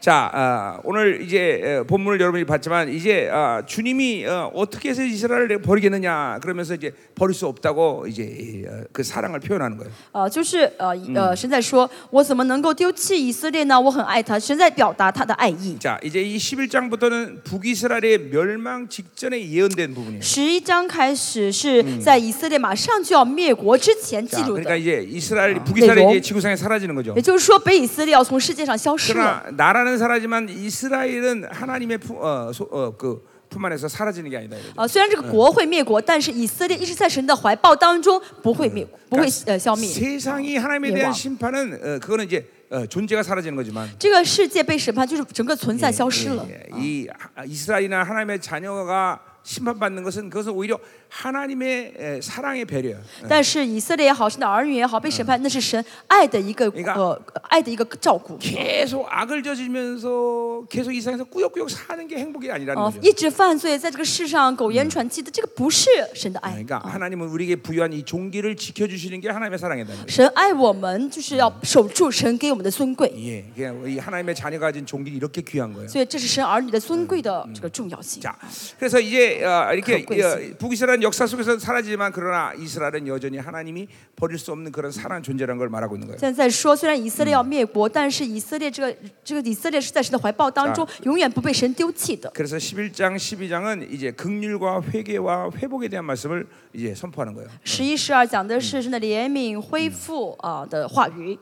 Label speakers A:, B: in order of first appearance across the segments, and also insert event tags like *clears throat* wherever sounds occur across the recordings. A: 자 아, 오늘 이제 어, 본문을 여러분이 봤지만 이제 아, 주님이 어, 어떻게 해서 이스라엘을 버리겠느냐 그러면서 이제 버릴 수 없다고 이제 이, 어, 그 사랑을 표현하는 거예요.
B: 呃，就是呃一呃，神在说，我怎么能够丢弃以色列呢？我很爱他，神在表达他的爱意。
A: 자 이제 이 11장부터는 북이스라엘의 멸망 직전에 예언된 부분이에요.
B: 十一章开始是在以色列马上就要灭国之前记
A: 자,
B: 录
A: 그러니까
B: 的，
A: 이제 이스라엘 북이스라엘이
B: 내용.
A: 이제 지구상에 사라지는 거죠.
B: 也就是说北以色列要从世界上消失了。
A: 그러나 나라는 사라지만 이스라엘은 하나님의 품, 어, 소, 어, 그 품 안에서 사라지는 게 아니다. 이거죠.
B: 呃，虽然这个国会灭国，但是以色列一直在神的怀抱当中，不会灭，不会呃消灭。
A: 그러니까 세상이 하나님에 대한
B: 내용.
A: 심판은 어, 그거는 이제 어, 존재가 사라지는 거지만
B: 这个世界被审判，就是整个存在消失了。
A: 예, 이 하- 이스라엘이나 하나님의 자녀가 심판받는 것은 그것은 오히려 하나님의 에, 사랑의 배려야.
B: 但是以色列也好，神的儿女也好，被审判那是神爱的一个
A: 你看
B: 呃爱的一个照顾。
A: 계속 악을 저지면서 계속 이 세상에서 꾸역꾸역 사는 게 행복이 아니라는
B: 哦
A: 거죠. ，
B: 一直嗯犯罪，在这个世上苟延喘气的，这个不是神的爱。
A: 그러니까 하나님은 우리에게 부여한 이 종기를 지켜주시는 게 하나님의 사랑이다는 거죠.
B: 神爱我们，就是要守住神给我们的尊贵，
A: 예, 그냥 이 하나님의 자녀가 가진 종기 이렇게 귀한 거예요.
B: 所以这是神儿女的尊贵的这个重要性。
A: 자, 그래서 이제 어, 이렇게
B: 갖고 있습니다.
A: 어, 북이스라엘 역사 속에서 사라지지만 그러나 이스라엘은 여전히 하나님이 버릴 수 없는 그런 사랑 존재라는 걸 말하고 있는 거예요.
B: 现在说，虽然以色列要灭国，但是以色列这个这个以色列是在神的怀抱当中，永远不被神丢弃的。
A: 그래서 11장, 12장은 이제 극률과 회개와 회복에 대한 말씀을 이제 선포하는 거예요.
B: 十一、十二讲的是神的怜悯、恢复啊的话语。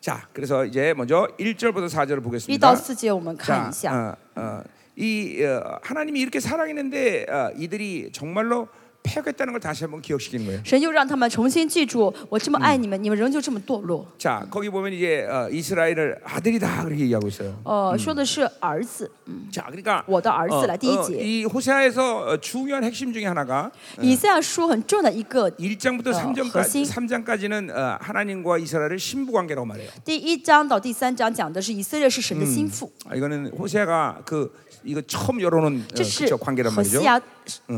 A: 자, 그래서 이제 먼저 1절부터 4절을
B: 一到
A: 보겠습니다.
B: 四节我们看一下，
A: 자, 어, 어, 이 어, 하나님이 이렇게 사랑했는데 어, 이들이 정말로 패했다는 걸 다시 한번 기억시키는 거예요.
B: 神又让他们重新记住，我这么爱你们，你们仍旧这么堕落。
A: 자, 거기 보면 이제 어, 이스라엘을 아들이다 그렇게 얘기하고 있어요.
B: 呃，说的是儿子，
A: 자, 그러니까
B: 我的儿子啦，第一节。
A: 이 호세아에서 어, 중요한 핵심 중에 하나가
B: 以赛亚书很重要的一个
A: 1장부터
B: 어,
A: 3장까지
B: 핵심.
A: 3장까지는 어, 하나님과 이스라엘을 신부 관계라고 말해요.
B: 第一章到第三章讲的是以色列是神的心腹，
A: 아, 이거는 호세아가 그 이거 처음 열어놓은 어,
B: 这是
A: 그쵸, 관계란
B: 何西
A: 말이죠.
B: 亚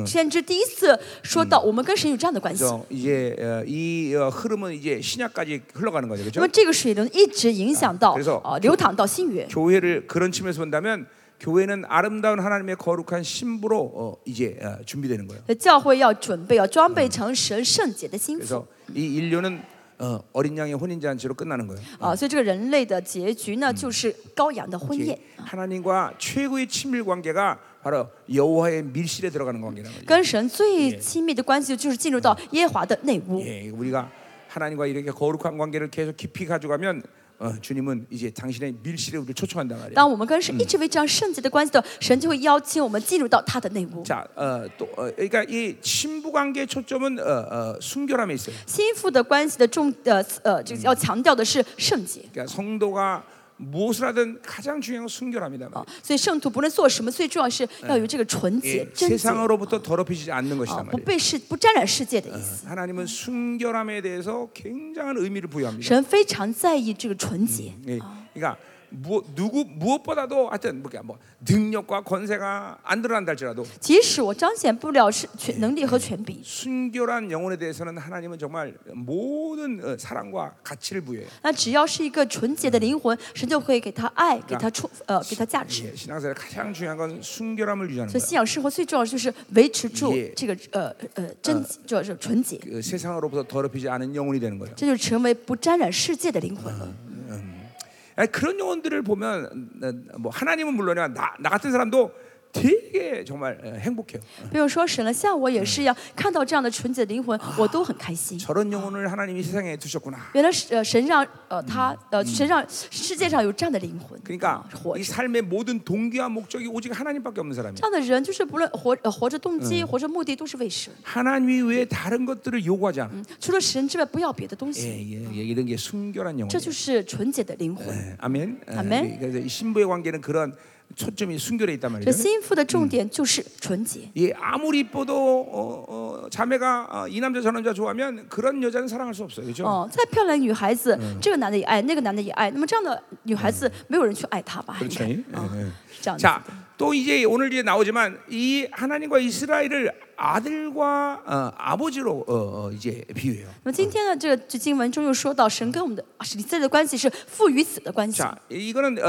B: 先知第一次说到我们跟神有这样的关系。
A: 그래서 이제 어, 이 어, 흐름은 이제 신약까지 흘러가는 거죠,
B: 那
A: 그렇죠?
B: 么这个水流一直影响到
A: 啊그래서
B: 啊、流淌到新约。
A: 교회를 그런 측면에서 본다면 교회는 아름다운 하나님의 거룩한 신부로 어, 이제 어, 준비되는 거예요.
B: 所以教会要准备，要装备成神圣洁的心腹
A: 그래서 이 인류는 어, 어린 양의 혼인 잔치로 끝나는 거예요.
B: 啊、所以这个人类的结局呢，就是羔羊的婚
A: 이게
B: 宴，
A: 하나님과 최고의 친밀 관계가 바로 여호와의 밀실에 들어가는 관계라는 거죠.
B: 跟神最亲密的关系就是进入到耶和华的内屋。
A: 예, 우리가 하나님과 이렇게 거룩한 관계를 계속 깊이 가져가면 어, 주님은 이제 당신의 밀실에 우리를 초청한단 말이에요.
B: 当我们跟神一直为这样圣洁的关系的，神就会邀请我们进入到他的内屋。
A: 자, 어, 또 어, 그러니까 이 친부 관계의 초점은 어, 어, 순결함에 있어요.
B: 心腹的关系的重呃呃，这个要强调的是圣洁
A: 그러니까 성도가 무엇을 하든 가장 중요한 건 순결함이다.
B: 啊，所以圣徒不论做什么，最重要是要有这个纯洁
A: 예, 、
B: 贞洁啊，
A: 세상으로부터 더럽히지 않는 것이다
B: 不
A: 말이에요. 예,
B: 被世不沾染世界的意思。
A: 하나님은 순결함에 대해서 굉장한 의미를 부여합니다.
B: 神非常在意这个纯洁，
A: 예, 그러니까 무, 누구 무엇보다도 하여튼 뭐뭐 능력과 권세가 안 드러난다 할지라도
B: 即使我彰显不了是全能力和权柄，
A: 순결한 영혼에 대해서는 하나님은 정말 모든 어, 사랑과 가치를 부여해요.
B: 那只要是一个纯洁的灵魂，神就会给他爱，给他出呃给他价值。
A: 예, 신앙생활 가장 중요한 건 순결함을 유지하는
B: 所以
A: 거예요.
B: 信仰生活最重要的就是维持住
A: 也
B: 这个呃呃贞洁，就是纯洁，
A: 그 세상으로부터 더럽히지 않은 영혼이 되는 거예요.
B: 这就成为不沾染世界的灵魂了。
A: 아니, 그런 영혼들을 보면 어, 뭐 하나님은 물론이야 나, 나 같은 사람도 되게 정말 어, 행복해요.
B: 不用说神了，像我也是一样，看到这样的纯洁的灵魂，我都很开心。
A: 저런 영혼을 하나님이 세상에 두셨구나.
B: 原来是呃神让呃他呃神让世界上有这样的灵魂，
A: 그러니까
B: 啊活
A: 이
B: 着
A: 삶의 모든 동기와 목적이 오직 하나님밖에 없는 사람이에요.
B: 这样的人，就是不论活呃活着动机、活着目的都是为神，
A: 하나님 외에 다른 것들을 요구하지 않아.
B: 除了神之外不要别的东
A: 예,
B: 西，
A: 예, 예, 이런 게 순결한 영혼.
B: 这就是纯洁的灵魂。
A: 예, 아멘. 예,
B: 아멘.
A: 그래서 이 신부의 관계는 그런 초점이 순결에 있단
B: 这
A: 말이죠.
B: 心腹的重点就是纯洁。
A: 예, 아무리 이뻐도 어, 어, 자매가 어, 이 남자 저 남자 좋아하면 그런 여자는 사랑할 수 없어요, 그렇죠?
B: 哦，再漂亮的女孩子，这个男的也爱，那个男的也爱，那么这样的女孩子，没有人去爱她吧？
A: 그렇죠.
B: 应该
A: 예,
B: 啊
A: 예.
B: 这样子。
A: 자, 또 이제 오늘 이제 나오지만 이 하나님과 이스라엘을 아들과 어, 아버지로 어, 어, 이제 비유해요.
B: 那么今天呢，这个这经文中又说到，神跟我们的啊是以色列的关系是父与子的关系。
A: 자, 이거는 어, 어,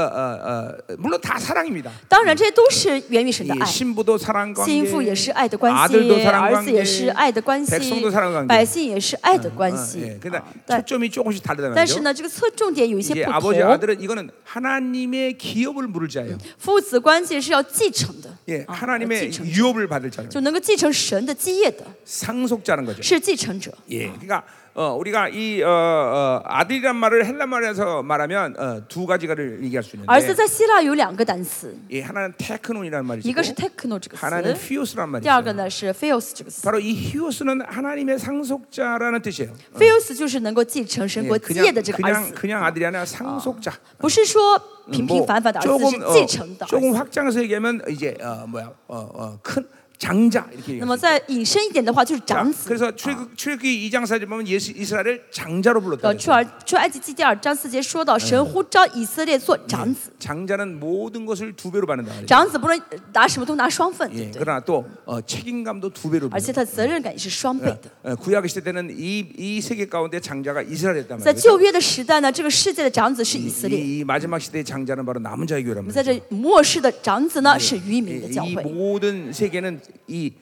A: 어, 물론 다 사랑입니다.
B: 当然，这些都是源于神的
A: 예,
B: 爱。
A: 신부도 사랑 관계,
B: 心腹也是爱的关系
A: 아들도 ， 사랑
B: 儿子
A: 관계,
B: 也是爱的关系
A: 백성도 사랑 ， 관계.
B: 百姓也是爱的关
A: 어, 예.
B: 系。
A: 근데
B: 但
A: 초점이 조금씩 다르다는
B: 但是
A: 거죠.
B: 呢，这个侧重点有一些
A: 이제
B: 不
A: 아버지
B: 同。
A: 아들은 이거는 하나님의 기업을 물을 자예요.
B: 父子关系是要继承的，
A: 예,
B: 啊
A: 하나님의
B: 继承
A: 유업을 받을 자는
B: 就能够继承神的基业的，
A: 상속자는 거죠.
B: 是继承者。
A: 예, 그러니까 어, 우리가 이 어, 어, 아들이란 말을 헬라 말에서 말하면 어, 두 가지가를 얘기할 수
B: 儿子
A: 있는데,
B: 在希腊有两个单词，
A: 예, 하나는 테크논이라는 그- 말이죠.
B: 一个是 techno 这个
A: 하나는
B: 词，
A: 히오스란
B: 第二个
A: 말이죠.
B: 呢是 phios 这个词。
A: 바로 이 히오스는 하나님의 상속자라는 뜻이에요.
B: phios 就是能够继承神
A: 예,
B: 国基业
A: 그냥
B: 的这个儿
A: 그냥
B: 子，
A: 그냥 아들이 아니라 상속자. 음,
B: 不是说平平
A: 뭐
B: 凡凡的儿子，是
A: 조금
B: 继承的
A: 어,
B: 儿
A: 조금
B: 子。
A: 확장해서 얘기하면 이제 어, 뭐야 어, 어, 큰 장자 이렇게
B: 那
A: 얘기해요.
B: 么再引申一点的话，就是
A: 자,
B: 长子。
A: 음. 그래서 출애굽 출애굽기 2장 4절 보면 예수 이스라엘을 장자로
B: 呃，
A: 불렀다.
B: 出埃出埃及记第二章四节说到，神呼召以色列做长子，
A: 장자는 모든 것을 두 배로 받는다. 그래요.
B: 长子不能拿什么都拿双份，对
A: 예,
B: 不对？
A: 그러나 또 어, 책임감도 두 배로
B: 而
A: 받아요.
B: 且他的责任感也是双倍的。
A: 어, 구약 시대 때는 이 이 세계 가운데 장자가 이스라엘이었단
B: 在
A: 말이에요.
B: 旧约的时代呢，这个世界的长子是以色列；
A: 이, 이 마지막 시대의 장자는 바로 남은 자의 교회란 말이에요.
B: 在这末世的长子呢，是渔
A: 예,
B: 民的教
A: 이
B: 会。
A: 모든 세계는 이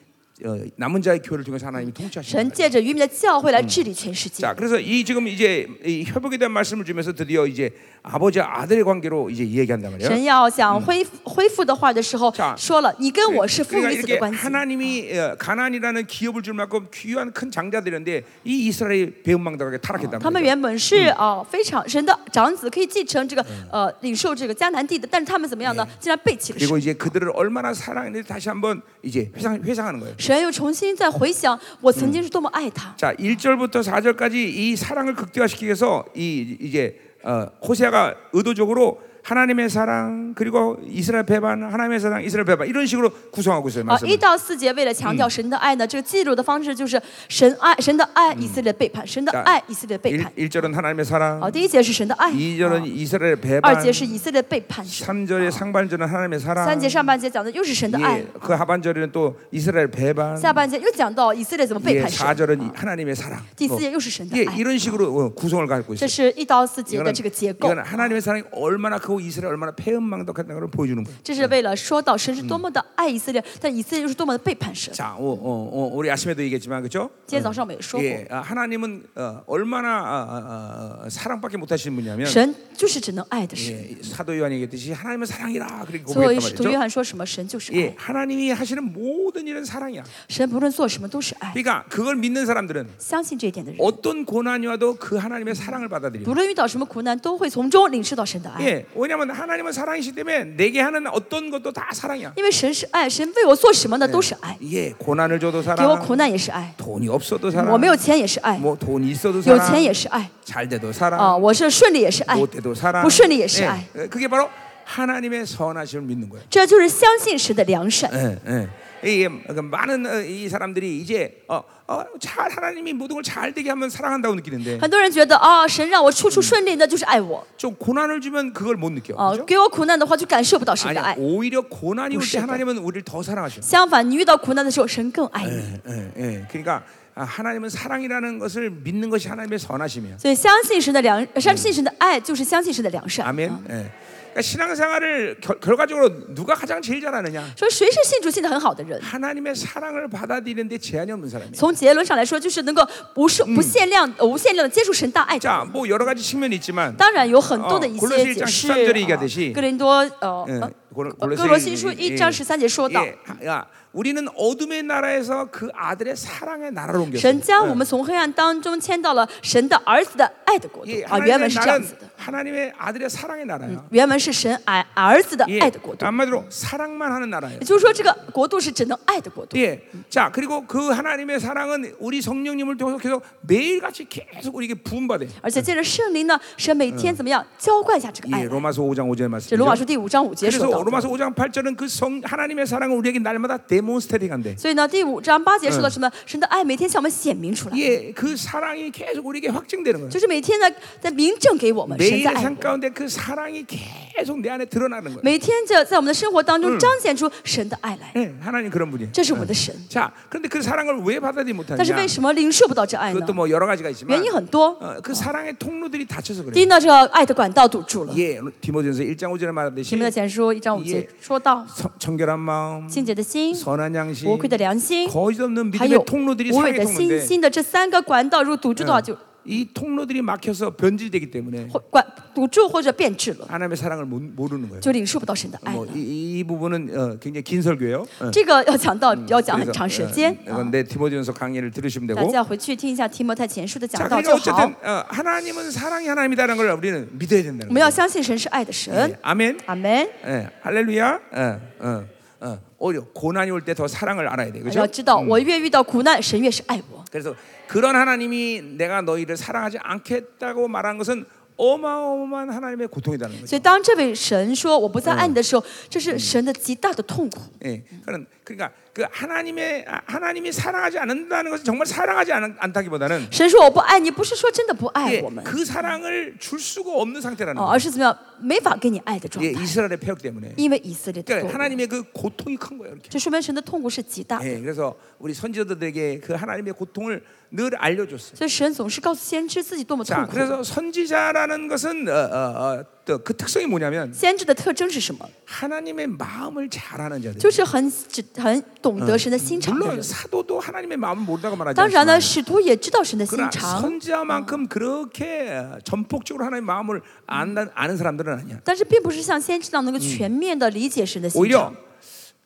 A: 어, 남은 자의 교회를 통해서 하나님이 통치하시는
B: 神
A: 거예요.
B: 借着渔民的教会来治理全世界
A: 자, 。 그래서 이 지금 이제 이 협약에 대한 말씀을 주면서 드디어 이제 아버지 와 아들의 관계로 이제 얘기한단 말이에요.
B: 神要想恢复恢复的话的时候
A: 자 ，
B: 说了，你跟我是父
A: 그러니까
B: 与子的
A: 이렇게
B: 关系。
A: 하나님이 어, 가난이라는 기업을 줄 만큼 귀한 큰 장자들이었는데 이 이스라엘이 배은망덕하게 타락했단
B: 他们
A: 말이에요.
B: 原本是啊、呃非常神的长子，可以继承这个呃领受这个迦南地的，但是他们怎么样呢？竟然背弃了神。
A: 그리고 이제 그들을 얼마나 사랑했는지 다시 한번 이제 회상, 회상하는 거예요.
B: 神又重新再回想我曾经是多么爱他。
A: 자, 1절부터 4절까지 이 사랑을 극대화시키기 위해서 이 이제 어, 호세아가 의도적으로 하나님의 사랑 그리고 이스라엘 배반 하나님의 사랑 이스라엘 배반 이런 식으로 구성하고 있어요
B: 啊，
A: 말씀.
B: 一到四节为了强调神的爱呢，这个记录的方式就是神爱神的爱以色列背叛，神的
A: 자
B: 爱以色列背叛。
A: 1, 절은 하나님의 사랑,
B: 好，第一节是神的爱，
A: 2절은
B: 啊
A: 어, 아, 이스라엘 배반,
B: 二节是以色列背叛神，
A: 3절의 어. 상반절은 하나님의 사랑,
B: 三节上半节讲的又是神的爱
A: 예, ，그 하반절에는 또 이스라엘 배반,
B: 下半节又讲到以色列怎么
A: 예,
B: 背叛神，
A: 4절은 하나님의 사랑.
B: 第
A: 뭐,
B: 四节又是神的
A: 예,
B: 爱。
A: 이런 식으로 어, 구성을 갖고
B: 这
A: 있어요.
B: 是一到四节的
A: 이거는,
B: 这个结构，
A: 이거는 하나님의 사랑이 얼마나 크고 이스라엘 얼마나 패음망덕했다는 걸 보여주는 거예요.
B: 这是为了说到神是多么的爱以色列，但以色列又是多么的背叛神。
A: 자, 어, 어, 어, 우리 아침에도 얘기했지만 그렇죠?
B: 今天早上我们也说过，
A: 예, 아, 하나님은 어, 얼마나 아, 아, 아, 사랑밖에 못하시는 분이냐면
B: 神就是只能爱的神。
A: 예, 사도 요한이 얘기했듯이 하나님은 사랑이라 그리고
B: 所以
A: 고백했단
B: 使徒约
A: 말이죠.
B: 翰说什么，神就是爱，
A: 예, 하나님이 하시는 모든 일은 사랑이야.
B: 神不论做什么都是爱。
A: 그러니까 그걸 믿는 사람들은
B: 相信这一点的人，
A: 어떤 고난이 와도 그 하나님의 사랑을 받아들이고
B: 不论遇到什么苦难，都会从中领受到神的爱，
A: 예, 왜냐하면 하나님은 사랑이시기 때문에 내게 하는 어떤 것도 다 사랑이야.
B: 因为神是爱，神为我做什么呢都是爱，
A: 예, 고난을 줘도
B: 给我
A: 사랑,
B: 苦难也是爱，
A: 돈이 없어도 사랑,
B: 我没有钱也是爱，
A: 뭐 돈 있어도
B: 有钱
A: 사랑,
B: 也是爱，
A: 잘 돼도 사랑,
B: 啊，我是顺利也是爱，
A: 못해도 사랑,
B: 不顺利也是爱，
A: 어. 예, 그게 바로 하나님의 선하심을 믿는 거예요.
B: 这就是相信神的良善。
A: 예, 예. 이게 그 많은 어, 이 사람들이 이제 어, 어, 잘 하나님이 모든 걸 잘 되게 하면 사랑한다고 느끼는데
B: 很多人觉得啊，神让我处处顺利，那就是爱我，
A: 좀 고난을 주면 그걸 못 느껴.
B: 啊，
A: 그죠?
B: 给我苦难的话就感受不到神
A: 어, 아니
B: 的爱。
A: 오히려 고난이 올 때
B: 무시해요.
A: 하나님은 우리를 더 사랑하셔.
B: 相反，你遇到苦难的时候，神更爱你。
A: 예, 예, 예. 그러니까 아, 하나님은 사랑이라는 것을 믿는 것이 하나님의 선하심이야.
B: 所以，相信神的良，相信神的爱就是相信神的良善。
A: 아멘. 예. 그러니까 신앙생활을 결, 결과적으로 누가 가장 제일 잘하느냐?
B: 说谁是信主信的很好的人？
A: 하나님의 사랑을 받아들이는데 제한이 없는 사람이야.
B: 从结论上来说，就是能够无数不限量、呃无限量的接触神大爱的人。
A: 자, 뭐 여러 가지 측면이 있지만
B: 当然有很多的一
A: 哦골로새
B: 些
A: 1장
B: 解释。
A: 13절에얘기하듯이
B: 啊哥林多呃，
A: 예,
B: 呃
A: 골로-
B: 哥罗西书
A: 예, 예.
B: 一章十三节说到，
A: 예, 하- 야, 우리는 어둠의 나라에서 그 아들의 사랑의 나라로 옮겼어.
B: 神将我们从黑暗当中迁到了神的儿子的爱的国度
A: 예,
B: 啊，原
A: 하나님의
B: 文是这样
A: 나라는
B: 子的，
A: 하나님의 아들의 사랑의 나라야.
B: 原文是神爱儿子的
A: 예,
B: 爱的国度，
A: 한마디로 사랑만 하는 나라예요.
B: 也就是说这个国度是只能爱的国度。
A: 예. 자, 그리고 그 하나님의 사랑은 우리 성령님을 통해서 계속 매일같이 계속 우리에게 부음받아요.
B: 而且借着圣灵呢，神每天怎么样浇灌一下这个爱
A: 예,
B: 来？
A: 로마서 5장 5절
B: 这
A: 말씀.
B: 罗马书第五章五节说
A: 그래서
B: 到
A: 로마서 5장 8절은 그 성 하나님의 사랑을 우리에게 날마다 데몬스테링한데.
B: 所以呢，第五章八节说的什么？神的爱每天向我们显明出来，
A: 예, 그 사랑이 계속 우리에게 확증되는 거예요.
B: 就是每天呢在明证给我们神在
A: 매일의
B: 爱我
A: 삶
B: 们。
A: 가운데 그 사랑이 계속 내 안에 드러나는 거예요.
B: 每天这在我们的生活当中彰显出神的爱来，
A: 예, 하나님 그런 분이에요.
B: 这是我们的神。
A: 자, 그런데 그 사랑을 왜 받아들이지
B: 但是
A: 못하냐?
B: 为什么领受不到这爱呢
A: 그것도 ？뭐 여러 가지가 있지만
B: 原因很多。
A: 어, 그 사랑의 통로들이 닫혀서
B: 第一
A: 그래요.
B: 呢，这爱的管道堵住了。
A: 예, 디모데전서 1장 5절에
B: 前
A: 말하듯이
B: 面的前书一章五节
A: 예
B: 说到，
A: 성- 청결한 마음,
B: 清洁的心、
A: 선한 양심,
B: 无愧的良心，
A: 거짓 없는
B: 还
A: 믿음의
B: 有
A: 통로들이
B: 无伪
A: 사랑의
B: 的嗯信
A: 통로인데
B: 心的这三个管道，如果堵住的话，就
A: 어, 이 통로들이 막혀서 변질되기 때문에
B: 或管堵住或者变质了，
A: 하나님의 사랑을 못- 모르는 거예요.
B: 就领受不到神的爱
A: 뭐
B: 了。
A: 이, 이 부분은 어, 굉장히 긴 설교예요. 어.
B: 这个要讲到要讲很
A: 그래서,
B: 长时
A: 어,
B: 间啊，
A: 이건 내 디모데전서 강의를 들으시면
B: 大
A: 되고.
B: 家回去听一下提摩太前书的
A: 자,
B: 讲道
A: 그러니까
B: 就好
A: 어쨌든 。 어, 하나님은 사랑이 하나님이라는 걸 우리는 믿어야
B: 我
A: 된다는
B: 们
A: 거예요.
B: 要相信神是爱的
A: 예,
B: 神，
A: 아멘.
B: 阿门。
A: 예, 할렐루야. 어, 어, 어. 오히려 고난이 올 때 더 사랑을 알아야 돼, 그렇죠?
B: 要知道，我越遇到苦难，神越是爱我。
A: 그래서 그런 하나님이 내가 너희를 사랑하지 않겠다고 말한 것은 어마어마한 하나님의 고통이라는 거죠.
B: 所以，当这位神说“我不再爱你”的时候，这是神的极大的痛苦。
A: 예, 그런 그러니까 그 하나님의 아, 하나님이 사랑하지 않는다는 것은 정말 사랑하지 않, 않다기보다는
B: 神说“我不爱你”，不是说真的不
A: 예,
B: 爱我们，
A: 그 사랑을 줄 수가 없는 상태라는
B: 哦，而
A: 거예요.
B: 是怎么样没法给你爱的状
A: 예,
B: 态，
A: 이스라엘의 폐역 때문에.
B: 因为以色列的
A: 그러니까
B: 堕落，
A: 하나님의 그 고통이 큰 거예요. 이렇게.
B: 这说明神的痛苦是极大的。
A: 예, 그래서 우리 선지자들에게 그 하나님의 고통을 늘 알려줬어요.
B: 所以，神总是告诉先知自己多么痛
A: 자,
B: 苦。
A: 그래서 선지자라는 것은 어, 어, 어, 또 그 특성이 뭐냐면
B: 先知的特征是什么？
A: 하나님의 마음을 잘 아는 자들.
B: 就是很只很懂得神的心肠的
A: 물론
B: 人。
A: 사도도 하나님의 마음을 모른다고 말하지
B: 当然呢，
A: 않지만
B: 使徒也知道神的心
A: 그러나
B: 肠，
A: 선지자만큼 그렇게 전폭적으로 하나님의 마음을 안다, 아는 사람들은 아니야.
B: 但是并不是像先知那样能够全面的理解神的心
A: 오히려
B: 肠。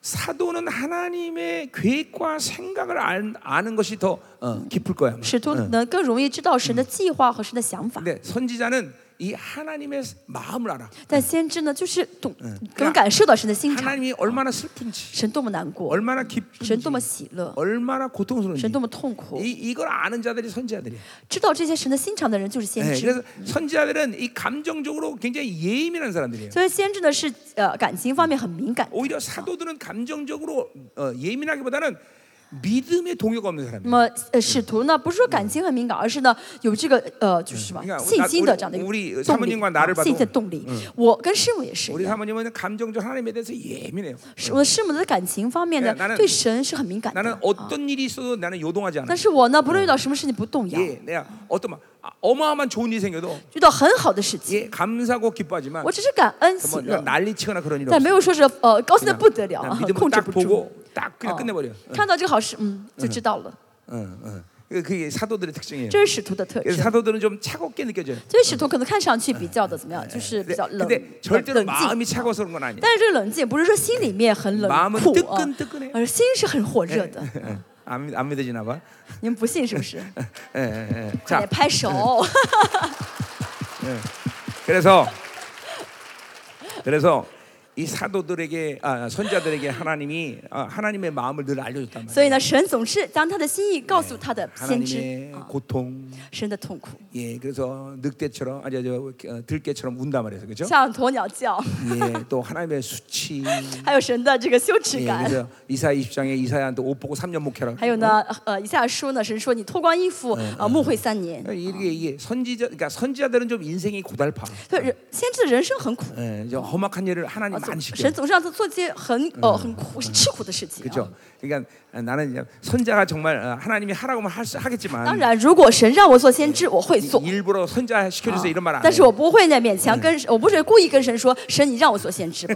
A: 사도는 하나님의 계획과 생각을 안, 아는 것이 더 어, 깊을 거야. 아마.
B: 使徒能更容易知道神的计划和神的想法，
A: 근데 선지자는 이 하나님의 마음을 알아.
B: 但先知呢，就是懂
A: 那
B: 能感受到神的心肠，
A: 하나님이 얼마나 슬픈지,
B: 神多么难过，
A: 얼마나
B: 神
A: 기쁜지,
B: 多么喜乐，
A: 얼마나
B: 神
A: 고통스러운지
B: 多么痛苦
A: 이 。 이걸 아는 자들이 선지자들이야.
B: 知道这些神的心肠的人就是先
A: 네,
B: 知
A: 그래서 。 선지자들은 이 감정적으로 굉장히 예민한 사람들이에요.
B: 所以先知呢是呃感情方面很敏感，
A: 오히려 사도들은 감정적으로 어, 예민하기보다는 믿음에 동요가 없는
B: 那
A: 사람이에요.
B: 么呃使徒呢不是说感情很敏感，而是呢有这个呃就是什么
A: 你看
B: 信心的
A: 我
B: 这样的
A: 我
B: 一
A: 우리
B: 个
A: 사모
B: 动
A: 님과나
B: 力，
A: 를봐도
B: 啊信心的动力。我跟师母也是一
A: 우리
B: 样，
A: 사모님은 감정적 하나님에 대해서 예민해요.
B: 是我的师母的感情方面
A: 그러니까나는
B: 呢对神是很敏感
A: 나는
B: 的，
A: 어떤 일이 있어도 나는 요동하지 않아.
B: 但是我呢不论遇到什么事情不动摇，
A: 예, 내가 어떤 막 아, 어마어마한 좋은 일이 생겨도
B: 遇到很好的事情。
A: 예, 감사하고 기뻐하지만
B: 我只是感恩喜
A: 뭐
B: 乐，
A: 난리치거나 그런 일
B: 但
A: 없어.
B: 没有说是呃高兴的不得了啊
A: 그냥 ，
B: 控
A: 믿음으로
B: 制
A: 딱
B: 不住。
A: 보고 딱
B: 哦
A: 그냥 끝내버려.
B: 看到这个好事，嗯，就知道了，
A: 응, 응. 그- 그게 사도들의 특징이에요.
B: 这是使徒的特
A: 그래서
B: 征。
A: 사도들은 좀 차갑게 느껴져요.
B: 所以使徒可能看上去比较的怎么样，就是比
A: 근데,
B: 较冷
A: 근데
B: 冷
A: 절대로
B: 冷静。
A: 마음이 차가워서 그런 건 아니에요.
B: 但是这个冷静不是说心里面很冷
A: 마음은
B: 酷
A: 뜨
B: 啊
A: 끈뜨끈해요 ，
B: 而心是很火热的。
A: 예, 안, 믿- 안 믿어지나 봐.
B: 你们不信是不是？
A: 예, 예, 예.
B: 快
A: 자,
B: 点拍手！
A: 예. 그래서 그래서 이 사도들에게 아, 선자들에게 하나님이 아, 하나님의 마음을 늘 알려줬단
B: 所
A: 말이에요.
B: 以呢，神总是将他的心意告诉他的先知
A: 하나님의
B: 啊，
A: 고통,
B: 神的痛苦，
A: 예, 그래서 늑대처럼 아니 저 어, 들개처럼 운단 말이에요, 그렇죠?
B: 像鸵鸟叫，
A: 예, 또 하나님의 수치.
B: 还有神的这个羞耻
A: 예,
B: 感。
A: 그래서 이사야 20장에 이사야한테 옷 보고 3년 목회라.
B: 还有呢，呃，以下说呢，神说你脱光衣服，呃，牧会三年。
A: 어? 이게 이게 선지자, 그러니까 선지자들은 좀 인생이 고달파.
B: 所以人先知的人生很苦，
A: 예, 저 험악한 일을 하나님
B: 啊，
A: 많이
B: 总
A: 시켜.
B: 神总是让他做些很呃很苦、吃苦的事情、啊。
A: 그렇죠. 그러니까 나는 이제 선자가 정말 어, 하나님이 하라고 하면 할 수,
B: 当
A: 하겠지만
B: 然，如果神让我做先知，我会做，
A: 일부러 선자 시켜주세요 이런 말 안
B: 啊但
A: 해요.
B: 是我不会呢勉强跟，我不是故意跟神说，神你让我做先知 *laughs* 吧。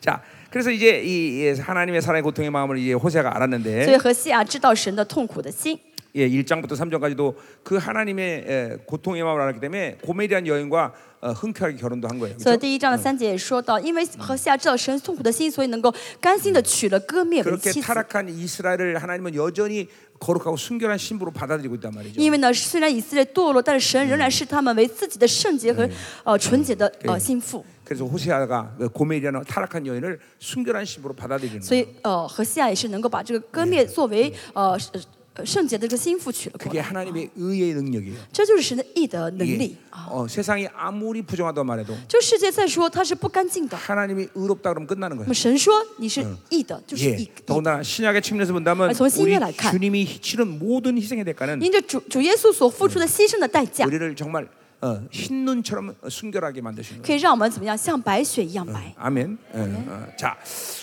A: 자, 그래서 이제 이, 이 하나님의 사랑의 고통의 마음을 이제 호세가
B: 所以
A: 알았는데
B: 何西亚知道神的痛苦的心，
A: 예, 1장부터 3장까지도 그 하나님의 에, 고통의 마음을 알았기 때문에 고멜이라는 여인과 어, 흔쾌하게 결혼도 한 거예요.
B: 所
A: 그렇죠?
B: 以第一章的三节也说到，因为何西亚知道神痛苦的心，所以能够甘心的娶了割灭为
A: 그렇게
B: 妻子。
A: 타락한 이스라엘을 하나님은 여전히 거룩하고 순결한 신부로 받아들이고 있단 말이죠.
B: 因为呢，虽然以色列堕落，但是神仍然视他们为自己的圣洁和呃纯洁的呃心腹。
A: 그래서 호세아가 그 고멜이라는 타락한 여인을 순결한 신부로 받아들이는 거예요.
B: 所以呃，何西亚也是能够把这个割灭作为呃是呃圣洁的这个心腹取了过
A: 그게
B: 来，
A: 하나님의 의의 능력이에요.
B: 这就是神的义的能
A: 이게,
B: 力啊。
A: 어, 세상이 아무리 부정하다 말해도
B: 这世界在说它是不干净的，
A: 하나님이 의롭다 그러면 끝나는
B: 那
A: 거예요.
B: 么神说你是义的，就是
A: 예,
B: 义。
A: 더군다나 신약의 측면에서 본다면
B: 아, 저는
A: 우리
B: 신약을 간-
A: 주님이 치른 모든 희생의 대가는
B: 因着主主耶稣所付出的牺牲的代价，
A: 우리를 정말 어, 흰 눈처럼 순결하게 만드신 거예요.
B: 可以让我们怎么样，像白雪一样白。
A: 아멘. 예,
B: 네.
A: 어, 자,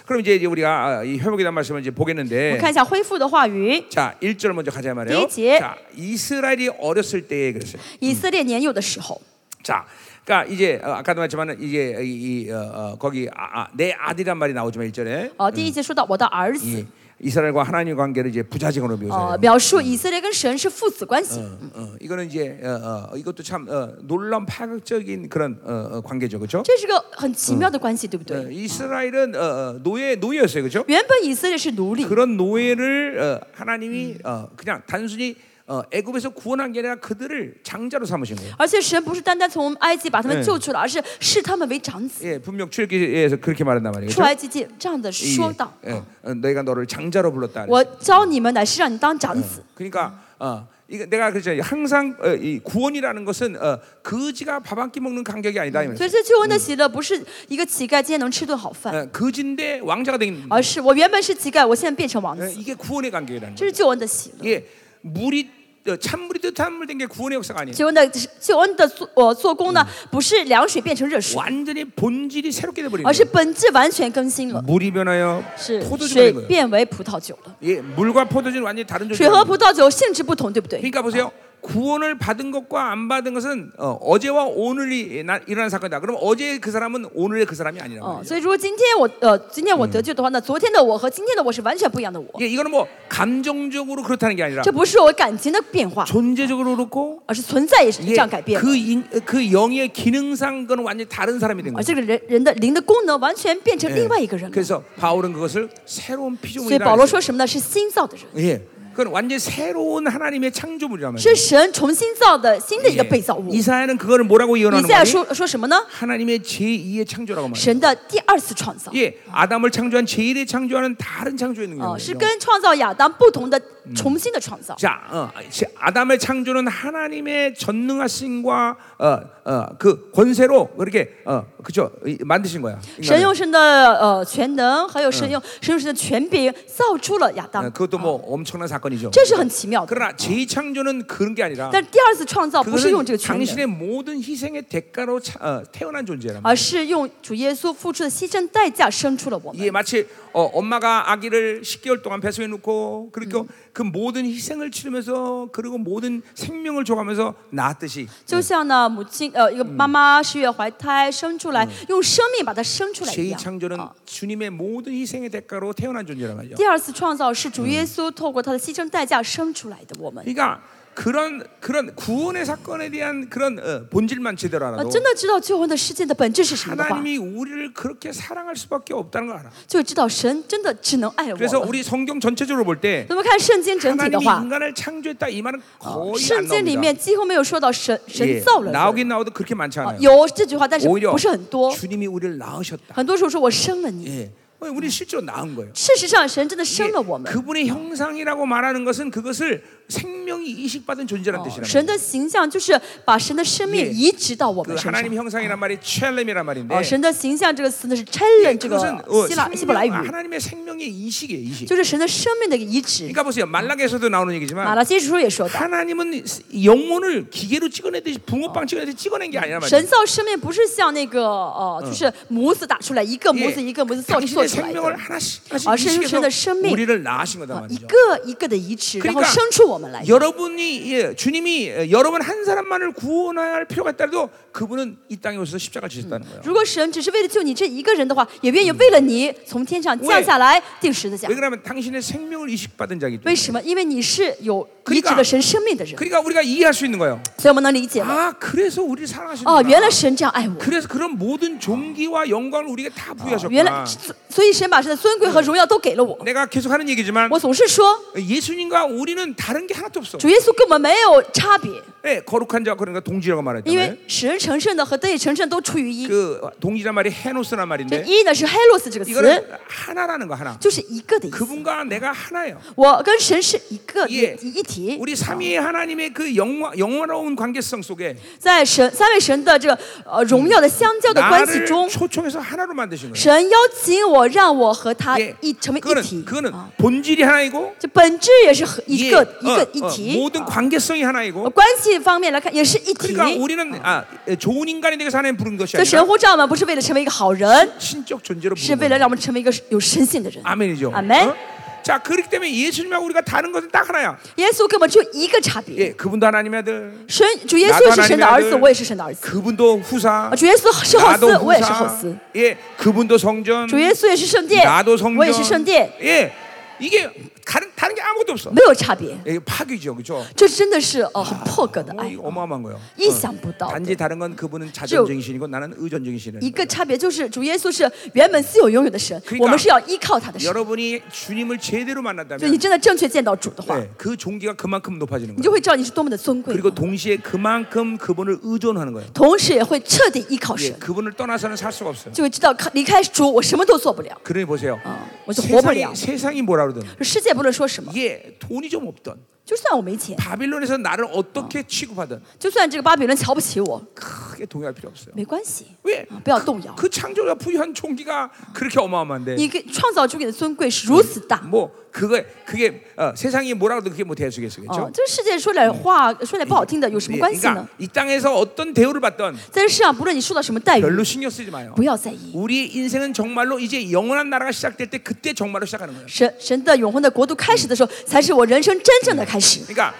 A: 그럼 이제 이제 우리가 아, 이 회복에 대한 말씀을 이제
B: 我
A: 보겠는데
B: 们看一下恢复的话语，
A: 자, 1절 먼저 가자 말이에요.
B: 일절.
A: 자, 이스라엘이 어렸을 때에 그랬어요.
B: 以色列年幼的时候，
A: 자, 그러니까 이제 어, 아까도 말했지만 이제 이, 이 어, 어, 거기 아, 아, 내 아들이란 말이 나오지만 1절에
B: 呃，第一节说到我的儿
A: 嗯
B: 子，
A: 예. 이스라엘과 하나님의 관계를 이제 부자적으로 묘사해요.
B: 呃，描述以色列跟神是父子关系。
A: 嗯 어, 이거는 이제 어, 어, 이것도 참 어, 놀라운 파격적인 그런 어, 어, 관계죠, 그렇죠?
B: 这是个很奇妙的关系，对不
A: 어,
B: 对？
A: 이스라엘은 어, 어, 노예 노예였어요, 그렇죠?
B: 原本以色列是奴隶，
A: 그런 노예를 어, 하나님이 어, 그냥 단순히 어, 애굽에서 구원한 게 아니라 그들을 장자로 삼으신 거예요.
B: 而且神不是单单从埃及把他
A: 嗯
B: 们救出来，而是视他们为长子。
A: 예, 분명 출애굽에서 그렇게 말한단 말이에요.
B: 出
A: 그렇죠?
B: 埃及记这样的说道
A: 예, ：“ 예, 어, 너희가 너를 장자로 불렀다.
B: 我招你们乃是让你当长子。
A: 그러니까 어, 이거 내가 그랬잖아요. 항상 어, 이 구원이라는 것은 어, 거지가 밥 한 끼 먹는 간격이 아니다. 이 말이에요.
B: 所以这救恩的喜乐不是一个乞丐今天能吃顿好饭，
A: 어, 거지인데 왕자가 된
B: 而是我原本是乞丐，我现在变成王
A: 어,
B: 子，
A: 이게 구원의 관계라는
B: 这
A: 거예요.
B: 是救恩的喜乐。
A: 이게 물이 어, 찬물이 뜨뜻한 물 된 게 구원의 역사가 아니에요.
B: 救恩的救恩的做我做工呢，不是凉水变成热水，
A: 완전히 본질이 새롭게 돼버리는
B: 而是
A: 거예요.
B: 本质完全更新了，
A: 물이 변하여
B: 是
A: 포도주
B: 水
A: 되는 거예요.
B: 变为葡萄酒了。
A: 예, 물과 포도주는 완전히 다른
B: 水和
A: 존재예요.
B: 葡萄酒性质不同，对不对？
A: 그러니까 보세요. 구원을 받은 것과 안 받은 것은 어, 어제와 오늘이 나- 일어난 사건이다. 그럼 어제 그 사람은 오늘의 그 사람이 아니라고.
B: 哦，
A: 요
B: 所以如果今天我呃，今天我得救的话，那昨天的我和今天的我是完全不一样的我。
A: 이게 이거는 뭐 감정적으로 그렇다는 게 아니라
B: 这不是我感情的变化，
A: 존재적으로 그렇고
B: 而是存在也是这
A: 이게
B: 样改变的。
A: 그 인- 그 영의 기능상 그는 완전히 다른 사람이 된
B: 而
A: 거예요.
B: 这个人人的灵的功能完全变成
A: 예.
B: 另外一个人了。
A: 그래서 바울은 그것을 새로운
B: 所以保罗
A: 피조물이라.
B: 说什么呢？是新造的人，
A: 예. 그건 완전히 새로운 하나님의 창조물이란
B: 是
A: 말이에요.
B: 神重新造的新的一个被造
A: 예.
B: 物。以
A: 이사야는 그거를 뭐라고 예언하는
B: 赛亚
A: 거예요?
B: 说说什么呢？
A: 하나님의 제2의 창조라고 말해요.
B: 神的第二次创造，
A: 예, 아담을 창조한 제1의 창조와는 다른 창조의 능력이에요.
B: 哦，是跟创造亚当不同的重新的创造。
A: 자, 어, 제- 아담의 창조는 하나님의 전능하신과 어, 어, 그 권세로 그렇게 어, 그죠 이- 만드신 거야.
B: 神
A: 인간을.
B: 用神的呃全能，还有神用神用神的权柄造出了亚
A: 어,
B: 当，
A: 그것도 뭐 엄청난 사건이죠.
B: 这是很奇妙的。
A: 그러나 제2 창조는 그런 게 아니라
B: 但第二次创造不是用这
A: 그것은
B: 个权能，
A: 당신의 모든 희생의 대가로 차- 어, 태어난 존재란 말이야.
B: 而是用主耶稣付出的牺牲代价生出了我们。
A: 이게 마치 어, 엄마가 아기를 10개월 동안 배수해 놓고 그리고 그 모든 희생을 치르면서 그리고 모든 생명을 줘가면서 낳았듯이
B: 就像呢，母亲呃，一个妈妈十月怀胎生出来，用生命把它生出来嗯一
A: 제2
B: 样。哦
A: 창조는 주님의 모든 희생의 대가로 태어난 존재란 말이죠.
B: 第二次创造是主耶稣透过他的牺牲代价生出来的我们。
A: 그러니까 그런 그런 구원의 사건에 대한 그런 어, 본질만 제대로
B: 呃，
A: 알아도
B: 真的知道救恩的事件的本质是什么的话，
A: 하나님이 우리를 그렇게 사랑할 수밖에 없다는 걸 알아.
B: 就知道神真的只能爱我
A: 그래서
B: 了。
A: 우리 성경 전체적으로 볼 때
B: 那么看圣经整体的
A: 하나님이
B: 话，哦
A: 인간을 창조했다 이 말은 거의 어,
B: 圣
A: 안
B: 经里面
A: 나옵니다.
B: 几乎没有说到神神
A: 예,
B: 造了人、
A: 나오긴 나오도 그렇게 많지
B: 啊
A: 않아요.
B: 有这句话，但是
A: 오히려
B: 不是很多。
A: 주님이 우리를 낳으셨다.
B: 很多时候说我生了你，
A: 예. 우리 실제로 낳은 거예요.
B: 事实上神真的
A: 이게
B: 生了我们。
A: 그분의 형상이라고 말하는 것은 그것을 생명이 이식받은 존재란
B: 哦
A: 뜻이란 말이에요.
B: 神的形象就是把神的生命
A: 예
B: 移植到我
A: 그
B: 们身上
A: 하나님 。 형상이란 말이 어, 첼렘이란 말인데
B: 哦，神的形象这个词呢是 challenge 这
A: 그것은 어,
B: 个希腊希伯来
A: 생명,
B: 语，
A: 하나님의 생명의 이식이에요. 이식.
B: 就是神的生命的一个移植。
A: 그러니까 보세요. 말라기에서도 나오는
B: 马
A: 얘기지만
B: 拉基书也说到，
A: 하나님은 영혼을 기계로 찍어내듯이 붕어빵 찍어내듯이 찍어낸 게 아니란 말이에요.
B: 神造生命不是像那个呃，就是模子打出来一个模子一个模子造做
A: 당신의
B: 出来
A: 생명을
B: 的，
A: 하나씩
B: 아,
A: 하나씩
B: 신의
A: 이식해서
B: 생명.
A: 우리를 낳으신 거다
B: 一
A: 아, 말이죠.
B: 个一个的移植，然后
A: 그러니까
B: 生出我们来。
A: 여러분이 예, 주님이 예, 여러분 한 사람만을 구원해야 할 필요가 있다도 그분은 이 땅에 오셔서 십자가 지셨다는 거예요.
B: 如果神只是为了救你这一个人的话，也愿意为了你从天上降下来定十字架
A: 왜 。 그러면 당신의 생명을 이식받은 자기
B: 为
A: 때문에.
B: 什么？因为你是有
A: 그러니까
B: 移植了神生命的人，
A: 그러니까 우리가 이해할 수 있는 거예요.
B: 所以我们能理解吗？
A: 아 그래서 우리를 사랑하시는
B: 哦，
A: 구
B: 原
A: 나
B: 来神这样爱我，
A: 그래서 그런 모든 종기와 영광을 우리가 다
B: 原来
A: 부여하셨구나.
B: 所所所以神把神的尊贵和荣耀都给了我。
A: 내가 계속 하는 얘기지만
B: 我总是说，
A: 예수님과 우리는 다른 게 하나도 없어.
B: 主耶稣跟我们没有差别，
A: 예, 거룩한 자 그러니까 동지라고
B: 因
A: 말했잖아요.
B: 为使人成圣的和得嗯以成圣都出于一。
A: 그 동지란 말이 헤노스란
B: 这
A: 말인데
B: 一呢是 “helos” 这个词，
A: 이거는 하나라는 거 하나.
B: 就是一个的意思。
A: 그분과 내가 하나예요.
B: 我跟神是一个一
A: 예
B: 一体，
A: 우리 삼위의 하나님의 그 영원 영원로운 관계성 속에
B: 在神三位神的这个呃荣耀的相交的关系
A: 나를
B: 中，
A: 초청해서 하나로 만드신 거예요.
B: 神邀请我，让我和他
A: 예,
B: 一成为一
A: 그거는
B: 体。
A: 그거는
B: 啊，
A: 본질이 하나이고
B: 这本质也呃是和一
A: 예,
B: 个
A: 어,
B: 一个
A: 어,
B: 一体。
A: 모든 관계성이 하나이고
B: 呃关系方面来看也是一体。
A: 그러니까 우리는 아, 좋은 인간이 되게 사는 부른 것이
B: 这神
A: 아니라
B: 呼召我们不是为了成为一个好人，
A: 신적 존재로
B: 是
A: 부른
B: 为了
A: 거예요.
B: 让我们成为一个有神性的人。
A: 아멘이죠.
B: 아멘.
A: 어? 자 그렇기 때문에 예수님하고 우리가 다른 것은 딱 하나야.
B: 耶稣跟我们只有一个差别。
A: 예, 그분도 하나님의 아들,
B: 神主耶稣是神的儿子，
A: 나도하나님의아들
B: 我也是神的儿子。
A: 그분도 후사,
B: 啊，主耶稣是后
A: 나도
B: 嗣，我也是后
A: 후사,
B: 嗣。
A: 예, 그분도 성전,
B: 主耶稣也是圣殿
A: 나도 ， 성전,
B: 我也是圣殿，
A: 예, 이게 다른 다른 게 아무것도 없어.
B: 没有差别。
A: 예, 파기죠, 그렇죠?
B: 这真的是哦，很破格的
A: 어,
B: 爱
A: 이거 ， 어마어마한 거예요.
B: 意想不到的。
A: 단지 다른 건 그분은 자전적인 신이고 나는 의존적인 신이에요.
B: 一个差别就是主耶稣是原本自有永有的神
A: 可以，
B: 我们
A: 干
B: 是要依靠他的神。
A: 여러분이 주님을 제대로
B: 就你
A: 만났다면
B: 真的正确见到主的话，
A: 네, 그 종기가 그만큼 높아지는
B: 你就
A: 거예요.
B: 会知道你是多么的尊贵，
A: 그리고 동시에 그만큼 그분을 의존하는 거예요.
B: 同时也会彻底依靠
A: 예,
B: 神，
A: 그분을 떠나서는 살 수가 없어요.
B: 就会知道靠离开主我什么都做不了，
A: 그러니 보세요.
B: 啊，我就活不了
A: 세상이, 。 세상이 뭐라 그러든
B: 世界不论说什么，
A: 예, 돈이 좀 없던
B: 就算我没钱，
A: 바빌론에서 나를 어떻게 취급하든
B: 就算这个巴比伦瞧不起我，
A: 크게 동요할 필요 없어요.
B: 没关系，
A: 왜?
B: 啊，不要动摇。
A: 그 창조가 부여한 종기가 그렇게 어마어마한데
B: 你给创造主给的尊贵是如此大，
A: 뭐 그거 그게 어, 세상이 뭐라 그러든 그게 뭐 대수겠어요.
B: 哦，这世界说点话，说点不好听的有什么
A: 예,
B: 关系
A: 그러니까 ？
B: 呢
A: 이 땅에서 어떤 대우를 받던
B: 在这世上，不论你受到什么待遇，
A: 별로 신경 쓰지 마요.
B: 不要在意。
A: 우리의 인생은 정말로 이제 영원한 나라가 시작될 때 그때 정말로 시작하는 거예요.
B: 神神的永恒的国度开始的时候，才是我人生真正的开始。
A: 그러니까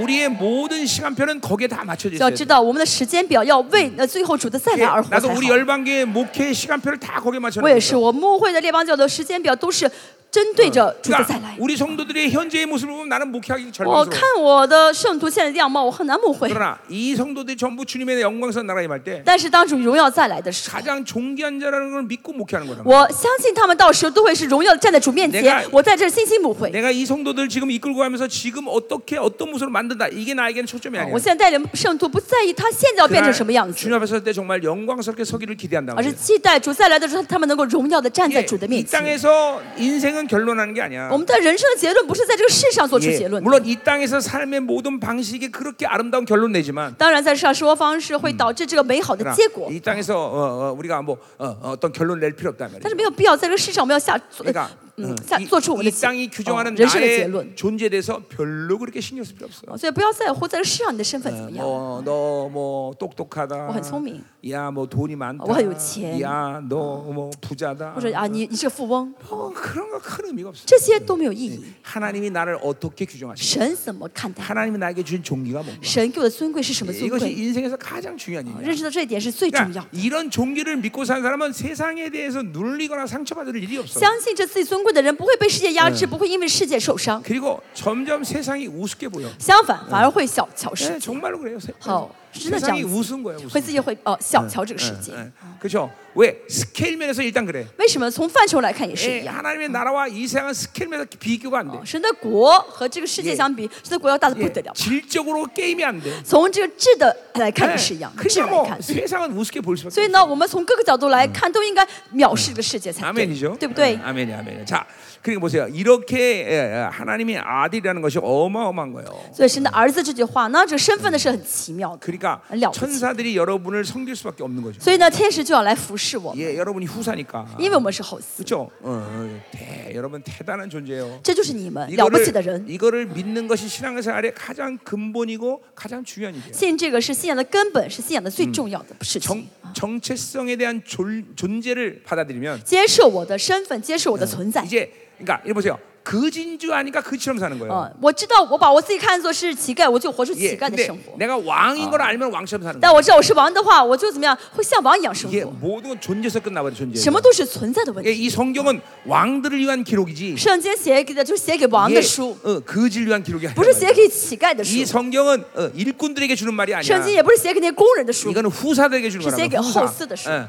A: 우리의 모든 시간표는 거기에 다 맞춰져
B: 就要
A: 있어요.
B: 知道我们的时间表要为呃最后主的再来
A: 예,
B: 而活才
A: 나도
B: 好
A: 우리 。 열방계 목회 시간표를 다 거기에 맞춰
B: 我
A: 놓은
B: 也是，
A: 거예요.
B: 我牧会的列邦教的时间表都是针对着主的再
A: 그러니까
B: 来。
A: 우리 성도들의 현재의 모습을 보면 나는 목회하기
B: 我
A: 절망스러워.
B: 看我的圣徒现在的样貌，我很难牧会。
A: 그러나 이 성도들이 전부 주님의 영광선 나라에 임할 때
B: 但是当主荣耀再来的时候，
A: 가장 존귀한 자라는 걸 믿고 목회하는 거란 말이야.
B: 我相信他们到时候都会是荣耀地站在主面
A: 내가
B: 前。我在这儿信心牧会，
A: 내가 이 성도들 지금 이끌고 가면서 지금 어떻게 어떤 모습으로 만든다 이게 나에게는 초점이 아니야.
B: 我现在带领圣徒不在意他现在要变成什么样
A: 그날
B: 子，
A: 주님 뭐 앞에 설 때 정말 영광스럽게 서기를 기대한다고.
B: 而是期待主再来的时候，他们能够荣耀的站在主的
A: 예,
B: 面
A: 이
B: 前。
A: 땅에서 인생은 결론하는 게 아니야.
B: 我们的人生的结论不是在这个世上做出
A: 예,
B: 结论的。
A: 물론 이 땅에서 삶의 모든 방식이 그렇게 아름다운 결론 내지만
B: 当然，在世上生活方式会导致这个美好的
A: 그러나
B: 结果。
A: 이 땅에서 어, 어, 우리가 뭐 어, 떤 결론 낼 필요 없단
B: 但
A: 말이야.
B: 是没有必要在这个世上我们要下做
A: 그러니까 ，
B: 嗯
A: 어, ，
B: 下
A: 이,
B: 做出我们
A: 이
B: 的结
A: 땅이 규정하는
B: 哦人生的结
A: 나의
B: 论。
A: 존재에 대해서 별로 그렇게 신경 쓸 필요 없어.
B: 哦所以不要在乎在这个世上你的身份怎么样。
A: 뭐너 뭐 똑똑하다.
B: 我很聪明。
A: 야, 뭐 돈이 많다.
B: 我很有钱。
A: 야, 너 뭐 부자다.
B: 或者啊，你你是个富翁，
A: 뭐 그런 거 큰 의미가 없어.
B: 这些都没有意义。
A: 하나님이 나를 어떻게 규정하시고
B: 神怎么看待？
A: 하나님이 나에게 주신 종기가 뭔가.
B: 神给我的尊贵是什么尊
A: 이것이
B: 贵？
A: 인생에서 가장 중요한 일이야.
B: 认识到这一点是最重要
A: 그러니까 。 이런 아, 종기를 믿고 산 사람은 세상에 대해서 눌리거나 상처받을 일이 없어.
B: 相信这自己尊贵的人不会被世界压制，不会因为世界受伤。
A: 그리고 점점 세상이 우습게 보여.
B: 相反，反而会小瞧
A: 네,
B: 世，
A: 정말로 그래요. 세,
B: 好，是的这
A: 세상이
B: 样子，
A: 우스운 거야.
B: 会
A: 우스운.
B: 自己会呃小瞧这个世界。
A: 그렇죠. 왜 스케일 면에서 일단 그래.
B: 为什么？从范畴来看也是
A: 예, 어,
B: 一样。
A: 하나님의 나라와 이 세상은 스케일 면에서 비교가 안 돼.
B: 神的国和这个世界相比，神的国要大的不
A: 예,
B: 得了。
A: 질적으로 게임이 안 돼.
B: 从这个质的来看
A: 예,
B: 也是一样，质
A: 그러니까
B: 来
A: 뭐
B: 看。
A: 세상은 우습게 볼 수밖에.
B: 所以呢，我们从各个角度来看，都应该藐视这个世界才对，
A: 아멘이죠.
B: 对不对
A: 예, ？ 아멘이 아멘. 자, 그러니까 보세요. 이렇게 예, 예, 하나님의 아들이라는 것이 어마어마한 거예요.
B: 所以神的儿子这句话，那这个身份呢是很奇妙的，
A: 그러니까
B: 了不起。
A: 천사들이 여러분을 섬길 수밖에 없는 거죠.
B: 所以呢，天使就要来服侍我们，
A: 예, 여러분이 후사니까.
B: 因为我们是后嗣，
A: 그렇죠. 어, 어, 대, 여러분 대단한 존재예요.
B: 这就是你们了不起的
A: 이거를,
B: 人。
A: 이거를 믿는 것이 신앙생활의 가장 근본이고 가장 중요한 일이에요.
B: 信这个是信仰的根本，是信仰的最重要的事情
A: 정 。 정체성에 대한 존, 존재를 받아들이면
B: 接受我的身份，接受我的存在。
A: 이제 그러니까 이 보세요. 거진 줄 아니까 그처럼 사는 거예요.
B: 嗯，我知道我把我自己看作是乞丐，我就活出
A: 예,
B: 乞丐的
A: 근데
B: 生活；
A: 어, 내가 왕인 걸 알면 왕처럼 사는 거예요.
B: 但我知道我是王的话，我就怎么样，会像王一样生
A: 이게
B: 活。
A: 모든 건 존재에서 끝나버려 존재.
B: 什么都是存在的问
A: 예,
B: 题。
A: 이 성경은 왕들을 위한 기록이지.
B: 圣经写给的就是写给王
A: 이게,
B: 的书，
A: 어, 거질 위한 기록이 아니야.
B: 不是写给乞丐的书
A: 이 。 성경은 어, 일꾼들에게 주는 말이
B: 圣经
A: 아니야.
B: 也不是写给那些工人的书，
A: 이거는 후사들에게 주는
B: 시-
A: 거라고.
B: 세계
A: 후사.
B: 허스더쇼.
A: 예.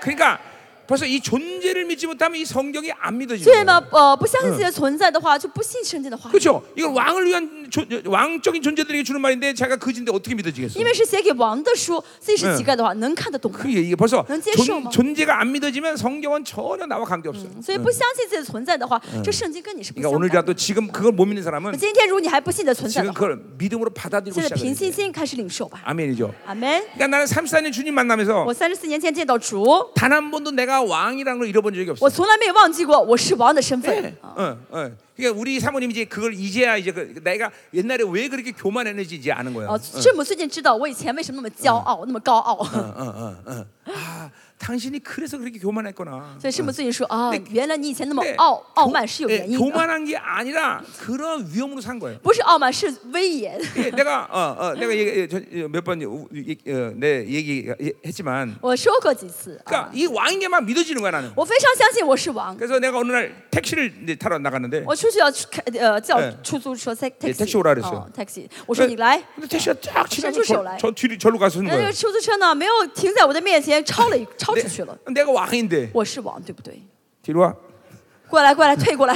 A: 그러니까 벌써 이 존재를 믿지 못하면 이 성경이 안
B: 所以
A: 믿어지는
B: 呢
A: 거예요. ，
B: 呃，不相信自己的存在的话，就不信神经的话语。
A: 그렇죠? 이건 왕을 위한 존- 왕적인 존재들에게 주는 말인데 자기가 그 거진데 어떻게 믿어지겠어?
B: 因为是写给王的书，自己是乞丐的话，能看得懂吗。
A: 그게 이게 벌써
B: 넌
A: 존,
B: 재수없어.
A: 존재가 안 믿어지면 성경은 전혀 나와 관계없어요.
B: 所以不相信自己的存在的话，这圣经跟你是
A: 음.
B: 不
A: 그러니까
B: 相
A: 오늘이라도
B: 干。
A: 지금 그걸 못 믿는
B: 那
A: 사람은
B: 今天如果你还不信你的存在
A: 지금
B: 的话，
A: 그걸 믿음으로 받아들이고
B: 现在凭
A: 시작하는
B: 信
A: 거예요.
B: 心开始领受吧。
A: 아멘이죠.
B: 阿门。
A: 그러니까 나는 34년 주님 만나면서
B: 我三十四年前见到主，
A: 단 한 번도 내가 왕이라는 걸 잃어본 적이
B: 我
A: 없어.
B: 从来没有忘记过我是王的身
A: 네.
B: 份。
A: 어, 어. 그러니까 우리 사모님이 이제 그걸 이제야 이제 그, 내가 옛날에 왜 그렇게 교만했는지 이제 아는 거야.
B: 哦，圣母最近知道我以前为什么那么骄傲，那么高傲。
A: 어, 어, 어, 어. 아, 당신이 그래서 그렇게 교만했구나.
B: 所以圣母最近说啊，原来你以前那么
A: 근데
B: 傲
A: 교-
B: 傲慢是有
A: 네. 예,
B: 原因的，
A: 교만한 게 아니라 그런 위험으로 산 거예요.
B: 不是傲慢是威严。 *laughs*
A: 예, 내가 어, 어, 내가 예, 몇번내 예, 얘기했지만,
B: 我说过几 *laughs* 次啊
A: 그러니까 ，이 왕인 게만 믿어지는 거야 나는.
B: 我非常相信我是王。
A: 그래서 내가 어느 날 택시를 이제 타러 나갔는데,
B: 我出去要去开呃叫
A: 哎
B: 出租车 taxi，
A: 예, 택시 오라 그랬어요.
B: 哦 taxi，我说你来，
A: 근데 택시가 쫙 지나서
B: 실수
A: 저,
B: 올라요. 네,
A: 저 뒤로 절로 가서 서는
B: 那这
A: 거예요.
B: 个出租车呢没有停在我的面前，超了一超出去 *laughs* 了。
A: 내, 내가 왕인데
B: 我是王，对不对？
A: 뒤로 와. 过
B: 过来，过来，退 *laughs* 过来。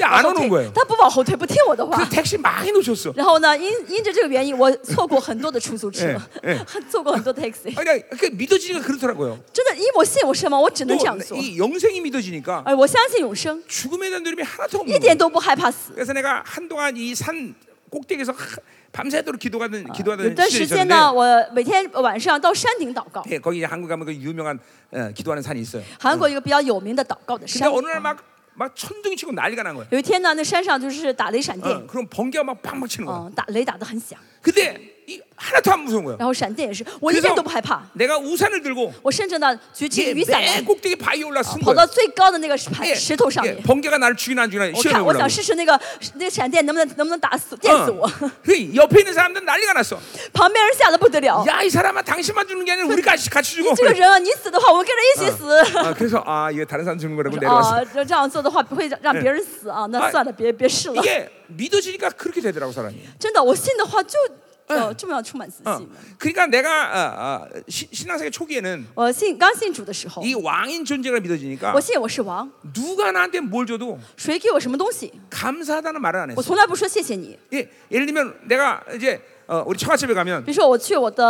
A: 안
B: 往后
A: 오는
B: 退
A: 거예요.
B: *laughs* 他不往后退，不听我的话 *laughs*
A: 그 。 택시 많이 놓쳤어.
B: 然后呢，因因着这个原因，我错过很多的出租车
A: 哎，
B: *laughs* 错过很多 taxi。
A: 그러니까 그 믿어지니까 그렇더라고요.
B: 真的，因为我信我什么，我只能这样做。
A: 또 이 영생이 믿어지니까
B: 哎，我相信永生，
A: 죽음에 대한 두려움이 하나도
B: 一
A: 없는
B: 点
A: 거예요.
B: 都不害怕死。
A: 그래서 내가 한동안 이 산 꼭대기에서 하- 밤새도록 기도하는
B: 有
A: 기도하던
B: 段
A: 아, 시절이
B: 时间
A: 있었는데
B: 呢，我每天晚上到山顶祷告，
A: 예, 거기 이제 한국 가면 그 유명한 어, 기도하는 산이 있어요.
B: 韩国一个比较有名的祷告的
A: 근데
B: 山。
A: 어느 날 막 막 천둥이 치고 난리가 난 거예요.
B: 有一天呢，那山上就是打雷闪电，
A: 어, 그럼 번개가 막 팡팡 치는 거예요.
B: 嗯，打雷打得很响，
A: 근데 이 하나도 안 무서운 거예요.
B: 然后闪电也是，我一
A: 그래서
B: 点都不害怕，
A: 내가 우산을 들고
B: 我甚至呢举起
A: 예,
B: 雨伞
A: 맨 꼭대기 바위 올라 쓴
B: 跑
A: 거예요.
B: 到最高的那个石盘
A: 예,
B: 石头上
A: 예,
B: 面，
A: 번개가 나를 죽이나 안 죽이나
B: 我看我
A: 시험해보라고.
B: 想试试那个那个闪电能不能能不能打死电死我，
A: *laughs* 그 옆에 있는 사람들 은 난리가 났어.
B: 旁边人吓得不得了，
A: 야, 이 사람아 당신만 주는 게 아니라 우리 같이 어. 그러니까 같이 주고.
B: 这个
A: *laughs*
B: 人啊你死的话，我跟着一起死。
A: 아, 그래서 아, 이거 다른 사람 주는 거라고
B: 我说
A: 내려왔어.
B: 啊，这这样做的话不会让让别人死啊，那
A: 哎
B: 算了，别别试了。
A: 이게 믿어지니까 그렇게 되더라고 사람이.
B: 真的，我信的话就呃这么样充满自
A: 어.
B: 信。
A: 그러니까 내가 어, 어, 시- 신앙생활 초기에는
B: 我信刚信主的时候，
A: 이 왕인 존재가 믿어지니까
B: 我信我是王，
A: 누가 나한테 뭘 줘도
B: 谁给我什么东西，
A: 감사하다는 말을 안
B: 我
A: 했어.
B: 从来不说谢谢你。
A: 예, 예를 들면 내가 이제 어, 우리 처갓집에 가면
B: 比如说我去我的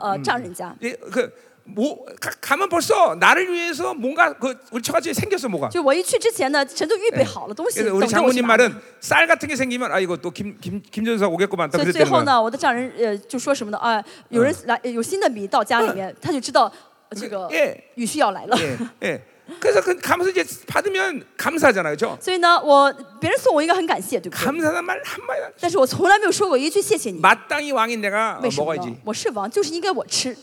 B: 呃丈人家，
A: 예, 그, 뭐, 가, 가면 벌써 나를 위해서 뭔가 그 우리 처갓집에 생겼어 아. 뭐가.
B: 就我一去之前呢，神就预备好了东西
A: 그래서
B: 等
A: 우리
B: 着我去
A: 장모님
B: 拿。
A: 말은 쌀 같은 게 생기면 아 이거 또 김 김 김전사 오겠구만 딱
B: 所以
A: 그랬대요.
B: 最后呢，我的丈人呃就说什么呢？啊，有人来有新的米到家里面，他就知道这个
A: 哎
B: 雨絮要来了。
A: 예, 예. 그래서 그 가면서 이제 받으면 감사하잖아요, 그렇죠?
B: 所以呢，我别人送我应该很感谢，对不对？
A: 감사하다는 말한 마디. 안 해.
B: 但是我从来没有说过一句谢谢你。
A: 마땅히 왕인 내가 어,
B: 为什么呢
A: 먹어야지. ？
B: 我是王，就是应该我吃。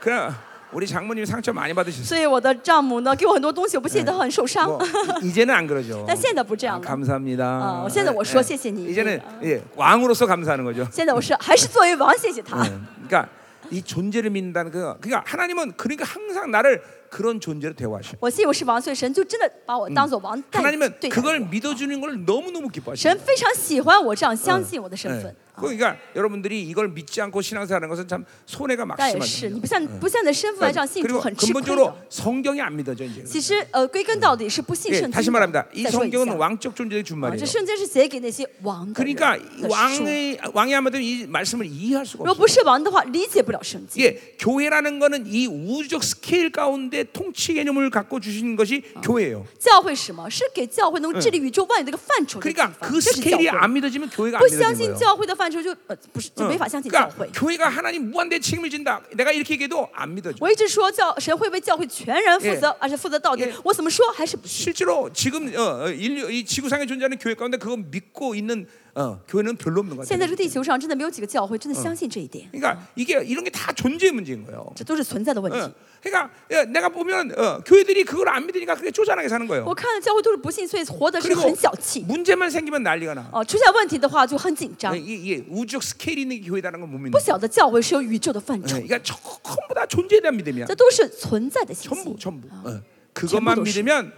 A: 그냥 우리 장모님 상처 많이 받으셨어요.
B: 所以我的丈母呢，给我很多东西，我不谢得很受伤
A: 뭐 。 이- 이제는 안 그러죠.
B: 但现在不这
A: 아,
B: 样了，
A: 감사합니다. 네,
B: 어, 现在我说谢谢你。
A: 이제는 예, 왕으로서 감사하는 거죠.
B: 现在我是还是作为王谢谢他
A: 예. 。 그러니까 이 존재를 믿는다는 그 그러니까 하나님은 그러니까 항상 나를 그런 존재로 대화하셔.
B: 我信我是王，所以神就真的把我当做王带对
A: 하나님은
B: 待
A: 그걸
B: 我。
A: 믿어주는 걸 너무 너무 기뻐하셔.
B: 神非常喜欢我这样相信我的身
A: 예.
B: 份。
A: 그러니까 여러분들이 이걸 믿지 않고 신앙생활하는 것은 참 손해가
B: 但也是，
A: 막심하죠. 네.
B: 嗯你不像不像你的身份来这样信
A: 그리고
B: 主很吃亏的
A: 근본적으로 。 성경이 안 믿어져 이제.
B: 其实呃，归根到底哎是不信
A: 예,
B: 圣经的。
A: 다시 말합니다. 이
B: 再说一下
A: 성경은 왕적 존재의 준
B: 啊
A: 말이에요.
B: 这圣经是写给那些王的人
A: 그러니까
B: 的
A: 이
B: 书。
A: 왕의 왕이 아마도 이 말씀을 이해할 수가
B: 如果
A: 없어요.
B: 不是王的话，理解不了圣经。
A: 예, 교회라는 거는 이 우주적 스케일 가운데 통치 개념을 갖고 주신 것이 교회예요.
B: 教会是什么？是给教会能治理宇宙万有的一个范畴的地
A: 그러니까
B: 方。
A: 그
B: 这是教
A: 스케일이
B: 会。
A: 안 믿어지면 교회가 안
B: 不相信
A: 믿어지는 거예요.
B: 教会的范畴就呃不是就
A: 응.
B: 没法相信教会
A: 그러니까 。 교회가 하나님 무한대 책임을 진다. 내가 이렇게 얘기해도 안 믿어져.
B: 我一直说教神会为教会全然负责，而且负责到底
A: 예 。
B: 我怎么说还是不信。
A: 실제로 지금 어, 어, 인류 이 지구상에 존재하는 교회 가운데 그거 믿고 있는 어, 교회는 별로 없는 것
B: 现在
A: 같아요.
B: 这个地球上真的没有几个教会真的相信这一点，
A: 그러니까 이게 이런 게 다 존재의 문제인 거예요.
B: 这都是存在的问
A: 어,
B: 题。
A: 그러니까 예, 내가 보면 어, 교회들이 그걸 안 믿으니까 그게 쪼잔하게 사는
B: 我
A: 거예요.
B: 看了教会都是不信，所以活的是
A: 어, 그리고
B: 很小气。
A: 문제만 생기면 난리가 나.
B: 哦、出现问题的话就很紧张
A: 예, ， 이게 우주적 스케일 있는 교회라는 걸 못 믿는.
B: 不
A: 거예요.
B: 晓得教会是有宇宙的范畴
A: 예, ， 그러니까 전부 다 존재에 대한 믿음이야.
B: 这都是存在的信
A: 전부
B: 心，
A: 전부. 어. 그것만
B: 전부 도시.
A: 믿으면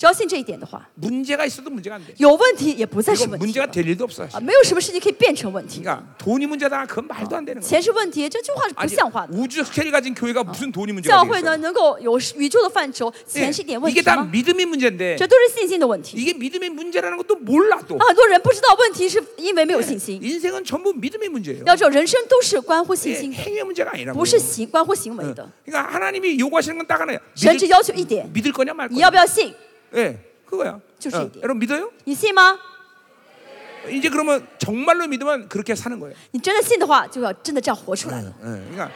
B: 只要信这一点的话，
A: 문제가 있어도 문제가 안 돼.
B: 有问题也不再是
A: 이거
B: 问题
A: 문제가
B: 了
A: 될 일도 없어. 사실.
B: 啊，没有什么事情可以变成问题。
A: 그러니까 돈이 문제다. 어. 그건 말도 안 되는 거야.
B: 钱是问题，这句话是不
A: 아니,
B: 像话的。
A: 우주 스케일이 가진 교회가 무슨 돈이
B: 教
A: 문제가 되겠어?
B: 会
A: 예.
B: 呢，能够有宇宙的范畴，钱是一点问
A: 이게
B: 题
A: 다
B: 吗？
A: 믿음의 문제인데
B: 这都是信心的问题。
A: 이게 믿음의 문제라는 것도 몰라 또.
B: 啊，很多人不知道问题是因为没有信心。
A: 인생은 전부 믿음의 문제예요.
B: 要知道，人生都是关乎信
A: 예,
B: 心的，
A: 행위의 문제가 아니라고.
B: 不是行关乎行为
A: 응.
B: 的。
A: 그러니까 하나님이 요구하시는 건 딱 하나야.
B: 神只
A: 믿을,
B: 要求一点，
A: 믿을 거냐 말
B: 你
A: 거냐.
B: 要不要信？
A: 예, 그거야.
B: 주시-
A: 어, 여러분 믿어요?
B: 你信吗？
A: 이제 그러면 정말로 믿으면 그렇게 사는 거예요.
B: 你真的信的话，就要真的这样活出来了。
A: 예, 그러니까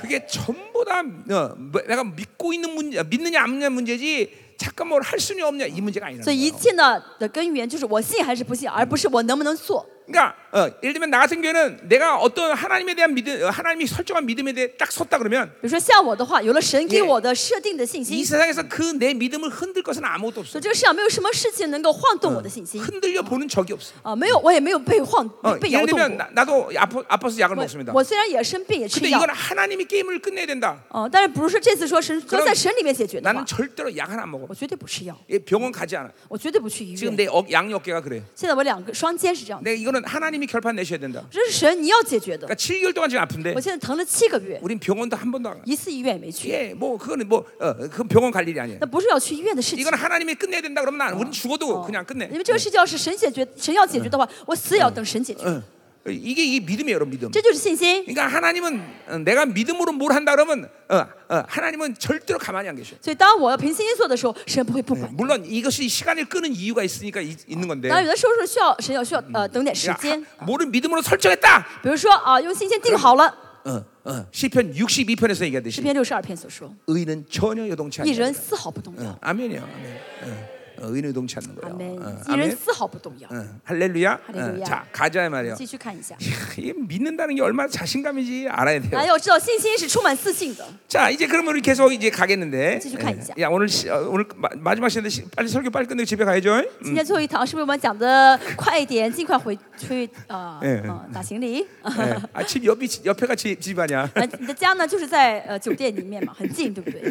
A: 그게 전부 다 어, 뭐, 내가 믿고 있는 문제, 믿느냐 안 믿느냐 문제지. 잠깐 뭘 할 수냐 없냐 이 문제가 아니라는
B: 所以一
A: 거예요.
B: 切呢的根源就是我信还是不信，而不是我能不能做。
A: 그러니까 어, 예를 들면 나 같은 경우는 내가 어떤 하나님에 대한 믿음, 어, 하나님이 설정한 믿음에 대해 딱 섰다 그러면
B: 比如说像我的话，有了神给
A: 예
B: 我的设定的信
A: 이
B: 心，
A: 세상에서 그 내 믿음을 흔들 것은 아무것도 없어.
B: 所以这个世上没有什么事情能够晃动我的信心
A: 흔들려 보는 적이 없어.
B: 啊，没有，我也没有被晃
A: 어
B: 被被摇
A: 예를
B: 动
A: 들면
B: 过。
A: 나, 나도 아파, 아파서 약을
B: 我
A: 먹습니다.
B: 我虽然也生病也吃
A: 근데
B: 药
A: 이건 ， 하나님이 게임을 끝내야 된다.
B: 哦，但是不是这次说神都
A: 그럼
B: 在神里面解决的
A: 나는
B: 话，
A: 절대로 약 하나 안 먹어.
B: 我绝对不吃药，
A: 예, 병원 가지 않아.
B: 我绝对不去医
A: 지금
B: 院。
A: 내 어, 양이 어깨가 그래.
B: 现在我两个双肩是这样的，
A: 내가 이거는 하나님이 결판 내셔야 된다.
B: 这是神你要解决的。
A: 그러니까 7개월 동안 지금 아픈데
B: 我现在疼了七个月，
A: 우린 병원도 한 번도 안 가.
B: 一次医院也没去，
A: 예, 뭐 그거는 뭐 어, 그건 병원 갈 일이 아니에요.
B: 那不是要去医院的事情哦
A: 이건 。 하나님이 끝내야 된다 그러면 난 우린 죽어도 그냥 끝내.
B: 因为这个事情要是神解决，神要解决的话，我死也要等神解决。
A: 어, 이게 이 믿음이에요, 여러분 믿음.
B: 这就是信心。
A: 그러니까 하나님은 어, 내가 믿음으로 뭘 한다 그러면 어, 어, 하나님은 절대로 가만히 안 계셔.
B: 所以当我要凭信心做的时候，神不会不管。
A: 물론 이것이 시간을 끄는 이유가 있으니까 이- 있는 건데.
B: 当然，有的时候是需要神要需要呃等点时
A: 그러니까
B: 间，
A: 하- 뭐를 믿음으로 설정했다.
B: 比如说啊、用信心定好了，
A: 어, 어. 시편 62편에서
B: 诗
A: 얘기하듯이
B: 篇六十二篇所说，
A: 의는 전혀 요동치
B: 一人
A: 않는다.
B: 丝毫不动摇。
A: 아멘이요. 아멘. 어, 어, 의는 요동치 않는
B: 啊嗯阿
A: 거예요.
B: 门嗯
A: 어, ，
B: 一人
A: 아멘.
B: 丝毫不动摇。
A: 어, 할렐루야. 어,
B: 할렐루야.
A: 자, 가자 말이에요.
B: 继续看一下，
A: *laughs* 이게 믿는다는 게 얼마나 자신감인지 알아야
B: 大家
A: 돼요.
B: 要知道信心是充满自信的。
A: 자, 이제 그러면 우리 계속 이제 가겠는데.
B: 지금 가야죠.
A: 예. 야, 오늘 시, 어, 오늘 마, 마지막 시간인데 시- 빨리 설교 빨리 끝내고 집에 가야죠.
B: 今天最后一堂是不是我们讲的快一点，尽快回去啊
A: 嗯
B: 啊打行李？ *laughs*
A: *laughs* 예. 아, 집 옆이 집- 옆에가 집, 집 아니야.
B: 呃，你的家呢就是在呃酒店里面嘛，很近，对不对？
A: *laughs*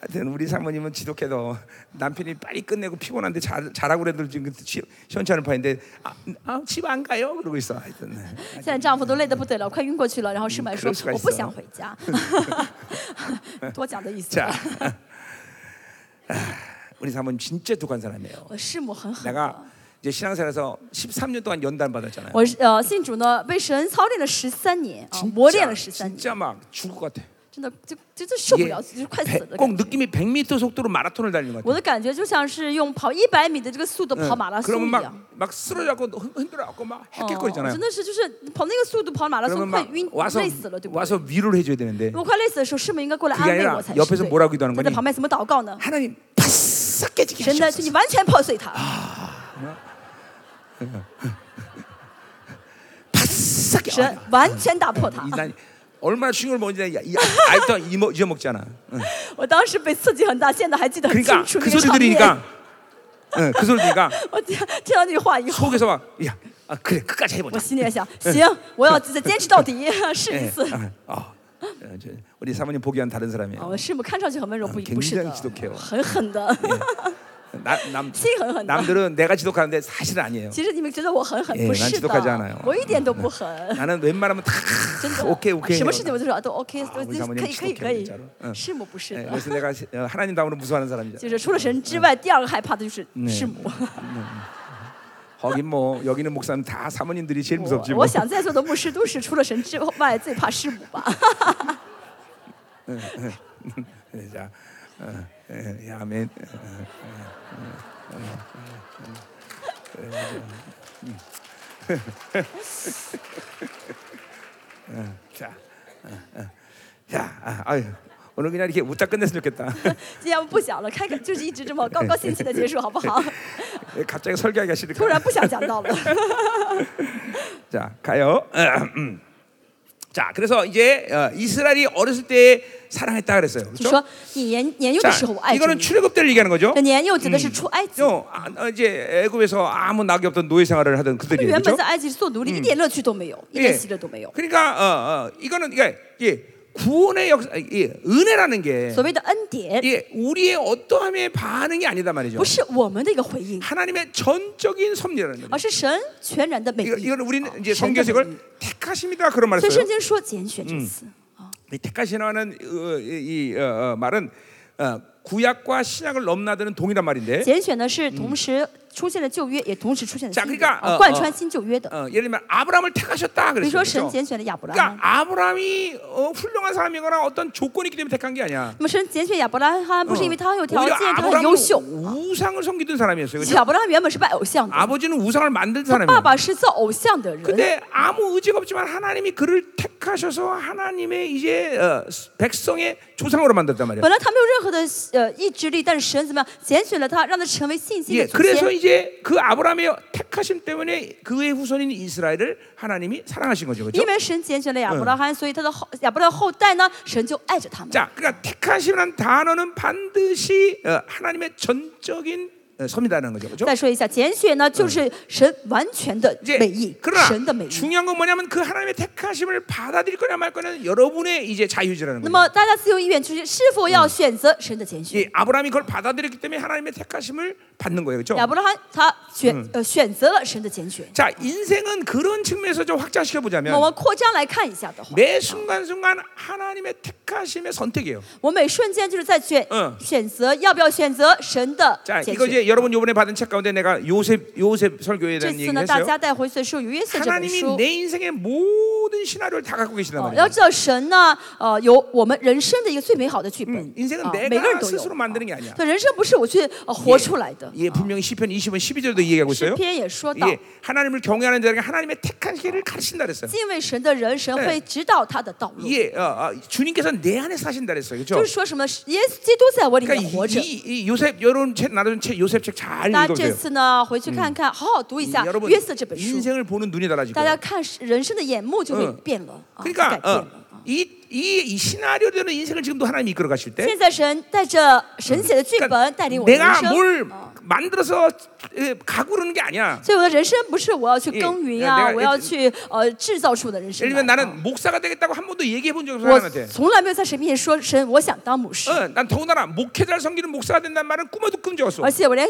A: 하여튼 우리 사모님은 지독해도 남편이 빨리 끝내고 피곤한데 잘, 자라고 그래도 지금 시- 시원찮은 판인데 아, 아, 집 안 가요? 그러고 있어 하여튼
B: 现在丈夫都累得不得了，快晕过去了。然后师妹说
A: 可是：“还
B: 我不
A: 行
B: 想回家。” *laughs* 多讲的意思
A: 자 *laughs*
B: 吧。
A: 우리 사모님 진짜 독한 사람이에요
B: 我师母很好。
A: 내가 이제 신앙생활에서 13년 동안 연단 받았잖아요
B: 我是呃信主呢，被神操练了十三年啊，磨练了十三年，
A: 진짜 막 죽을 것 같아
B: 真的就就就受不
A: 이게
B: 了，就是快死
A: 배-
B: 的
A: 꼭
B: 感觉。
A: 느낌이 100m 속도로 마라톤을 달리는 것 같아
B: 我的感觉就像是用跑一百米的这个速度跑马拉
A: 응.
B: 松
A: 그러면
B: 一样。
A: 막, 막 쓰러져갖고 흔- 흔들어갖고 막
B: 哦
A: 헥헥거리잖아요
B: 真的是就是跑那个速度跑马拉
A: 그러면
B: 松，快
A: 막
B: 晕
A: 와서
B: 累死了，对不对？
A: 와서 위로를 해줘야 되는데
B: 如果快累死的时候，师母应该过来
A: 그게
B: 安慰
A: 아니라
B: 我才是
A: 옆에서
B: 对
A: 뭐라고기도하는거니
B: 她在旁边怎么祷告呢？
A: 하나님 바싹 깨지게
B: 神的，
A: 하셨어
B: 就你完全破碎它，
A: 바싹 깨.
B: 神完全打破它
A: 이 。 난 얼마나 중요한 걸 뭔지 알다 이모 잊어먹잖아. 응.
B: 我当时被刺激很大，现在还记得很
A: 그러니까
B: 清楚
A: 그
B: 那个
A: 소리
B: 场面。
A: 들으니까, 응, 그 소리 들으니까
B: 我听听到这句话以 *laughs* 后，
A: 속에서 막 야, 아, 그래 끝까지 해보자.
B: 我心里也想，行，我要再坚持到 *laughs* 底，试一
A: 예,
B: 次。
A: 아, 어, 어, 저, 우리 사모님 보기와는 다른
B: 啊
A: 사람이에요.
B: 我师母看上去很温柔，不不是
A: 굉
B: 嗯的
A: 장히지독해요 ，
B: 很狠的。
A: 나, 남,
B: 심각하다.
A: 남들은 내가 지독하는데 사실 아니에요.
B: 其实你们觉得我很狠
A: 예，
B: 不是
A: 난지독하지않아요
B: 的，我一点都不狠， *laughs*
A: 나는 웬만하면 다
B: 真的。
A: 오케이 오케이.
B: 什么
A: 해요.
B: 事情我就说啊都 OK，都
A: 우리사모님
B: 可以可以
A: 지독해요
B: 可以
A: 진짜로。응
B: 师母不是
A: 예,
B: 的，
A: 그래서 내가 시- 어, 하나님 다음으로 무서워하는 사람이죠.
B: *laughs* 就是除了神之外，第二个害怕的就是师 *laughs* 母。
A: 거긴 뭐 여기는 목사님 다 사모님들이 제일 무섭지
B: 我
A: 뭐
B: 我想在座的牧师都是除了神之外最怕师母 *laughs* 吧。
A: 네, 자, 어, 예, 예, 아멘. 어, 어, 어, 어, 어, 어, 어, 어, 어, 자, 어, 어. 야, 아, 아유, 오늘 그냥 이렇게 웃다 끝냈으면 좋겠다.
B: 今天我们不讲了，开个就是一直这么 *laughs* 高高兴兴的结束，好不好？
A: 갑자기 설교하기가
B: 突
A: 싫으니까.
B: 然不想讲道了。
A: 자, 가요. 음. 자, 그래서 이제 어, 이스라엘이 어렸을 때 사랑했다 그랬어요.
B: 就
A: 그렇죠?
B: *laughs* 说你年年幼的时候我
A: 자,
B: 爱着
A: 이거는
B: 你，
A: 출애굽때를 얘기하는 거죠.
B: 那年幼指的是出埃及，
A: 요, 아, 어, 이제 애굽에서 아무 낙이 없던 노예 생활을 하던
B: 原
A: 그들이죠.
B: 嗯
A: 예.
B: 哎本在埃及做奴隶，一点乐趣都没有，一点喜乐都没有。
A: 그러니까 어, 어, 이거는 그러니까 예, 구원의 역사, 이 은혜라는 게
B: 所谓的恩典，
A: 이게 우리의 어떠함의 반응이 아니다 말이죠.
B: 不是我们的一个回应，
A: 하나님의 전적인 섭리라는 거죠.
B: 而是神全然的美
A: 이거,
B: 意。
A: 이건 우리는 이제
B: 神的
A: 성교색을
B: 美意
A: 택하십니다 그런
B: 所以
A: 말을
B: 圣
A: 써요.
B: 经说“拣选”这个词，
A: 이 택하시나는 어, 이, 이, 어, 어, 말은 어, 구약과 신약을 넘나드는 동일한 말인데
B: 拣选呢是同时出现了旧约，也同时出现了
A: 자
B: 新约，
A: 그러니까
B: 啊
A: 어
B: 贯穿新旧约的。
A: 어, 예를 들면 아브라함을 택하셨다
B: 比如
A: 그랬어요.
B: 说神
A: 그렇죠?
B: 拣选了亚伯拉罕
A: 그러니까 ， 아브라함이 어, 훌륭한 사람이거나 어떤 조건이 있기 때문에 택한 게 아니야.
B: 那么神拣选亚伯拉罕不是因
A: 嗯
B: 为他很有条
A: 오히려
B: 件，他很优秀。
A: 아브라함은 우상을 섬기던 사람이었어요. 그렇죠?
B: 亚伯拉罕原本是拜偶像的，
A: 아버지는 우상을 만든
B: 他爸
A: 사람이에요.
B: 爸是造偶像的人，
A: 근데 아무 의지가 없지만 하나님이 그를 택하셔서 하나님의 이제 어, 백성의 조상으로 만들었단 말이에요.
B: 本来他没有任何的呃意志力，但是神怎么样拣选了他，让他成为信心
A: 예,
B: 的祖先
A: 그래서 。 이제 그 아브라함의 택하심 때문에 그의 후손인 이스라엘을 하나님이 사랑하신 거죠. 그렇죠?
B: 因为神拣选了亚伯拉罕，所以他的后亚伯拉罕后代呢，神就爱着他们。
A: 자, 그러니까 택하심이라는 단어는 반드시 어, 하나님의 전적인 어, 섬이라는 거죠. 그렇죠?
B: 再说一下，拣选呢，就是神完全的美意
A: 이제 ，
B: 神的美
A: 그러나
B: 意。
A: 중요한 건 뭐냐면 그 하나님의 택하심을 받아들일 거냐 말 거냐는 여러분의 이제 자유지라는
B: 那
A: 거죠.
B: 么大家自由意愿就是是否要选择神的拣选？
A: 예, 아브라함이 그걸 받아들였기 때문에 하나님의 택하심을 받는 거예요. 그렇죠?
B: 亚伯拉罕他选呃选择了神的拣选。
A: 자, 인생은 그런 측면에서 좀 확장시켜
B: 那我
A: 보자면
B: 们扩张来看一下的话，
A: 매 순간순간 하나님의 택하심의 선택이에요.
B: 我每瞬间就是在选
A: 嗯
B: 选择要不要选择神的
A: 자,
B: 拣
A: 이거 이제
B: 选。
A: 여러분 요번에 받은 책 가운데 내가 요셉 요셉 설교에
B: 这
A: 대한
B: 次
A: 얘기를
B: 呢，大
A: 했어요.
B: 家带回去的是有约瑟这本
A: 하나님이
B: 书。
A: 내 인생의 모든 시나리오를 다 갖고 계시단
B: 哦
A: 말이에요.
B: 要知道神呢，呃，有我们人生的一个最美好的剧本，
A: 음, 인생은
B: 啊每个人
A: 내가
B: 都啊
A: 스스로
B: 有。
A: 만드는 게 아니야.
B: 所以人生不是我去、呃、活出来的。
A: 예, 분명히 시편 20편 12절도 얘기하고
B: 诗
A: 있어요.
B: 篇也说到，
A: 예, 하나님을 경외하는 자에게 하나님의 택한 길을 가르친다 그랬어요.
B: 敬畏神的人，神
A: 네
B: 会指导他的道路。
A: 예, 어, 어, 주님께서 내 안에 사신다 그랬어요.
B: 就
A: 그렇죠?
B: 是说什么，耶稣基督在我里
A: 그러니까
B: 面活
A: 이,
B: 着。
A: 이, 이 요셉 여러분 책 나름 책 요셉 책 잘
B: 大家这
A: 읽어보세요.
B: 次呢，回去看看，好好读一
A: 이,
B: 下
A: 여러분
B: 约瑟这本书，
A: 인생을 보는 눈이 달라질
B: 大家
A: 거예요.
B: 看是人生的眼目就会
A: 嗯
B: 变了，啊，就改
A: 그러니까
B: 变
A: 어,
B: 了。
A: 이, 이, 이 시나리오대로 인생을 지금도 하나님이 이끌어 가실 때 그러니까
B: 现在神带着神写的剧本带领我的人
A: 내가
B: 生，
A: 뭘 만들어서 에, 가꾸는 게 아니야.
B: 所以我的人生不是我要去耕耘
A: 예
B: 啊，
A: 내가
B: 我要去呃制造出我的人
A: 예를
B: 生
A: 들면
B: 来。啊
A: 나는 목사가 되겠다고 한 번도 얘기해 본 적이 없어
B: 我
A: 하나님한테.
B: 从来没有在神面前说神，我想当牧师，
A: 어, 난 더군다나 목회자를 섬기는 목사가 된다는 말은 꿈에도 꾼 적 없어.
B: 而且我连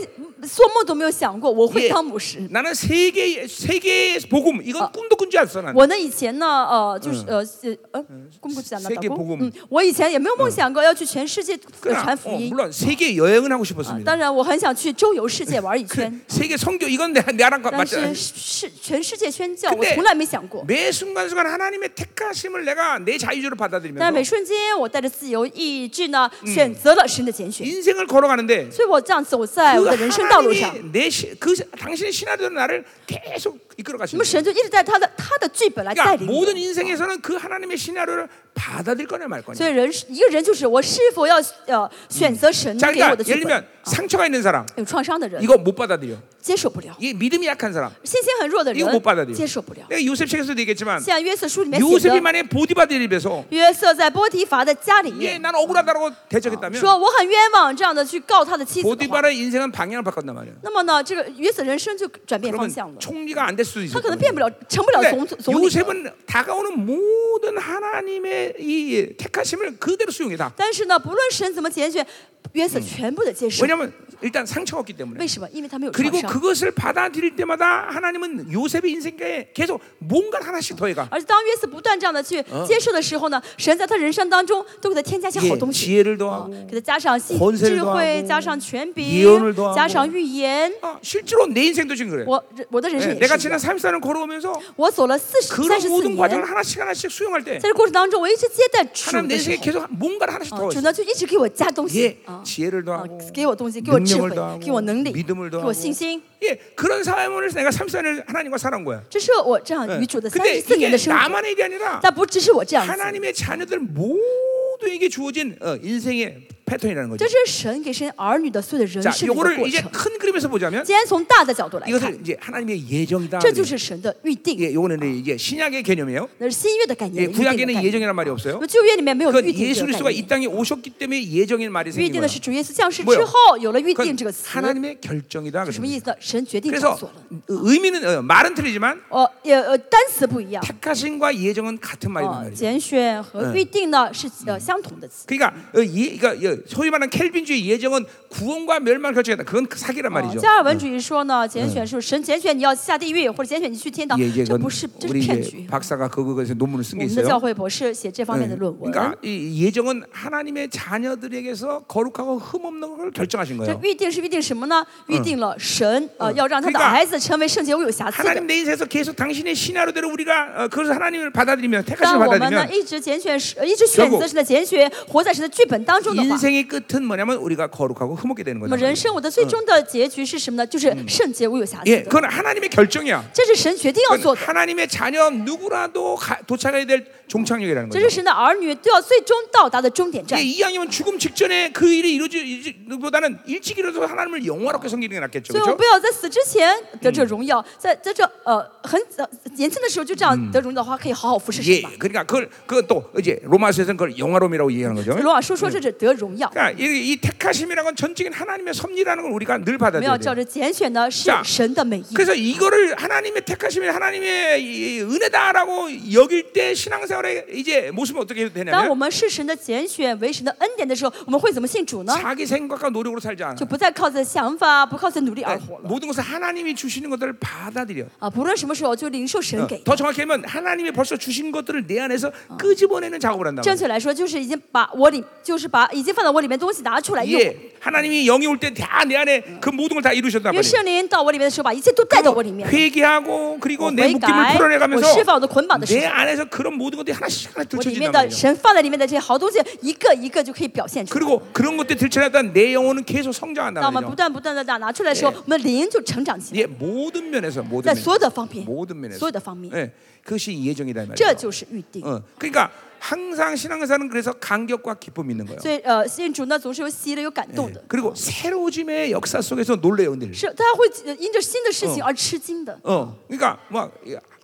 B: 做梦都没有想过我会
A: 예
B: 当牧师。
A: 나는 세계 세계 복음 이건 꿈도 꾼 줄 알았어 뭐, 난.
B: 我呢以前呢，呃，就是呃是呃，꿈꾸지않았
A: 세계
B: 다
A: 복음
B: 고嗯，我以前也没有梦想过要去全世界呃
A: 그러나
B: 传
A: 어,
B: 福音。
A: 물론 세계 여행은 하고
B: 啊
A: 싶었습니다.
B: 当然，我很想去周游世界玩一
A: 그,
B: *laughs* 圈，
A: 세계 선교 이건 내, 나랑
B: 但
A: 맞지
B: 是是全世界宣教，
A: 근데
B: 我从来没想过。
A: 매 순간순간 하나님의 택하심을 내가 내 자유주로
B: 但是每
A: 받아들이면서
B: 瞬间，我带着自由意志呢，选择了神的拣选。
A: 인생을 걸어가는데
B: 所以我这样走在我
A: 그
B: 的人生道路上，
A: 하나님이 내 시, 그 시- 당신의 신하들은 나를 계속 이끌어
B: 那
A: 가시는
B: 么神就一直在他的他的剧本来带
A: 그러니까
B: 领我。
A: 모든 인생에서는 그 하나님의 시나리오를 받아들일 거냐 말 거냐.
B: 所以人是一个人就是我是否要呃选择神
A: 자,
B: 给我
A: 그러니까
B: 的剧
A: 예를
B: 本
A: 들면 ？ 상처가 있는 사람
B: 有创伤的人
A: 이거 못 받아들여.
B: 接受不了，
A: 이 믿음이 약한 사람
B: 信心很弱的
A: 이거 못
B: 人
A: 받아들여.
B: 接受不了。
A: 내가 요셉 책에서도 얘기했지만
B: 像约瑟书里面写的，
A: 요셉이만의 보디바디를 입에서
B: 约瑟在波提乏的家里
A: 예, 아,
B: 面
A: 난 억울하다고 대적했다면
B: 说：“我很冤枉。”这样的去告他的妻子的话，
A: 보디바의 인생은 방향을 바꿨단 말이야.
B: 那么呢，这个约瑟人生就转变方
A: 그러면
B: 向了。
A: 총리가 안 될 수도
B: 他
A: 있어.
B: 可能变不了，成不了总总理了。
A: 요셉은 다가오는 모든 하나님의 이 택하심을 그대로 수용해다.
B: 但是呢，不论神怎么拣选，约
A: 嗯
B: 瑟全部的接受。
A: 왜냐하면 일단 상처가 없기 때문에.
B: 为什么？因为他没有创
A: 그리고
B: 伤。
A: 그것을 받아들일 때마다 하나님은 요셉의 인생에 계속 뭔가 하나씩 더해가.
B: 而且当约瑟不断这样的去
A: 嗯
B: 接受的时候呢，神在他人生当中都给他添加一些好东西，
A: 예, 지혜를
B: 啊
A: 더하고
B: 给他加上信
A: 권세를더
B: 智慧
A: 하고，
B: 加上权
A: 예언을더
B: 柄
A: 하고 ，
B: 加上预言。
A: 어, 실제로 내 인생도 지금 그래.
B: 我我的人
A: 예,
B: 生也
A: 哎 내가
B: 是一
A: 지난
B: 样。
A: 34년을 걸어오면서
B: 我走了四十三
A: 그런
B: 十四
A: 모든
B: 年，
A: 과정을 하나씩 하나씩 수용할 때
B: 在这过程当中，我一直接待主
A: 하나님 내
B: 的时
A: 인생에
B: 候，
A: 계속 뭔가를 하나씩
B: 啊
A: 더했어.
B: 主呢就一直给我加东西
A: 예,
B: 啊。
A: 지혜를
B: 啊
A: 더하고 ，
B: 给我东西，给我智
A: 능력을
B: 慧
A: 더하고，
B: 给我能力，
A: 啊 믿음을더
B: 给
A: 하고
B: 我信心。
A: 예, 그런 삶을 내가 34년을 하나님과 살아온 거야.
B: 这是我这样
A: 예.
B: 与主的三
A: 嗯 근데
B: 十四年的
A: 이게
B: 生活，
A: 나만의 일이 아니라
B: 但不只是我这样子，
A: 하나님의 자녀들 모두에게 주어진 어, 인생의 패턴이라는
B: 这
A: 거죠.
B: 是神给神儿女的所有的人
A: 자,
B: 生的一个
A: 요거를
B: 过
A: 이제
B: 程。
A: 큰 그림에서 보자면
B: 既然从大的角度来看，
A: 이것을 이제 하나님의 예정이다.
B: 这就是神的预定，
A: 예, 요거는 이제 이제 신약의 개념이에요.
B: 那是新约的概
A: 예,
B: 念。预定的概
A: 구약에는
B: 念
A: 예정이란 말이 없어요.
B: 那么旧约里面没有
A: 그
B: 预定这
A: 예수
B: 个概
A: 그리스도가
B: 念
A: 이 ， 땅에 오셨기 때문에 예정인 말이
B: 预
A: 생긴
B: 定
A: 거예요.
B: 的是主耶稣降世
A: 뭐요
B: 之后有了预定
A: 그건
B: 这个词，
A: 하나님의 결정이다
B: 什
A: 그러면.
B: 么意思呢？神决定造
A: 그래서
B: 所了。
A: 의미는 어, 말은 틀리지만
B: 呃，也呃，单词不一样。
A: 택하신과 예정은 같은 말이란
B: 呃，
A: 말이에요.
B: 拣选和预定呢是呃相同的词。
A: 그러니까 어, 예, 그러니까 예, 소위 말하는 켈빈주의 예정은 구원과 멸망을 결정했다. 그건 그 사기란
B: 哦
A: 말이죠.
B: 加尔文主义说呢，拣选是神拣选你要下地狱，或者拣选你去天堂
A: 예, ， 이제
B: 这
A: 그건
B: 不是这是
A: 우리
B: 骗
A: 이제
B: 局。
A: 박사가 그거에서 논문을 쓴
B: 我
A: 게
B: 们的教
A: 있어요.
B: 会博士写这方
A: 예,
B: 面的论文。
A: 그러니까 이 예정은 하나님의 자녀들에게서 거룩하고 흠없는 걸 결정하신
B: 这
A: 거예요.
B: 预定是预定什么呢？预定了神呃要让他
A: 그러니
B: 的
A: 까
B: 孩子成为圣洁无有瑕疵的
A: 하나님 。내 인생에서 계속 당신의 신하로대로 우리가 어, 그것을 하나님을 받아들이면 택하신
B: 当我们呢
A: 받아들이면
B: 一直拣选神，呃一直选
A: 결국
B: 择神的拣选，活在神的剧本当中的话，
A: 인생의 끝은 뭐냐면 우리가 거룩하고 흠없게 되는
B: 那么人
A: 거예요.
B: 生我的最终的结局是什么呢？就是圣洁无有瑕疵
A: 예,
B: 的。
A: 그건 하나님의 결정이야.
B: 这是神决定要
A: 그건
B: 做的。
A: 하나님의 자녀 누구라도 가- 도착해야 될 종착역이라는
B: 这
A: 거죠.
B: 是神的儿女都要最终到达的终点站
A: 예, 。이 양이면 죽음 직전에 그 일이 이루어지기보다는 일찍 일어서 하나님을 영화롭게 섬기는 게 낫겠죠.
B: 所以我们
A: 그렇죠?
B: 不要在死之前得这荣耀，在在这呃很呃年轻的时候就这样得荣耀的话，可以好好服侍神
A: 예,
B: 吧。
A: 그러니까 그걸 그또 이제 로마서에서는 그걸 영화로움이라고 얘기하는
B: 所
A: 거죠.
B: 以罗马书说这是得荣耀，
A: 그러니까 이, 이 택하심이라는 건 전적인 하나님의 섭리라는 걸 우리가 늘
B: 我们要
A: 받아들여야
B: 照
A: 돼요.
B: 着拣选呢是
A: 자
B: 神的美意。
A: 그래서 이거를 하나님의 택하심이 하나님의 이- 이 은혜다라고 여길 때 신앙생활의 이제 모습은 어떻게
B: 当我
A: 되냐면
B: 们视神的拣选为神的恩典的时候，我们会怎么信主呢？
A: 자기 생각과 노력으로 살지 않아.
B: 就不再靠自己的想法，不靠自己的努力而
A: 그러니까
B: 活了
A: 모든 것을 하나님이 주시는 것들을 받아들여.
B: 啊！不论什么时候，就领受神
A: 어,
B: 给的。
A: 더 정확히 하면 하나님이 벌써 주신 것들을 내 안에서 끄집어내는 작업을 한다.
B: 正确来说，就是已经把我里，就是把已经放在我里面的东西拿出来用。
A: 예, 하나님이 영이 올 때 다 내 안에 그 모든 걸 다 이루셨단
B: 因
A: 말이에요.
B: 为圣灵到我里面的时候，把一切都带到我里面。
A: 회개하고
B: 我
A: 그리고
B: 悔
A: 내
B: 改
A: 묶임을 ，
B: 我
A: 풀어내가면서
B: 释放我的捆绑的事
A: 내
B: 情，
A: 안에서 그런 모든 것들이 하나씩 하나씩
B: 我里
A: 들춰진단
B: 面的
A: 말이에요.
B: 神放在里面的这些好东西，一个一个就可以表现出来。
A: 그리고 그런 것들 들춰내다 내 영혼은 계속
B: 当
A: 성장한단
B: 我们不
A: 말이죠.
B: 断不断的拿出来的时候，我们灵就成长起来，
A: 예, 모든 면에서 모든
B: 在所
A: 면에서
B: 有的方面，
A: 모든 면에서
B: 所有的方面，
A: 예, 그것이 예정이다 이
B: 这
A: 말이죠.
B: 就是预定。
A: 어, 그러니까 항상 신앙사는 그래서 간격과 기쁨이 있는 거예요.
B: 所以，呃，信主呢总是有喜乐、有感动
A: 예,
B: 的，
A: 그리고 새로워짐의 역사 속에서 놀래요 늘.
B: 是大家会呃因着新的事情
A: 嗯
B: 而吃惊的。
A: 어, 그러니까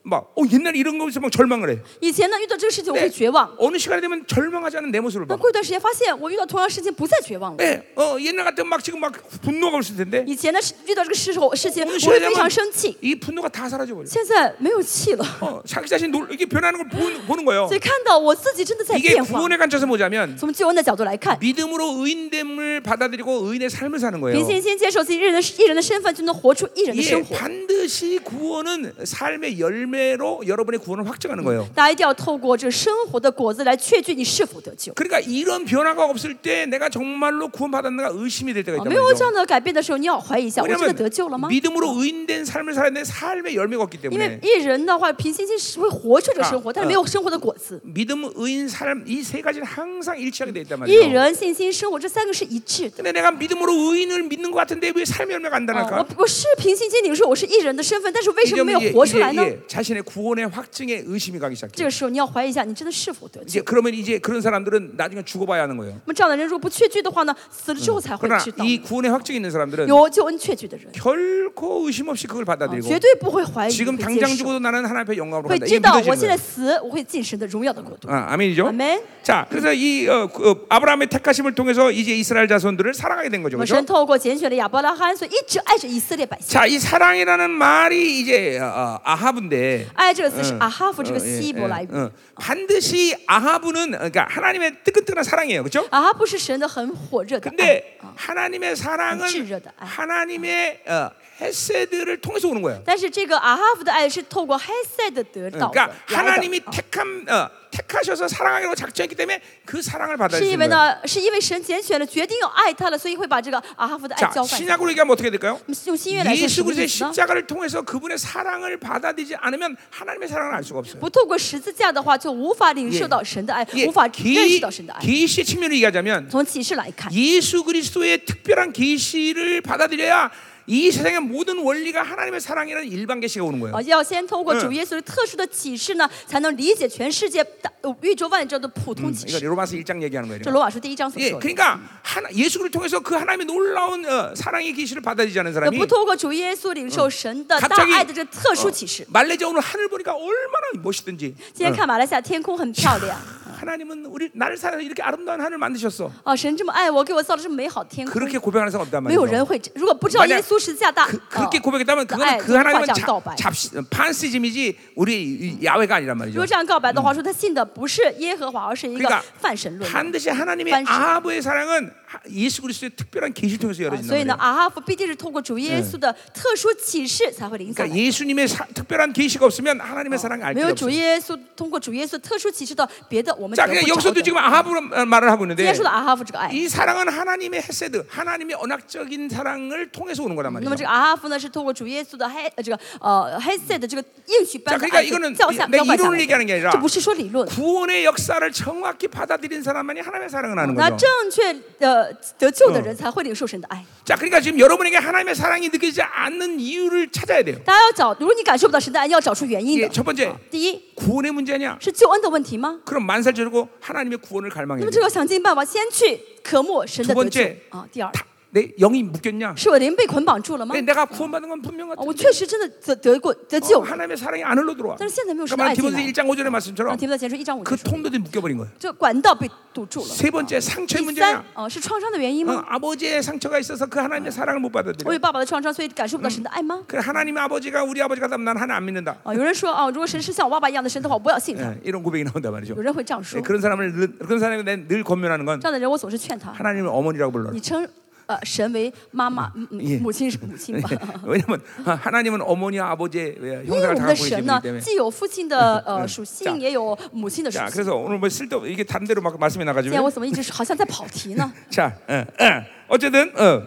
A: 막막 어, 옛날 에 이런 거에서 막 절망을 해.
B: 以前呢遇到这个事情我
A: 근데
B: 会绝望，
A: 어느 시간이 되면 절망하지 않은 내 모습을
B: 那
A: 봐.
B: 过一段时间发现我遇到同样事情不再绝望了。
A: 예, 어, 옛날 같으면 막 지금 막 분노가 올 텐데
B: 以前呢是遇到这个事候事情我
A: 어느
B: 会
A: 시간이
B: 非
A: 되면
B: 常生气，
A: 이 분노가 다 사라져 버려.
B: 现在没有气了，
A: 어, 자기 자신 놀, 이게 변하는 걸 보는, 보는 거예요.
B: *laughs* 所以看到我自己真的在
A: 이게
B: 变化。
A: 구원에 관점에서 보자면
B: 从救恩的角度来看，
A: 믿음으로 의인됨을 받아들이고 의인의 삶을 사는
B: 凭
A: 거예요.
B: 信心接受自己一人的一人的身份，就能活出一人的生
A: 예,
B: 活。
A: 반드시 구원은 삶의 열매로 여러분의 구원을 확증하는 거예요.
B: 大家一定要透过这生活的果子来确据你是否得救。
A: 그러니까 이런 변화가 없을 때 내가 정말로 구원받았는가 의심이 될 때가
B: 啊
A: 있단
B: 没有
A: 말이죠.
B: 这样的改变的时候，你要怀疑一下，我真的得救了
A: 왜냐하면
B: 吗？
A: 믿음으로 의인된 삶을 살았는데 삶의 열매가 없기
B: 因
A: 때문에
B: 为一人的话，凭信心是会活出这个生活，
A: 啊
B: 但是没有生活的果子。
A: 믿음, 의인, 삶 이 세 가지는 항상 일치하게 돼 있단
B: 一
A: 말이에요.
B: 人、信心、生活这三个是一致的。
A: 근데 내가 믿음으로 의인을 믿는 것 같은데 왜 삶의 열매가 안
B: 啊
A: 나니까?
B: 我我是凭信心领受我是一人的身份，但是为什么没有
A: 이제
B: 活出来呢？
A: 이제 자신의 구원의 확증에 의심이 가기
B: 这
A: 시작해.
B: 个时候你要怀疑一下，你真的是否得救
A: 이제 ？ 그러면 이제 그런 사람들은 나중에 죽어봐야 하는 거예요.
B: 那么这样的人如果不确据的话呢，死了之后才会
A: 아, 그러나
B: 知道。
A: 이 구원의 확증이 있는 사람들은
B: 有救恩确据的人，
A: 결코 의심 없이 그걸
B: 啊
A: 받아들이고
B: 绝对不会怀疑。
A: 지금
B: 会接
A: 당장
B: 受
A: 죽어도 나는 하나님 앞에 영광으로
B: 会
A: 간다. 이게
B: 知道我
A: 믿어지는
B: 现在
A: 거예요.
B: 死，我会进神的荣耀的国度。
A: 아, 아멘이죠.
B: 아멘.
A: 자, 그래서 이 어, 그, 어, 아브라함의 택하심을 통해서 이제 이스라엘 자손들을 사랑하게 된 거죠.
B: 我们
A: 그렇죠?
B: 神透过拣选了亚伯拉罕，所以一直爱着以色列百姓。
A: 자, 이 사랑이라는 말이 이제 어, 어, 아하브인데
B: 爱这个词是阿哈夫
A: 어,
B: 这个
A: 예,
B: 希
A: 예,
B: 伯来语。
A: 어. 반드시 아하브는 어, 그러니까 하나님의 뜨끈뜨끈한 사랑이에요. 그렇죠?
B: 阿哈不是神的很火热的爱，
A: 근데 하나님의 사랑은
B: 찔러다. 아.
A: 하나님의 어, 헤세드를 통해서 오는 거예요.
B: 但是这个阿哈夫的爱是透过黑塞的得到的
A: 그러니까 ，
B: 来的
A: 하나님이 택함 어, 택하셔서 사랑하기로 작정했기 때문에 그 사랑을
B: 是
A: 받아들이는
B: 因为
A: 거예요.
B: 呢，是因为神拣选了，决定要爱他了，所以会把这个阿哈夫的爱
A: 자,
B: 浇灌。
A: 신약으로 얘기하면 어떻게 될까요?
B: 我们用新约来说什
A: 예수
B: 么意
A: 그리스도의
B: 思呢？
A: 십자가를 통해서 그분의 사랑을 받아들이지 않으면 하나님의 사랑을 알 수가 없어요. 예,
B: 不透过十字架的话，就无法领受到神的爱，无法认识到神的爱。
A: 계시의 측면을 얘기하자면
B: 从启示来看。
A: 예수 그리스도의 특별한 계시를 받아들여야 이 세상의 모든 원리가 하나님의 사랑이라는 일반 계시가 오는 거예요.
B: 啊，要先通过主耶稣的特殊的启示呢，才能理解全世界大呃宇宙万宙的普通启
A: 이거
B: 示。
A: 로마서 1장 얘기하는 거예요.
B: 这罗马书第一章所
A: 예,
B: 说的。
A: 그러니까 하나, 예수를 통해서 그 하나님의 놀라운 어, 사랑의 계시를 받아들이지 않은
B: 那
A: 사람이
B: 不透过主耶稣领受神的
A: 갑
B: 大
A: 자기
B: 爱的这特殊启示。
A: 말레이시아 오늘 하늘 보니까 얼마나 멋있든지
B: 今天看马来西亚天空很漂亮
A: 하나님은 우리 나를 사랑해 이렇게 아름다운 하늘 만드셨어.
B: 啊，神这么爱我，给我造了这么美好的天空。
A: 그렇게 고백하는 사람 없단
B: 没有
A: 말이에요.
B: 人会，如果不知道
A: 만약
B: 耶稣十字架大
A: 그,
B: 呃
A: 그렇게 고백했다면
B: 的
A: 그거는
B: 爱，
A: 그
B: 就是夸
A: 하나님은
B: 奖告
A: 잡,
B: 白。
A: 잡시, 판시즘이지 우리 이 야외가 아니란
B: 如
A: 말이죠.
B: 果这样告白的话，说他信的不是耶和华，而是一
A: 그러니까
B: 个泛神论的。
A: 반드시 하나님의
B: 반시-
A: 아버의 사랑은 하- 예수 그리스도의 특별한 계시를 통해서
B: 啊所以
A: 열어진단
B: 呢，
A: 말이에요.
B: 阿哈夫必定是通过主耶稣的特殊启示才会领下来
A: 그러니까 。 예수님의 사- 특별한 계시가 없으면 하나님의 사랑이 알
B: 没
A: 길
B: 有
A: 없어.
B: 主耶稣通过主耶稣特殊启示的别的，我们
A: 자,
B: 得不
A: 그러니까
B: 着
A: 여기서도
B: 的。
A: 지금 아합으로 말을 하고
B: 今
A: 있는데
B: 天说的阿哈夫这个爱，
A: 이 사랑은 하나님의 헤세드, 하나님의 언약적인 사랑을 통해서 오는 거란
B: 那么
A: 말이죠.
B: 这个阿哈夫呢，是透过主耶稣的黑呃这个呃黑色的这个应许般的
A: 자그러니까
B: 爱
A: 이거는
B: 教下
A: 내
B: 浇灌下
A: 이론을얘기하는게아니라
B: 来，这不是说理论。
A: 구원의 역사를 정확히 받아들인 사람만이 어, 하나님의 사랑을 하는
B: 那
A: 거죠.
B: 正确呃得救的人才会领受神的爱。
A: 자, 그러니까 지금 여러분에게 하나님의 사랑이 느껴지지 않는 이유를 찾아야 돼요.
B: 大家要找，如果你感受不到神的爱，你要找出原因
A: 예,
B: 的。
A: 첫 번째
B: 第一
A: 구원의 문제 아니야?
B: 是救恩的问题吗？
A: 그럼 만살절고 하나님의 구원을
B: 那
A: 갈망해야
B: 么这
A: 돼.
B: 个想尽办法先去渴慕神的
A: 두번
B: 得救
A: 째
B: 啊。第二，
A: 내 영이 묶였냐?
B: 是我灵被捆绑住了吗
A: 내- ？ 내가 구원받은 건 분명
B: 啊我
A: 같은데
B: 确实真的得得过得
A: 어,
B: 救。
A: 하나님의 사랑이 안 흘러 들어와.
B: 뭐 저는 시간이 너무
A: 그러면
B: 없어요.
A: 디모데
B: 아직
A: 1장 5절의
B: 啊，
A: 말씀처럼
B: 提摩太前书一章五节
A: 그
B: 说，
A: 통로들이 묶여버린 거예요.
B: 这管道被堵住了。
A: 세 번째 상처의
B: 第三
A: 문제냐?
B: 啊，是创伤的原因
A: 어,
B: 吗？
A: 아버지의 상처가 있어서 그 하나님의 사랑을 못
B: 我
A: 받아들여.
B: 有爸爸的创伤，所以感受不到神的爱吗？
A: 그래 하나님 아버지가 우리 아버지 같다면 난 하나 안 믿는다.
B: 啊，有人说啊，如果神是像我爸爸一样的神的话，我不要信他。
A: 예, 이런 고백이 나온단 말이죠.
B: 有人会这样说
A: 예, ， 그런 사람을 늘- 그런 사람이 늘 권면하는 건
B: 这样的人我总是劝他，
A: 하나님을 어머니라고 불러라.
B: 你称呃神为妈妈，嗯
A: 예
B: 嗯母亲是母亲吧。
A: 왜냐면 하 하나님은 어머니와 아버지의 예,
B: 因为
A: 형상을
B: 我们的
A: 다 갖고 계시기
B: 神呢，
A: 때문에.
B: 既有父亲的呃属
A: 这样
B: 性，也有母亲的属
A: 자
B: 性。
A: 그래서 오늘 뭐 쓸데 이게 다른데로 막 말씀이
B: 现在我
A: 나가지고
B: 怎么一直是好像在跑题呢？
A: 자 어, 어. 어쨌든 어.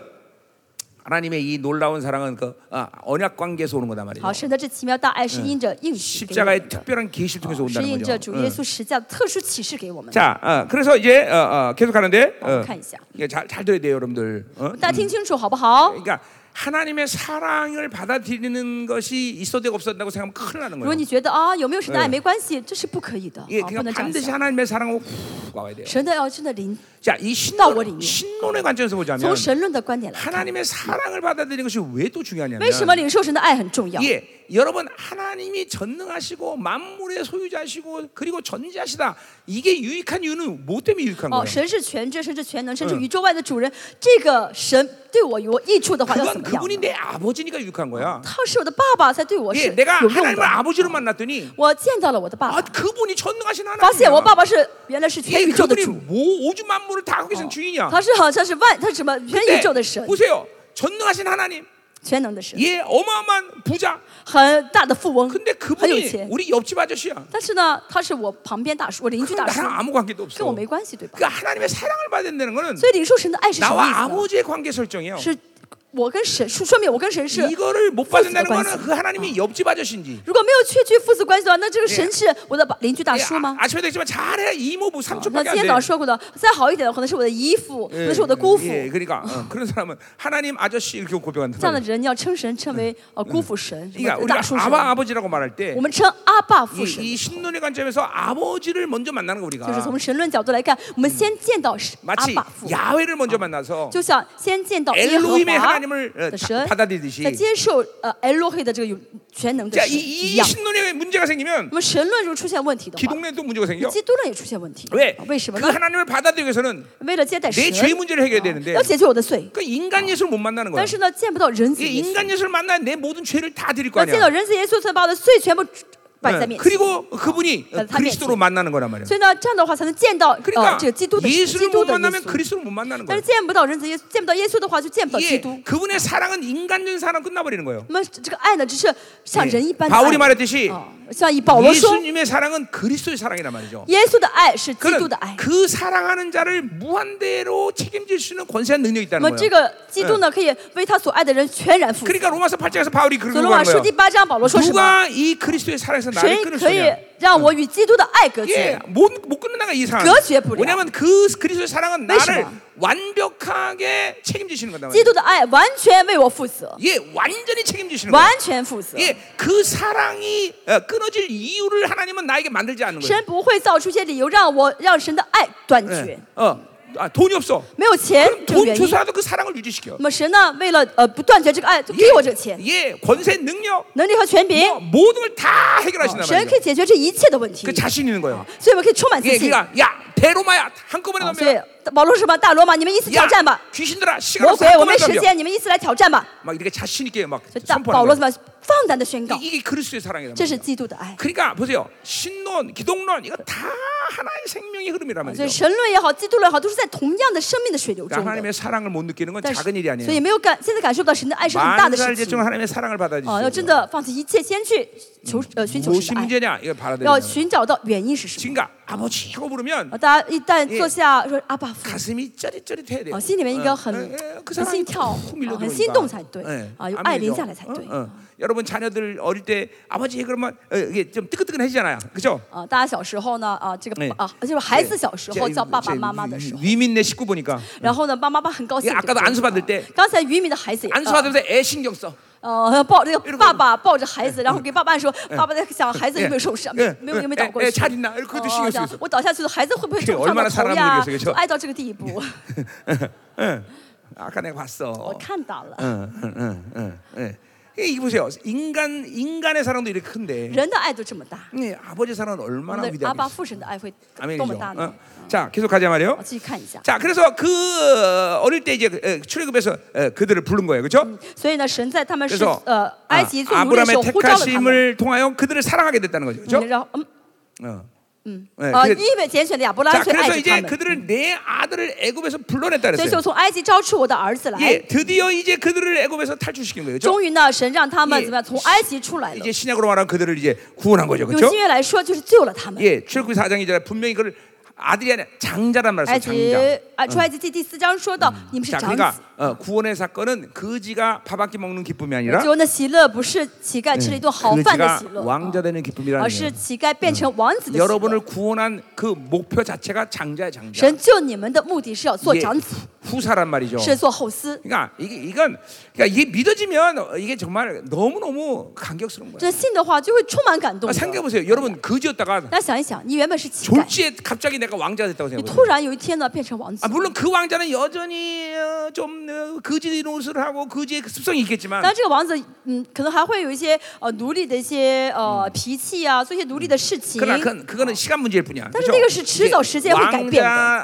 A: 하나님의 이 놀라운 사랑은 그 어, 언약 관계에서 오는 거단 말이죠.
B: 好，神的这奇妙大爱嗯是因着应许给我们
A: 십자가의
B: 的，
A: 특별한 계시를 통해서
B: 是
A: 온다는
B: 因着
A: 거죠.
B: 主
A: 어.
B: 耶稣十字架的特殊启示给我们的。
A: 자, 어, 그래서 이제 어, 어, 계속 가는데 어,
B: 한번 칸이시죠.
A: 이게 잘, 잘 들어야 돼요, 여러분들. 어?
B: 大家听清楚好不好？
A: 그러니까 하나님의 사랑을 받아들이는 것이 있어도 되고 없어도 된다고 생각하면 큰일 나는
B: 如果
A: 거예요.
B: 你觉得啊有没有神的爱
A: 嗯
B: 没关系，这是不可以的，啊
A: 이게
B: 不
A: 그냥
B: 能这样
A: 반드시
B: 想。
A: 하나님의 사랑으로 훅 와야 돼요.
B: 神的要真的临
A: 자, 이
B: 떠오르니.
A: 신론, 신론의 관점에서 보자면
B: 从神论的观点来看，
A: 하나님의 사랑을 받아들이는 것이 왜 또
B: 为什么
A: 중요하냐면
B: 领受神的爱很重要？
A: 예, 여러분 하나님이 전능하시고 만물의 소유자시고 그리고 전지하시다. 이게 유익한 이유는 뭐 때문에 유익한
B: 哦，
A: 거예요?
B: 神是全知，神是全能，神是宇宙外的主人。这个神对我有益处的话，要怎
A: 그건
B: 么样？
A: 그분이 내 아버지니까 유익한 거야.
B: 他是我的爸爸，才对我是
A: 예, 내가
B: 有用
A: 하나님을
B: 的。
A: 아버지로 만났더니
B: 我见到了我的爸
A: 아,
B: 爸，
A: 그분이 전능하신
B: 发现我
A: 하나님이야.
B: 爸爸是原来是全
A: 예,
B: 宇宙的
A: 그분이
B: 主，
A: 뭐 오주 만물을 다 하고 계신 주인이야.
B: 他是好像是万，他是什么全
A: 네,
B: 宇宙的神，
A: 보세요. 전능하신 하나님.
B: 全能的神，
A: 예 어마어마한 부자.
B: 很大的富翁
A: 근데 ，
B: 很有
A: 그분이
B: 钱。
A: 우리 옆집 아저씨야.
B: 但是呢，他是我旁边大叔，我邻居
A: 그건
B: 大叔，
A: 나랑 아무 관계도
B: 跟我
A: 없어.
B: 没关系，对吧？
A: 그러니까 하나님의 사랑을 받아야 된다는 거는
B: 所以领受神的爱是什么意
A: 나와
B: 思呢？
A: 아버지의 관계 설정이에요.
B: 是我跟神，说说明我跟神是
A: 이거를 못 받는다는
B: 소스가
A: 거는 그 하나님이 옆집 아저씨인지.
B: 如果没有确据父子关系的话，那这个神是我的邻居大
A: 예,
B: 叔吗
A: 아, ？ 어, 아침에 되지만 잘해 이모부 뭐
B: 啊那
A: 삼촌밖에
B: 今
A: 안
B: 天
A: 돼.
B: 早上说过的，再好一点的可能是我的姨父，可
A: 예,
B: 能是我的姑父。
A: 예, 그러니까 어, 그런 사람은 하나님 아저씨 이렇게 고백한다.
B: 这样的人要称神称为呃姑父神，什
A: 그러니까
B: 么
A: 우리가
B: 大叔神。
A: 아바 아버지라고 말할 때
B: 我们称阿爸父
A: 이,
B: 神，
A: 이 신론의 관점에서 아버지를 먼저 만나는 거
B: 就是从
A: 우리가
B: 神论角度来看，我们先见到神阿
A: 마치
B: 爸父，
A: 야훼를 먼저 만나서
B: 就像先见呃到耶和
A: 엘로힘의
B: 华
A: 하나님을 어, 다-
B: 的神，
A: 받아들이듯이
B: 在接受呃 Elohim 的这个有全能的
A: 자,
B: 神
A: 이,
B: 一
A: 이
B: 样。
A: 신론에 문제가 생기면
B: 那么神论如果出现问题的话，
A: 기독론에도 문제가 생겨
B: 基督论也出现问题。
A: 왜
B: 为什么
A: 그
B: 呢？
A: 하나님을 받아들이기 위해서는
B: 为了接待神啊
A: 내 ， 죄의 문제를 해결해야 되는데
B: 要解决我的罪，
A: 그 인간 예수를 못 만나는 거야
B: 但是呢，见不到人子
A: 이
B: 耶稣，
A: 인간 예수를 만나야 내 모든 죄를 다 드릴 거
B: 要见到
A: 아니야
B: 人子耶稣，才把我的罪全部摆在
A: 네,
B: 面前。
A: 그리고 그분이
B: 다- 다
A: 그리스도로
B: 면치.
A: 만나는 거란 말이야
B: 所以呢，这样的话才能见到呃
A: 그러니까
B: 这个基督的基
A: 예수를
B: 督
A: 못
B: 的耶
A: 만나면
B: 稣。
A: 그리스도를 못 만나는
B: 但
A: 거야
B: 是见不到人子耶稣，见不到耶稣的话，就见不到基
A: 이게
B: 督。
A: 그분의 사랑은 인간적인 사랑 끝나버리는 거예요
B: 那么这个爱呢，只是像
A: 예.
B: 人一般的
A: 바울이 어.
B: 爱，
A: 말했듯이
B: 哦，像以保罗说，
A: 예수님의 사랑은 그리스도의 사랑이란 말이죠
B: 耶稣的爱是基督
A: 그는
B: 的爱。
A: 그 사랑하는 자를 무한대로 책임질 수 있는 권세한 능력이
B: 那
A: 있다는
B: 么这
A: 거예요.
B: 个基督呢，可以为他所爱的人全然负责。
A: 그러니까 로마서 8장에서 바울이
B: 所
A: 그런
B: 罗
A: 거 하는
B: 马书第
A: 거예요.
B: 八章，保罗说什么？
A: 누가 이 그리스도의 사랑에서 사랑에서 나를
B: 谁啊
A: 끊을 수
B: 可以
A: 있냐?
B: 让我与基督的爱隔
A: 예,
B: 绝？
A: 못, 못 끊는 나가 이상한.
B: 그거 죄 부려.
A: 왜냐면 그 그리스도의 사랑은 나를
B: 왜시마?
A: 완벽하게 책임지시는 거다 말이야.
B: 基督的爱完全为我负责，
A: 예, 완전히 책임지시는 거야.
B: 完全负责。
A: 예, 그 사랑이 어, 끊어질 이유를 하나님은 나에게 만들지 않는 거야.
B: 神不会造出一些理由让我让神的爱断
A: 예.
B: 绝。
A: 어, 아, 돈이 없어.
B: 没有钱
A: 그럼
B: 这个
A: 돈
B: 原因，
A: 조사라도 그 사랑을 유지시켜.
B: 那么神呢，为了呃不断绝这个爱，就给我这个钱、
A: 예, 권세 능력
B: 能力和权柄，
A: 뭐, 모든 걸 다
B: 哦
A: 해결하신단
B: 神
A: 말이에요.
B: 可以解决这一切的问题
A: 그 。 자신 있는 거예요.
B: 所以我们可以充满自
A: 예,
B: 信。
A: 그러니까 야 대로마야 한꺼번에
B: 哦所以
A: 넘면
B: 保罗是吧？大罗马，你们一起挑战吧
A: 야 ！ 귀신들아
B: 魔
A: 시간
B: 鬼，我没
A: 한꺼번에
B: 时
A: 넘겨.
B: 间，你们一起来挑战吧！
A: 막 이렇게 자신 있게 막
B: 所以大
A: 선포하는
B: 保罗
A: 거예요.
B: 怎么样放胆的宣告
A: 이- ？ 이게 그리스도의 사랑이란
B: 这是
A: 말이에요.
B: 基督的爱。
A: 그러니까 보세요. 신론, 기독론 이거 다 하나의 생명의 흐름이란
B: 所
A: 말이죠.
B: 以神论也好，基督论也好，都是在同样的生命的水流中
A: 그러니까
B: 的。
A: 하나님의 사랑을 못 느끼는 건
B: 但是
A: 작은 일이 ， 아니에요.
B: 所以没有感，现在感受不到神的爱是很大的事
A: 만살
B: 情
A: 제중 。 하나님의 사랑을
B: 啊，要
A: 받아들이세요.
B: 真的放弃一切，先去求呃寻求
A: 무엇이
B: 神的爱，
A: 문제냐 이걸
B: 要
A: 받아들여요. 어,
B: 寻找到原因是什么。
A: 지금가 아버지 이거 부르면
B: 啊，大家一旦坐下说阿爸父，
A: 가슴이 짜릿짜릿해야 돼.
B: 啊，心里面应该很
A: 어, 그
B: 很
A: 사람이
B: 心跳，啊
A: 훅 밀려
B: 很
A: 들어오니까.
B: 心动才对
A: 예. ，
B: 啊，有
A: 아멘이죠.
B: 爱临下来才对。
A: 어, 어. 여러분 자녀들 어릴 때 아버지 그러면 어, 이게 좀 뜨끈뜨끈해지잖아요. 그죠?
B: 啊，大家小时候呢，啊，这个
A: 哎
B: 啊，就是孩子小时候
A: 제-
B: 叫爸爸
A: 제-
B: 妈妈的时候，
A: 위민네 식구 보니까
B: 然后呢，爸妈爸很高兴
A: 예
B: 对
A: 아까도
B: 不对。
A: 안수받을때
B: 啊刚才渔民的孩子也
A: 안수 받으면서 애 신경 써.
B: 呃，抱这
A: 이러고
B: 个爸爸抱着孩子，然后给爸爸按说，爸爸在想孩子有没有受伤，没
A: 예,
B: 有没有
A: 예,
B: 没有倒过
A: 예,
B: 去。
A: 잘 있나? 이렇게 그것도
B: 哦
A: 신경
B: 这样
A: 쓰였어.
B: 我倒下去的孩子会不 *laughs* 会
A: 这
B: 撞
A: 얼마나
B: 上我头呀
A: 사랑을느꼈어요？그죠
B: 就爱到这个哦地 *laughs* 步，
A: 예. 아까 내가 봤어.
B: 我看到了。
A: 응, 응, 응, 응, 응. 이 보세요. 인간 인간의 사랑도 이렇게 큰데
B: 人的爱都这么大，
A: 예, 아버지 사랑은
B: 我
A: 얼마나
B: 们的阿爸
A: 위대하겠어.
B: 父神的爱会多
A: 아멘이죠.
B: 么大呢
A: 어. ？자 계속 가자 말이요.
B: 我继续看一下。
A: 자 그래서 그 어, 어릴 때 이제 어, 출애굽에서 어, 그들을 부른 거예요, 그렇죠?
B: 所以呢，神在他们是
A: 그래서
B: 呃
A: 아,
B: 埃及做奴隶的时
A: 아브라함의
B: 候呼召了他们，
A: 택하심을 통하여 그들을 사랑하게 됐다는 거죠, 그렇죠?
B: 嗯然后嗯
A: 어.
B: 呃，
A: 그-
B: 因为拣选的亚伯拉
A: 자,
B: 罕所以爱
A: 그래서
B: 着他
A: 이제
B: 们，
A: 그들을 내 아들을 애굽에서 불러냈다
B: 所以就
A: 그랬어요.
B: 从埃及招出我的儿子来。哎
A: 예, 드디어 이제 그들을 애굽에서 탈출시킨 거예요. 그렇죠?
B: 终于呢，神让他们
A: 예
B: 怎么样从埃及出来了
A: 이제 。 신약으로 말하면 그들을 이제 구원한 거죠.
B: 用
A: 그렇죠?
B: 新约来说，就是救了他们。
A: 예, 출애굽 4장이 제 분명히 그걸 아들이 아니라 장자란 말이에요.
B: 埃
A: 장자.
B: 及啊，出埃及记第四章说到，你们是
A: 자,
B: 长子
A: 그러니까 。 어, 구원의 사건은 거지가 밥 한 끼 먹는 기쁨이 아니라
B: 只有那喜乐不是乞丐吃了一顿好饭的
A: 거지가
B: 喜乐，
A: 왕자 되는
B: 啊
A: 기쁨이라는
B: 而是
A: 거예요.
B: 乞丐变成王子的喜乐
A: 여러분을 。 구원한 그 목표 자체가 장자의 장자.
B: 神救你们的目的是要做
A: 예,
B: 长子，
A: 후사란 말이죠.
B: 是做后嗣。
A: 그러니까 이게 이건 그러니까 이게 믿어지면 이게 정말 너무 너무 감격스러운 거예요.
B: 这信的话就会充满感动
A: 아,
B: 的。
A: 생각해 보세요. 네. 여러분 그지였다가
B: 大家想一想，你原本是乞丐，
A: 졸지에 갑자기 내가 왕자가 됐다고
B: 你
A: 생각해
B: 突
A: 보세요.
B: 然有一天呢变成王子
A: 아, 。 물론 그 왕자는 여전히 어, 좀 어, 거지 노릇을 하고 거지의 그 습성이
B: 当
A: 있겠지만
B: 然，这个王子，嗯，可能还会有一些呃奴隶的一些呃脾气啊，做一些奴隶的事情。
A: 그러나 그건, 그거는 시간 문제일 뿐이야.
B: 사실
A: 그죠?
B: 어. 이것이 어. 迟早时间会改变的。
A: 이게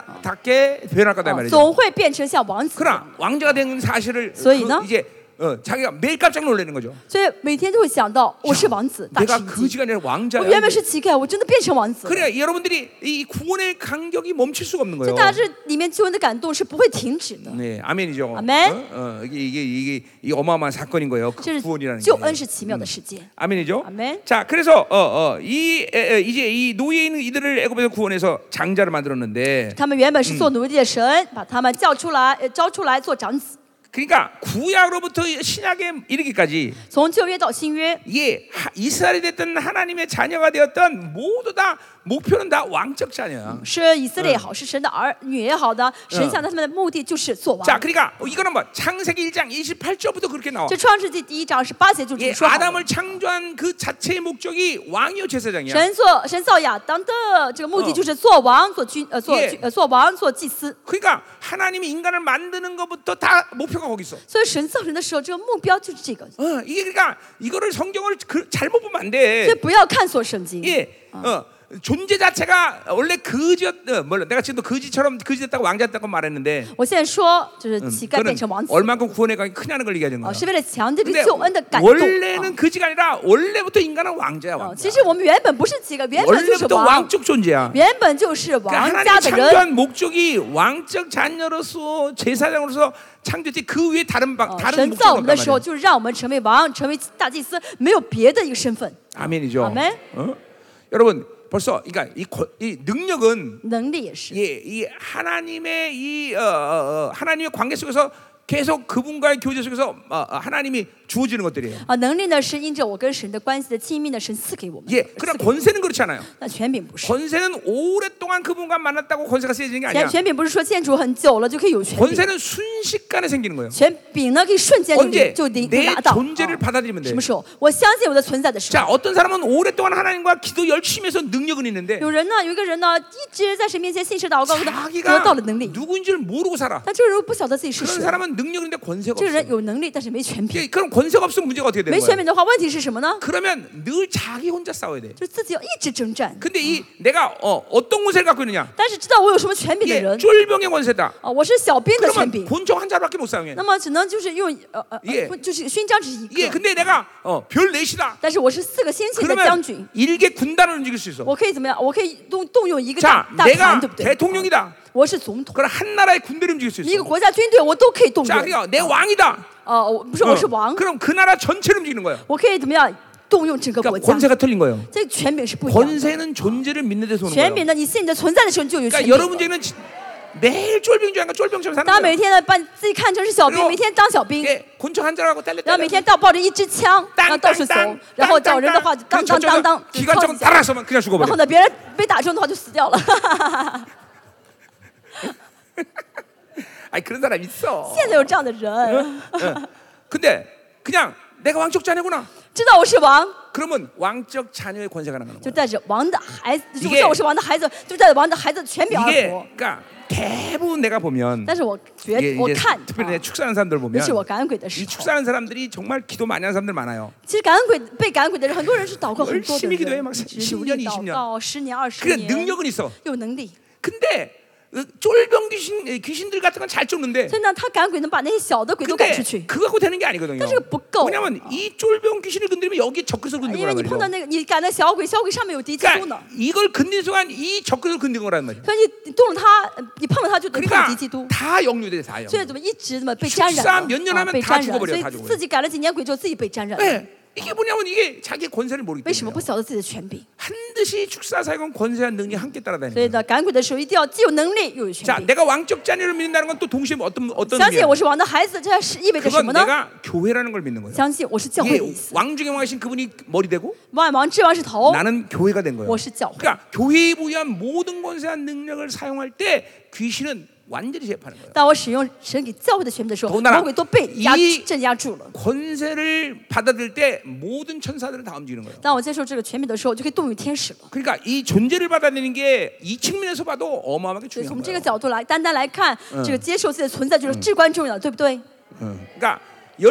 A: 왕자답게 변할 거다
B: 哦
A: 말이죠.
B: 总会变成像王子一样。
A: 그러나 왕자가 된 사실을
B: 소이나?
A: 그 이제 어, 자기가 매일 깜짝 놀라는 거죠.
B: 所以每天都会想到我是王子，大
A: 내가
B: 吃一惊。
A: 거지가 아니라
B: 我
A: 왕자야.
B: 原本是乞丐，我真的变成王子了。
A: 그래 여러분들이 이 구원의 간격이 멈출 수가 없는
B: 所
A: 거예요.
B: 以大家这里面救恩的感动是不会停止的，
A: 네, 아멘이죠.
B: 아멘.
A: 어, 어, 이게 이게 이게 이 어마어마한 사건인 거예요. 그
B: 这
A: 구원이라는
B: 是
A: 게
B: 救恩是奇
A: 嗯
B: 妙的世界。
A: 아멘이죠.
B: 아멘.
A: 자, 그래서 어, 어어이 이제 이 노예 있는 이들을 애굽에서 구원해서 장자를 만들었는데
B: 他们原本是做奴隶的神，把他们叫出来，呃招出来做长子。
A: 그러니까 구약으로부터 신약에 이르기까지
B: 从旧约到新约，
A: 예, 하- 이스라엘이 됐든 하나님의 자녀가 되었던 모두 다 목표는 다 왕적 자녀야.
B: 是以色列也好，是神的儿女也好的，神想他们的目的就是做
A: 자,
B: 王。
A: 그러니까 이거는 뭐 창세기 1장 28절부터 그렇게 나와.
B: 这创世纪第一章是八节就这
A: 예,
B: 么说好了
A: 아담을 창조한 그 자체의 목적이 왕이요 제사장이야.
B: 神做神造亚当的这个目的就是做王、做君呃做
A: 耶
B: 君呃做王、做祭司。
A: 그러니까 하나님이 인간을 만드는 것부터 다 목표가 거기 있어.
B: 所以神造人的时候，这个目标就是这个，
A: 어, 이게 그러니까 이거를 성경을 그, 잘못 보면 안
B: 所以
A: 돼.
B: 不要看错圣经。
A: 예, 어, 존재 자체가 원래 거지였, 어, 물론 내가 지금도 거지처럼 거지됐다고 왕자였다고 말했는데 음,
B: 我现在说，就是乞丐
A: 그거는
B: 变成王子，
A: 얼만큼 구원의 강이 크냐는 걸 얘기하는
B: 哦，
A: 거야.
B: 是为了强调这
A: 근데
B: 个救恩的感动。
A: 원래는 그 거지가 아니라 원래부터 인간은 왕자야
B: 啊，
A: 왕자.
B: 其实我们原本不是乞丐，原本就是
A: 원래부터
B: 王，
A: 왕적 네, 존재야.
B: 原本就是王
A: 그러니까
B: 家
A: 하나님이
B: 的人。
A: 창조한 목적이 왕적 자녀로서 제사장으로서 창조지 그 위에 다른 방,
B: 哦
A: 다른
B: 神造
A: 목적이
B: 我们
A: 없단
B: 的时候，
A: 말이야.
B: 就是让我们成为王，成为大祭司，没有别的一个身份。
A: 아멘이죠.
B: 아멘.
A: 어? 여러분 벌써 그러니까 이, 권- 이 능력은
B: 能力也是，
A: 예, 이 하나님의 이 어, 어, 어, 하나님의 관계 속에서 계속 그분과의 교제 속에서 아, 아, 하나님이 주어지는 것들이에요.
B: 啊，能力呢是因着我跟神的关系的亲密呢，神赐给我们
A: 예,
B: 的。
A: 그러나 권세는 그렇지 않아요.
B: 那权柄不是，
A: 권세는 오랫동안 그분과 만났다고 권세가 세지는 게
B: 权
A: 아니야.
B: 权柄不是说建筑很久了就可以有权柄，
A: 권세는 순식간에 생기는 거예요.
B: 权柄呢可以瞬间就
A: 언제
B: 领就领
A: 내
B: 拿到。
A: 존재를
B: 啊
A: 받아들이면 돼.
B: 什么时候？我相信我的存在的时候。
A: 자, 어떤 사람은 오랫동안 하나님과 기도 열심히 해서 능력은 있는데
B: 有人呢，有一个人呢，一直在神面前信誓祷告，得到
A: 자기가
B: 了能力，
A: 누구인지를 모르고 살아.
B: 但这个人不晓得自己是
A: 그런
B: 谁。
A: 사람은 능력인데 권세가
B: 这个
A: 없어.
B: 人有能力，但是没权柄。
A: 네, 이게 그럼 권세가 없으면 문제가 어떻게 되는
B: 没
A: 거야?
B: 权柄的话，问题是什么呢？
A: 그러면 늘 자기 혼자 싸워야 돼.
B: 就是自己要一直征战。
A: 근데 이 내가 어, 어떤 권세를 갖고 있느냐?
B: 但是知道我有什么权柄的
A: 이게
B: 人
A: 쫄병의 권세다.
B: 啊，我是小兵的权
A: 그러면
B: 柄，
A: 권총 한 자루밖에 못 사용해.
B: 那么只能就是用呃呃，
A: 예
B: 呃不就是勋章只是一
A: 예,
B: 个，
A: 근데 내가 어, 별 넷이다.
B: 但是我是四个先进的将
A: 그러면
B: 军，
A: 일개 군단을 움직일 수 있어.
B: 我可以怎么样？我可以动动用一个
A: 자
B: 大大团，
A: 내가
B: 对不对？
A: 대통령이다.
B: 我是总统，
A: 그럼 한 나라의 군대를 움직일 수
B: 一
A: 있어.
B: 个国家军队我都可以动
A: 자
B: 用。
A: 그러니까 내 왕이다.
B: 哦，我不是我是
A: 어,
B: 王，
A: 그럼 그 나라 전체를 움직이는 거예요.
B: 我可以怎么样动用整个国
A: 그러니까
B: 家？
A: 권세가 틀린 거예요.
B: 这权柄是不一样的。
A: 권세는 존재를 믿는 데서 오는
B: 权
A: 거예요.
B: 柄呢，你信你的存在的时候，你就有权
A: 그러니까 여러분
B: 柄。
A: 문제는 지- 매일 쫄병줄 아니까 쫄병처럼
B: 大家
A: 사는
B: 每
A: 거예요.
B: 天呢，把你自己看成是小
A: 然
B: 兵，
A: 后
B: 每天当小兵，
A: 예, 곤충 한 자라고
B: 然
A: 딸렸다.
B: 后每天到抱着一支枪，然后到处走，然后找人的话就当当当当，就敲
A: 기관총
B: 几下。
A: 달아서만 그냥
B: 然后
A: 죽어버려.
B: 呢，别人被打中的话就死掉了。 *laughs*
A: 아니 그런 사람
B: *laughs*
A: 있어.
B: 现在有这样的人，
A: 근데 그냥 내가 왕족 자녀구나.
B: 知道我是王，
A: 그러면 왕적 자녀의 권세가 나가는
B: 就
A: 거야.
B: 带着王的孩子，就
A: 이게
B: 知道我是王的孩子，就带着王的孩子的权柄而
A: 이게
B: 活。
A: 그러니까 대부분 내가 보면
B: 但是我觉
A: 이게
B: 我
A: 이제
B: 看，
A: 특별히 내
B: 啊
A: 축사하는 사람들
B: 尤
A: 보면
B: 其我感恩鬼的时
A: 이
B: 候，
A: 축사하는 사람들이 정말 기도 많이 하는 사람들 많아요.
B: 其实感恩鬼被感恩鬼的人，很多人是祷告很多的
A: 열심히기도해막
B: 人，一直
A: 10
B: 努
A: 년
B: 力
A: 20년
B: 祷告十年二十
A: 그래
B: 年，
A: 능력은 있어.
B: 有能力。
A: 근데 그 쫄병 귀신 귀신들 같은 건 잘 쫓는데
B: 所以呢，他赶鬼能把那些小的鬼都赶
A: 근데
B: 出去，
A: 그거 갖고 되는 게 아니거든요.
B: 사실 못
A: 왜냐면 이 쫄병 귀신을 건드리면 여기 적그리스도 건드는
B: 因为
A: 거란
B: 你碰到
A: 말이죠.
B: 那个你赶的小鬼，小鬼上面有敌基督
A: 그러니까
B: 呢，
A: 이걸 건드린 순간 이 적그리스도 건드린 거란 말이죠.
B: 所以你动了他，呃你碰了他就能碰敌
A: 그러니까
B: 基督。
A: 다 영유돼 다 영.
B: 所以怎么一直怎么被沾染
A: 13
B: 了
A: 몇년하면
B: 啊被
A: 다
B: 沾染
A: 죽어버려요
B: 了，
A: 다 죽어버려
B: 所以
A: 요
B: 自己赶了几年鬼之后，自己被沾染了。
A: 네. 이게 뭐냐면 이게 자기 권세를 모르기
B: 为什么
A: 때문에
B: 不晓得自己的权柄？
A: 한듯이 축사 사역은 권세와 능력이 함께
B: 所以
A: 따라다니는 거예요.
B: 呢，赶鬼的时候一定要既有能力又有
A: 자,
B: 权柄。
A: 내가 왕적 자녀를 믿는다는 건 또 동시에 뭐 어떤 어떤
B: 相信
A: 의미예요?
B: 我是王的孩子，这是意味着什
A: 그건
B: 么呢？
A: 내가 교회라는 걸 믿는 거예요.
B: 相信我是教会
A: 이게
B: 的意思。
A: 왕 중에 왕하신 그분이 머리 되고
B: 万王之王是头，
A: 나는 교회가 된 거예요.
B: 我是教会。
A: 그러니까 교회에 부여한 모든 권세와 능력을 사용할 때 귀신은 완전히 제압하는 거예요.
B: 当我使用神给教会的权柄的时候，
A: 더군다나
B: 魔鬼都被压
A: 이
B: 镇压住了。
A: 권세를 받아들일 때 모든 천사들은 다 움직이는 거예요.
B: 当我接受这个权柄的时候，我就可以动用天使了。
A: 그러니까 이 존재를 받아들이는 게 이 측면에서 봐도 어마어마하게
B: 所以
A: 중요한
B: 从这个
A: 거예요.
B: 角度来，单单来看，这个接受自己的存在就是至关重要的，对不对？
A: 그러니까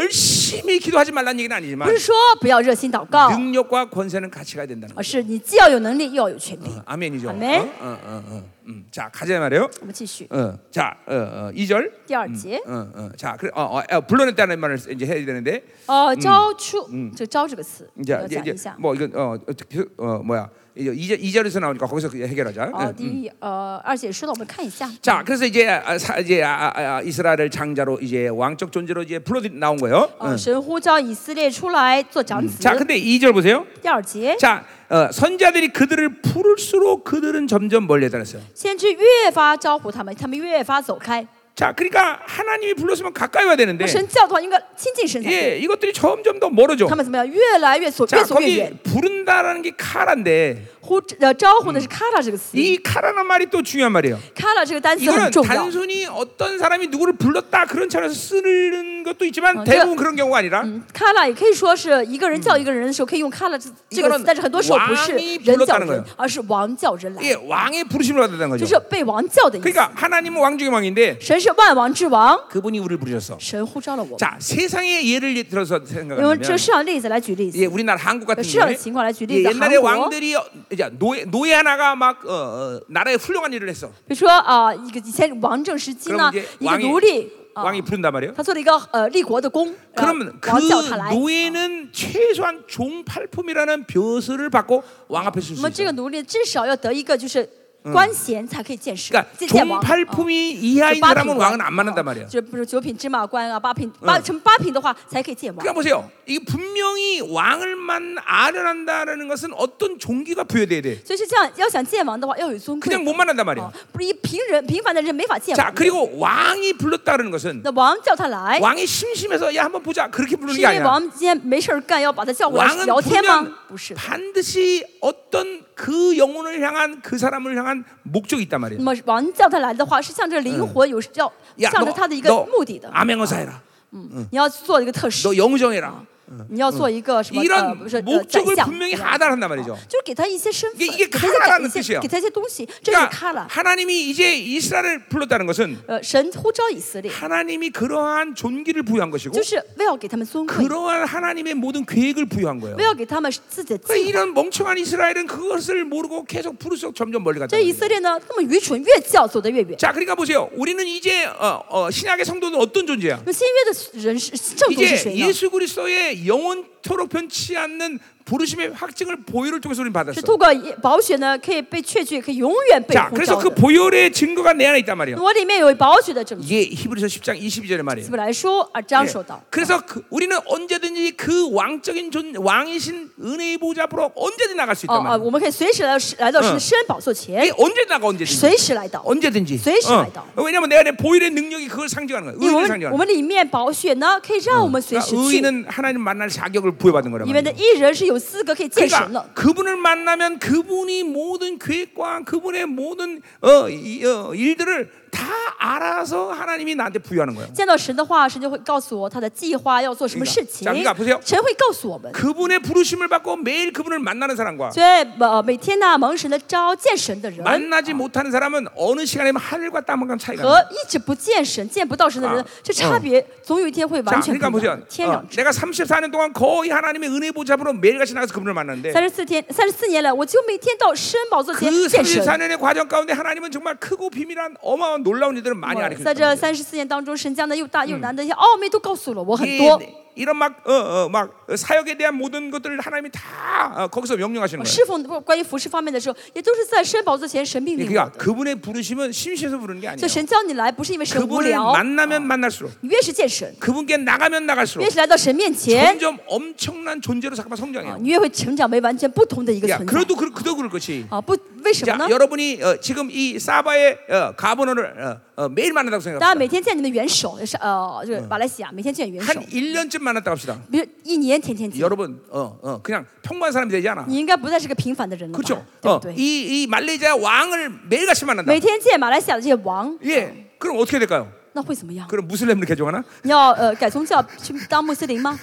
A: 열심히 기도하지 말라는 얘기는
B: 不
A: 아니지만
B: 是说不要热心祷告，
A: 능력과 권세는 같이 가야 된다는 거예요.
B: 而是你既要有能力，又要有权柄。
A: 아멘이죠.
B: 아멘.
A: 어? 어, 어, 어. 음. 자, 가자 말이에요.
B: 我们继续
A: 어. 자, 어, 어, 2절.
B: 第二节，
A: 어, 어. 자, 그래, 어, 어, 어, 불러냈다는 말을 이제 해야 되는데
B: 哦，招出，这个“招”这个词
A: 이제
B: 要
A: 이제,
B: 讲一
A: 이제
B: 下。
A: 뭐 이건 어, 어떻게 어 뭐야 이제 이제 이 절에서 나오니까 거기서 그냥 해결하자.
B: 哦，
A: 응.
B: 第一，呃，二节说的，我们看一下。
A: 자, 그래서 이제 아, 사, 이제 아, 아, 아, 이스라엘을 장자로 이제 왕적 존재로 이제 불러 나온 거예요.
B: 哦，神呼召以色列出来做长子。
A: 자, 근데 이 절 보세요.
B: 第二节，
A: 자, 어, 선자들이 그들을 부를수록 그들은 점점 멀리다녔어요.
B: 先知越发招呼他们，他们越发走开。
A: 자, 그러니까 하나님이 불렀으면 가까이 와야 되는데
B: 神教的话应该亲近神才对。
A: 예, 이것들이 점점 더 멀어져.
B: 他们怎么样？越来越走，
A: 자,
B: 越走越
A: 거기
B: 远。
A: 부른다라는 게 카라인데
B: 呼呃招呼的是 “kara” 这个词
A: 이 카라는 말이 또 중요한 말이에요.
B: ，“kara” 这个单词很
A: 이거는
B: 重要。
A: 단순히 어떤 사람이 누구를 불렀다 그런 차원에서 쓰는 것도 있지만
B: 어, 음.
A: 대부분
B: 제가-
A: 그런 경우가 아니라
B: 卡拉也可以说是一个人叫一个人的时候可以用卡拉这这个
A: 이거는
B: 词，但是很多时候嗯不是
A: 왕이
B: 人叫
A: 불렀다는거예
B: 人
A: 요 ，
B: 而是王叫人来，
A: 이게 예, 왕의 부르심을 받았다는
B: 就
A: 거죠.
B: 是被王叫的意思。
A: 그러니까 하나님은 왕 중의 왕인데
B: 神是万王之王，
A: 그분이 우리를 부르셨어.
B: 神呼召了我们。
A: 자, 세상의 예를 들어서
B: 用这
A: 생각하면
B: 世上例子来举例
A: 예,
B: 子，
A: 우리나라 한국 같은
B: 그러니까 시험
A: 경우에
B: 증거나 주리,
A: 예,
B: 이제
A: 옛날에
B: 한국.
A: 왕들이 어, 이제 노예, 노예 하나가 막 어, 어, 나라에 훌륭한 일을 했어.
B: 比如说啊，一个以前王政时期呢
A: 그럼 ， 이제
B: 一个
A: 왕이
B: 奴隶啊，
A: 왕이 부른단 말이에요.
B: 他做了一个呃立国的功，然后
A: 그러면 그
B: 王叫他来。
A: 노예는 최소한 종팔품이라는 벼슬을 받고 왕 앞에 설수
B: 那么这
A: 있어요.
B: 嗯个奴隶至少要得一个就是官衔才可以见识
A: 그러니까 ，
B: 见见王。啊
A: 종팔품이 이하인
B: 就八
A: 사람은
B: 品
A: 왕은
B: 官
A: 안 만난단 말이야.
B: 就不是九品芝麻官啊，八品八成八品的话才可以见王
A: 그러니까 。 보세요. 이게 분명히 왕을 만 아련한다라는 것은 어떤 종기가 부여돼야 돼.
B: 所以是这样，要想见王的话，要有尊贵
A: 그냥 。못 만난단
B: 啊
A: 말이야. ，
B: 不是一平人平凡的人没法见
A: 자,
B: 王的。
A: 그리고 왕이 불렀다라는 것은
B: 那王叫他来，
A: 왕이 심심해서 야 한번 보자 그렇게 부르는
B: 是
A: 게
B: 因为
A: 아니야.
B: 王今天没事儿干，要把他叫过来
A: 왕은
B: 聊天吗
A: 보면 ？
B: 不是。
A: 반드시 어떤 그 영혼을 향한 그 사람을 향한 목적이 있단
B: 那
A: 말이야.
B: 么王叫他来的话，是向着灵魂有要
A: 야,
B: 向着他的一个目的的。
A: 암행어사 해라.
B: 嗯，你要做一个特使
A: 너 ， 영우정 해라.
B: 你要嗯做一个什么？呃，
A: 이런
B: 不是呃宰
A: 목적을
B: 相。
A: 분명히
B: 对吧
A: 하다란단 말이죠.
B: 就是给他一些身份，
A: 이게이게
B: 给他一些
A: 카라라는
B: 感一
A: 뜻이에요
B: 些，给他一些东西，这是卡
A: 그러니까
B: 拉。
A: 하나님이 이제 이스라엘을 불렀다는 것은
B: 呃，神呼召以色列，
A: 하나님이 그러한 존귀를 부여한 것이고
B: 就是为要给他们尊贵，
A: 그러한 하나님의 모든 계획을 부여한 거예요.
B: 为要给他们自己的计
A: 그러니까
B: 划。
A: 이런 멍청한 이스라엘은 그것을 모르고 계속 부르속 점점 멀리 갔다.
B: 这以色列呢，根本愚蠢，越叫走得越远。
A: 자, 그러니까 보세요. 우리는 이제 어, 어, 신약의 성도는 어떤 존재야?
B: 那新约的人是圣徒是
A: 이제
B: 谁呢？
A: 예수 그리스도의 영원토록 변치 않는 부르심의 확증을 보혈을 통해서 우리는
B: 是
A: 받았어.
B: 透过耶保血呢，可以被确据，可以永远被
A: 자,
B: 呼
A: 그래서
B: 召
A: 그
B: 的。
A: 보혈의 증거가 내 안에 있단 말이야.
B: 我里面有保血的证据。
A: 이게 히브리서 10장 22절의 말이에요.
B: 希伯来书二章
A: 예.
B: 说到，
A: 그래서 그, 우리는 언제든지 그 왕적인 존 왕이신 은혜의 보좌 앞으로 언제든 나갈 수
B: 哦
A: 있단
B: 哦，
A: 말이야.
B: 我们可以随时来来到神
A: 嗯
B: 的施恩宝座前
A: 이게 ， 언제 나가 언제든지.
B: 随时来到，
A: 언제든지.
B: 스위치
A: 어.
B: 말다.
A: 왜냐면 내 안에 보일의 능력이 그걸 상징하는 거야.
B: 因为我
A: 의를
B: 们我
A: 상징하는 거야.
B: 们里面保血呢，可以让我们随
A: 그러니까
B: 时去。
A: 의인은 하나님 만날 자격을 부여받은 거란
B: 你
A: 말이야.
B: 们的艺人是有资格可以见神了
A: 그러니까 。 그분을 만나면 그분이 모든 계획과 그분의 모든 어, 이, 어, 일들을 다 알아서 하나님이 나한테 부여하는 거야.
B: 见到神的话，神就会告诉我他的计划要做什么事情
A: 그러니까자기가보세요 。
B: 神会告诉我们。
A: 그분의 부르심을 받고 매일 그분을 만나는 사람과
B: 所以呃，每天呢蒙神的招见神的人
A: 만나지 못하는 사람은 어느 시간에면 하늘과 땅만 간 차이가
B: 和
A: 나요.
B: 一直不见神、见不到神的人
A: 啊，
B: 这差别总有一天会
A: 자,
B: 完全
A: 그러니까
B: 嗯不一嗯
A: 보세요.
B: 样，天壤
A: 어,
B: 之别。
A: 내가 34년 동안 거의 하나님의 은혜 보좌로 매일같이 나가서 그분을 만났는데
B: 三十四天、三十四年了，我就每天到施恩宝座前
A: 그
B: 见神。
A: 34년의 과정 가운데 하나님은 정말 크고 비밀한 어마어마한 놀라운 일들을 많이
B: 在这
A: 알려주셨어요.
B: 三十四年当中，嗯神将的又大又难的一些奥秘都告诉了我
A: 아,
B: 很多。
A: 예, 이런 막, 어, 어, 막 사역에 대한 모든 것들을 하나님이 다 어, 거기서 명령하시는
B: 我
A: 거예요.
B: 侍奉不关于服饰方面的时候，也都是在施恩宝座前神命令我
A: 그러니까
B: 的。
A: 그분의 부르심은 심심해서 부르는 게
B: 所
A: 아니에요.
B: 以神叫你来，不是因为神无
A: 그분을
B: 聊，
A: 만나면 만날수록
B: 你越是见神，
A: 그분께 나가면
B: 越
A: 나갈수록
B: 是来到神面前，
A: 점점 엄청난 존재로 잠깐
B: 啊
A: 성장해요.
B: 你越会成长为完全不同的一个
A: 야,
B: 存在。
A: 그래도 그, 그도 그럴 것이.
B: 啊，不，为什么
A: 자,
B: 呢？
A: 여러분이 어, 지금 이 사바의 어, 가버너를 어, 어, 매일 만난다고
B: 大家
A: 생각합시다.
B: 每天见你们元首，是呃，这个马来西亚每天见元首
A: 한 ， 1년쯤 만났다고 합시다.
B: 比如一年天天见，
A: 여러분, 어, 어, 그냥 평범한 사람이 되지 않아.
B: 你应该不再是个嗯平凡的人了吧，
A: 그렇죠?
B: 对
A: 어,
B: 不对？
A: 이, 이 말레이시아 왕을 매일같이 만난다.
B: 每天见马来西亚的这些王，
A: 예. 그럼 어떻게 될까요?
B: 那会怎么样？
A: 그럼 무슬림으로 개종하나?
B: 你要呃改宗教去当穆斯林 *laughs* 吗？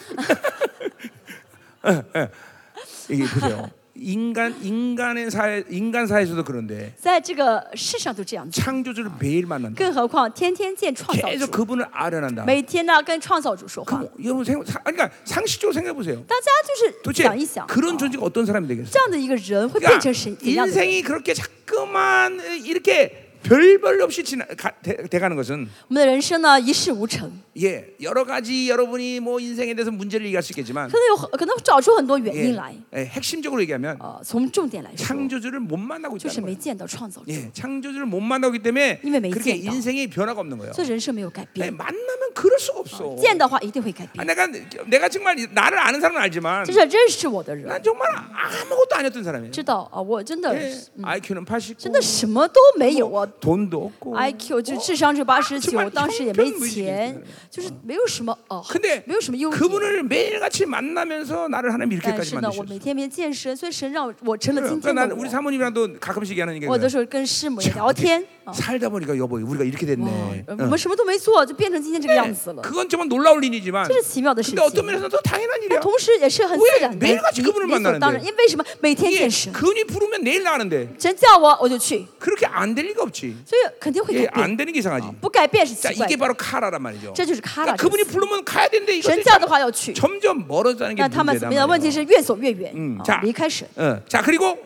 A: 이게 보세요. 인간 인간의 사회 인간 사회에서도 그런데
B: 在这个世上都这样子，
A: 창조주를 매일 만난다.
B: 更何况天天见创造
A: 계속
B: 主，
A: 그분을 아련한다.
B: 每天呢跟创造主说话，
A: 그럼 여러분 생각 사- 아니, 그러니까 상식적으로 생각해 보세요.
B: 大家就是
A: 도대체
B: 想一想，
A: 그런
B: 啊
A: 존재가 어떤 사람이 되겠어요?
B: 这样的一个人会变
A: 그러니까
B: 成神怎样的人？
A: 인생이 그렇게 자꾸만 이렇게 별별 없이 지나 가, 돼, 돼가는 것은
B: 我们的人生呢一事无成，
A: 예 여러 가지 여러분이 뭐 인생에 대해서 문제를 얘기할 수 있겠지만
B: 可能有很可能找出很多原
A: 예,
B: 因来。
A: 예, 핵심적으로 얘기하면
B: 呃，从重点来说，
A: 창조주를 못 만나고
B: 就是
A: 있다는 거예요.
B: 没见到创造主，
A: 예, 창조주를 못 만나기 때문에
B: 이미 매일
A: 그렇게
B: 찐다.
A: 인생이 변화가 없는 거예요.
B: 所以人生没有改
A: 예,
B: 变。
A: 만나면 그럴 수가 없어.
B: 见的话一定会改
A: 아,
B: 变。
A: 내가 내가 정말 나를 아는 사람은 알지만
B: 这是认识我的
A: 난
B: 人
A: 정말 아무것도 아니었던 사람이에요.
B: 知道啊，我真的
A: 예,
B: 是
A: IQ는 89,
B: 真的什么都没有啊。
A: 돈도 없고.
B: IQ 就智商是八十
A: 정말
B: 九，当时也没
A: 형편무지겠구나
B: 钱，就是没有什么哦，
A: 근데
B: 没有什么优点。
A: 그분을 매일같이 만나면서 나를 하나님
B: 但
A: 이렇게까지
B: 是呢，我
A: 만드셨어요.
B: 每天没见神，所以神让我成了今
A: 그러니까
B: 天的
A: 난 우리
B: 我。
A: 사모님이랑도 가끔씩 얘기하는 게
B: 我有的
A: 그래요.
B: 时候跟 *laughs* 师母也
A: 참,
B: 聊天啊，
A: 살다 보니까 여보 우리가 이렇게
B: 哇
A: 됐네. ，
B: 我
A: 응.
B: 们什么都没做，就变成今天这个样子了，
A: 그건 정말 놀라울 일이지만
B: 这是奇妙的事
A: 근데 어떤
B: 情。
A: 면에서는 또 당연한 일이야.
B: 但同时啊也是很自然的，
A: 왜
B: 理
A: 매일같이그분을만나는데
B: 理所当然。因为为什么每天
A: 이게
B: 见神？
A: 그분이 부르면 내일 나가는데
B: 神叫我我就去，
A: 그렇게 안 될 리가 없지.
B: 所以肯定会
A: 예,
B: 改变。
A: 안 되는 게 이상하지.
B: 不改变是
A: 자
B: 奇怪
A: 이게
B: 的，
A: 바로 카라란 말이죠.
B: 这就是卡拉
A: 그러니까 。 그분이 부르면 가야 되는데
B: 神
A: 이것들이
B: 叫的话要去，
A: 점점 멀어지는 게
B: 那他们怎么样？问
A: 문제다.
B: 题是越走越远
A: 嗯，
B: 啊
A: 자
B: 离开神。
A: 어, 자 그리고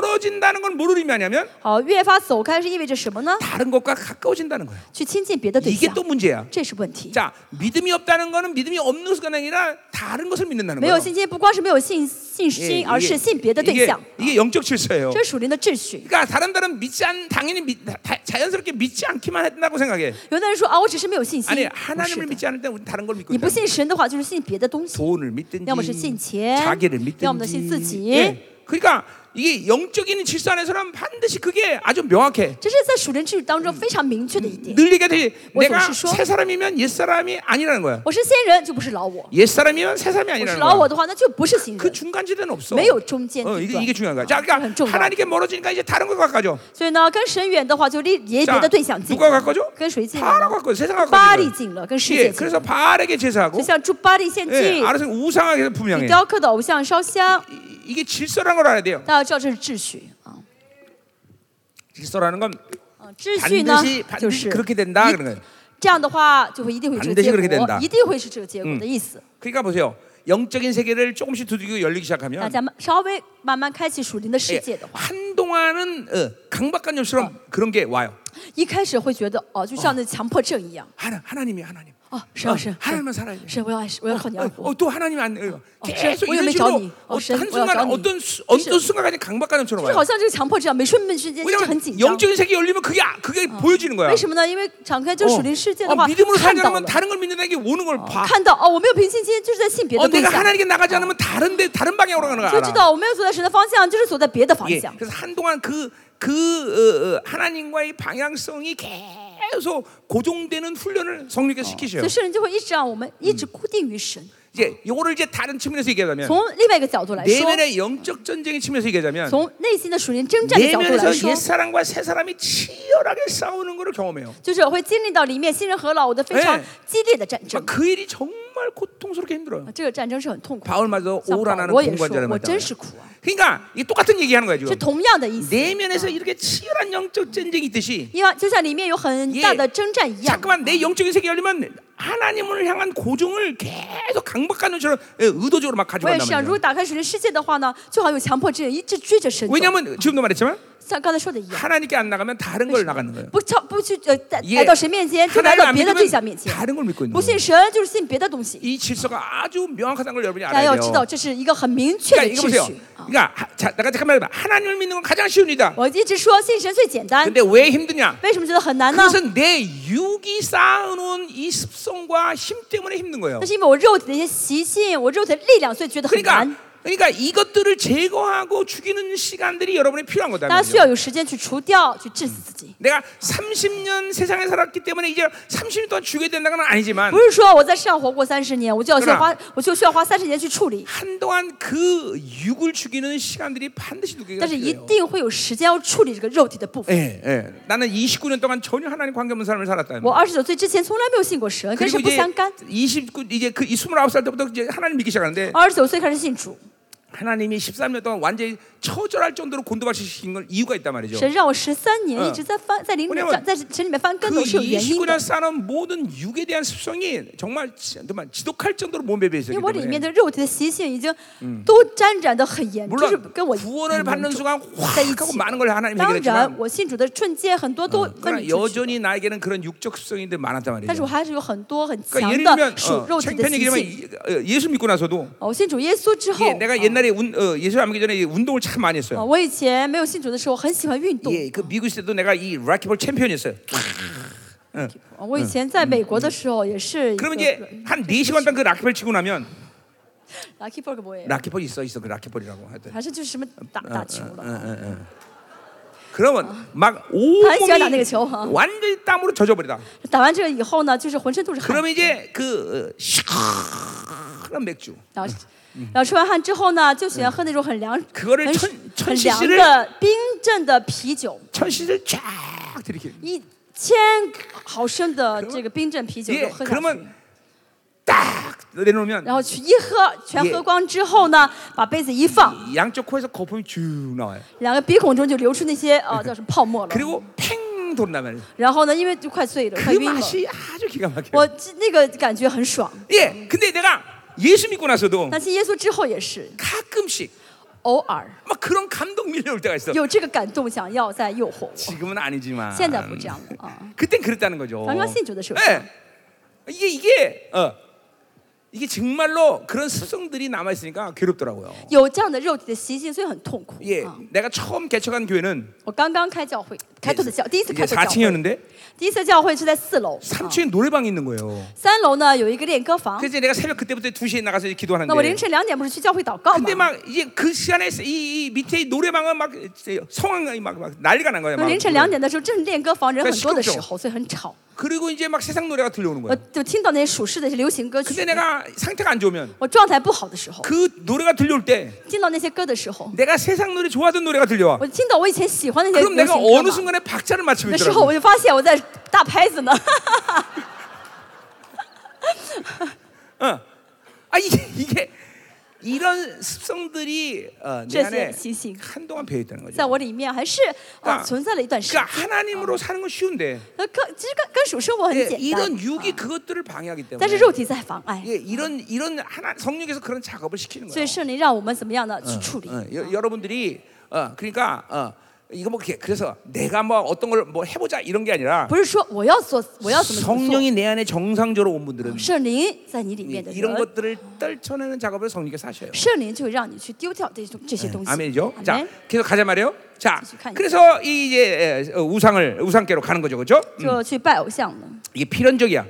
A: 멀어진다는 건 뭐를 의미하냐면
B: 好，越发走开是意味着什么呢？
A: 다른 것과 가까워진다는 거예요.
B: 去亲近别的对
A: 이게
B: 象
A: 또 ， 문제야.
B: 这是问题。
A: 자, 믿음이 없다는 거는 믿음이 없는 것이 아니라 다른 것을 믿는다는
B: 没有
A: 거예요.
B: 信心，不光是没有信信
A: 예,
B: 心，而是信别的
A: 이게,
B: 对象，
A: 이게 영적 질서예요.
B: 这是属灵的秩序。
A: 그러니까 다른 사람 믿지 않 당연히 믿, 다, 자연스럽게 믿지 않기만 했다고 생각해.
B: 有的人说啊，我只是没有信心
A: 아니 ，
B: 不是
A: 하나님을
B: 的
A: 믿지 않을 때 우리 다른 걸 믿고
B: 你不
A: 있다는
B: 信神的话，就是信别的东西。
A: 돈을 믿든지,
B: 要么是信钱，
A: 자기를
B: 要么信自
A: 믿든지.
B: 己。
A: 예. 그러니까 이게 영적인 질서 안에서는 반드시 그게 아주 명확해.
B: 这是在属灵秩序当中非常明确的一点。
A: 늘 얘기하듯이
B: 뭐
A: 내가
B: 정치 수업?
A: 새 사람이면 옛 사람이 아니라는 거야.
B: 我是新人，就不是老我；
A: 옛 사람이면 새 사람이
B: 我是
A: 아니라는
B: 老我
A: 거야.
B: 的话，那就不是新
A: 그
B: 人。
A: 중간지대는 없어.
B: 没有中间
A: 어,
B: 地
A: 이게,
B: 段
A: 이게 ， 중요한 거야. 자,
B: 很
A: 그러니까
B: 重要。
A: 하나님께 멀어지니까 이제 다른 것과 가까워져.
B: 所以呢，跟神远的话，就离离别
A: 자,
B: 的对象近
A: 누가 。 가까워져?
B: 跟谁啊近了
A: 바로
B: 呢？
A: 가까워. 세상과
B: 巴力
A: 가까워.
B: 近了，跟世
A: 예,
B: 界近
A: 그래서
B: 了。
A: 바알에게
B: 就
A: 제사하고
B: 像驻巴力献
A: 예,
B: 祭，
A: 알아서 우상에게
B: 给
A: 분명해.
B: 雕刻的偶像烧香。
A: 이- 이게 질서라는 걸 알아야 돼요.
B: 大家知道这是秩序啊。
A: 질서라는 건
B: 嗯秩序呢
A: 반드시 ，
B: 就
A: 반드시
B: 是
A: 그렇게 된다 그런 거예요.
B: 这样的话，就会一定会有这个
A: 반드시그렇게
B: 结
A: 된다
B: 果，一定会是这个结果的意思。
A: 그러니까 보세요. 영적인 세계를 조금씩 두드리고 열리기
B: 大
A: 시작하면
B: 家慢稍微慢慢开启属灵的世
A: 예,
B: 界的话，
A: 한동안은 어, 강박관념처럼 그런 게 와요.
B: 一开始会觉得哦，就像那强迫症一样，
A: 하나, 하나님이 하나님.
B: 哦，是
A: 어,
B: 啊是啊是啊
A: 하나님만 살아야 돼.
B: 是啊，我要爱神，我要靠你而
A: 어,
B: 活
A: 어, 또 하나님 안 어, 계속
B: 어, 어,
A: 이런
B: 어,
A: 식으로 어,
B: 어, 어,
A: 한 순간
B: 어, 어,
A: 어떤 수- 어떤
B: 어,
A: 순간까지 강박관념처럼
B: 就是
A: 와요.
B: 好像这个强迫症一样，每啊瞬每瞬间就很紧
A: 왜냐면
B: 张。
A: 영적인 세계 열리면 그게 아- 그게 보여지는 거야.
B: 为什么呢？因为敞开这个
A: 어,
B: 属灵世界的
A: 어,
B: 话，
A: 믿음으로
B: 看
A: 살지
B: 到了
A: 않으면 ， 다른 걸 믿는 게 오는 걸 봐.
B: 看到哦，我没有凭信心，就是在信别
A: 어,
B: 的对
A: 내가
B: 象，
A: 하나님께 나가지 않으면 다른데 다른 방향으로 가는 거
B: 就知
A: 알아.
B: 道我没有走在神的方向，就是走在别的方
A: 예,
B: 向。
A: 그래서 한동안 그, 그 어, 어, 하나님과의 방향성이 계속 고정되는 훈련을 성령께서
B: 所
A: 시키셔요.
B: 以圣灵就会一直让我们一直固定于神。
A: 이제 요거를 이제 다른 측면에서 얘기하자면 네
B: 从另外一个角度来说，
A: 내면의 영적 전쟁의 측면에서 얘기하자면 네
B: 从内心的属灵征战的角度来
A: 내면에서
B: 说
A: 옛 ， 사람과 새 사람이 치열하게 싸우는 것을 경험해요.
B: 就是会经历到里面新人和老我的非常
A: 哎
B: 激烈的战争
A: 막그 일이 정말 고통스럽게 힘들어요.
B: 啊，这个战争是很痛苦的。
A: 바울마저
B: 像保
A: 오라나는
B: 罗也说
A: 공관자를 ，
B: 我
A: 만나.
B: 真是苦啊，
A: 그러니까 이 똑같은 얘기하는 거야
B: 是
A: 지금. 네
B: 同样的意思。
A: 내면에서 이렇게 치열한 영적 전쟁이 있듯이
B: 因为就像里面有很大的征战一样，
A: 자꾸만 내 영적인 세계 열리면 하나님을 향한 고정을 계속 강박관념처럼 예, 의도적으로 막
B: 我
A: 가져간단
B: 也是啊。如
A: 말이야
B: 果打开属灵世界的话呢，就好像有强迫症一直追着神走，
A: 왜냐하면 지금도 말했지만
B: 像刚才说的一样，
A: 하나님께 안 나가면 다른 걸 나가는 거예요.
B: 不超不去呃来
A: 예
B: 来到神面前，就来
A: 하나님을
B: 到
A: 안
B: 别的对
A: 믿으면
B: 象面前，
A: 다른 걸 믿고 있는
B: 不
A: 거예요.
B: 信神就是信别的东西。
A: 이 질서가 아주 명확하다는 걸 여러분이
B: 大家
A: 알아야
B: 要知道，
A: 돼요.
B: 这是一个很明确的
A: 그러니까 이거
B: 秩
A: 보세요. 어.
B: 序啊。
A: 그러니까 하- 자, 내가 잠깐만 해봐. 하나님을 믿는 건 가장 쉬운 일이다.
B: 我一直说信神最简单，
A: 근데 왜 힘드냐?
B: 为什么觉得很难呢？
A: 그것은 내 육이 쌓아놓은 이 습성과 힘 때문에 힘든 거예요.
B: 那是因为我肉体的一些习性，我肉体的力量，所以觉得很
A: 그러니까
B: 难。
A: 그러니까 이것들을 제거하고 죽이는 시간들이 여러분이 필요한 거다.
B: 大家需要有时间去除掉，去治死自己。
A: 내가 30년 세상에 살았기 때문에 이제 30년 동안 죽여야 된다는 건 아니지만
B: 不是说我在世上活过三十年，我就要需要
A: 그러나
B: 花，我就需要花三十年去处理，
A: 한동안 그 육을 죽이는 시간들이 반드시 누게가
B: 但是哎一
A: 필요해요.
B: 定会有时间要处理这个肉体的部分。
A: 예, 예. 나는 29년 동안 전혀 하나님 관계 없는 삶을 살았다는
B: 我
A: 거예요.
B: 二十九岁之前从来没有信过神，跟
A: 뭐, 그리고
B: 神不
A: 이제
B: 相干。
A: 29 이제 그 29살 때부터 이제 하나님 믿기 시작하는데
B: 二十九岁开始信主，
A: 하나님이 13년 동안 완전히 처절할 정도로 곤두박질시킨 건 이유가 있단 말이죠.
B: 神让我十三年
A: 嗯
B: 一直在翻，在灵里长在神里面翻跟
A: 그
B: 头是有原因
A: 29년
B: 的，
A: 쌓은 모든 육에 대한 습성이 정말 지- 정말 지독할 정도로 몸에 배서
B: 因为
A: 있기
B: 我里面
A: 때문에
B: 的肉体的习性已经都沾染的很严，就是
A: 물론
B: 跟我
A: 구원을 음, 그러니까
B: 很严
A: 받는
B: 重
A: 순간
B: 在一
A: 확 하고
B: 起
A: 많은 걸 。 하나님
B: 当然，
A: 얘기했지만
B: 我信主的瞬间很多都分
A: 그러나
B: 离出去，
A: 여전히 나에게는 그런 육적 습성인데 많았단
B: 但是
A: 말이죠.
B: 我还是有很多很
A: 그러니까
B: 强
A: 예를
B: 的
A: 들면
B: 属肉体的
A: 창편
B: 习
A: 얘기하면
B: 性。
A: 이- 어, 예수 믿고 나서도
B: 哦我信主耶稣之后，
A: 예, 내가
B: 啊
A: 옛날에 운, 어, 예수 안 믿기 전에 이 운동을 참 많이
B: 啊
A: 했어요.
B: 我以前没有信主的时候很喜欢运动。
A: 예, 그 미국 있을 때도 내가 이 락키볼 챔피언이었어요.
B: 啊我以前在美国的时候也是一个
A: 그러면 이제 한 4시간 동안 그 락키볼 치고 나면
B: lucky fork boy，
A: 락키볼 있어 있어 그 락키볼이라고 하여튼
B: 还是就是什么打打球了，
A: 그러면 막
B: 시간 안
A: 온몸이
B: 되겠죠. 어.
A: 완전히 땀으로 젖어버리다.
B: 打完这个以后呢，就是浑身都是汗，
A: 그러면 이제 그 어, 시원한 맥주
B: 然后然后吃完汗之后呢，就喜欢喝那种很凉、
A: 그거를
B: 很
A: 천
B: 很
A: 천
B: 凉
A: cc를
B: 的冰镇的啤酒，
A: 천시를 쫙 들이켜.
B: 一千毫升的这个冰镇啤酒就
A: 예,
B: 喝下去。
A: 그러면 딱 내놓으면
B: 然后去一喝，全
A: 예
B: 喝光之后呢，把杯子一放，
A: 이 양쪽 코에서 거품이 쭉 나와요.
B: 两个鼻孔中就流出那些呃叫什么泡沫了。
A: 그리고 팽 돈단 말이에요.
B: 然后呢，因为就快醉了，
A: 그
B: 快晕了，
A: 맛이 아주 기가 막혀요.
B: 我这那个感觉很爽。
A: 예, 근데 내가 예수 믿고 나서도
B: 那信耶稣之后也是，
A: 가끔씩
B: 偶偶 *laughs* 尔
A: 막 그런 감동 밀려올 때가 있어.
B: 有这个感动，想要再诱惑我。
A: 지금은 아니지만.
B: 现在不这样了啊，
A: 그땐 그랬다는 거죠.
B: 당연한 신조도是有
A: 예. 이게 이게 어. 이게 정말로 그런 습성들이 남아 있으니까 괴롭더라고요.
B: 有这样的肉体的习性，所以很痛苦
A: 예,
B: 啊。
A: 내가 처음 개척한 교회는
B: 我刚刚开教会，开拓的教，第一次
A: 이게
B: 开拓教会，
A: 4층이었는데
B: 第一次教会是在四楼，啊
A: 3층에 노래방이 있는 거예요.
B: 三楼呢有一个练歌房。
A: 그래서 내가 새벽 그때부터 2시에 나가서 이제
B: 那我凌
A: 기도하는데
B: 晨两点不是去教会祷告
A: 근데
B: 吗？
A: 막 이제 그 시간에 이, 이 밑에 이 노래방은 막 이제 성황이 막, 막 난리가 난 거야.
B: 那
A: 막
B: 凌晨两点的时候，正是练歌房人
A: 那
B: 很多的
A: 是重
B: 时候，所以很吵。
A: 그리고 이제 막 세상 노래가 들려오는
B: 我
A: 거야.
B: 就听到那些属世的流行歌
A: 근데
B: 曲。
A: 내가 상태가 안 좋으면
B: 我状态不好的时候，
A: 그 노래가 들려올 때
B: 听到那些歌的时候，
A: 내가 세상 노래 좋아하던 노래가 들려와.
B: 我听到我以前喜欢的那些
A: 그럼
B: 流
A: 내가
B: 行歌
A: 어느
B: 嘛，
A: 순간에 박자를 맞추고
B: 那时候
A: 있더라고.
B: 我就发现我在大拍子呢。 *laughs*
A: 아 이게 이게 이런 습성들이 어, 내
B: 죄송해요,
A: 안에
B: 지식.
A: 한동안 배어 있다는 거죠.
B: 在我里面还是
A: 啊
B: 啊存在了一段时间
A: 그러니까 。 하나님으로 사는 건 쉬운데
B: 那跟其实跟跟属生活很
A: 예,
B: 简单
A: 이런 ， 육이 그것들을 방해하기
B: 但
A: 때문에
B: 是肉体在妨碍，
A: 예, 이런 이런 하나 성령에서 그런 작업을 시키는
B: 所
A: 거예요.
B: 以圣灵让我们怎么样呢？去处理。
A: 어, 여, 여러분들이 어, 그러니까 어, 이거 뭐 이렇게 그래서 내가 뭐 어떤 걸 뭐 해보자 이런 게 아니라
B: 不是说我要做，我要怎么怎么
A: 성령이 내 안에 정상적으로 온 분들은
B: 做，圣灵在你里面的
A: 이런
B: 人，
A: 것들을 떨쳐내는 작업을 성령께서 하셔요.
B: 圣灵就会让你去丢掉这种这些东西。
A: 아멘이죠.
B: 아멘
A: 자, 계속 가자 말이에요. 자,
B: 계속 가니까.
A: 그래서 이 이제 에, 어, 우상을 우상께로 가는 거죠, 그렇죠?
B: 就去拜偶像了。
A: 이게 필연적이야.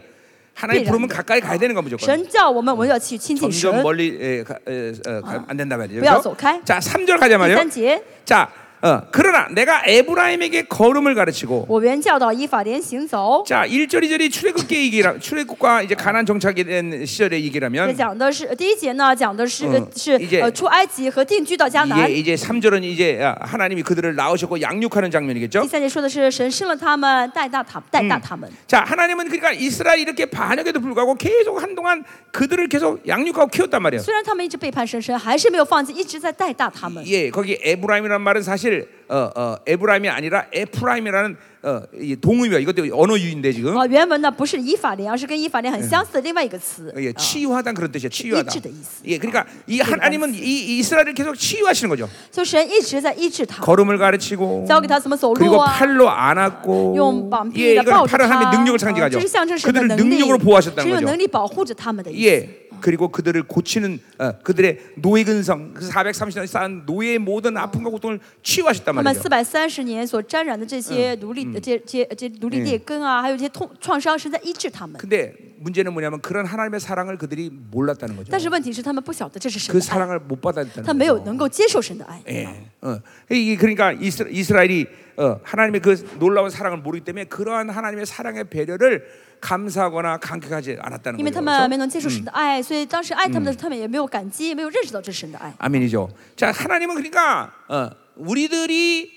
A: 하나님
B: 필연적.
A: 부르면 가까이 가야 되는 거 무조건.
B: 神叫我们，我们要去亲近神
A: 점점 。 멀리 에, 가, 에, 어, 가, 안 된다 말이죠.
B: 아. 왜요?
A: 그렇죠?
B: 가요?
A: 자, 3절 가자
B: 第
A: 말이에요.
B: 三节，
A: 자, 어, 그러나 내가 에브라임에게 걸음을 가르치고
B: 我原教导依法莲行走。
A: 자, 1절 2절이 출애굽계 얘기라 출애굽과 이제 가난 정착이 된 시절의
B: 这
A: 얘기라면
B: 讲的是呃第一节呢，讲的是、
A: 嗯
B: 是
A: 이제
B: 呃出埃及和定居到迦南
A: 이게 。 이제 3절은 이제 아, 하나님이 그들을 낳으셨고 양육하는 장면이겠죠?
B: 第三节说的是神生了他们，带大他带大他们。
A: 자, 하나님은 그러니까 이스라엘 이렇게 반역에도 불구하고 계속 한동안 그들을 계속 양육하고 키웠단 말이에요.
B: 虽然他们一直背叛神，神还是没有放弃，一直在带大他们。
A: 예, 거기 에브라임이라는 말은 사실 어, 어, 에브라임이 아니라 에프라임이라는 어, 이 동의어 이것도 언어 유인데 지금
B: 啊，原文呢不是以法莲，而是跟以法莲很相似的另外一个词。
A: 예,
B: 啊
A: 치유하다 그런 뜻이에요. 치유하다.
B: 일치다, 일치.
A: 예, 그러니까 이 하나님은 이, 이 이스라엘을 계속 치유하시는 거죠.
B: 就神一直在医治他，
A: 걸음을 가르치고
B: 教给他怎么走
A: 그리고
B: 路啊，
A: 팔로 안았고
B: 用绑
A: 예
B: 臂来
A: 이건
B: 抱着
A: 팔은
B: 他。
A: 하나님의 능력을
B: 啊
A: 상징하죠
B: 这是象征神的
A: 그들을
B: 能力
A: 능력으로 ，
B: 只
A: 보호하셨다는
B: 有
A: 거죠
B: 能力保护着他们的意思。
A: 예 그리고 그들을 고치는 어, 그들의 노예 근성 그 430년 쌓은 노예의 모든 아픔과 고통을 치유하셨단
B: 他们
A: 말이죠
B: 四百三十年所沾染的这些奴隶、呃这这这奴隶劣根啊，还有一些痛创伤，神在医治他们。
A: 근데 문제는 뭐냐면 그런 하나님의 사랑을 그들이 몰랐다는 거죠
B: 但是问题是，他们不晓得这是神
A: 그
B: 的爱，
A: 사랑을 못
B: 他没
A: 받았다는
B: 有
A: 거죠
B: 能够接受神的爱。
A: 예. 어. 이게 그러니까 이스라, 이스라엘이 어, 하나님의 그 놀라운 사랑을 모르기 때문에 그러한 하나님의 사랑의 배려를 감사하거나 감격하지 않았다는
B: 因为
A: 거죠
B: 他
A: 그래서
B: 们没嗯能接受神的爱，所以当时爱他们的时候，他们也没有感激，也没有认识到这是神的爱。
A: 아멘이죠. 자 하나님은 그러니까 어, 우리들이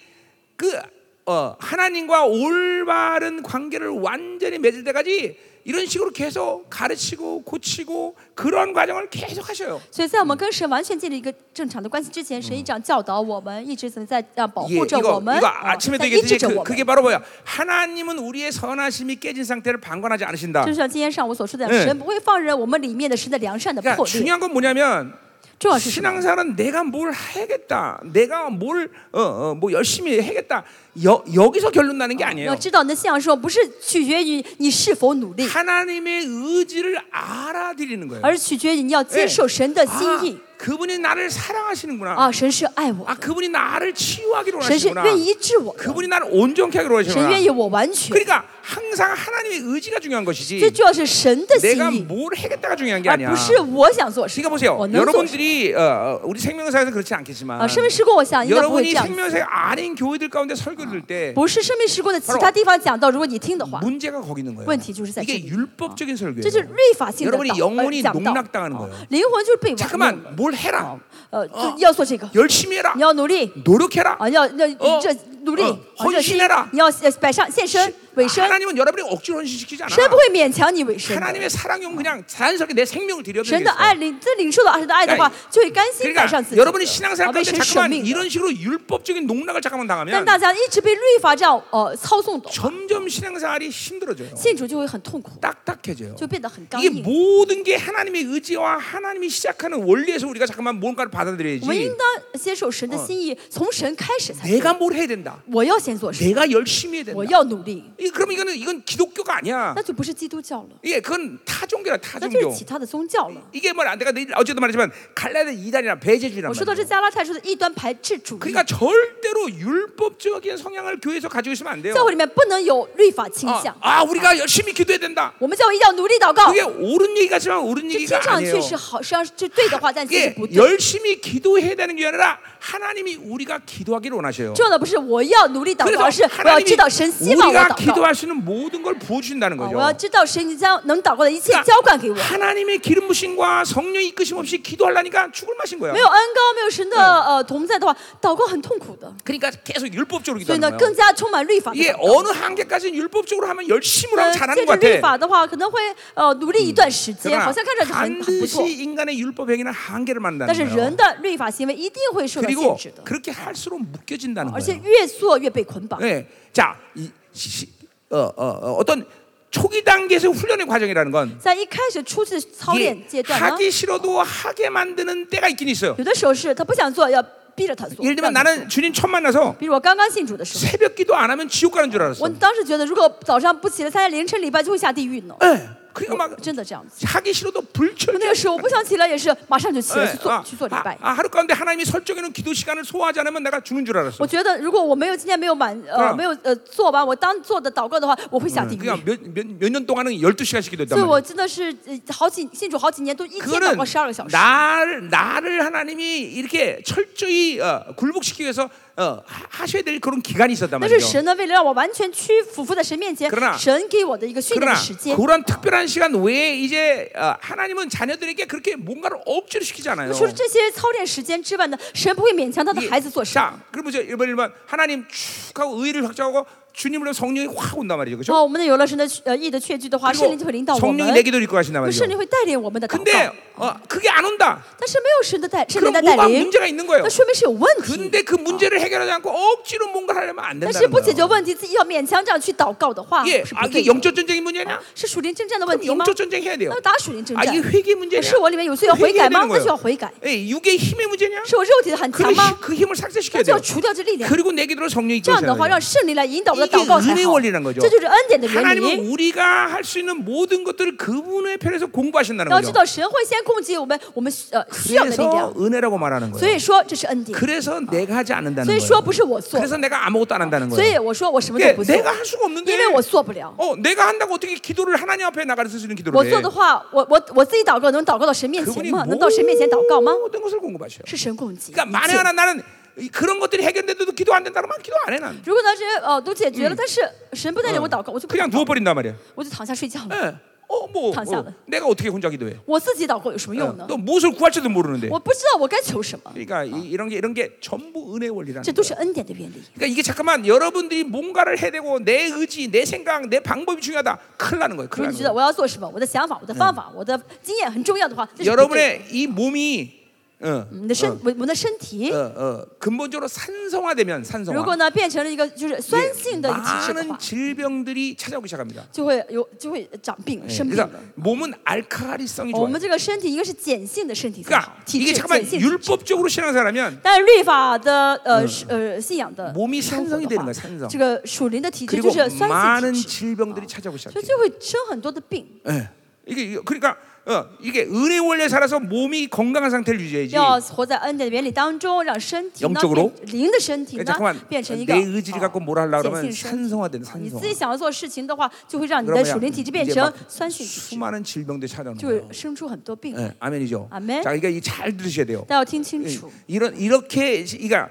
A: 그 어, 하나님과 올바른 관계를 완전히 맺을 때까지 이런 식으로 계속 가르치고 고치고 그런 과정을 계속 하셔요.
B: 所以在我们跟神完全建立一个正常的关系之前，神一直这样教导我们，一直怎么在啊保
A: 예,
B: 护着
A: 이거
B: 我们，
A: 이거
B: 啊
A: 아침에도
B: 在医治
A: 얘기했듯이
B: 着
A: 그,
B: 我
A: 그게
B: 们。
A: 바로 뭐야? 하나님은 우리의 선하심이 깨진 상태를 방관하지 않으신다.
B: 就像今天上午所说的，
A: 嗯
B: 神不会放任我们里面的神的良善的
A: 그러니까
B: 破裂。
A: 중요한 건 뭐냐면
B: 重要是什么？
A: 신앙사는 내가 뭘 해야겠다, 내가 뭘 어, 어, 뭐 열심히 해야겠다 여, 여기서 결론 나는 게
B: 要
A: 아니에요.
B: 知道你的信仰生活不是取决于你是否努力，
A: 하나님의 의지를 알아들이는 거예요.
B: 而是取决于你要接受神的心意
A: 아, 그분이 나를 사랑하시는구나.
B: 啊！神是爱我
A: 아
B: 的，
A: 그분이 나를 치유하기로
B: 神是
A: 하시구나.
B: 愿意医治我的，
A: 그분이 나를 온전케 하기로
B: 神
A: 하시구나.
B: 愿意我完全。
A: 그러니까 항상 하나님의 의지가 중요한
B: 最
A: 것이지
B: 重要是神的心
A: 내가
B: 意，
A: 뭘 해겠다가 중요한 게
B: 而
A: 아니야.
B: 不是我想做什
A: 그러니까
B: 么，
A: 보세요.
B: 我能做什么。
A: 여러분들이 어, 어, 우리 생명사에서 그렇지
B: 啊，
A: 않겠지만
B: 生命施工，我想应该不会这
A: 여러분이
B: 样子。
A: 생명사 아닌 교회들 가운데 설교를 들 때
B: 不是生命施工的其他地方讲到，如果你听的话，
A: 문제가 아, 거기 있는 거예요.
B: 문제就是在
A: 이게
B: 这里。
A: 율법적인 설교예요.
B: 这就是律法性的
A: 여러분이
B: 导
A: 영혼이
B: 呃讲道
A: 농락당하는거예요
B: 啊灵魂就是被玩弄了
A: 잠깐만 뭘 해라.
B: 呃，就要做这个，
A: 열심히 해라.
B: 你要努力
A: 노력해라.
B: 啊，要要
A: 哦
B: 这努力
A: 哦，
B: 啊热
A: 헌신해라
B: 心，你要呃摆上献身，委身，
A: 하나님은 여러분이 억지로 헌신시키지 않아.
B: 神不会勉强你委身的。
A: 하나님의 사랑용 그냥 자연스럽게 내 생명을 드려도
B: 神的
A: 되겠어.
B: 爱领自领受到神的爱的话
A: 야 ，
B: 就会甘心摆
A: 그러니까
B: 上自己的，
A: 여러분이 신앙생활
B: 啊，为
A: 가운데
B: 神舍
A: 잠깐만
B: 命的。
A: 이런 식으로 율법적인 농락을 잠깐만
B: 但
A: 당하면
B: 大家一直被律法这样呃操纵的话，
A: 점점 신앙생활이 힘들어져요.
B: 信主就会很痛苦，
A: 딱딱해져요.
B: 就变得很刚
A: 이게
B: 硬。
A: 모든 게 하나님의 의지와 하나님이 시작하는 원리에서 우리가 잠깐만 뭔가를
B: 我们
A: 받아들여야지.
B: 应当接受神的心意，从神开始才。
A: 내가 뭘 해야 된다.
B: 我要先做事，
A: 내가 열심히 해야
B: 我
A: 된다.
B: 要努力，
A: 이 그럼 이거는 이건 기독교가 아니야.
B: 那就不是基督教了，
A: 이게 그건 타종교야
B: 那就是
A: 타종교.
B: 其他的宗教了。
A: 이게 뭐야? 내가 내일 어제도 말했지만 갈라디아 이단이나 배제주의란
B: 我说到
A: 말이야.
B: 这加拉太书的异端排斥主义
A: 그러니까 ， 절대로 율법적인 성향을 교회에서 가지고 있으면 안 돼요.
B: 教会里面不能有律法倾
A: 아,
B: 向。
A: 아, 우리가 열심히 기도해야 된다.
B: 我们教会一定要努力祷告。
A: 그게 옳은 얘기 같지만 옳은
B: 这听
A: 얘기가
B: 上
A: 아니에요.
B: 去是好，实际上是对的话，但其实
A: 이게
B: 不对。
A: 열심히 기도해야 되는 게 아니라 하나님이 우리가 기도하기를 원하셔요.
B: 重要的不是我要努力祷告，
A: 그래서
B: 而是我要
A: 하나님이
B: 知道神希望我
A: 우리가
B: 祷告。
A: 기도할 수 있는 모든 걸 부어주신다는
B: 啊
A: 거죠.
B: 我要知道神将能祷告的一切
A: 그러니까
B: 浇灌给我。
A: 하나님의 기름 부심과 성령 이끄심 없이 기도하려니까 죽을 맛인 거야.
B: 没有恩高，没有神的呃同在的话，祷告很痛苦的。
A: 그러니까 계속 율법적으로
B: 所以
A: 기도하는
B: 呢，
A: 거야.
B: 更加充满律法的
A: 이게
B: 祷告。
A: 어느 한계까지는 율법적으로 하면 열심으로
B: 呃
A: 하면
B: 借
A: 잘하는
B: 着
A: 것
B: 律
A: 같아.
B: 法的话，可能会呃努力一段时间，
A: 그러나
B: 好像看上去很很不错。
A: 반드시 인간의 율법 행위는 한계를
B: 但是
A: 만나는 거예요.
B: 人的律法行为一定会受到限
A: 그리고
B: 制的，
A: 그렇게 할수록 묶여진다는
B: 而且
A: 거예요.
B: 越做越被捆绑。
A: 예. 자, 이, 시, 시, 어, 어, 어, 어떤 초기 단계에서 훈련의 과정이라는 건
B: 在一开始初次操
A: 이게
B: 练阶段呢，
A: 하기 싫어도 하게 만드는 때가 있긴 있어요.
B: 有的时候是他不想做，要逼着他做。
A: 예를
B: 让
A: 들면
B: 他
A: 나는 주님 처음 만나서
B: 比如我刚刚信主的时候，
A: 새벽 기도 안 하면 지옥 가는 줄
B: 我
A: 알았어.
B: 当时觉得如果早上不起来参加凌晨礼拜，就会下地狱呢。
A: 예. 그러니까
B: 我
A: 막
B: 真的这样子。
A: 하기 싫어도
B: 就那个时候
A: 불철.
B: 我不想起来，也是马上就起来去
A: 예,
B: 做去做礼拜。
A: 아, 하루 가운데 하나님이 설정해놓은 기도 시간을 소화하지 않으면 내가 죽는 줄 알았어.
B: 我觉得如果我没有今天没有满
A: 对啊
B: 呃没有呃做完我当做的祷告的话，我
A: 음.
B: 会下地狱。
A: 그냥 몇몇년 동안은 12시간씩
B: 所
A: 기도했단
B: 以
A: 말이야.
B: 我真的是呃好几信主好几年，都一天祷
A: 그거는
B: 告十二个小时。
A: 나를 나를 하나님이 이렇게 철저히 어, 굴복시키기 위해서 어, 하- 하셔야 될 그런 기간이 있었단
B: 但是
A: 말이죠.
B: 神呢，为了让我完全屈服伏在神面前
A: 그러나 ，
B: 神给我的一个训练
A: 그러나
B: 的时间。
A: 그런 특별한 시간 외에 이제 어, 하나님은 자녀들에게 그렇게 뭔가를 억지로 시키잖아요.
B: 除了这些操练时间之外呢，神不会勉强他的
A: 이게-
B: 孩子做事。
A: 자, 그럼 이제 1번 1번 하나님 축 하고 의를 확정하고 주님으로 성령이 확 온단 말이죠. 그렇죠?
B: 哦，我们有了神的呃意的确据的话，圣灵就会领导
A: 그리고 그
B: 我
A: 성령이 내
B: 们，
A: 기도를 이끌고 가신단
B: 圣
A: 말이죠.
B: 灵会带领我们的祷
A: 근데
B: 告。
A: 어, 그게 안 온다.
B: 但是没有神的带圣
A: 그럼
B: 灵的带
A: 뭐가
B: 领，
A: 문제가 있는 거예요.
B: 那说明是有问题。
A: 근데 그 문제를 해결하지 않고 억지로 뭔가를 하려면 안
B: 但是
A: 된다는
B: 不解决
A: 거예요.
B: 问题，自己要勉强这样去祷告的话，
A: 이게
B: 是
A: 아,
B: 不对
A: 이게
B: 的。
A: 영적 전쟁이 문제냐?
B: 是属灵征战的问
A: 그럼
B: 题吗？
A: 영적 전쟁 해야 돼요.
B: 那要打属灵征
A: 아,
B: 战
A: 이게 。 회개 문제냐?
B: 是我里面有罪要悔
A: 회개해야
B: 改吗？
A: 되는
B: 那就要
A: 거예요.
B: 悔改。
A: 예, 육의 힘의 문제냐?
B: 是我肉体的很强
A: 그럼
B: 吗
A: 힘- ？그 힘을 삭제시켜야
B: 那就
A: 돼요.
B: 要除掉这力量。
A: 그리고 내 기도로 성령이
B: 这样的话，
A: 이끌어야
B: 让圣灵来引导我们的
A: 이게
B: 祷告才
A: 은혜원리라는
B: 好
A: 거죠 。
B: 这就是恩典的原
A: 하나님은
B: 理。
A: 우리가 할 수 있는 모든 것들을 그분의 편에서 공부하신다는
B: 要知
A: 거죠.
B: 道，神会先供给我们我们呃需要的力
A: 그래서
B: 量。
A: 은혜라고 말하는
B: 所
A: 거예요.
B: 以说这是恩典。
A: 그래서 내가 하지 않는다는
B: 所以说
A: 거예요.
B: 不是我做，
A: 그래서 내가 아무것도 안 한다는
B: 所
A: 거예요.
B: 以我说我什么都
A: 이게
B: 不做，
A: 내가 할 수가
B: 因
A: 없는데
B: 为我做不了。
A: 어, 내가 한다고 어떻게 기도를 하나님 앞에 나가서 쓰는
B: 我
A: 기도를 해.
B: 做的话，我我我自己祷告能祷告到神面
A: 그분이
B: 前吗？能到神面前祷告吗？
A: 모든 것을 공급하셔요.
B: 是神供给。
A: 그러니까 만에
B: 一切
A: 하나 나는 이- 그런 것들이 해결돼도 기도 안 된다면 기도 안 해. 난
B: 如果呢这些呃都解决了，但是呃神不带领我祷告，我就不
A: 그냥
B: 祷告
A: 누워버린단 말이야.
B: 我就躺下睡觉了。
A: 예. 어, 뭐, 뭐
B: 감사합니다.
A: 내가 어떻게 뭐? 혼자 기도해?
B: 我自己祷告有什么
A: 예.
B: 用呢？
A: 또 무엇을 구할지도 모르는데.
B: 我不知道我该求什么，
A: 그러니까 이, 이런 게 이런 게 전부 은혜 원리라는.
B: 这
A: 거예요.
B: 都是恩典的原理。
A: 그러니까 이게 잠깐만 여러분들이 뭔가를 해야 되고 내 의지, 내 생각, 내 방법이 중요하다. 큰일 나는 거예요.
B: 如果
A: 큰일
B: 你
A: 나는
B: 觉得
A: 거예요.
B: 我要做什么，我的想法、我的方法、我的经验很重要的话，这是不对的
A: 여러분의 이 몸이 어,
B: 你的身，我我们的身体
A: 어, ， 어, 근본적으로 산성화되면
B: 如果
A: 산성화.
B: 呢变成了一个就是酸
A: 이게
B: 性的一个体质的
A: 많은
B: 话，
A: 질병들이 찾아오기 시작합니다.
B: 就会有就会长病
A: 예,
B: 生病
A: 그래서
B: 的。
A: 몸은 알칼리성이
B: 我
A: 좋아요.
B: 们这个身体应该是碱性的身体才好
A: 그러니까 ，
B: 体
A: 이게
B: 质碱
A: 잠깐만
B: 性体质。
A: 율법적으로 신앙생활하면
B: 但是律法的呃是呃信仰的
A: 몸이
B: 生活
A: 산성이
B: 的
A: 되는
B: 话
A: 거야 ， 산성.
B: 这个属灵的体质
A: 그리고
B: 就是酸
A: 많은
B: 性体质，
A: 질병들이 찾아오기
B: 所以
A: 시작해.
B: 就会生很多的病。
A: 예. 이게 이게- 그러니까 어, 이게 은혜 원리에 살아서 몸이 건강한 상태를 유지해야지. 그러니까
B: 要活在恩典的原理当中，让身体呢
A: 영적으로
B: 变灵的身体
A: 그러니까
B: 呢
A: 잠깐만
B: 变成一个
A: 내 어, 의지를
B: 呃
A: 갖고 뭘 하려
B: 碱
A: 그러면
B: 性身体。
A: 산성화되는
B: 啊你自己
A: 산성화.
B: 想要做事情的话，就会让你的
A: 그러면
B: 属灵体质变
A: 이제
B: 成
A: 막
B: 酸性体质，
A: 수많은 질병들이 찾아오는
B: 就会
A: 거예요.
B: 生出很多病来。
A: 예, 아멘이죠.
B: 아멘.
A: 자, 그러니까 이 잘 들으셔야 돼요.
B: 大家要听清
A: 이-
B: 楚，
A: 예, 이런 이렇게 이가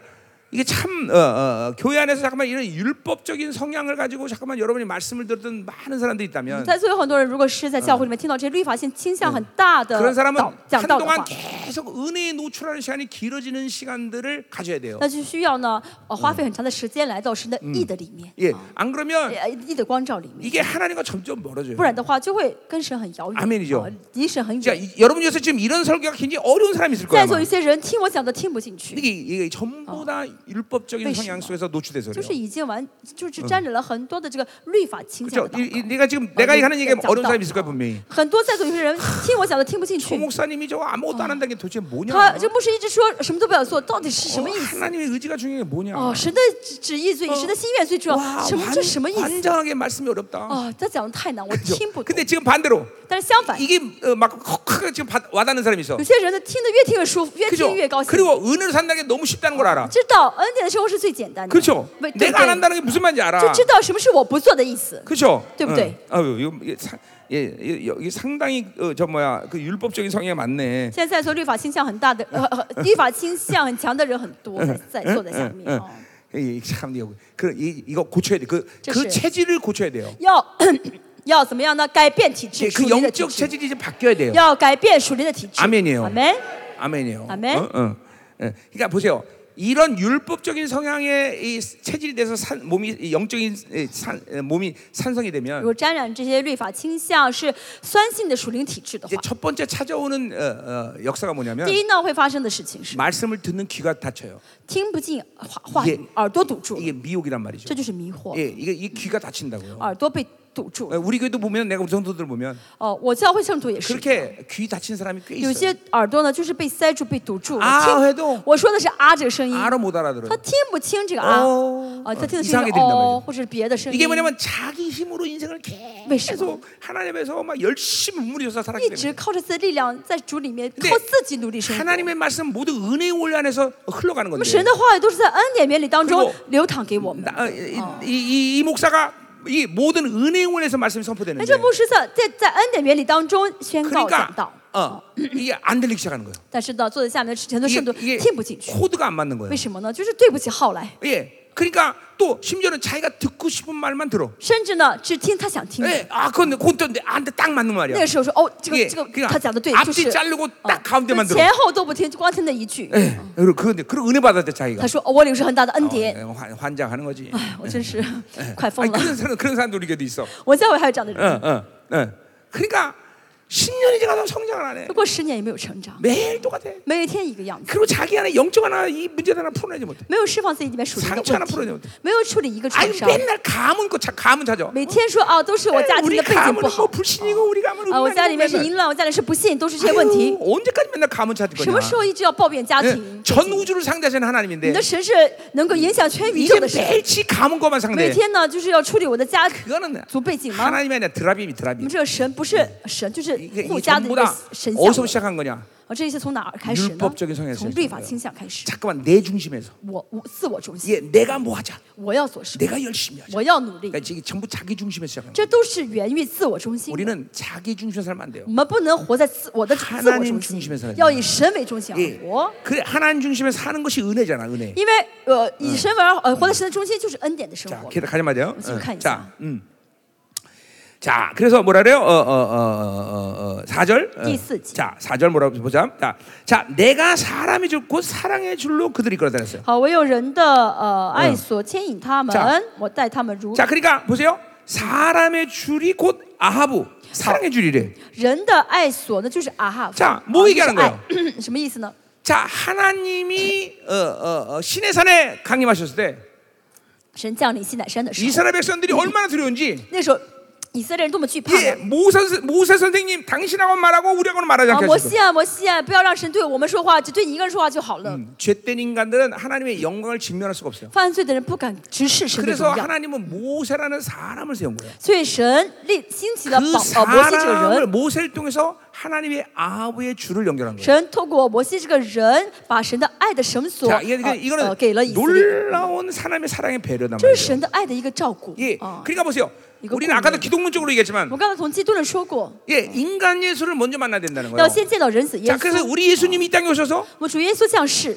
A: 이게 참 어, 어, 어, 교회 안에서 잠깐만 이런 율법적인 성향을 가지고 잠깐만 여러분이 말씀을 들었던 많은 사람들이 있다면
B: 嗯在座有很多人，如果是在教会里面听到这些律法性倾向很大的
A: 그런 사람은
B: 导讲道的
A: 한동안
B: 话，
A: 계속 은혜에 노출하는 시간이 길어지는 시간들을 가져야 돼요.
B: 那就需要呢，呃，花费很长的时间来到神的义的里面，
A: 예, 안 그러면
B: 呃义的光照里面，
A: 이게 하나님과 점점 멀어져요.
B: 不然的话就会跟神很遥远，
A: 아멘이죠
B: 呃离神很
A: 자,
B: 远。
A: 그러니까 이- 여러분 중에서 지금 이런 설교가 굉장히 어려운 사람이 있을 아. 거예요.
B: 在
A: 아마.
B: 座有些人听我讲的听不进去，
A: 이게, 이게 전부 다 율법적인
B: 왜
A: 성향
B: 싫어?
A: 속에서 노출돼서
B: 就是
A: 그래요.
B: 已经完，就是沾染了很多的这个律法倾向
A: 그렇죠?
B: 的嗯道
A: 이, 이, 내가 지금 아, 네. 내가 하는 얘기
B: 어,
A: 어려운
B: 어,
A: 사람이 있을
B: 어.
A: 거야 분명히.
B: 很多在座有些人听我讲的听 *laughs* 不进
A: 조
B: 去，
A: 목사님이 저거 아무것도 안 한다는 게 도대체 뭐냐?
B: 他这牧师一直说什么都不要做，到底是什
A: 어,
B: 么意思？
A: 하나님의 의지가 중요한 게 뭐냐?
B: 哦，神的旨旨意最，神的心愿最重
A: 와,
B: 要。什么这什么意思？
A: 환장하게 말씀이 어렵다.
B: 哦，他讲的太 *laughs* 难，我
A: 그죠?
B: 听不懂。
A: 근데 지금 반대로
B: 但是相反，
A: 이게 어, 막 확- 확 지금 받- 와닿는 사람이 있어.
B: 有些人呢听得越听越舒服，越
A: 그죠?
B: 听越高兴。
A: 그리고 은혜로 산다는 게 너무 쉽다는 걸 알아.
B: 知道恩典的生活是最简单的。
A: 그렇죠?
B: 不对
A: 내가 안
B: 不对
A: 한다는 게 무슨 말인지 알아.
B: 就知道什么是我不做的意思。
A: 그렇죠?
B: 네.
A: 어, 아유, 이거 이게 사- 예, 예, 여기 상당히 어, 저 뭐야 그 율법적인 성향이 많네.
B: 现在在做律法倾向很 *laughs* 大的，呃，呃律法倾向很强的人很多，在在坐在下面哦，
A: 이- 참 이거 그 이- 이거 고쳐야 돼. 그 그
B: 진짜요.
A: 체질을 고쳐야 돼요.
B: 要 *coughs* 要怎么样呢？改变体
A: 이제
B: 质，属
A: 그
B: 灵的体
A: 영적
B: 质，
A: 체질이 이제 바뀌어야 돼요.
B: 要改变属灵的体质。
A: 아멘이에요
B: 阿门。哦
A: 아멘이요.
B: 아멘.
A: 어, 어. 예. 그러니까 보세요. 이런 율법적인 성향의 이 체질이 돼서 산, 몸이 이 영적인 이 산, 에, 몸이 산성이
B: 如
A: 되면
B: 果沾染这些律法倾向是酸性的属灵体质的
A: 이제
B: 话，
A: 첫 번째 찾아오는 어, 어, 역사가 뭐냐면
B: 第一呢会发生的事情是
A: 말씀을 듣는 귀가 다쳐요.
B: 听不进话话
A: 예
B: 语，耳朵堵住了，
A: 이게 미혹이란 말이죠.
B: 这就是迷惑，
A: 예, 이게 이 귀가 다친다고요.
B: 耳朵被堵住了。
A: 어, 우리 교회도 보면 내가 우리 성도들 보면
B: 哦，我教会圣徒也是，
A: 그렇게 귀 다친 사람이 꽤
B: 有
A: 있어요.
B: 些耳朵呢就是被塞住、被堵住了。
A: 啊
B: 听
A: 会动
B: 我说的是啊这个声音，
A: 알아 못
B: 他
A: 알아들어요.
B: 听不清这个啊
A: 哦，
B: 啊，他听的
A: 이상하
B: 声
A: 게들린단
B: 音
A: 말이죠
B: 哦，或者是别的声音
A: 이게 。 뭐냐면 자기 힘으로 인생을 계속 하나님에서 막 열심히 무리해서 살았기
B: 一
A: 때문에.
B: 直靠着自己的力量在主里面
A: 근데
B: 靠自己努力生活。那
A: 하나님의 말씀 모두 은혜의 원리 안에서 흘러가는
B: 么
A: 건데
B: 神的话语都是在恩典原理当
A: 그리
B: 中
A: 고
B: 流淌给我们。
A: 나- 어, 이, 이, 이- 이 목사가 이 모든 은혜의 원리에서 말씀이
B: 那
A: 선포되는데
B: 这牧师在在在恩典原理当中宣告讲
A: 그러니까
B: 道，
A: 어, 이게 안 들리기 시작하는 거예요
B: 但是呢，坐在下面的很多圣徒
A: 이게,
B: 听不进
A: 이게
B: 去，
A: 코드가 안 맞는 거예요
B: 为什么呢？就是对不起号来，
A: 예, 그러니까 또 심지어는 자기가 듣고 싶은 말만 들어
B: 甚至呢只听他想听的。
A: 예, 아 그건 그건 안딱 맞는
B: 那
A: 말이야
B: 个时候说哦，这
A: 예,
B: 个这个
A: 그러니까
B: 他讲的对，就是
A: 앞뒤 자르고
B: 啊
A: 딱 가운데만 들어
B: 就前后都不听，就光听那一句。
A: 예, 그리고 그런데 그런 은혜 받았대 자기가
B: 他说哦，我领受很大的恩
A: 어, 예,
B: 典，
A: 환- 환장하는 거지
B: 哦哎，我真是哎快
A: 아니,
B: 疯了。
A: 그런 사람 그런 사람도 우리 교도 있어
B: 我教会还有这样的
A: 어,
B: 人，
A: 어, 어. 그러니까 10년이 지나도 성장을 안 해.
B: 过十年也没有成长，
A: 매일 똑같아.
B: 每天一个样子，
A: 그리고 자기 안에 영적 하나 이 문제 하나 풀어내지 못해.
B: 没有释放自己里面属灵的
A: 상처
B: 问
A: 하나풀어내면
B: 题，没有处理一个创
A: 아니
B: 伤，
A: 맨날 감은 거 자- 감은 찾아.
B: 每天说啊都是我家
A: 에이,
B: 庭
A: 우리
B: 的背景
A: 감은
B: 不
A: 뭐
B: 好
A: 불신이고 우리 감은
B: 啊，我家里面哎是
A: 음란이고
B: 淫乱，我家里是不信，都是这些
A: 맨날.
B: 问题
A: 아유, 。 언제까지 맨날 감은 찾을
B: 什么
A: 거냐?
B: 时候一直要抱怨家
A: 예,
B: 庭？
A: 전 우주를 상대하시는
B: 你
A: 하나님인데
B: 的神是能够影响全宇宙
A: 이제
B: 的神，
A: 매일치 감은 것만
B: 每
A: 상대해.
B: 天呢就是要处理我的家
A: 그거는
B: 族背景吗？
A: 하나님이 아니라 드라빔이
B: 我
A: 드라빔.
B: 们这个神不是神，就是
A: 이게,
B: 护
A: 이게
B: 家的一
A: 전부 다
B: 个神像
A: 어디서 。 시작한 거냐?
B: 啊，这些从哪儿开始
A: 율
B: 呢
A: 법적인성향에서？
B: 从
A: 시작한
B: 律法
A: 거예요
B: 倾向开始。
A: 잠깐만 내 중심에서.
B: 我我自我中心，
A: 예, 내가 뭐 하자.
B: 我要做什么，
A: 내가 열심히 하자.
B: 我要努力，
A: 그러니까 이게 전부 자기 중심에서 시작하는 거예요.
B: 这都是源于自我中心。
A: 우리는 자기 중심에서 살면 안 돼요.
B: 我们不能活在自我的哎自我中
A: 하나님중심에서살아야
B: 心
A: 돼 ，
B: 要以神为中心
A: 예.
B: 而活。
A: 그래 하나님 중심에서 사는 것이 은혜잖아, 은혜.
B: 因为呃，以神为而呃，活在神的中心就是恩典的生
A: 자,
B: 活。
A: 계속 가자 말이요.
B: 지금 뭐, 칸
A: 자,
B: 있어요.
A: 음. 자, 그래서 뭐라 그래요? 어, 어, 어, 어, 어, 어, 4절. 어.
B: 디스지.
A: 자, 4절 뭐라고 보자. 자, 자, 내가 사람이 죽고 사랑의 줄로 그들이 끌어다녔어요
B: 好，我有人的呃爱所牵引他们
A: 자 ，
B: 我待他们如
A: 자, 그러니까 보세요. 사람의 줄이 곧 아하부 사랑의 줄이래.
B: 人的爱所呢，就是啊哈。
A: 자
B: 啊
A: 뭐
B: 就
A: 얘기하는
B: 是
A: 거예요
B: 爱 *clears throat* 什么意思呢？
A: 자, 하나님이 어, 어, 어, 신의 산에 강림하셨을 때
B: 神降临西乃山的时候，
A: 이스라엘 백성들이 얼마나 두려운지
B: 那时候以色列人多么惧怕
A: 예,
B: 呢？
A: 모세, 모세 선생님 당신하고 말하고 우리하고는 말하지
B: 啊，
A: 않게
B: 摩
A: 하셨어.
B: 西啊，摩西啊，不要让神对我们说话，只对你一个人说话就好了。
A: 음, 죄된 인간들은 하나님의 영광을 직면할 수가 없어요.
B: 犯罪的人不敢直视神的
A: 그래서
B: 荣耀，
A: 하나님은 모세라는 사람을 세운 거예요.
B: 所以神立兴起了
A: 그
B: 保呃摩西这个
A: 사람을
B: 人，
A: 모세를 통해서 하나님의 아부의 줄을 연결한 거예요.
B: 神透过摩西这个人，把神的爱的绳索
A: 자, 이게, 이게-
B: 呃呃
A: 아, 이거는
B: 给了以色列，
A: 놀라운 하나님의 사랑의 배려다
B: 这
A: 말이에요.
B: 是神的爱的一个照顾
A: 예,
B: 啊。
A: 그러니까 보세요.
B: 이거
A: 우리는
B: 꼭
A: 아까도
B: 읽어요.
A: 기독론적으로 얘기했지만
B: 我刚才从基督论说过，
A: 예, 인간 예수를 먼저 만나야 된다는
B: 要
A: 거예요.
B: 先见到人子耶
A: 자, 그래서
B: 稣。
A: 우리 예수님이 이 땅에 오셔서
B: 我们主耶稣降世，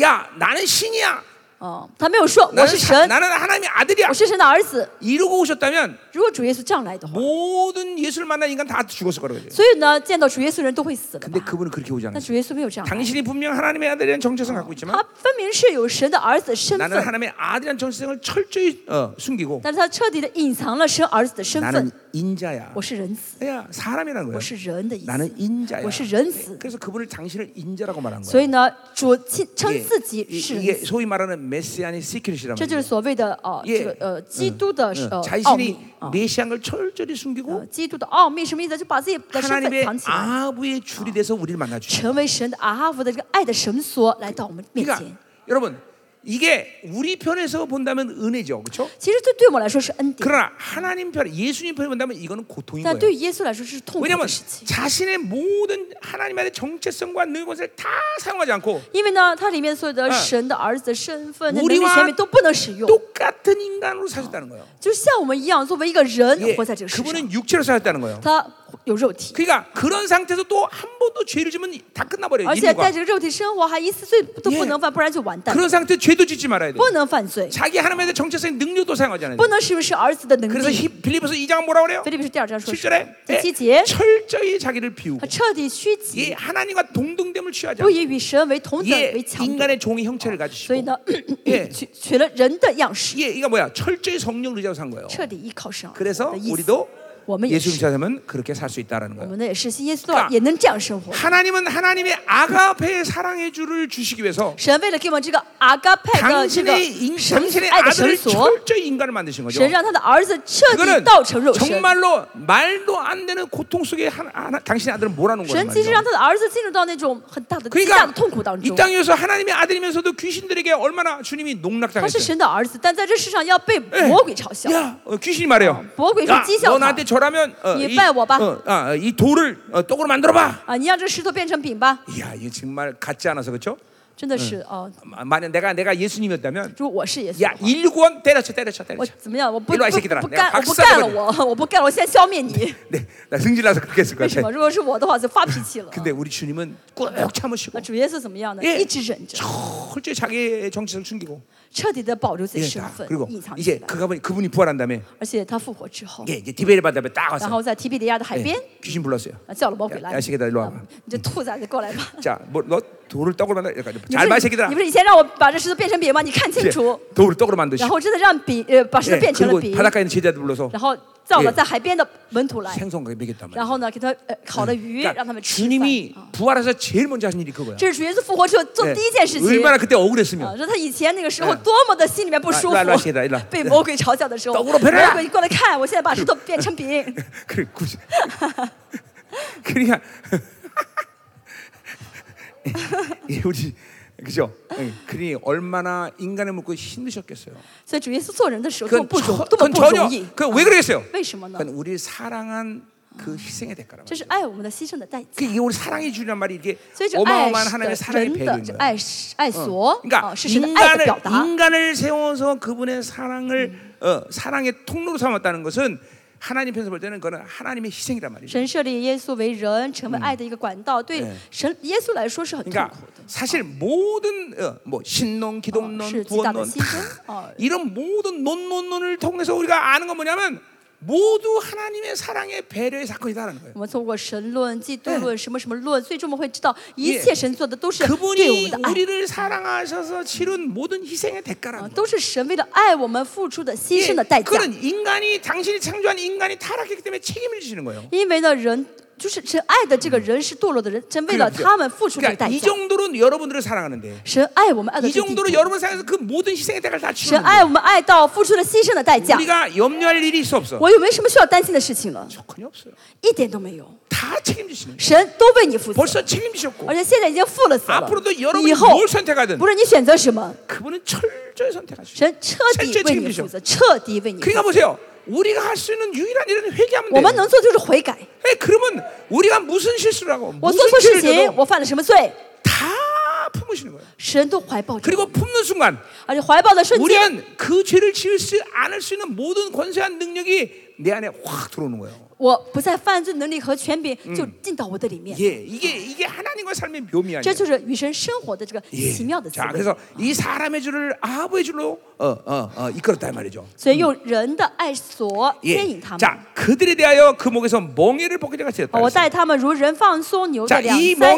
A: 야, 나는 신이야.
B: 哦，他没有说我
A: 나는,
B: 是
A: 사-
B: 神，
A: 나는 하나님의 아들이야.
B: 我是神的儿子。
A: 이러고 오셨다면
B: 如果主耶稣这样来的话，
A: 모든 예수를 만난 인간 다 죽었을 거라고 그래요.
B: 所以呢，见到主耶稣的人都会死的
A: 근데
B: 吧。
A: 그분은 그렇게 오지
B: 但
A: 않아요.
B: 主耶稣没有这样来，
A: 당신이 분명 하나님의 아들이라는 정체성 갖고
B: 他
A: 있지만
B: 分明是有神的儿子身
A: 나는
B: 份，
A: 하나님의 아들이라는 정체성을 철저히 어, 숨기고
B: 但是他彻底的隐藏了神儿子的身
A: 나는
B: 份。
A: 인자야.
B: 我是人子，
A: 야, 사람이라는
B: 我
A: 거예요.
B: 是嗯人的意思。
A: 나는 인자야.
B: 我是人子
A: 그래서 그분을 당신을 인자라고 말한
B: 所
A: 거예요.
B: 以呢，主亲称
A: 이게-
B: 自己
A: 이-
B: 是
A: 이게
B: 人子，
A: 소위 말하는 메시아니 시크릿이라는
B: 这就
A: 거예요.
B: 是所谓的呃
A: 예
B: 这个呃基督的
A: 응,
B: 呃奥秘
A: 자신이
B: 啊。
A: 메시아인 걸 철저히
B: 呃
A: 숨기고
B: 基督的奥秘什么意思？就把自己的身份
A: 하나님의
B: 藏起来，
A: 아부의 줄이 돼서 우리를 만나 주시죠.
B: 成为神的阿夫的这个爱的绳索，来到我们面前
A: 그러니까 。 여러분 이게 우리 편에서 본다면 은혜죠, 그렇죠?
B: 其实这对我们来说是恩典，
A: 그러나 하나님 편, 예수님 편에 본다면 이거는 고통인
B: 但
A: 거예요.
B: 对于耶稣来说是痛苦
A: 왜냐하면
B: 的事情。
A: 자신의 모든 하나님의 정체성과 능력을 다 사용하지 않고
B: 因为呢，它里面所有的
A: 嗯
B: 神的儿子的身份、的
A: 우리
B: 能力、
A: 와
B: 权柄都不能使用，
A: 똑같은 인간으로 사셨다는 거예요.
B: 就像我们一样，作为一个人
A: 예,
B: 活在这个世上，
A: 그분은 육체로 사셨다는 거예요.
B: 他有肉体，
A: 그러니까 그런 상태에서 또 한 번도 죄를 지면 다 끝나버려요.
B: 而且带
A: 인류가.
B: 着肉体生活，还一次罪都不
A: 예
B: 能犯，不然就完蛋，
A: 그런 상태 에 죄도 짓지 말아야 돼.
B: 不能犯罪，
A: 자기 하나님의 정체성의 능력도 사용하지 않아요.
B: 不能使用是儿子的能
A: 그래서
B: 力。
A: 히- 빌리포스 2장은 뭐라 그래요?
B: 菲利比是第二章说什么
A: 7절에 ？ 아,
B: 第七节，
A: 철저히 자기를 비우고
B: 他彻底虚
A: 이
B: 己，
A: 하나님과 동등됨을 취하지
B: 不
A: 않고
B: 以与神为同等
A: 예
B: 为强夺，
A: 인간의 종의 형체를
B: 所
A: 가지시고
B: 以
A: *coughs*
B: 呢，
A: 예
B: 取取了人的样式，
A: 이게 이거 뭐야? 철저히 성령 의지로 산 거예요.
B: 彻底依靠神而活
A: 그래서
B: 的意思。
A: 우리도
B: 我们也
A: 예수님
B: 是，
A: 찾으면 그렇게 살 수 있다라는
B: 我
A: 거예요.
B: 们呢也是信耶稣
A: 그러니까
B: 也能这样生活。
A: 하나님은 하나님의 아가페의 사랑의 줄을 주시기 위해서
B: 神为了给我们这个阿嘎派的这个
A: 당신의 인,
B: 神
A: 당신의
B: 爱的绳
A: 아들을
B: 索，
A: 철저히 인간을 만드신 거죠.
B: 神让他的儿子彻底
A: 그거는
B: 道成肉身。
A: 정말로 말도 안 되는 고통 속에 하나, 하나, 당신의 아들을 몰아놓은 거란
B: 神其实让
A: 말이죠.
B: 他的儿子进入到那种很大的、极大的
A: 그러니까
B: 痛苦当
A: 이
B: 中。
A: 땅에서 하나님의 아들이면서도 귀신들에게 얼마나 주님이
B: 他是
A: 농락당했어요.
B: 神的儿子，但在这世上要被魔鬼嘲笑。
A: 야, 어, 귀신이 말해요.
B: 뭐고 이거
A: 야, 너
B: 찢어 봐.
A: 나한테 절하면 어,
B: 예,
A: 이,
B: 빨리 와봐.
A: 어, 아, 이 돌을 어, 떡으로 만들어 봐.
B: 啊，你让这石头变成饼吧，
A: 이야, 이게 정말 같지 않아서 그렇죠?
B: 真的是
A: 嗯
B: 哦。
A: 만약 내가 내가 예수님이었다면
B: 如果我是耶稣，
A: 야, 인류구원 때려쳐 때려쳐
B: 我
A: 때려쳐.
B: 怎么样？我不
A: 이리
B: 不
A: 와이새끼들아
B: 不
A: 내가
B: 干，我不
A: 박살
B: 干了，
A: 내
B: 我我不干了，我现在消灭你。
A: 네, 나 승질나서 그렇게 했을 것
B: 为什
A: 같아.
B: 么？如果是我的话，我就发脾气了。
A: 근데 우리 주님은 꾹 참으시고
B: 那主耶稣怎么样呢？
A: 예
B: 一直忍着，
A: 철저히 자기의 정체성 숨기고
B: 彻底的保留自己
A: 예,
B: 身
A: 다
B: 份
A: 그리고 ，
B: 隐藏起
A: 이제
B: 来。
A: 그가 그분이 부활한 다음에
B: 而且他复活之后，
A: 예, 이제 디베리 바다에 딱
B: 然
A: 왔어.
B: 后在提比利亚的海
A: 예,
B: 边
A: 귀신 불렀어요.
B: 啊叫了魔鬼来，
A: 야야새끼들이리와봐
B: 啊你这兔崽子过来 *laughs* 吧！
A: 자, 뭐너 돌을 떡으로 만들 약간
B: 你不
A: 잘 봐, 이
B: 是
A: 새끼들아.
B: 你不是以前让我把这石头变成饼吗？你看
A: 이제
B: 清楚，
A: 돌을 떡으로 만드시.
B: 然后真的让饼呃把石头
A: 예,
B: 变成了
A: 그리고
B: 饼，
A: 바닷가에 있는 제자들 불러서
B: 然后造了
A: 예
B: 在海边的门徒来，
A: 생선가게 먹였단
B: 然
A: 말이야.
B: 后呢给他呃烤了鱼让他
A: 그러니까
B: 们吃饭。
A: 주님이
B: 啊
A: 부활해서 제일 먼저 하신 일이 그거야.
B: 这是主耶稣复活之后做
A: 예,
B: 第一件事情。
A: 얼마나 그때
B: 啊！
A: 억울했으면
B: 说他以前那个时候
A: 예
B: 多么的心里面不舒服
A: 来来来写的来嗯来，
B: *laughs* 被魔鬼嘲笑的时候，
A: 떡으
B: 魔
A: 로변해라
B: 鬼你过来看，我现在把石头变成饼，
A: 嗯 그래 굳이 그러니까 예, 우리 그죠? 예, 그러니 얼마나 인간을 먹고 힘드셨겠어요.
B: 所以主耶稣做人的时候多么
A: 그건,
B: 不容
A: 저,
B: 多么
A: 그건
B: 不容
A: 전혀
B: 易，
A: 그 왜 그러겠어요?
B: 为什么呢？
A: 그건 우리 사랑한 그 희생의 대가라
B: 这
A: 말이에요.
B: 是爱我们的牺牲的代价。
A: 그게 우리 사랑의 줄이란 말이 이게
B: 所以这爱
A: 어마어마한
B: 是
A: 하나님의
B: 的
A: 사랑의
B: 人的
A: 배경인
B: 这
A: 거예요.
B: 爱是
A: 嗯
B: 爱所啊，
A: 그러니까
B: 是神的爱
A: 인간을
B: 的表达。
A: 인간을 세워서 그분의 사랑을 어, 사랑의 통로로 삼았다는 것은 하나님 편에서 볼 때는 그거는 하나님의 희생이란 말이죠.
B: 神设立耶稣为人，成为
A: 嗯
B: 爱的一个管道，对神耶稣来说是很痛
A: 그러니까
B: 苦的。
A: 사실 모든 어, 뭐 신론,
B: 어,
A: 기독론,
B: 시-
A: 구원론
B: 지각, 시즌?
A: 다
B: 어.
A: 이런 모든 논론론을 통해서 우리가 아는 건 뭐냐면 모두 하나님의 사랑의 배려의 사건이다라는 거예요.
B: 我们通过神论、
A: 嗯
B: 基督论、什么什么论，最终我们会知道，一切神做的都是对我
A: 그분이
B: 们的爱，
A: 우리를 사랑하셔서 치른 모든 희생의 대가라는
B: 啊
A: 거예요.
B: 都是神为了爱我们付出的牺牲的代价。
A: 그는 인간이 당신이 창조한 인간이 타락했기 때문에 책임을 지시는 거예요.
B: 因为呢，人就是神爱的这个人是堕落的人，神为了他们付出这个
A: 그러니까
B: 代
A: 이
B: 价。
A: 정도로 여러분들을 사랑하는데
B: 神爱我们爱的
A: 이 정도로 여러분 사랑해서 그 모든 희생의 대가를 다
B: 神
A: 치르는
B: 爱我们爱到付出了牺牲的代价。
A: 우리가 염려할 일이 있어 없어?
B: 我有没有什么需要担心的事情了？
A: 전혀 없어요.
B: 一点都没有，
A: 다 책임지시는 거예요.
B: 神都为你负责，
A: 벌써 책임지셨고
B: 而且现在已经负了责了
A: 앞으로도 。여러분이
B: 以后
A: 뭘 선택하든
B: 不是你选择什么，
A: 그분은 철저히 선택하시죠.
B: 神彻底为你负责，彻底为你负责。
A: 그러니까 보세요. 우리가 할 수 있는 유일한 일은 회개하면
B: 我们
A: 돼요.
B: 能做就是悔改。
A: 예, 그러면 우리가 무슨 실수를 하고
B: 我
A: 무슨
B: 做错事
A: 죄를
B: 情，
A: 져도
B: 我犯了什么罪，
A: 다 품으시는 거예요.
B: 神都怀抱着我，
A: 그리고 품는 순간
B: 而且怀抱的瞬间，
A: 우리는 그 죄를 지을 수 않을 수 있는 모든 권세한 능력이 내 안에 확 들어오는 거예요.
B: 我不再犯罪的能力和权柄就进到我的里面。
A: 예, 이게 이게 하나님과 삶의 묘미 아니에요.
B: 这就是与神生活的这个
A: 예.
B: 奇妙的滋
A: 자,
B: 味。
A: 그래서 이 사람의 줄을 아부의 줄로 어, 어, 어, 이끌었다 이 말이죠.
B: 所以用人的爱所牵
A: 예.
B: 引他们。
A: 자, 그들에 대하여 그 목에서 멍에를 벗기자 같이 됐다.
B: 好我待他们如人放松牛
A: 자,
B: 的两
A: 이
B: 腮甲板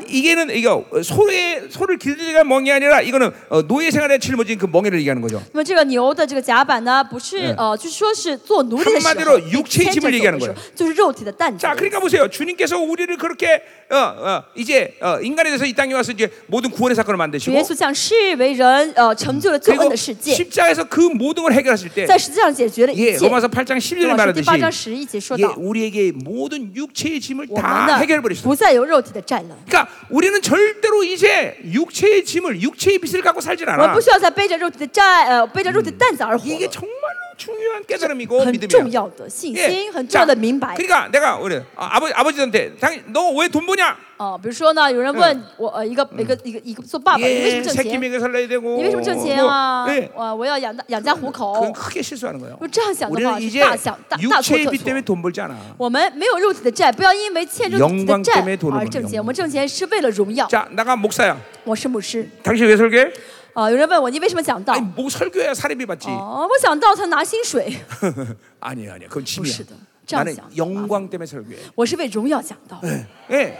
A: 멍에는 。 이게는 이거 어, 소의 소를 기르는 멍이 아니라 이거는 어, 노예 생활에 짊어진 그 멍에를 얘기하는 거죠.
B: 那么这个牛的这个甲板呢，不是呃，就是说是做奴隶的时
A: 한마디
B: 候
A: 로육체의
B: 被牵着
A: 짐을얘기하는
B: 走的时候
A: 거예요 ，
B: 就是肉体的担子
A: 자, 。 그러니까 보세요. 주님께서 우리를 그렇게 어, 어, 이제 어, 인간에 대해서 이 땅에 와서 이제 모든 구원의 사건을
B: 主
A: 만드시고
B: 耶稣降世为人，呃，成就了救恩
A: 그리고
B: 的世界，
A: 십자가에서 그 모든 걸 해결하실 때
B: 在实际上解决了一
A: 예,
B: 切。
A: 로마서 8장 11절에
B: 嗯罗马书第
A: 말하듯이
B: 八章十一节说
A: 예,
B: 到，
A: 우리에게 모든 육체의 짐을
B: 我
A: 다
B: 们
A: 해결해
B: 呢
A: 버리셨어요.
B: 不再有肉体的占了，
A: 그러니까 우리는 절대로 이제 육체의 짐을 육체의 빚을 갖고 살질
B: 我们
A: 않아.
B: 不需要再背着肉体的债，呃，背着肉体的担子而活
A: 이게
B: 了。
A: 정말로 중요한 깨달음이고
B: 很重
A: 믿음이야.
B: 要的信
A: 예.
B: 心，很重
A: 자,
B: 要的明白。
A: 그러니까 내가 우리 아, 아버지 아버지한테 당신 너왜 돈 버냐?
B: 哦，比如说呢，有人问我，呃，一个一个一个一个做爸爸，你为什
A: 예,
B: 么挣
A: 새끼
B: 钱？
A: 먹여 살려야 되고.
B: 你为什么挣钱
A: 뭐,
B: 啊
A: 예. ？
B: 我我要养大养家糊口
A: 그건 。 크게 실수하는 거예요.
B: 如果这样想的话，
A: 우리는
B: 是
A: 이제
B: 大想大大错
A: 육체의
B: 特
A: 빚
B: 错
A: 때문에 。돈 벌지 않아.
B: 我们没有肉体的债，不要因为欠肉体的
A: 영광
B: 债
A: 때문에돈을버는
B: 而
A: 거예요
B: 挣钱。我们挣钱是为了荣耀。
A: 자, 나가 목사야.
B: 我是牧师
A: 당신 왜 설교해?
B: 啊、有人问哎我你为什么讲道
A: 아니, 뭐 설교해야 사례비 받지.
B: 哦，我讲道才拿薪水，
A: *laughs* 아니야, 아니야. 그건 짐이야.
B: 부시다.
A: 나는
B: 짱짱.
A: 영광 때문에 설교해.
B: 我是为荣耀讲道。
A: 예.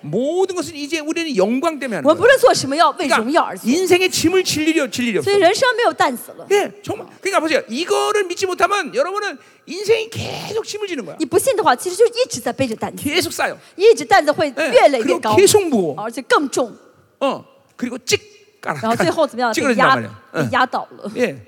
A: 모든 것은 이제 우리는 영광 때문에
B: 我
A: 하는
B: 们不
A: 거야.
B: 论做什么，要为荣耀而
A: 그러니까
B: 做，
A: 인생의 짐을 질 일이, 없- 질 일이 없어.
B: 所以人生没有担子了。
A: 예, 정말. 그러니까 보세요. 이거를 믿지 못하면 여러분은 인생이 계속 짐을 지는 거야.
B: 你不信的话，其实就是一直在背着担子，
A: 계속 쌓여.
B: 一直担子会
A: 예.
B: 越累越
A: 그리고
B: 高，
A: 계속 무거워.
B: 而且更重，
A: 어. 그리고 찍 아. 깔아.
B: 然后最后怎么样？嗯被
A: 찌그러진단
B: 压
A: 말이야. 어.
B: 被压倒了。
A: 예.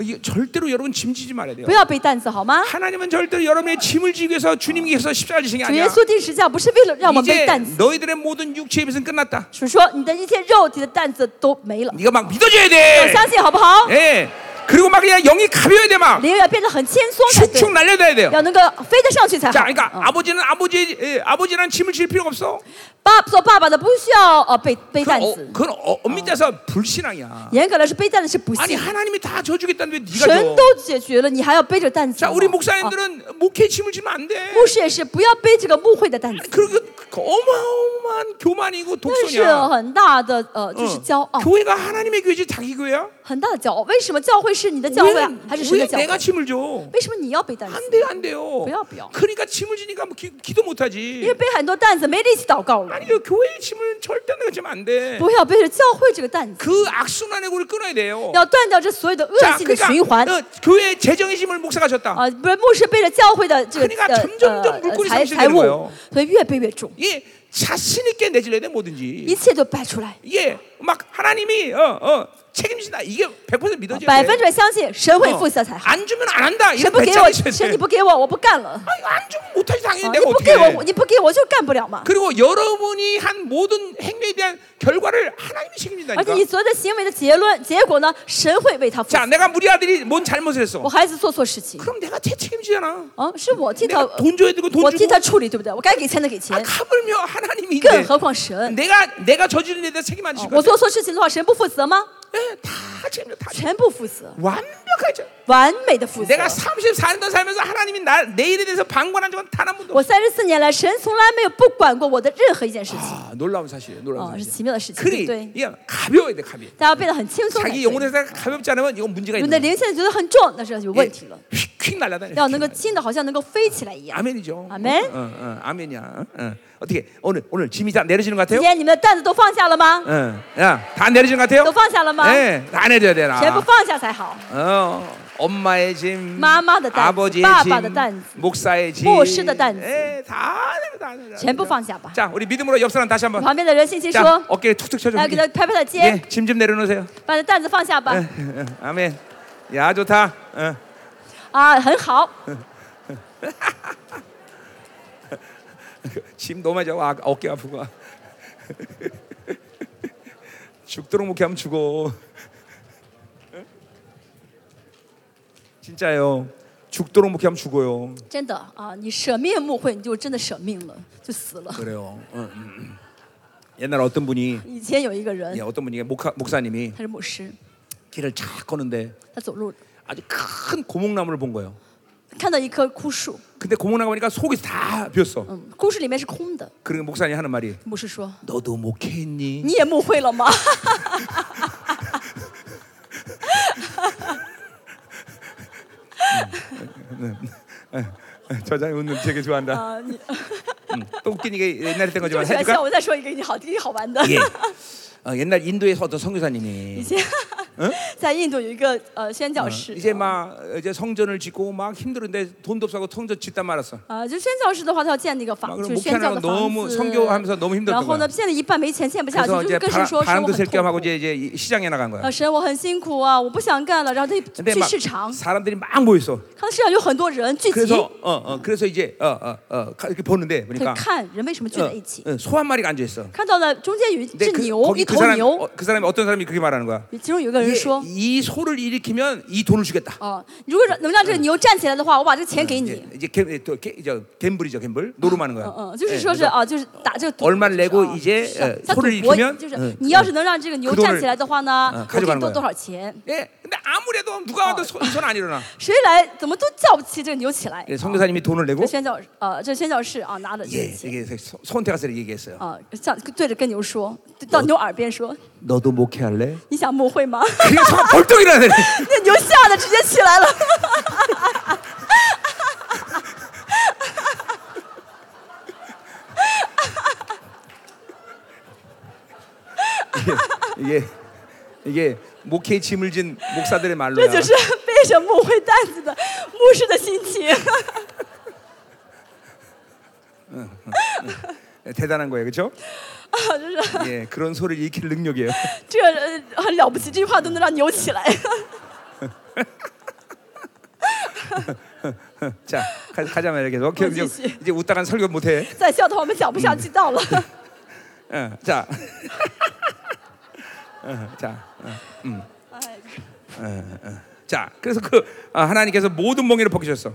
A: 이게 절대로 여러분 짐지지 말아야 돼요.
B: 不要背担子好吗？
A: 하나님은 절대로 여러분의 짐을 지기 위해서 주님께서 십자가 지신 게
B: 主耶
A: 아니야.
B: 稣定十字架不是为了让我们背
A: 이제
B: 担子，
A: 너희들의 모든 육체의 빚은 끝났다.
B: 主说你的一切肉体的担子都没了。
A: 네가 막 믿어줘야
B: 我
A: 돼.
B: 相信好不好？
A: 예. 그리고 막 그냥 영이 가벼워야 돼 막.
B: 灵要变得很轻松才对
A: 축축 ， 네, 날려야 돼요.
B: 要能够飞得上去才
A: 자,
B: 好。
A: 그러니까
B: 嗯
A: 아버지는 아버지 예, 아버지란 짐을 질 필요가 없어.
B: 爸做爸爸的不需要呃背背担
A: 그건, 어,
B: 子，
A: 그건 어, 엄밀히 따서 불신앙이야.
B: 严格来说背担子是不
A: 아니
B: 幸。
A: 하나님이 다 져주겠다는데 네가
B: 神
A: 줘.
B: 都解决了，你还要背着担子
A: 자
B: 吗？
A: 우리
B: 啊
A: 목사님들은 목회 짐을 지면 안 돼.
B: 牧师也是不要背这个牧会的担子，
A: 그리고 그 어마어마한 교만이고
B: 这是
A: 독선이야.
B: 很大的呃，就是
A: 응.
B: 骄傲，
A: 교회가 하나님의 교회지 자기 교회야?
B: 很大的骄傲。为什么教会是你的教会啊，还是神
A: 왜
B: 的教
A: 내가
B: 会？
A: 짐을 줘?
B: 为什么你要背担子？
A: 안 돼요, 안 돼요.
B: 뭐야, 뭐야.
A: 그러니까 짐을 지니까 뭐 기, 기도 못
B: 因为
A: 하지.
B: 背很多担子没力气祷告了，
A: 아니, 그 교회의 짐을 절대 내가 지면 안 돼.
B: 不要背着教会这个担子，
A: 그 악순환의 고를 끊어야 돼요.
B: 要断掉这所有的恶
A: 자,
B: 性的循环
A: 그러니까 。 어, 교회의 아, 재정의 짐을 목사가 졌다.
B: 啊，不是牧师背着教会的这个
A: 그러니까
B: 呃
A: 점점점물꼬리삼
B: 财
A: 실
B: 财
A: 되는거예요
B: 务，所以越背越重，
A: 이 자신 있게 내질러야 돼
B: 一
A: 뭐든지.
B: 切都掰出来。
A: 이게 막 하나님이 어, 어, 책임진다. 이게 100% 믿어줘야
B: 百分
A: 돼.
B: 之百相信神会
A: 어,
B: 负责才好。
A: 안 주면 안 한다.
B: 神
A: 이런
B: 不给
A: 배짱이 있어야
B: 我，神你
A: 돼.
B: 不给我，我不干了。啊
A: 아안 주면 못하지 당연히
B: 你
A: 내가
B: 不
A: 어떻게 뭐-
B: 给我，
A: 해.
B: 你不给我就干不了嘛。
A: 그리고 여러분이 한 모든 행위에 대한 결과를 하나님이
B: 而且
A: 책임진다니까.
B: 你所有的行为的结论结果呢，神会为他负责。
A: 자, 내가 우리 아들이 뭔 잘못을 했어.
B: 我孩子做错事情，
A: 그럼 내가 제 책임지잖아.
B: 啊，是我替他，
A: 내가 돈 줘야 되고 돈
B: 我
A: 주고.
B: 替他处理，对不对？我该给钱的给钱
A: 아, ， 하물며
B: 更
A: 하나님인데.
B: 何况神。
A: 내가 내가 저지른 데 대해 책임 안
B: 啊
A: 지실
B: 我
A: 거야.
B: 做错事情的话，神不负责吗？
A: 예, 다 책임져. 다 책임져.
B: 全部负责，
A: 완벽하죠.
B: 完美的负责。
A: 내가 34년 동안 살면서 하나님이 나, 내 일에 대해서 방관한 적은 단 한 번도
B: 我
A: 없어.
B: 三十四年来，神从来没有不管过我的任何一件事情，
A: 아, 놀라운 사실이에요.
B: 啊，
A: 놀라운
B: 是
A: 사실.
B: 奇妙的事情，对
A: 그리
B: 不对？
A: 이게 가벼워야 돼, 가벼워.
B: 大家变得很轻松才
A: 자기
B: 对。
A: 영혼에서 가볍지 않으면 이건 문제가
B: 你
A: 있는
B: 们的
A: 거야.
B: 灵现在觉得很重，那是有问题了，
A: 휙휙 날아다니.
B: *laughs* 要能够轻哎的，好像能够飞起来一样。
A: 아멘이죠.
B: 아멘.
A: 어, 어, 아멘이야. 어. 어떻게 오늘 오늘 짐이 다 내려지는 것
B: 今
A: 같아요?
B: 天你们的担子都放下了吗？
A: 어, 야, 다 내려지는 것 같아요?
B: 都放下了吗？
A: 네, 다 내려야 돼
B: 全部
A: 나.
B: 放下才好。
A: 어, 엄마의 짐,
B: 마마의 단,
A: 아버지의
B: 바바의 단,
A: 짐, 목사의 짐,
B: 牧师的 단.
A: 예, 다 내려, 다 내려.
B: 全部放下吧。
A: 자, 우리 믿음으로 옆 사람 다시
B: 我
A: 한번.
B: 旁边的人信心说
A: 자, ：“ 어깨 툭툭 쳐줘.
B: 来，给他拍拍他肩
A: 예, ，짐 좀 내려놓으세요.
B: 把你的担子放下吧
A: 예, 。 예, 아멘. 야, 좋다. 어.
B: 啊，很好，
A: 짐 너무 많이 자고 아, 어깨 아프고 *laughs* 죽도록 목회하면 죽어 진짜요 죽도록 목회하면 죽어요
B: 真的啊，你舍命牧会，你就真的舍命了，就死了。
A: 그래요 응, 응, 응. 옛날 어떤 분이
B: 以前有一个
A: 예,
B: 人，
A: 어떤 분이 목하, 목사님이
B: 他是牧师，
A: 길을 쫙 걷는데
B: 他走路，
A: 아주 큰 고목나무를 본 거예요
B: 看到一棵枯树，
A: 근데 고모나 보니까 속이 다 비었어.
B: 嗯，枯树里面是空的。
A: 그리고 목사님 하는 말이
B: 牧师说
A: 너도 목회했니? ：“
B: 你也慕会了吗
A: 네, 저자이 웃는 되게 ？” 좋아한다.
B: 啊，你
A: 음, 또 웃긴 이게 옛날에 된
B: 这么
A: 거지만
B: 喜欢笑，
A: 해줄까?
B: *laughs* 我再说一个你好，一个好玩的。
A: 예. 어, 옛날 인도에서 어떤
B: 以
A: 선교사님이
B: 前在印度有一个呃宣教
A: 어,
B: 士，
A: 이제 막 이제 성전을 짓고 막 힘들었는데 돈도 없어고 성전 짓단 말았어.
B: 啊，就宣教士的话，他要建那个
A: 막
B: 房，
A: 그럼
B: 就是宣教
A: 목회하고
B: 的房
A: 너무
B: 子。
A: 선교하면서 너무
B: 然
A: 힘들었던
B: 后
A: 거야.
B: 呢，现在一半没钱，欠不下去，
A: 그래서
B: 就是
A: 이제
B: 更是
A: 바람,
B: 说说我
A: 바람도 쐴
B: 很
A: 겸
B: 痛
A: 하고
B: 苦。
A: 이제, 이제 이- 시장에 나간 거야.
B: 啊，神，我很辛苦啊，我不想干了，然后他
A: 근데
B: 去
A: 막
B: 市场，
A: 사람들이 막 모였어.
B: 看到市啊场有很多人聚集，
A: 그래서 어, 어, 그래서 이제 어, 어, 어, 가- 이렇게 보는데
B: 他
A: 보니까 어,
B: 看人为什么
A: 呃
B: 聚在一起，
A: 소 한 마리가 앉아 있어.
B: 看到了中间有一只
A: 근데 그,
B: 牛，
A: 거기
B: 一
A: 그
B: 头
A: 사람이
B: 牛
A: 어, ，그 사람이 어떤 사람이 그렇게 말하는 거야.
B: 其中有一个人
A: 예,
B: 说。
A: 이 소를 일으키면 이 돈을 주겠다.
B: 哦，如果能让这个牛站起来的话，我把这个钱给
A: 예,
B: 你。
A: 이제 갬, 또, 갬, 저, 갬블이죠, 갬블. 노름하는
B: 嗯
A: 거야.
B: 嗯，
A: 예,
B: 就是说是
A: 그래서
B: 啊，就是打这个赌。
A: 얼마를내고
B: 아
A: 이제呃
B: 是啊
A: 어
B: 像赌
A: 소를일으
B: 博
A: 키면 嗯
B: 就是
A: 응
B: 你要是能让这个牛
A: 그돈을
B: 站起来的话
A: 응
B: 呢，
A: 가져
B: 我
A: 가는
B: 给你多
A: 거야
B: 多少钱？
A: 예, 근데 아무래도 누가 와도 손안 일어나.
B: 谁来怎么都叫不起这个牛起来。啊
A: 예, 성교사님이 돈을 내고
B: 这宣教呃，这宣教士啊拿着这
A: 예,
B: 个钱
A: 이게 소- 손태가 쓰 얘기했어요.
B: 啊，向对着跟牛说，对到牛耳边说
A: 너도 목회할래? ：“
B: 你想牧会吗 *laughs*
A: 그래서 벌떡 일어나네. ？”
B: 那牛吓得直接起来了。
A: *laughs* 이게 이게 목회 짐을 진 목사들의
B: 这
A: 말로야.
B: 就是 *laughs* 背着牧会担子的牧师的心情。 *laughs*
A: 대단한 거예요, *laughs* 그렇죠?
B: 啊，就是
A: 예, 그런 소리를 일으킬 능력이에요.
B: 这个人很了不起，这句话都能让牛起来。 *laughs*
A: 자, 가, 가자 말이야 계속. 오케이, 이제,
B: 씨.
A: 이제 웃다간 설교 못해.
B: 再笑的话，我们讲不下去到了。 *laughs*
A: 어, 자, *laughs* 어, 자, 어,
B: 哎
A: 자. 그래서 그 아, 하나님께서 모든 멍에를 벗기셨어.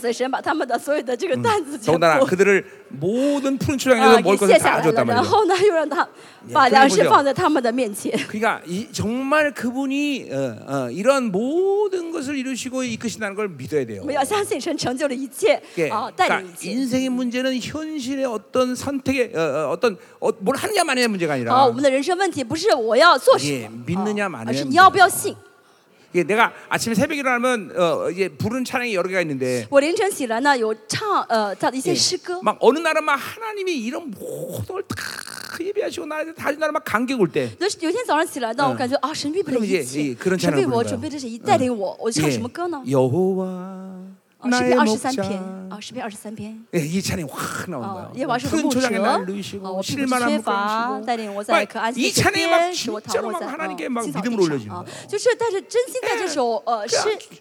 B: 所以神把他们的所有的这个担子全部
A: 더군다나 그들을 모든 푸른 초장에서
B: 啊
A: 먹을
B: 给
A: 것을 다
B: 卸下来了，
A: 줬단
B: 然
A: 말이에요.
B: 后呢，又让他把粮食放在他们的面前。
A: 그러니까 이, 정말 그분이 어, 어, 이런 모든 것을 이루시고 이끄신다는 걸 믿어야 돼요.
B: 我们要相信神成就了一切
A: 예,
B: 啊，带领一
A: 그러니까
B: 切。
A: 인생의 문제는 현실의 어떤 선택의 어, 어, 어떤 어, 뭘 하느냐 마느냐 문제가
B: 好，
A: 아니라
B: 我们的人生问题不是我要做什
A: 예
B: 么，
A: 믿느냐마느냐
B: 啊而是
A: 문제야
B: 啊你要不要信。
A: 이게 내가 아침에 새벽에 일어나면 어, 이제 부른 찬양이 여러 개가 있는데
B: 我凌晨起来呢，有唱呃他的一
A: 예,
B: 些诗歌，
A: 막 어느 날은 막 하나님이 이런 모든 걸 다 예배하시고 나한테 다른 날은 막 감격 올때
B: 有有一天早上起来呢，我感觉啊，神预备了
A: 그럼이제
B: 一
A: 이
B: 切
A: 그런，찬양을
B: 神为我
A: 부르는거야
B: 准备这是一带领我，
A: 그
B: 我唱
A: 뭐
B: 什么歌呢？
A: 여호와
B: 啊，诗
A: 예. 나의
B: 篇二十三
A: 목자
B: 篇啊，诗篇二十三篇。
A: 예, 이 찬양이 확 나오는
B: 啊，
A: 아. 어, 거예요
B: 耶和华是我的
A: 푸른
B: 牧者
A: 초장에 ，날
B: 啊，
A: 누이시고
B: 我并不
A: 실만한
B: 缺
A: 목자
B: 乏，
A: 하시고
B: 带领我在
A: 막
B: 可安息
A: 이
B: 的水
A: 찬양이 막
B: 边，使我躺
A: 진짜로
B: 卧
A: 막
B: 在啊
A: 하나님께 막
B: 青草
A: 믿음으로
B: 地
A: 올려지는
B: 上啊
A: 거예요 ，
B: 就是带着真心带这首呃诗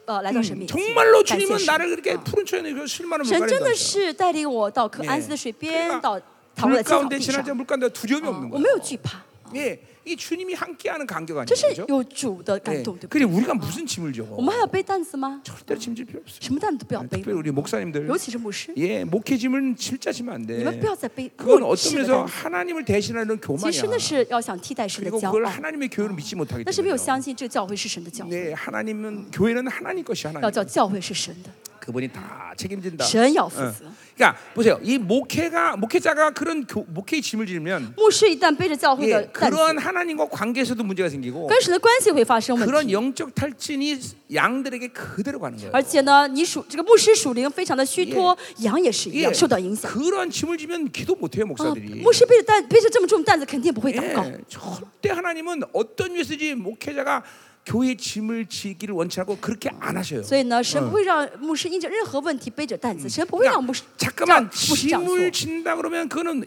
B: 呃来到神面前，
A: 음, 정말로
B: 感谢
A: 주님은
B: 神
A: 나를 그렇게
B: 啊
A: 푸른 초장에 그 실만한
B: 神真的
A: 목자를
B: 是带领我到可安息的水边，到躺卧
A: 물
B: 在青草
A: 가운데
B: 地上
A: 지나자 ，물 가운데 두려움이
B: 啊
A: 없는
B: 我
A: 거예요.
B: 没有惧怕，
A: 예, 이 주님이 함께하는 간격 아니에요?
B: 这是
A: 그죠?
B: 有主的感
A: 예.
B: 动，对不对？
A: 그래 우리가 무슨 짐을 져요?
B: 我们还要背担子吗？
A: 절대로 짐질 필요 없어요. 네.
B: 什么担子都不要背，
A: 특별히 우리 목사님들
B: 尤其是牧师，
A: 예, 목회 짐은 진짜 지면 안
B: 你们
A: 돼.
B: 不要再背
A: 그건
B: 牧师
A: 어떤
B: 的
A: 면에서
B: 担子。
A: 하나님을 대신하는
B: 其实真
A: 교만이야.
B: 的是要想替代神的
A: 그리고
B: 骄
A: 그걸
B: 傲，
A: 하나님의 교회를 믿지 못하기
B: 但是没有
A: 때문에.
B: 相信这个教会是神的教会，
A: 네, 하나님은 교회는 하나님 것이
B: 要
A: 하나님.
B: 叫教会是神的，
A: 그분이 다 책임진다.
B: 神要负
A: 어.
B: 责。
A: 그러니까 보세요. 이 목회가 목회자가 그런 교, 목회의 짐을 지면
B: 牧师一旦背着教会的
A: 예,
B: 担子，
A: 그런 하나님과 관계에서도 문제가 생기고
B: 跟神的关系会发生问
A: 그런
B: 题。
A: 영적 탈진이 양들에게 그대로 가는 거예요.
B: 而且呢，你属这个牧师属灵非常的虚脱，羊也是一
A: 예,
B: 样受到影响。
A: 그런 짐을 지면 기도 못 해요
B: 啊，
A: 목사들이.
B: 牧师背着担背着这么重担子，肯定不会祷告。
A: 예, 절대 하나님은 어떤 메시지 목회자가 교회 짐을 지기를 원치 않고 그렇게 안 하셔요.
B: 所以呢，神不会让牧师因着任何问题背着担子，神不会让牧师这样
A: 잠깐만
B: 牧师这样做。
A: 짐을 진다 그러면 그거는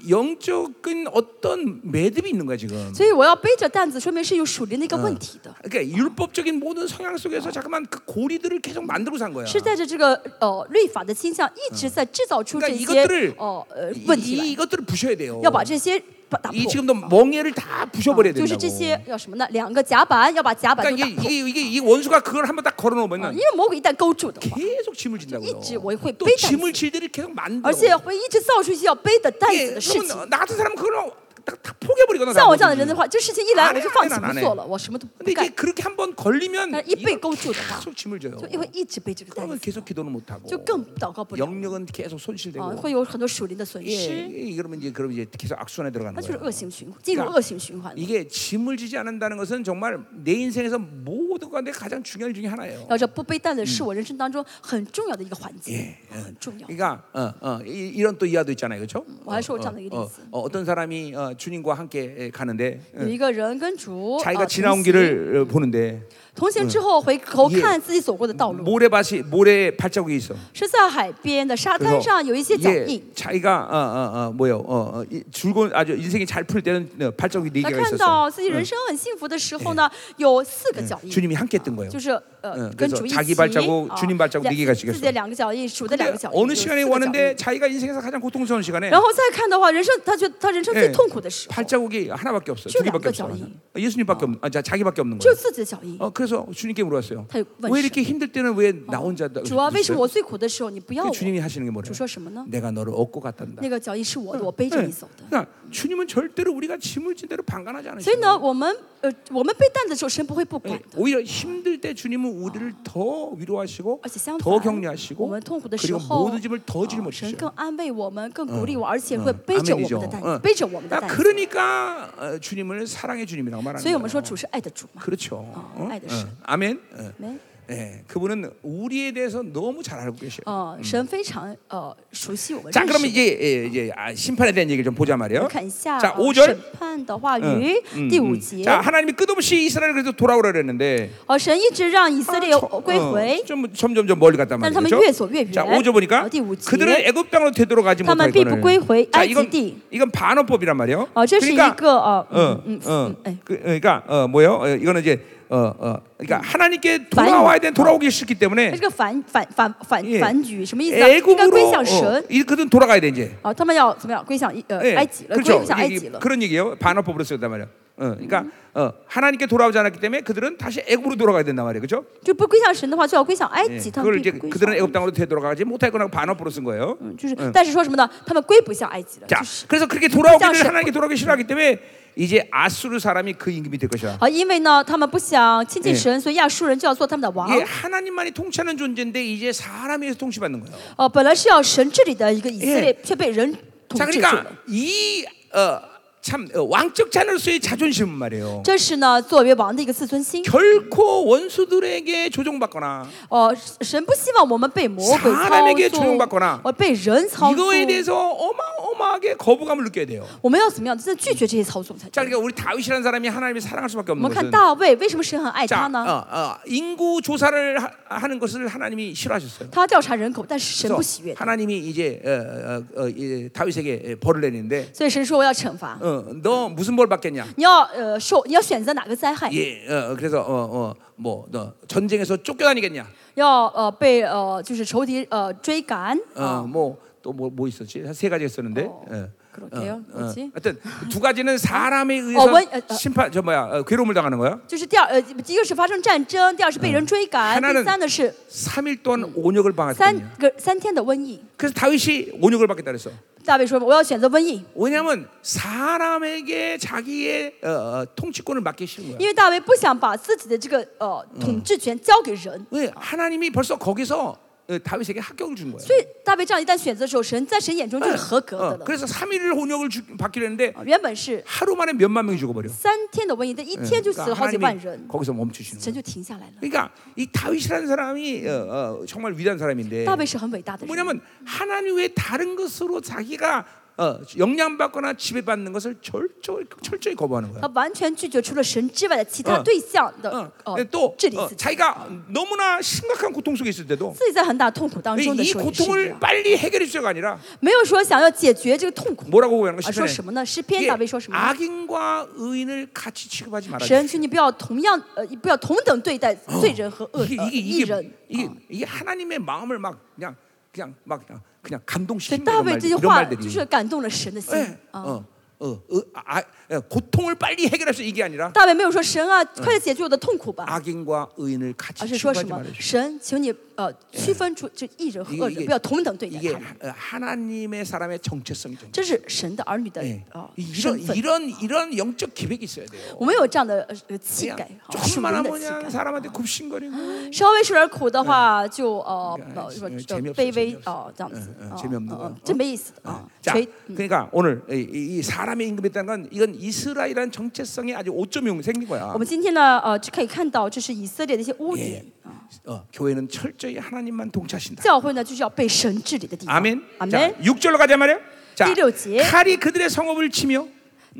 A: 영적인 어떤 매듭이 있는 거야 지금.
B: 所以我要背着担子，说明是有属灵的一个问题的，
A: 그러니까 율법적인 모든 성향 속에서 잠깐만 그 고리들을 계속 만들고 산 거야.
B: 是带着这个呃律法的倾向，一直在制造出
A: 그러니까
B: 这些
A: 이것들을
B: 哦呃问题
A: 이,
B: 来，
A: 이것들을 부셔야 아, 돼요.
B: 要把这些把打破
A: 이 。 지금도 멍해를 다 부셔버려야
B: 就是
A: 된다고.
B: 这些要什么呢？两个甲板要把甲板都
A: 그러니까
B: 打
A: 이게
B: 破，
A: 이게 이게, 이 원수가 그걸 한번 딱 걸어놓으면
B: 啊因为魔鬼一旦勾住的话，
A: 계속 짐을 진다고요.
B: 일찍 뭐会
A: 또
B: 빼다
A: 짐을 질들이 계속 만들어.
B: 而且会一直造出一些要背的担
A: 예,
B: 子的事
A: 그러면
B: 情。
A: 나 같은 사람은 그걸 딱, 딱 포기해버리거나.
B: 像我这样的
A: 나머지.
B: 人的话，这事情一来
A: 안
B: 我
A: 해
B: 就
A: 안
B: 放
A: 해
B: 弃
A: 안
B: 不
A: 해
B: 做了，我什么都不
A: 근데
B: 干
A: 이게 。 그렇게 한 번 걸리면
B: 但是一被勾住的话，
A: 계속 짐을 져요.
B: 就因为一直被这个担
A: 그러면
B: 子，
A: 계속 기도는 못 하고
B: 就更祷告不了
A: 영역은 계속
B: 啊，
A: 아, 손실되고
B: 会有很多属灵的损
A: 예,
B: 失，
A: 예, 그러면 이제 그럼 이제 계속 악순환에 들어가는
B: 那就是
A: 거예요.
B: 恶性循环，进入
A: 그러니까
B: 恶性循环。
A: 이게 짐을 지지 않는다는 것은 정말 내 인생에서 모든 가운데 가장 중요한 일 중에 하나예요.
B: 然后这不背担子是我人生当中很重要的一个环节，很重要。
A: 그러니까 어, 어, 이- 이런 또 이하도 있잖아요, 그렇죠? 어,
B: 와이셔츠
A: 어,
B: 옷장 얘기도
A: 어,
B: 있어.
A: 어, 어떤 사람이 어, 주님과 함께 예, 가는데
B: 有一个人跟
A: 어,
B: 主啊
A: 자기가
B: 同
A: 지나온
B: 行，
A: 길을 어, 보는데
B: 同行之后回头
A: 예
B: 看自己走过的道路，
A: 모래밭이 모래 발자국이 있어.
B: 是在海边的沙滩上有一些脚
A: 예,
B: 印。
A: 자기가 어, 어, 어, 뭐요? 어, 어, 이- 줄곧 아주 인생이 잘 풀 때는 어, 발자국이 네
B: 那
A: 개가
B: 看
A: 있었어.
B: 到自己人生很幸福的时候呢，有四个脚印，
A: 주님이 함께 했던 거예요.
B: 就是呃
A: 嗯
B: 跟
A: 그래서
B: 主一起
A: 자기발자국주님발자국네개가지겠어
B: 自己的两个脚印，主的两
A: 근데
B: 个脚印，
A: 어느
B: 就是
A: 시간에
B: 四个脚
A: 왔는데
B: 印
A: 자기가 인생에서 가장 고통스러운 시간에
B: 然后再看的话，人生他觉得他人生最
A: 예,
B: 痛苦的时候，
A: 발자국이 하나밖에 없어요. 두
B: 줄안
A: 개밖에
B: 긋어,
A: 없어요.
B: 이.
A: 예수님밖에 없는, 아, 자, 자기밖에 없는
B: 只有
A: 거예요.
B: 自己的脚印。
A: 어, 그래서 주님께 물어봤어요. 어.
B: 다 원수.
A: 왜 이렇게 힘들 때는 왜 나 혼자
B: 主啊，为什么
A: 있어요?
B: 我最苦的时候你不要
A: 그
B: 我？
A: 주님이 하시는 게 뭐래요?
B: 主说什么呢？
A: 내가 너를 얻고 갔단다.
B: 那个脚印是我的，我背着
A: 네.
B: 你走的。
A: 그러니까 주님은 절대로 우리가 짐을 진 대로 방관하지
B: 所以
A: 않으세요.
B: 呢，我们呃，我们背担子的时候，神不会不管
A: 예,
B: 的。
A: 오히려 힘들 때 주님은 우리를 더 위로하시고
B: 而且相
A: 더
B: 反，我
A: 격려하시고
B: 们痛苦的时
A: 그리고
B: 候，
A: 모든 짐을 더
B: 啊神
A: 짊어지셔요. 그러니까
B: 更安慰我们，更鼓励我，而且会
A: 어,
B: 背着我们
A: 아멘이죠.
B: 的担子，
A: 어.
B: 背着我们的
A: 그러니까
B: 担子。
A: 그러니까 어, 주님을 사랑의 주님이라고
B: 所
A: 말하는
B: 以我们说
A: 거예요.
B: 主是嗯爱的主嘛。
A: 그렇죠. 어?
B: 알겠어요.
A: 어, 아멘. 어.
B: 没，
A: 예, 그분은 우리에 대해서 너무 잘 알고 계셔요.
B: 呃，神非常呃熟悉我们。
A: 자,
B: 认识
A: 그럼
B: 我们
A: 이제 예, 이제 아, 심판에 대한 얘기를 좀 보자 그러니까 말이에요.
B: 看一下
A: 자
B: 呃审
A: 5절.
B: 判的话语第五节，
A: 자, 하나님이 끝없이 이스라엘 그래서 돌아오라 그랬는데
B: 哦，神一直让以色列
A: 아,
B: 呃归
A: 어,
B: 回，
A: 점, 점점 점 멀리 갔단
B: 但是他们
A: 말이죠.
B: 越走越远。
A: 자, 5절
B: 哦
A: 보니까
B: 第五节，
A: 그들은 애굽 땅으로 되돌아가지
B: 다만
A: 못할
B: 삐부
A: 거는.
B: 歸回
A: 자,
B: 埃及
A: 이건 이건 반어법이란 말이에요.
B: 哦，这是一
A: 그러니까
B: 个呃，嗯
A: 어,
B: 嗯嗯
A: 어, ，
B: 哎，
A: 그, 그러니까 어, 뭐요? 어, 이거는 이제 어, 어, 그러니까 하나님께 돌아와야 된 돌아오기 싫기
B: 这
A: 때문에
B: 个反反反反
A: 예
B: 反举什么意思啊？应该
A: 애굽으로
B: 归向
A: 어,
B: 神
A: 이 그들은 돌아가야 돼 이제.
B: 啊，他们要怎么样？归向一呃
A: 예,
B: 埃及了，归
A: 그렇죠.
B: 向埃
A: 이게-
B: 及了。
A: 그런 얘기예요. 반어법으로 쓰였단 말이에요. 어, 그러니까 어, 하나님께 돌아오지 않았기 때문에 그들은 다시 애굽으로 돌아가야 된단 말이에요. 그렇죠?
B: 就不归向神的话，就要归向埃
A: 예,
B: 及。他们
A: 그걸
B: 必
A: 이제
B: 不归
A: 그들은
B: 向
A: 애굽 땅으로 되돌아가지 못할 거라고 반어법으로 쓴 거예요.
B: 嗯就是，但是说什么呢？他们归不向埃及了，
A: 자
B: 就是。
A: 음. 그래서 그렇게 돌아오기를
B: 시작시-
A: 하나님께 돌아오기 싫어하기 때문에 이제 아수르 사람이 그 임금이 될 것이라.
B: 啊，因为呢，他们不想亲近
A: 예
B: 神，所以亚述人就要做他们的王。
A: 이게 하나님만이 통치하는 존재인데 이제 사람에서 통치받는 거예요.
B: 哦，本来是要神治理的一个以色列，却被人统
A: 자
B: 治住
A: 그러니까
B: 了。
A: 이 어, 참 어, 왕적 자녀로서의 자존심은 말이에요.
B: 这是呢，作为王的一个自尊心。
A: 결코 원수들에게 조종받거나
B: 哦，神不希望我们被魔鬼
A: 사람에게
B: 操
A: 조종받거나
B: 纵，哦，被人操纵。
A: 이거에 대해서 어마어마하게 거부감을 느껴야 돼요.
B: 我们要怎么样？真的拒绝这些操纵才
A: 자
B: 对。
A: 그러니까 우리 다윗이라는 사람이 하나님을 사랑할 수밖에
B: 我
A: 없는
B: 们看
A: 것은
B: 大卫，为什么神很爱
A: 자,
B: 他
A: 어,
B: 呢？
A: 어, 인구 조사를 하, 하는 것을 하나님이 싫어하셨어요.
B: 他调查人口，但是神不
A: 그래서
B: 喜悦他，
A: 하나님이 이제 어, 어, 어, 이 다윗에게 벌을 내리는데
B: 所以神说我要惩罚。
A: 어, 너 무슨 벌 받겠냐?
B: 你要呃受，你要选择哪个灾害？
A: 예, 어, 그래서 어, 어, 뭐, 너 전쟁에서 쫓겨다니겠냐?
B: 要呃被呃就是仇敌呃追赶
A: 어,
B: 啊，
A: 뭐 또 뭐 뭐 있었지? 한 세 가지 했었는데. 예.
B: 어, 그럴게요.
A: 어,
B: 뭐지?
A: 하여튼 두 가지는 사람에 의해서
B: 원- 어, 어.
A: 심판, 저 뭐야, 어, 괴로움을 당하는 거야.
B: 就是第二呃一个是发生战争，第二是被人追赶，
A: 하나는
B: 第三呢是
A: 3일 동안 온역을 방했거든요.
B: 三个三天的瘟疫。
A: 그래서 다윗이 온역을 받겠다 그랬어.
B: 大卫说我要选择瘟疫，
A: 왜냐하면 사람에게 자기의 어, 어, 통치권을 맡기 싫은 거야.
B: 因为大卫不想把自己的这个呃统治权交给人，
A: 왜 하나님이 벌써 거기서 어, 다윗에게 합격을 준 거야.
B: 所以大卫这样一旦选择的时候，神在神眼中呃就是合格
A: 어,
B: 的了。
A: 그래서 3일을 온역을 주, 받기로 했는데
B: 啊原本是
A: 하루 만에 몇만 명이 죽어버려. 예, 그러니까
B: 三天的瘟疫，但一天就死了好几万
A: 하나님이
B: 人，
A: 거기서 멈추시는 거예요.
B: 神就停下来了。
A: 그러니까 이 다윗이라는 사람이 어, 어, 정말 위대한 사람인데
B: 大卫是很伟大的人。
A: 뭐냐면 하나님 외에 다른 것으로 자기가 어, 영향받거나 지배받는 것을 철저히, 철저히 거부하는 거야.
B: 他完全拒绝除了神之外的其他
A: 嗯
B: 对象的
A: 어,
B: 呃
A: 근데 또
B: 治理
A: 어,
B: 自己，
A: 자기가 너무나 심각한 고통 속에 있을 때도
B: 自己在很大痛苦当中的
A: 이
B: 时候也是一
A: 고통을
B: 样，
A: 빨리 해결해 주자가 아니라
B: 没有说想要解决这个痛苦，
A: 뭐라고 고하는
B: 而啊说什
A: 것이죠.
B: 么呢？诗篇大卫说什么呢？
A: 악인과 의인을 같이 취급하지 말아.
B: 神，求你不要同样呃，不要同等对待罪人和恶
A: 이게
B: 呃
A: 이게
B: 义
A: 이게
B: 人。
A: 이게, 이게 하나님의 마음을 막 그냥 그냥 막 그냥, 그냥
B: 所以
A: 감동시키는
B: 大
A: 이런,
B: 卫
A: 말,
B: 这句
A: 이런
B: 话就
A: 말들이.
B: 是感动了神的心
A: 예,
B: 啊。
A: 어. 어, 어, 아, 아, 고통을 빨리 해결할 수 이게 아니라
B: 大卫没有说神啊，快点解决我的痛苦吧，
A: 악인과 의인을 같이
B: 而是说什
A: 취급하지
B: 么
A: 말아주시오.
B: 神，请你呃区分出这一人和恶
A: 이게
B: 人，不要同等对待
A: 이게
B: 他们。
A: 하- 어, 하나님의 사람의 정체성 정
B: 这是神的儿女的
A: 예.
B: 啊
A: 이런
B: 身份。
A: 이런 이런 영적 기백이 있어야 어, 돼요.
B: 我们有这样的呃气
A: 그냥
B: 概，啊属
A: 조금만
B: 灵
A: 하면
B: 的气
A: 그냥
B: 概。
A: 사람한테 굽신거리고
B: 稍微受点苦的话，就呃
A: 그러니까
B: 呃什么
A: 재미없어
B: 就
A: 재미없어
B: 卑微
A: 재미없어
B: 哦这样子
A: 응, ，
B: 哦
A: 재미없는
B: 哦
A: 거야.
B: 真没意思啊
A: 자, ，
B: 垂
A: 그러니까 오늘 이, 이- 이 사람의 임금했다는 건 이건 이스라엘이라는 정체성이 아주 5.0 생긴 거야.
B: 我们今天呢，呃，就可以看到这是以色列的一些污
A: 예.
B: 点。
A: 어, 교회는 철저히 하나님만 동참하신다.
B: 教会呢，就是要被神治理的地方。
A: 아멘.
B: 阿
A: 자,
B: 门。
A: 6절로 가자 말이야. 자,
B: 띠려지에.
A: 칼이 그들의 성읍을 치며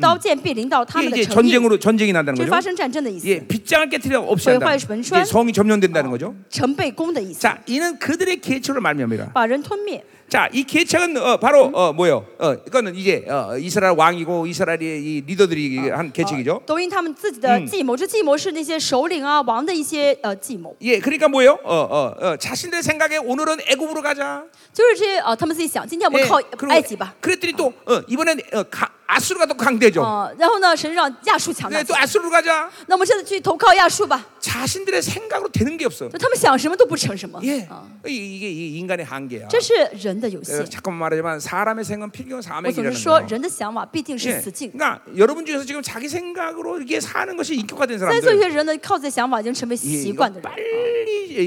B: 刀剑必临到他
A: 이게
B: 们的
A: 이제
B: 城邑，
A: 전쟁으로 전쟁이 난다는
B: 这是发
A: 거죠.
B: 生战争的意
A: 예,
B: 思，
A: 빗장을 깨뜨려 없앤다.
B: 회화의 원수와-
A: 이게 성이 점령된다는 거죠.
B: 城被攻的意思，
A: 자, 이는 그들의 계초를 말미암이라.
B: 把人吞灭。
A: 자, 이 계책은 어, 바로 어, 뭐요? 어, 이거는 이제 어, 이스라엘 왕이고 이스라엘의 이 리더들이 한 계책이죠.
B: 都因他们自己的计谋，这计谋是那些首领啊、王的一些呃计谋，
A: 예, 그러니까 뭐예요? 어, 어, 어, 자신들의 생각에 오늘은 애굽으로 가자.
B: 就是这些呃他们自己想，今天我
A: 예,
B: 们靠埃及
A: 그리고
B: 吧，
A: 그랬더니 또 어, 이번엔 어, 가, 아수르가 또 강대죠.
B: 呃，然后呢，神让亚述强大
A: 근데
B: 起
A: 또
B: 来，
A: 아수르로 가자.
B: 那我们现在去投靠亚述吧，
A: 자신들의 생각으로 되는 게 없어.
B: 就他们想什么都不成什么，
A: 예,
B: 啊，
A: 이- 이게 이 인간의 한계야.
B: 这是人的有限
A: 그래서 。 자꾸만 말하지만 사람의 생각은 필경
B: 我总是
A: 사명이라는
B: 说，
A: 거예요.
B: 人的想法必定是
A: 예,
B: 死境。
A: 그러니까 여러분 중에서 지금 자기 생각으로 이렇게 사는 것이 인격화된
B: 但是有
A: 사람들
B: 些人呢，靠自己的想法已经成为
A: 예,
B: 习
A: 이거
B: 惯的人，
A: 빨리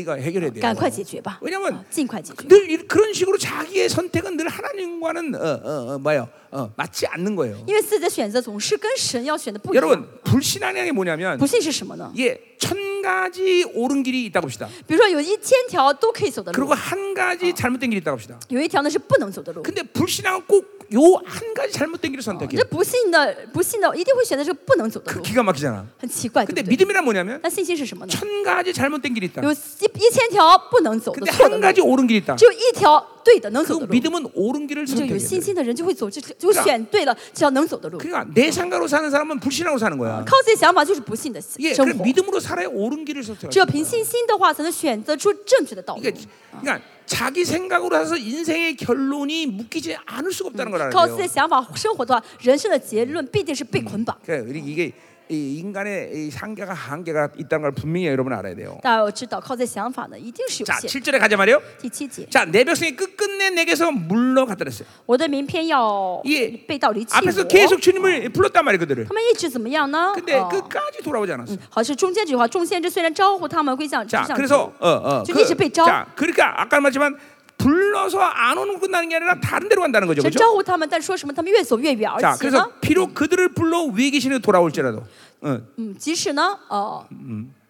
A: 이거 해결해야 돼요.
B: 赶快解决吧，
A: 왜냐면
B: 啊尽快解决。
A: 늘 이- 그런 식으로 자기의 선택은 늘 하나님과는 어, 어, 어, 뭐요 어, 맞지 않는 거예요.
B: 因为自己的选择总是跟神要选的不一样。
A: 여러분 불신앙이 뭐냐면
B: 不信是什么呢？
A: 예, 천 가지 옳은 길이 있다 봅시다.
B: 比如说有一千条都可以走的
A: 그리고
B: 路，
A: 한 가지 잘못된 길이 있다 봅시다.
B: 有一条呢是不能走的路。啊
A: 근데 불신앙은 꼭 요 한 가지 잘못된 길을 선택해.
B: 这不信的，不信的一定会选择这个不能走的
A: 그
B: 路，
A: 기가 막히잖아. 네.
B: 很奇怪，
A: 근데
B: 对不对？
A: 믿음이란 뭐냐면
B: 但信心是什么呢？
A: 천 가지 잘못된 길이 있다.
B: 有一一千条不能走的
A: 근데
B: 错的
A: 한
B: 路，
A: 가지 옳은 길이 있다.
B: 只有一条对的能
A: 그
B: 走的路。
A: 믿음은 옳은 길을
B: 就有
A: 선택해.
B: 信心的人啊就会走这就选对了这条能走的路。
A: 그러니까 내 생각으로 사는 사람은 불신앙으로 사는 아, 거야.
B: 靠自己想法就是不信的
A: 예,
B: 生
A: 그래
B: 活，
A: 믿음으로 살아야 옳은 길을 선택할
B: 只
A: 수
B: 有
A: 있어요.
B: 凭信心的话，才能选择出正确的道路。
A: 그러니까, 그러니까 자기 생각으로 해서 인생의 결론이 묶이지 않을 수가 없다는 걸
B: 靠自己的
A: 알아요.
B: 想法生活的话，人生的结论必定是被捆绑。
A: 그러니까 이게 이 인간의 이 상계가 한계가 있다는 걸 분명히 여러분 알아야 돼요.
B: 大家要知道，靠自己的想法呢，一定是有
A: 자
B: 限。
A: 7절에 가자 말이요.
B: 第七节，
A: 자내 백성이 끝끝내 내게서 물러갔다 그랬어요.
B: 我的名片要
A: 예
B: 被盗离弃
A: 앞에서
B: 我
A: 계속 。 주님을 불렀단 말이에요 그들을.
B: 他们一直怎么样呢？
A: 근데
B: 哦
A: 끝까지 돌아오지 않았어.
B: 好是中间这句话，众先知虽然招呼他们归向，
A: 자
B: 向
A: 그래서 어어
B: 저 이제 배 짜.
A: 자 그러니까 아까 말했지만 불러서 안 오는 끝나는 게 아니라 다른 데로 간다는 거죠.
B: 神
A: 그렇죠?
B: 招呼他们，但说什么他们越走越远，而
A: 자
B: 且呢
A: 그래서 ， 비록 그들을 불러 위기신에 돌아올지라도 어,
B: 嗯，即使呢，呃，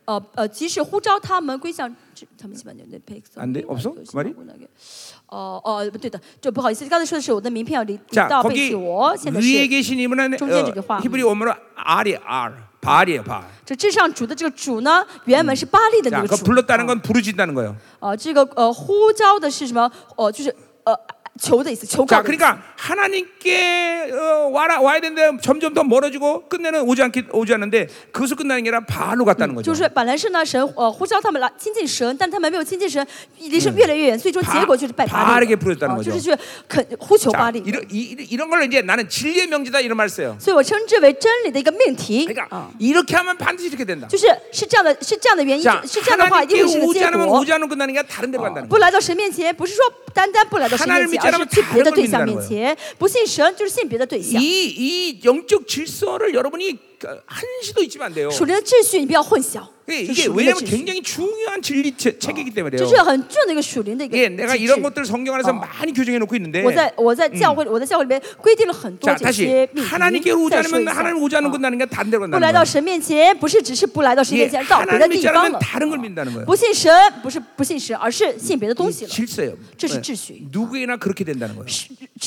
B: 呃呃，即使呼召他们归向这，他们基本就那配。
A: 안돼없어그말이
B: 哦哦，不对的，这不好意思，刚才说的是我的名片要离离
A: 자
B: 到背
A: 거기
B: 弃我，现在是
A: 위에 계신 이분은
B: 중재 지기
A: 어,
B: 화음.
A: 히브리 원어로 알이 알 발이에요 발.
B: 这至上主的这个主呢，原文是巴利的那
A: 자,
B: 个
A: 그
B: 主。
A: 불렀다는 건 부르짖다는 거예요.
B: 呃，这个呃呼召的是什么？呃，就是呃求的意思，求告
A: 자,
B: 的意思。
A: 그러니까 하나님께 어, 와라 와야 되는데 점점 더 멀어지고 끝내는 오지 않기 오지 않는데 그것을 끝나는 게 아니라 발로 갔다는
B: 就
A: 거죠.
B: 是本来是呢，神呃呼召他们来亲近神，但他们没有亲近神，离神越来越远，最终
A: 바
B: 结果就是拜
A: 바르
B: 巴利
A: 게
B: 了
A: 부르셨다는
B: 啊
A: 거죠
B: 就是去恳呼求
A: 자,
B: 巴利。
A: 이런 이, 이런 걸 이제 나는 진리의 명제다 이런 말 써요.
B: 所以我称之为真理的一个命题
A: 그러니까
B: 啊，
A: 이렇게 하면 반드시 이렇게 된다.
B: 就是是这样的，是这样的原因
A: 자, ，
B: 是这样的话一定
A: 하나님께
B: 会是个
A: 오지
B: 结
A: 않으면
B: 果
A: 오지 。 않은 끝나는 게 다른 데로 간다는
B: 不
A: 거예요.
B: 来到神面前，不是说单单不来到神面前，
A: 하나님을
B: 而是去别的对象面
A: 믿지
B: 前，不信神就是信别的对象。
A: 이이 영적 질서를 여러분이 어, 한시도 잊으면 안 돼요.
B: 属灵的秩序你不要混淆，
A: 예,
B: 这
A: 이게
B: 属灵的
A: 왜냐하면
B: 秩序，
A: 굉장히 중요한 진리 체- 책이기 때문에
B: 这
A: 그래요.
B: 是很重要的一个属灵的一个
A: 예, 내가
B: 机
A: 이런
B: 制。
A: 것들을 성경 안에서
B: 어.
A: 많이 규정해 놓고 있는데
B: 我在我在教会里，我在教会里面规定了很多
A: 자,
B: 这
A: 다시
B: 些命题。
A: 하나님께 오지
B: 再说
A: 않으면
B: 一下，
A: 하나님 오지 않는
B: 啊
A: 어. 끝나는 게 다른 데로
B: 不
A: 간다는
B: 来到
A: 거예요.
B: 神面前，不是只是不来到神
A: 예,
B: 面前，到别的
A: 하나님
B: 地
A: 믿지
B: 方
A: 않으면
B: 了。
A: 다른 걸 믿는 거예요.
B: 不信神不是不信神，而是信别的东西
A: 이
B: 了。
A: 질서예요.
B: 这是
A: 예,
B: 秩序。
A: 누구에나 그렇게 된다는 거예요.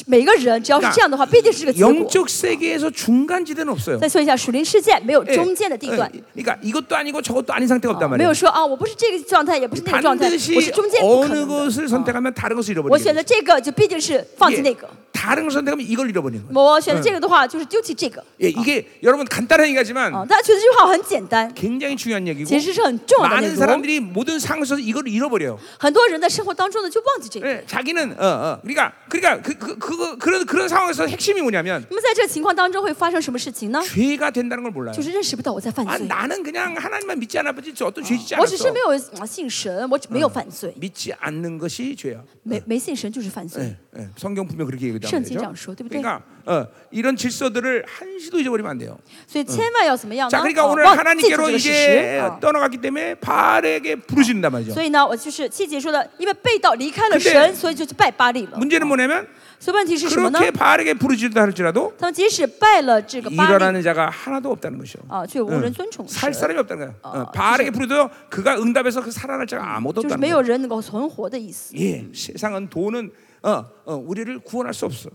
B: 每个人只要是这样的话，必定是个结果。
A: 영적 세계에서 중간 지대는 없어요.
B: 再说一下，属灵世界没有
A: 예,
B: 中间的地段
A: 예, ， 그러니까 이것도 아니고 저것도 것도 아닌 상태가 없단
B: 没
A: 말이에요.
B: 有说啊，我不是这个状态，也不是那个状态，我是
A: 반드시
B: 中间不可
A: 어느
B: 能的。
A: 것을 선택하면 다른 것을
B: 我
A: 잃어버리는
B: 选
A: 거예요.
B: 择这个，就必定是放弃那个；
A: 다른 걸 선택하면 이걸 잃어버리는 거예요.
B: 我选择这个的话，就是丢弃这个。
A: 예, 이게 여러분 간단한 얘기지만
B: 啊，大家觉得这句话很简单，
A: 굉장히 중요한 얘기고
B: 其实是很重要的内
A: 많은
B: 容。
A: 사람들이 모든 상황에서 이걸 잃어버려요.
B: 很多人在生活当中呢，就忘记这个。
A: 예, 자기는 어, 어. 그러니까 그러니까 그, 그 그거 그런 그런 상황에서 핵심이 뭐냐면
B: 那么在这个情况当中会发生什么事情呢？
A: 죄가 된다는 걸 몰라요.
B: 就是认识不到我在犯
A: 아,
B: 罪，
A: 나는 그냥 하나님만 믿지 않아 보지 어떤 죄 짓지
B: 我只是
A: 않았어.
B: 没有啊信神，我只没有犯罪，
A: 믿지 않는 것이 죄야.
B: 没没信神就是犯罪
A: 예, 。 예. 성경 분명 그렇게 얘기하고
B: 圣经这样说，对不对？
A: 그러니까 어, 이런 질서들을 한시도 잊어버리면 안 돼요.
B: 所以千万要怎么样呢？
A: 자, 그러니까
B: 啊
A: 오늘
B: 忘记住这
A: 하나님께로
B: 个事实
A: 이제 。
B: 啊
A: 떠나갔기 때문에 바알에게 부르신단 말이죠.
B: 所以呢，我就是七姐说的，因为被盗离开了
A: 근데
B: 神，所以就去拜巴利了。
A: 문제는 뭐냐면 어.
B: 所以问题是什么呢？
A: 그렇게 바알에게 부르짖다 할지라도
B: 他们即使拜了这
A: 그러니까
B: 个巴利
A: 일어나는 자가 하나도 없다는 것이요.
B: 啊，却无人遵从
A: 살
B: 神，
A: 사람이 없다는 거예요. 그렇죠. 어,
B: 어,
A: 바알에게 부르도 그가 응답해서 그 살아날 자가 아무도
B: 就是
A: 없다는
B: 没有
A: 거예요.
B: 人能够存活的意思。
A: 예, 세상은 돈은 어, 어, 우리를 구원할 수 없어.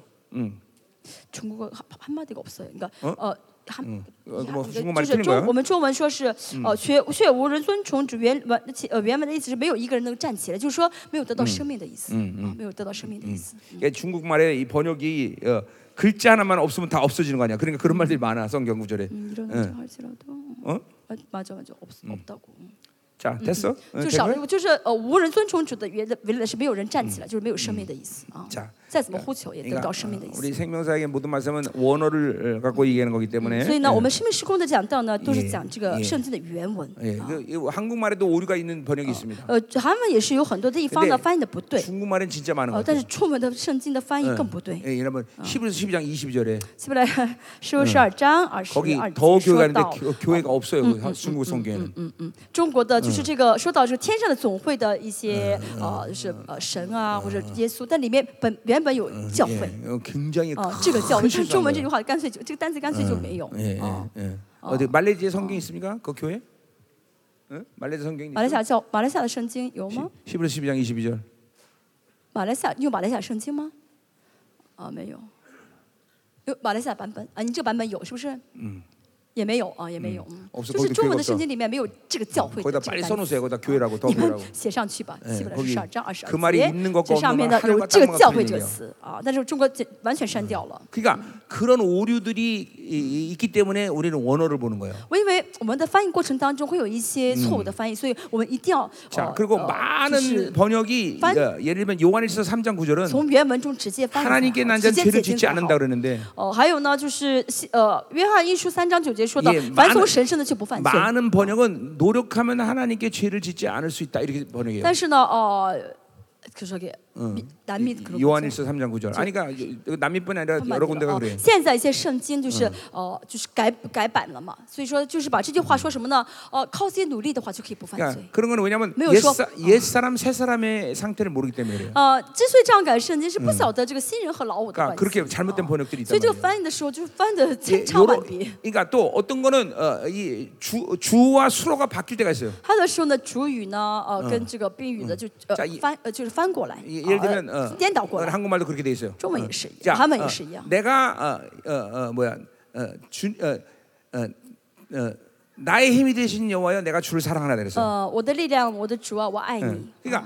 B: 中国한한마디가없어요。그러니까呃。한
A: 어뭐중국말
B: 그就是
A: 틀린거야
B: 呃中，我们中文说是，呃，却却无人遵从主原文，其呃原文的意思是没有一个人能站起来，就是说没有得到生命的意思，啊没有得到生命的意思。
A: 그러니까 중국말에 이 번역이 어, 글자 하나만 없으면 다 없어지는 거 아니야. 그러니까 그런 말들이 많아 성경 구절에.
B: 이런거할지라도
A: 어?
B: 아맞아맞아없없다고
A: 자, 됐어? 어, 됐고요?
B: 就少，就是呃，无人嗯遵从主的原的原来是没有人站起来，就是没有生命的意思啊
A: 자 。
B: 再怎么呼求也得不到生命的意
A: 어,
B: 思。
A: 우리 생명사에게 모든 말씀은 원어를 어, 갖고 얘기하는 거기 때문에.
B: 所以呢，我们生命时空的讲到呢，都
A: 예
B: 是讲这个
A: 예
B: 圣经的原文
A: 예,
B: 啊。
A: 그, 이 한국말에도 오류가 있는 번역이 있습니다.
B: 呃，韩文也是有很多地方
A: 근데
B: 呢翻译的不
A: 네.
B: 对，
A: 중국말은 진짜 많은 거.
B: 呃，但是中文的嗯圣经的翻译更不对。
A: 예, 여러분 히브리서 12장 22절에
B: 希伯来书十二章二十
A: 거기
B: 二
A: 더
B: 节说
A: 교회가 있는데
B: 到，
A: 교, 교회가 없어요. 그 중국 성경에는.
B: 中国的就是这个说到这个天上的总会的一些呃，就是呃神啊或者耶稣，但里面本原本有教会
A: 예, 어, 굉장히
B: 啊
A: 큰 ，
B: 这个教会，
A: 실수한
B: 中文这
A: 거예요.
B: 句话干脆就这个单词干脆就没有
A: 예, 예,
B: 啊。
A: 예. 어디 말레이시아 성경 있습니까? 그 교회? 응? 말레이시아 뭐? 성경
B: 马来
A: 있어요?
B: 西亚教马来西亚的圣经有吗？
A: 히브리서 12장 22절.
B: 马来西亚你有马来西亚圣经吗？啊，没有。有马来西亚版本啊？你这个版本有是不是？嗯。也没有啊，也没有。嗯
A: 없어
B: 就
A: 거기 교
B: 是中
A: 회
B: 文
A: 가
B: 的圣
A: 없어
B: 经里面没有这个教会的
A: 거기다
B: 这个
A: 빨리
B: 单词
A: 써놓으세요. 거기다 교회라고 더
B: 你们
A: 교회라고.
B: 写上去吧，
A: 哎
B: 希伯来
A: 거기
B: 十二章二十
A: 그말이있는것과 없는
B: 二节，这上面
A: 것
B: 呢
A: 하나가
B: 有这个
A: 다른것같은일이에요
B: 教会这个词啊，但是中国这完全删掉了。
A: 그러니까 그런 오류들이 이- 이- 있기 때문에 우리는 원어를 보는 거예요.
B: 我因为我们的翻译过程当中会有一些错误的翻译，所以我们一定要
A: 자,
B: 呃
A: 그리고
B: 呃就
A: 많은
B: 是
A: 번역이
B: 반-
A: 어, 예를 들면 요한일서 3장 9절은
B: 从原文中直接翻译才
A: 하나님께
B: 好，
A: 난
B: 直
A: 자는
B: 接解
A: 죄를
B: 经
A: 아, 짓지
B: 才好
A: 않는다 。 그러는데
B: 哦，还有呢，就是西呃，约翰一书三章九节说到
A: 예，
B: 凡
A: 많은
B: 从神圣的就不犯罪。
A: 많은 번역은 노력하면 하나님께 죄를 짓지 않을 수 있다 이렇게 번역해요.
B: 但是呢，哦、可是给难
A: 嗯
B: 믿
A: 이-
B: 그런 거죠。
A: 요한일서 어, 3장 9절. 아니 그러니까 남미뿐 아니라 여러 군데가
B: 哦
A: 그래요. ，嗯
B: 现在一些圣经就是哦、就是改改版了嘛，所以说就是把这句话说什么呢？哦、靠自己努力的话就可以不犯
A: 그러니까
B: 罪。
A: 그런 거는 왜냐면
B: 매우
A: 옛,
B: 수업-
A: 사, 옛 사람 새 사람의 상태를 모르기 때문에 그래요.
B: 呃，之所以这样改圣经，是不晓得这个新人和老我的
A: 嗯 그러니까
B: 关系。啊
A: 그렇게 잘못된 번역들이
B: 所
A: 있단
B: 以这个
A: 말이에요.
B: 翻译的时候，就是翻 *laughs* 的
A: 예,
B: 千差万
A: 요러-
B: 别。
A: 그러니까 또 어떤 거는 어, 이 주, 주와 수로가 바뀔 때가 있어요.
B: 它的时候呢，主语呢，呃，跟这个宾语呢，就呃
A: 嗯 자 이-
B: 翻呃就是翻过来，
A: 예- 예를
B: 呃
A: 들면 嗯 어,
B: 颠倒过
A: 어,
B: 来。
A: 한국말도 그렇게 돼 있어요.
B: 中文
A: 어.
B: 也是一
A: 嗯 자,
B: 样，韩文
A: 어,
B: 也是一样。
A: 내가 어, 어, 어, 뭐야 어, 주, 어, 어, 어, 나의 힘이 되신 여호와여 내가 주를 사랑하나 그랬어요.
B: 呃，我的力量，我的主啊，我爱你。
A: 嗯 그러니까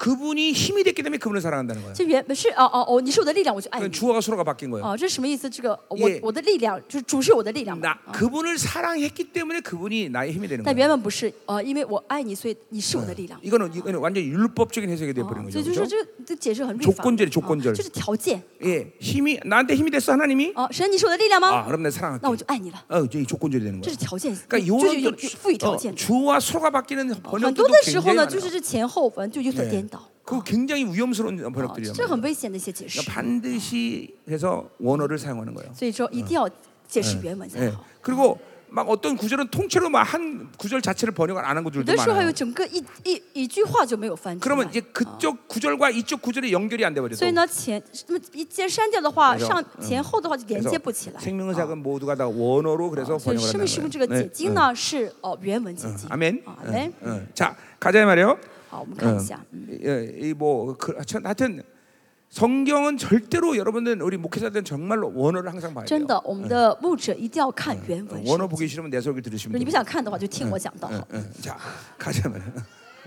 A: 그분이 힘이 됐기 때문에 그분을 사랑한다는 거예요.
B: 这原本是哦哦哦，你是我的力量，我就爱你
A: 그러니까 。 주어가 수로가 바뀐 거예요.
B: 哦，这是什么意思？这个我
A: 예
B: 我的力量就是主是我的力量嘛啊
A: 나 。 그분을 사랑했기 때문에 그분이 어. 나의 힘이 되는
B: 但
A: 거예요.
B: 原本不是，呃，因为我爱你，所以你是我的力量。
A: 嗯
B: 啊
A: 이거는 이거는 완전 히 율법적인 해석이 돼 버린
B: 所
A: 거죠.
B: 以就是
A: 그
B: 这个这解释很律法
A: 조건절이조건절
B: 哦就是条件。
A: 예, 힘이 나한테 힘이 됐어 하나님이.
B: 哦，神，你是我的力量
A: 아
B: 吗？
A: 그럼 내가 사랑할게.
B: 那我就爱你了。
A: 어, 이제 이 조건절이 되는
B: 这
A: 거예요.
B: 是条件，就
A: 그러니까
B: 是有
A: 요런
B: 有赋予条件
A: 어,
B: 的。
A: 주와 소가 바뀌는
B: 哦很
A: 어, 번역도
B: 多的
A: 굉장히
B: 时候呢，
A: 많아요.
B: 就是这前后文就有所颠倒，
A: 그 굉장히 위험스러운
B: 哦
A: 번역들이란
B: 这
A: 말이에요.
B: 很危险的一些解释
A: 그러니까 。 반드시 해서 원어를 사용하는 거예요.
B: 所以说一定要解释原文才
A: 예.
B: 好。
A: 그리고 막 어떤 구절은 통째로 막 한 구절 자체를 번역을 안 한
B: 有
A: 구절도
B: 的时候还
A: 많아요. 어.
B: 有整个一一一句话就没有翻出
A: 그러면
B: 来。
A: 이제 그쪽 구절과 이쪽 구절이 연결이 안 돼
B: 所
A: 버려요.
B: 以呢，前那么一键删掉的话，
A: 그래서
B: 上前后的话就连
A: 그래서
B: 接不起来。
A: 생명의사건 모두가 다 어. 원어로 그래서
B: 所以
A: 번역을
B: 生命时空
A: 한다는
B: 这个
A: 거예요. 네.
B: 解经呢是哦原文解经。
A: 어, 아멘.
B: 啊嗯阿门。
A: 응, 응. 자 가자 말이요. 뭐
B: 嗯好，我们看一下。
A: 이뭐 하여튼 성경은 절대로 여러분들 우리 목회자들은 정말로 원어를 항상 봐야 돼요.
B: 真的，我们的牧者一定要看原文
A: 어,
B: 圣
A: 원어
B: 经。
A: 보기 싫으면 내 설교
B: 如果
A: 들으시면
B: 你不
A: 돼요.
B: 想看的话，就听我讲的好。
A: 응, 자, 가자 말이야.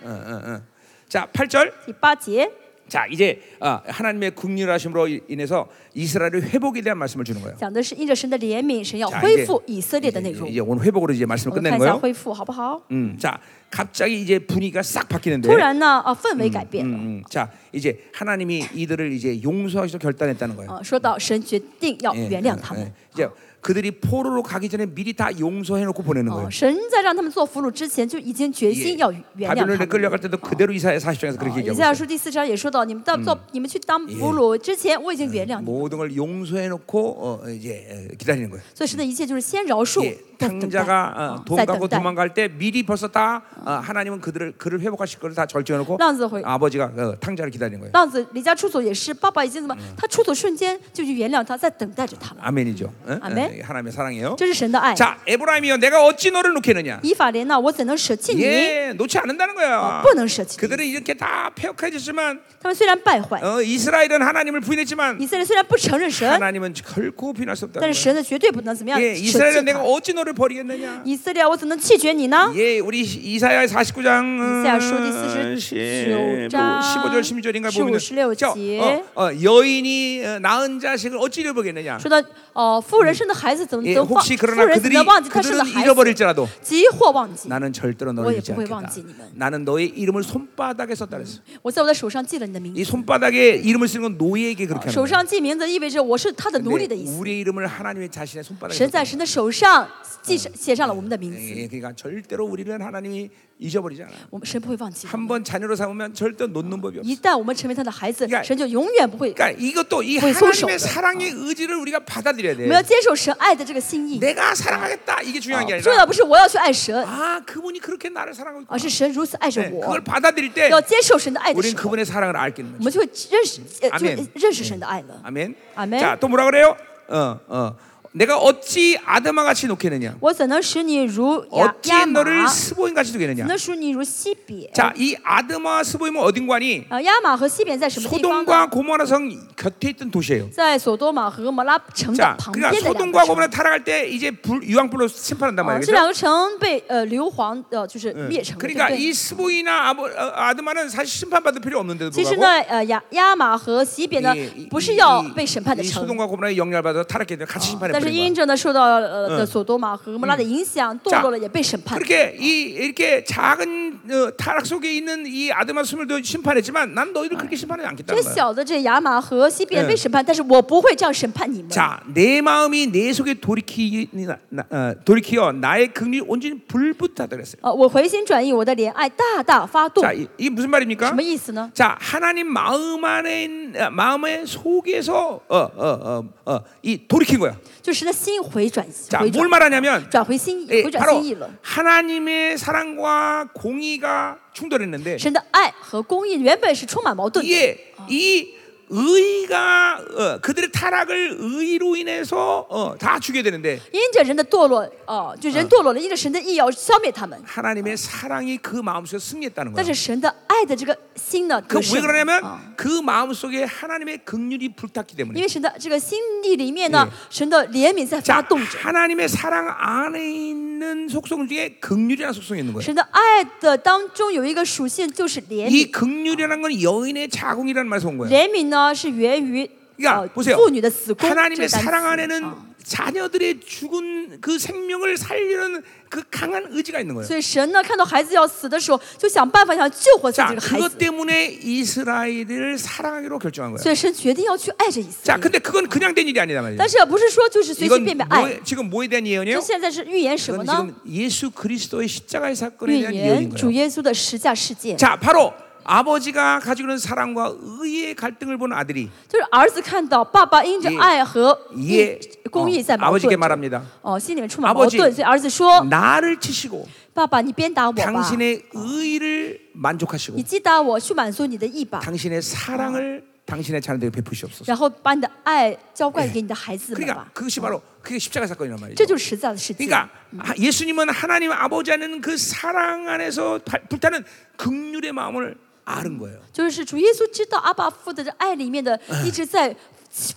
A: 응, 응, 응. 자, 8절.
B: 第八节，
A: 자, 이제 아, 하나님의 국률하심으로 인해서 이스라엘의 회복에 대한 말씀을 주는 거예요.
B: 讲的是因着神的怜悯，神要
A: 자,
B: 恢
A: 이제,
B: 复以色列的内
A: 이제,
B: 容。
A: 이제 오늘 회복으로 이제 말씀을
B: 我们
A: 끝내는
B: 看一下
A: 거예요.
B: 恢复好不好？
A: 음, 자, 갑자기 이제 분위기가 싹 바뀌는데.
B: 突然呢，啊，氛围改变了。
A: 음, 자, 이제 하나님이 이들을 이제 용서하기로 결단했다는 거예요.
B: 啊，说到神决定要
A: 예,
B: 原谅他
A: 예,
B: 们
A: 예. ， 이제 그들이 포로로 가기 전에 미리 다 용서해놓고 보내는
B: 哦、
A: 거예요.
B: 神在让他们做俘虏之前就已经决心要原谅他们。
A: 바벨론에 끌려갈 때도 그대로 이사야 40장에서
B: 哦
A: 그렇게
B: 以
A: 얘기하고
B: 赛亚
A: 있어요.
B: 书第四章也说到，你们到做、你们去当俘虏之前，我已经原谅你们，
A: 모든 걸 용서해놓고 어, 이제 어, 기다리는 거예요.
B: 所以神的一切就是先饶恕
A: 예, ，
B: 再 *laughs* 等待，
A: 탕자가
B: 哦
A: 돈
B: 再
A: 갖고
B: 等待。
A: 도망갈 때 미리 벌써 다 어, 하나님은 그들을 그를 회복하실 것을 다 절정해놓고
B: 랑스 회-
A: 아버지가 어, 탕자를 기다리는 거예요.
B: 浪子离家出走也是，爸爸已经怎么？他出走瞬间就去原谅他，在等待着他们。
A: 아멘이죠. 응? 응,
B: 아멘.
A: 하나님의 사랑이에요.
B: 这是神的爱。
A: 자 에브라임이여, 내가 어찌 너를 놓겠느냐?
B: 以法莲呐，我怎能舍弃你？
A: 예, 놓지 않는다는 거야.
B: 不能舍弃你。
A: 그들은 이렇게 다 폐역해졌지만
B: 他们虽然败坏，
A: 어, 이스라엘은 하나님을 부인했지만
B: 以色列虽然不承认神，
A: 하나님은 결코 부인할 수 없다는
B: 但是
A: 거야.
B: 神呢绝对不能怎么样
A: 예,
B: 舍
A: 이스라엘은
B: 弃
A: 내가
B: 他。
A: 어찌 너를 버리겠느냐?
B: 以色列，啊我怎能弃绝你呢？
A: 예, 우리 이사야 49장 어, 예,
B: 이사야书第49 장
A: 15절 16절인가 보면
B: 15 절.
A: 어, 어, 여인이 어, 낳은 자식을 어찌려 보겠느냐?
B: 说到哦，妇人生的孩子怎么
A: 예,
B: 能忘？
A: 혹시
B: 妇
A: 그러나
B: 人怎
A: 그들이
B: 么忘记他生的
A: 그들은
B: 孩子？
A: 잃어버릴지라도
B: 即或忘记，
A: 나는 절대로 너를
B: 너의
A: 잊지
B: 복을
A: 않겠다.
B: 왕지니는.
A: 나는 너의 이름을 손바닥에 썼다 그랬어.
B: 我在我的手上记了你的名字
A: 이 。 손바닥에 이름을 쓰는 건 노예에게 그렇게
B: 手
A: 하는 거야.
B: 上记名字意味着我是他的奴隶的
A: 근데
B: 意思。
A: 우리의 이름을 하나님의 자신의 손바닥에
B: 神
A: 썼다.
B: 在神的手上记上写上了我们的名字，
A: 예, 그러니까 절대로 우리는 하나님이 잊어버리지 않아.
B: 我们神不会忘记我
A: 한
B: 们。
A: 번 자녀로 삼으면 절대 놓는 법이 없어.
B: 一旦我们成为他的孩子
A: 그러니까 ，
B: 神就永远不会。
A: 그러니까 이것도 이
B: 거의
A: 하나님의
B: 소셜.
A: 사랑의 의지를 우리가 받아들여야
B: 我们要
A: 돼.
B: 接受神爱的这个心意。
A: 내가 사랑하겠다 이게
B: 啊
A: 중요한 게
B: 重要
A: 아니라
B: 不是我要去爱神，
A: 아 그분이 그렇게 나를 사랑하고 있구나.
B: 而是神如此爱着
A: 네,
B: 我
A: 그걸 。 받아들일 때
B: 要接受神的爱的
A: 우리는
B: 时候，
A: 그분의 사랑을 알기는 거죠.
B: 我们就会认识，呃就
A: 아멘.
B: 会认识神的爱了。
A: 아멘.
B: 아멘.
A: 자 또 뭐라 그래요? 어 어. 내가 어찌 아드마 같이 놓겠느냐?
B: 我怎能使你如亚
A: 어찌
B: 亚玛？
A: 너를
B: 怎
A: 스보인 같이 두겠느냐?
B: 能使你如西比？
A: 자 이 아드마 스보임은 어딘가니?
B: 啊，亚玛和西比在什么地方呢？
A: 소돔과 고모라 성 곁에 있던 도시예요.
B: 在索多玛和摩拉城的
A: 자,
B: 旁边
A: 그러니까
B: 的两
A: 소돔과
B: 个城。
A: 고모라 타락할 때 이제 불, 유황불로 심판한단
B: 哦
A: 말이에요.
B: 这
A: 그렇죠?
B: 两个城被呃硫磺呃就是灭城了，对不
A: 그러니까
B: 对？
A: 이 스보이나 아버, 어, 아드마는 사실 심판받을 필요 없는데도
B: 其实
A: 불구하고
B: 呢，呃亚亚玛和西比呢
A: 이- 이- ，
B: 不是
A: 이-
B: 要
A: 이-
B: 被审判的
A: 이
B: 城，
A: 소돔과 고모라의 영향받아 타락했기 때문에 어, 같이 심판해 버린
B: 但是因
A: 거야.
B: 着呢受到呃的索多玛和摩拉的影响，堕落了也被审判。
A: 그렇게 이 이렇게 작은 어, 타락 속에 있는 이 아드마 스물도 심판했지만 난 너희를 그렇게 심판하지
B: 这
A: 않겠다는 거야.
B: 小的这亚玛和西边被审判，但是我不会这样审判你们。
A: 자, 내 마음이 내 속에 돌이키 나, 나- 어, 돌이키어 나의 긍휼이 온전히 불붙하다 그랬어요.
B: 呃，我回心转意，我的怜爱大大发动，
A: 자,
B: 什
A: 이, 이게 무슨 말입니까?
B: 么意思呢？
A: 자 하나님 마음 안에 있- 어, 마음의 속에서 어 어 어 어 이 돌이킨 거야.
B: 就神的心回转，回
A: 자 뭘
B: 转，
A: 말하냐면
B: 转回心意，
A: 예,
B: 回转
A: 바로
B: 心意了。
A: 하나님의 사랑과 공의가 충돌했는데 어.
B: 神的爱和公义原本是充满矛盾的，
A: 이게 이 의가 어, 그들의 타락을 의로 인해서 어, 다 죽게 되는데
B: 因着人的堕落，哦、就人堕落了，因着神的意要消灭他们。
A: 嗯 하나님의 사랑이 그 마음속에 승리했다는
B: 但
A: 거야.
B: 是神的爱的这个心呢，得
A: 그 왜
B: 胜了。啊
A: 그러냐면 그 마음속에 하나님의 긍휼이 불탔기
B: 因
A: 때문에.
B: 为神的这个心地里面呢，神的怜悯在发
A: 자
B: 动着，
A: 하나님의 사랑 안에 있는 속성 중에 긍휼이라는 속성이 있는 거야.
B: 神的爱的当中有一个属性就是怜悯。
A: 이 극률이라는 건 여인의 자궁이라는 말에서 온 거예요.
B: 怜悯呢是源于
A: 그러니까
B: 呃
A: 보세요.
B: 어, 妇女的子宫。这个
A: 하나님의
B: 单词 어。
A: 사랑 안에는
B: 啊
A: 자녀들의 죽은 그 생명을 살리는 그 강한 의지가 있는 거예요.
B: 所以神呢看到孩子要死的时候，就想办法想救活自己
A: 자,
B: 这个孩
A: 그것
B: 子。
A: 때문에 이스라엘을 사랑하기로 결정한 거예요.
B: 所以神决定要去爱这以色
A: 자,
B: 列。
A: 근데 그건 그냥 된 일이 아니다 말이에요.
B: 但是不是说就是随随
A: 이건
B: 便便爱？
A: 뭐에, 지금 뭐에 대한
B: 这
A: 예언이에요?
B: 现在是预言什么
A: 그건
B: 呢？
A: 지금 예수 그리스도의 십자가의 사건에
B: 预
A: 대한 예언인
B: 言主
A: 거예요.
B: 耶稣的十架事件，
A: 자, 바로 아버지가 가지고 있는 사랑과 의의 갈등을 본 아들이
B: 就是儿子看到爸爸因着
A: 예
B: 爱和义
A: 예
B: 公义在
A: 어,
B: 矛
A: 아버지께
B: 盾着，
A: 말합니다.
B: 哦，心里面充满
A: 아버지
B: 矛盾，所以儿子
A: 嗯
B: 说
A: 나를 치시고 ：“
B: 爸爸，你鞭打我吧，
A: 당신의 의를 만족하시고
B: 你击打我，去满足你的意吧，
A: 당신의 사랑을 당신의 자녀들에게 베푸시옵소서.
B: 然后把你的爱浇灌给你的孩子们
A: 그러니까
B: 吧。”
A: 그것이 바로 그게 십자가 사건이란
B: 这
A: 말이죠.
B: 就是实在的事情。
A: 그러니까 하- 예수님은 하나님 아버지 안에는 그 사랑 안에서 발- 불타는 극률의 마음을 아는 거예요.
B: 就是主耶稣知道阿爸父的这爱里面的一直在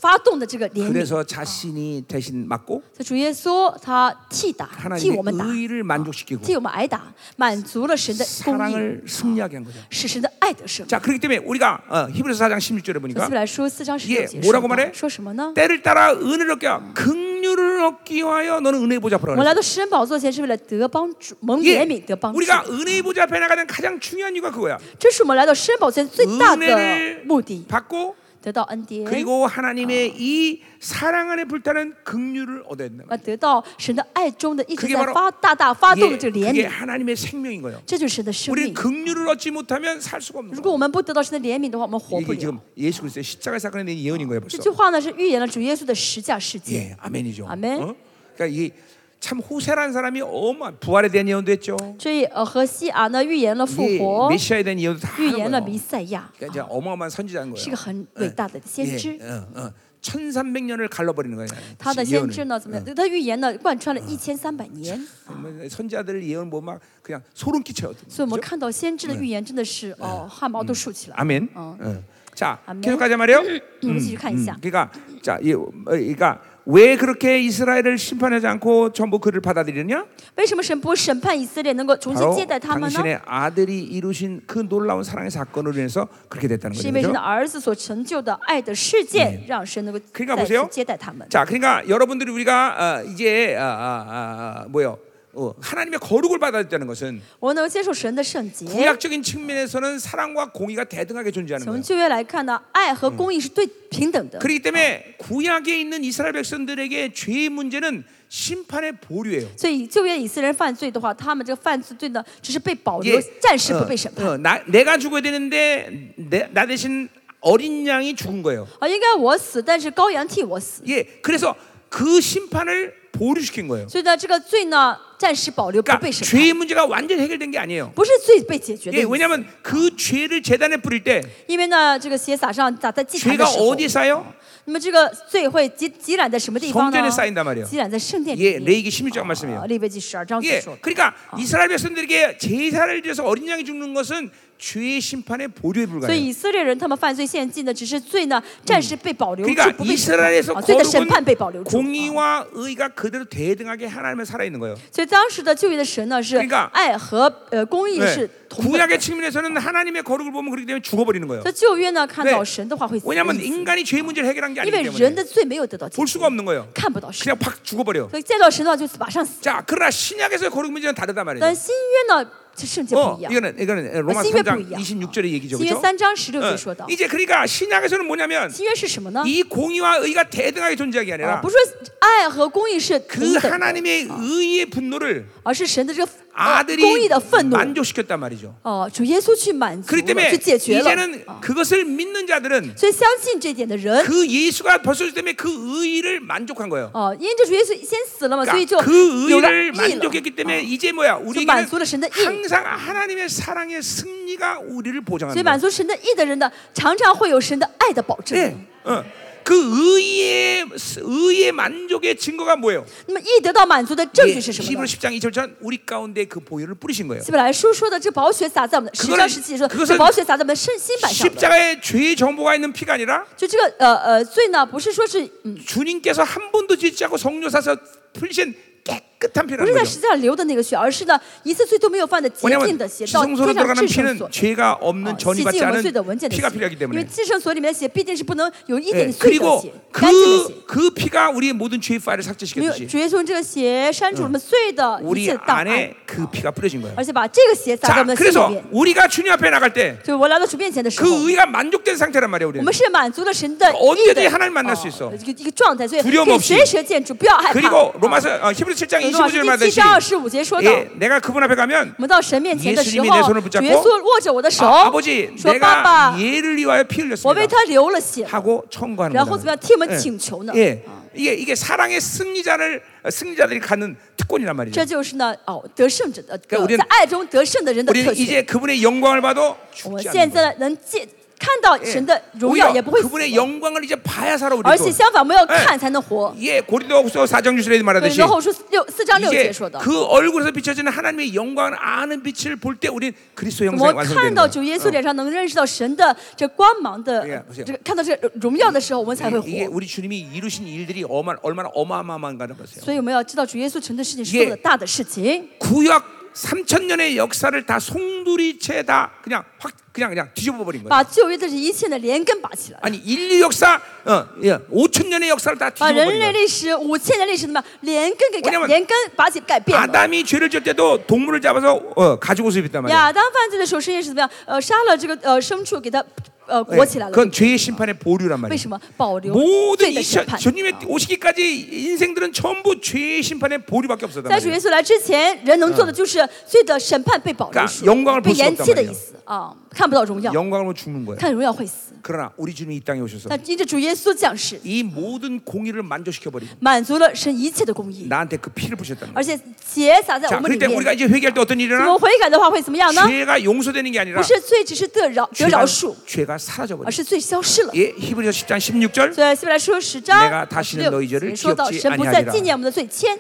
B: 发动的这个嗯怜悯。
A: 그래서 자신이 대신 맞고
B: 所以主耶稣他替打，替
A: 하나님의
B: 我们打，
A: 의를 만족시키고
B: 替我们挨打，满足了神的公义，
A: 사랑을 승리하게 한 거죠.
B: 使神的爱得胜。
A: 자, 그렇기 때문에 우리가 어, 히브리서 4장 16절에
B: 希
A: 보니까
B: 伯来书四章十
A: 예
B: 六节说
A: 뭐라고말해
B: 到说什么呢？
A: 때를 따라 은혜를 얻게 하여 긍휼을 얻기 위하여 너는 은혜 보좌 앞으로
B: 我们
A: 가라.
B: 来到神宝座前是为了得帮助，蒙
A: 예,
B: 怜悯得帮助。
A: 우리가 은혜 보좌 앞에 나가는 가장 중요한 이유가 그거야.
B: 这是我们来到神宝座前最大的
A: 은혜를
B: 目的，
A: 받고
B: 得到恩典，
A: 그리고 하나님의 이 사랑 안에 불타는 긍휼을 얻어야 된다.
B: 啊，得到神的爱中的一直
A: 그게
B: 在
A: 바로
B: 发大大发动
A: 예,
B: 的这个怜
A: 그게
B: 悯，
A: 하나님의 생명인 거예요.
B: 这就是神的生
A: 우리는
B: 命。
A: 긍휼을 얻지 못하면 살 수가 없는
B: 如果
A: 거예요.
B: 我们不得到神的怜悯的话，我们活不
A: 이게
B: 了
A: 지금 。 예수 그리스도의 십자가 사건에 대한 예언인 거예요,
B: 这
A: 벌써.
B: 句话呢是预言了主耶稣的十架事件。
A: 예, 아멘이죠.
B: 아멘.
A: 어? 그러니까 이참 호세라는 사람이 어마 부활에 대한 예언도 했죠.
B: 这呃和西亚呢预言了复
A: 예,
B: 活，
A: 메시아에 대한 예언도 다
B: 预
A: 하는
B: 言了
A: 거예요.
B: 弥赛亚，
A: 그러니까 이제 어마어마한 선지자인 거예요.
B: 是个很伟大的先知
A: 예, 。 어, 어. 1300년을 갈라버리는 거예요.
B: 他的嗯先
A: 예언을.
B: 知呢怎么样？他预言呢贯穿了一千三百年，
A: 정말 뭐 선지자들 예언 보면 막 그냥 소름 끼쳐요.
B: 所以我们
A: 그죠?
B: 看到先知的预言真的是哦汗毛都竖起来。
A: 아멘.
B: 어.
A: 어. 자,
B: 아멘.
A: 계속 가자 말이요. 음,
B: 我们继续看一下，
A: 그러니까 자, 이, 어, 그러니까 왜 그렇게 이스라엘을 심판하지 않고 전부 그를 받아들이느냐?
B: 为什么神不审判以色列，能够重新
A: 바로
B: 接待他们呢？
A: 당신의 아들이 이루신 그 놀라운 사랑의 사건으로 인해서 그렇게 됐다는
B: 是
A: 거죠.
B: 因为神
A: 그죠?
B: 的儿子所成就的爱的世界，让神能够
A: 그러니까
B: 再
A: 보세요
B: 次接待他们。哦
A: 자, 그러니까 여러분들이 우리가 어, 이제 아, 아, 아, 뭐요? 어, 하나님의 거룩을 받아들였다는 것은
B: 我们能够接受神的圣
A: 예?
B: 洁。
A: 구약적인 측면에서는 사랑과 공의가 대등하게 존재하는
B: 从
A: 거예요.
B: 旧约来看呢，爱和公义是对平等的。
A: 그렇기 때문에 구약에 있는 이스라엘 백성들에게 죄의 문제는 심판의 보류예요.
B: 所以旧约以色列人犯罪的话，他们这个犯罪呢，只是被保留
A: 이게, ，
B: 暂时不
A: 어,
B: 被审判。
A: 어, 나, 내가 죽어야 되는데 내, 나 대신 어린 양이 죽은 거예요.
B: 啊，应该我死，但是羔羊替我死。
A: 예, 그래서 그 심판을 보류시킨 거예요.
B: 所以呢，这个罪呢，暂时保留不
A: 그러니까
B: 被审判，
A: 죄의 문제가 완전히 해결된 게 아니에요.
B: 不是罪被解决的
A: 예,
B: 意思。
A: 왜냐하면 그 죄를 재단에 뿌릴 때
B: 因为呢，这个血洒上洒在祭坛的
A: 죄가
B: 时候，
A: 어디에 쌓여?
B: 那么这个罪会积积染在什么地方
A: 성전에
B: 呢？
A: 쌓인단말이에요
B: 积染在圣殿
A: 예,
B: 里面。
A: 레이기 16장 말씀이에요.
B: 啊，利未记十二章所
A: 예,
B: 说的。
A: 그러니까 이스라엘 백성들에게 제사를 드려서 어린 양이 죽는 것은 죄의 심판의 보류에
B: 所
A: 불과해요.
B: 以以色列人他们犯罪献祭呢，只是罪呢暂时被保留住，
A: 그러니까
B: 不被审判
A: 이스라엘에서
B: 啊，罪的审判被保留
A: 거룩은
B: 住。
A: 공의와 의가 그대로 대등하게 하나님에 살아 있는 거예요.
B: 所以当时的旧约的神呢是
A: 그러니까
B: 爱和呃公义
A: 네.
B: 是同等的。
A: 구약의 측면에서는 하나님의 거룩을 보면 그렇기 때문에 죽어버리는 거예요.
B: 在旧约呢看
A: 네
B: 到神的话会死的意
A: 왜냐하면
B: 思，
A: 인간이 죄 문제를 해결한 게 아니기
B: 因为人
A: 때문에
B: 的罪没有得到解
A: 볼
B: 决
A: 수가 ， 없는 거예요.
B: 看不到神，
A: 그냥 팍 죽어버려.
B: 所以见到神的话就马上死。
A: 자, 그러나 신약에서의 거룩 문제는 다르단
B: 但
A: 말이에요.
B: 新约呢，这圣洁
A: 어,
B: 不一样。呃
A: 이거는 이거는 로마
B: 신约
A: 3장
B: 不一样
A: 26절의 얘기죠,
B: 新约
A: 그렇죠?
B: 三章十六节说
A: 어,
B: 到，
A: 이제 그러니까 신약에서는 뭐냐면
B: 新约是什么呢？
A: 이 공의와 의가 대등하게 존재하기
B: 啊，
A: 아니라
B: 不是说爱和公义是同
A: 그
B: 等的，
A: 하나님의 의의 분노를
B: 而是神的这个呃
A: 아들이
B: 公义的愤怒。
A: 만족시켰단 말이죠.
B: 哦，主耶稣去满足
A: 그렇기
B: 了，
A: 때문에
B: 去解决了。
A: 이제는 그것을 믿는 자들은
B: 所以相信这点的人，
A: 그 예수가 벌써 때문에 그 의의를 만족한 거예요.
B: 哦，因为这主耶稣先死了嘛，所以就
A: 그러니까 그
B: 有了
A: 의를
B: 义了。
A: 만족했기 때문에 이제 뭐야 우리에게는
B: 만족을 신의 어. 이.
A: 항상 하나님의 사랑의 승리가 우리를
B: 所
A: 보장하는
B: 以满
A: 거예요.
B: 足神的意的人呢，常常会有神的爱的保证。
A: 예. 어. 그 의의 의의 만족의 증거가 뭐예요?
B: 那么义得到满足的证
A: 예,
B: 据是什么
A: 히브리
B: 呢？
A: 10장 2절 전 우리 가운데 그 보혈을 뿌리신 거예요.
B: 希伯来书说的这宝血洒在我们的
A: 그거는
B: 十章十七节说，
A: 그것은
B: 这宝血洒在我们的身心板上的。
A: 십자가에 죄의 정보가 있는 피가 아니라
B: 就这个呃呃罪呢，不是说是嗯，
A: 주님께서 한 번도 짓지 않고 성료 사서 풀리신 깨끗한
B: 不
A: 피라는
B: 是在
A: 거죠.
B: 十字架上流的那个血，而是呢一次罪都没有犯的洁
A: 왜냐하면
B: 净的血，到非
A: 지성소로 어,
B: 常
A: 들어가는
B: 至圣
A: 피는
B: 所。
A: 죄가
B: 啊
A: 없는
B: 洗
A: 전이
B: 净
A: 받지
B: 我们罪的文
A: 않은
B: 件的
A: 피가
B: 血，
A: 필요하기
B: 因为
A: 때문에
B: 至圣所里面的血毕竟是不能有一
A: 예,
B: 点罪的
A: 그리고
B: 血，干净的血。
A: 그, 그 피가 우리의 모든 죄의 파일을
B: 没有
A: 삭제시켰듯이
B: 主耶稣用这个血删除我们罪的一
A: 우리
B: 切的档案
A: 안에 ，그 피가 뿌려진 거예요.
B: 而且把这个血洒在我
A: 자,
B: 们的心里
A: 그래서
B: 面。
A: 우리가 주님 앞에 나갈 때 그
B: 就是我来到主面前的时候，
A: 의가 만족된 상태란 말이에요.
B: 我
A: 우리는
B: 们是满足了神的
A: 언제든지
B: 意的
A: 하나님만날수있어
B: 哦一个一个状态，所以
A: 두려움없이
B: 可以随时见主，不要害怕。
A: 그리고
B: 啊
A: 로마서 어, 히브리 7장
B: 罗马书
A: 25절
B: 第七章
A: 아,
B: 二
A: 말하듯이
B: 十五节说到，
A: 예, 내가 그분 앞에 가면
B: 我们到神面前的时候，
A: 예수님이내손을붙잡고
B: 主耶稣握着我的手
A: 아, 버지 ，
B: 说：“爸
A: 내가
B: 爸，
A: 예를 위하여 피
B: 我为
A: 흘렸습니다.
B: 他流了血。”
A: 하고 청구하는
B: 然后怎
A: 거예요.
B: 么样替我们请求呢？ 어。
A: 예, 이게 이게 사랑의 승리자를 어, 승리자들이 갖는 특권이란 말이죠.
B: 这就是呢，哦，得胜者的，
A: 그러니까우리는
B: 在爱中得胜的人的特
A: 우리는
B: 权。
A: 이제 그분의 영광을 봐도
B: 我们
A: 죽지 않는
B: 现
A: 거예요.
B: 在能见看到神的荣耀，
A: 오히려
B: 也不会死。
A: 그분의 영광을 이제 봐야 살아
B: 而
A: 우리도.
B: 且相反，我们要看
A: 哎
B: 才能活。
A: 예, 고린도후서 4장 6절에
B: 对，
A: 말하듯이
B: 然后说六四章六节
A: 이제
B: 说的，
A: 그 얼굴에서 비춰지는 하나님의 영광을 아는 빛을 볼 때 우리는 그리스도
B: 我们
A: 형상이
B: 看
A: 완성되는
B: 到
A: 거예요.
B: 主耶稣脸上能认识到神的这光芒的
A: Yeah，不是，
B: 这个看到这荣耀的时候，我们才会
A: 이게
B: 活。
A: 우리 주님이 이루신 일들이 어마- 얼마나 어마어마한가를 보세요.
B: 所以我们要知道主耶稣成的事情是
A: Yeah
B: 多么大的事情。
A: 구약 3000년의 역사를 다 송두리째 다 그냥 확 그냥 그냥 뒤집어 버린 거예요.
B: 把旧约的这一切的连根拔起来，
A: 아니 인류 역사 어, 예, 5000년의 역사를 다
B: 把
A: 뒤집어
B: 人类
A: 버린 거예요.
B: 历史五千年历史怎么样连根给改
A: 왜냐면
B: 连根拔起改变了。
A: 아담이 죄를 지을 때도 동물을 잡아서 어, 가지고 수입했단 말이에요.
B: 亚当犯罪的时候，神也是怎么样？呃，杀了这个呃牲畜，给他呃
A: 예,
B: 裹起来了。
A: 그건 죄의 심판의 보류란
B: 为
A: 말이에요.
B: 什么保留
A: 모든
B: 罪
A: 이
B: 的审判？
A: 주님의 오시기까지 인생들은 전부 죄의 심판의 보류밖에 없었단
B: 在主耶
A: 말이에요.
B: 稣来之前，人能做的就是罪的审判被保留
A: 그러니까영광을
B: 住，
A: 볼수 없단
B: 被延期的
A: 말이에요
B: 意思啊，看不到荣耀，
A: 영광으로 죽는 거예요.
B: 看荣耀会死。
A: 그러나 우리 주님이 이 땅에 오셔서
B: 但因着主耶稣降世，
A: 이 모든 공의를 만족시켜 버리고
B: 满足了神一切的公义，
A: 나한테 그 피를 부셨단 말이에요.
B: 而且血洒在
A: 자,
B: 我们里
A: 그때
B: 面。
A: 우리가 이제 회개할 때 어떤 일이
B: 我
A: 일어나?
B: 们悔改的话会怎么样呢？
A: 죄가 용서되는 게 아니라
B: 不是罪只是得饶得
A: 죄가,
B: 饶恕，
A: 죄가
B: 而
A: 사라져버려.
B: 是罪消失了。
A: 예, 히브리서 10장 16절.
B: 所以希伯来书十
A: 내가다시는
B: 章
A: 너희죄를
B: 16说到，
A: 기억지
B: 神不再
A: 아니하리라
B: 纪念我们的罪愆，